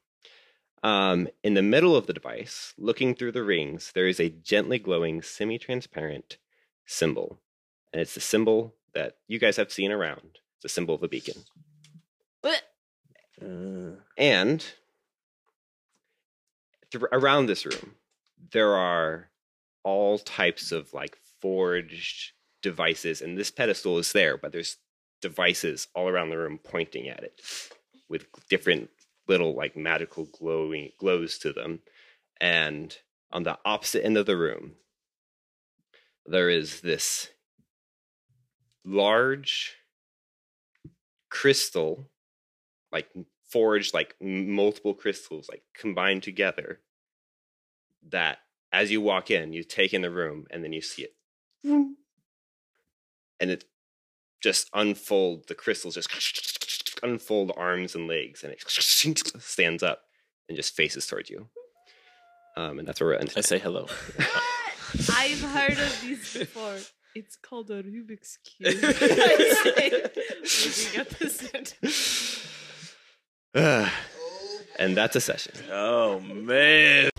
Speaker 2: Um, in the middle of the device, looking through the rings, there is a gently glowing, semi transparent symbol. And it's the symbol that you guys have seen around. It's the symbol of a beacon.
Speaker 7: but
Speaker 2: And thr- around this room, there are all types of like forged devices. And this pedestal is there, but there's devices all around the room pointing at it with different little like magical glowing glows to them. And on the opposite end of the room, there is this large crystal, like forged, like m- multiple crystals, like combined together. That as you walk in, you take in the room and then you see it. And it just unfold the crystals just unfold arms and legs and it stands up and just faces towards you um and that's where we're ending
Speaker 9: I say hello.
Speaker 7: I've heard of these before. It's called a Rubik's cube. I say, looking at the center.
Speaker 2: and that's a session
Speaker 5: Oh man.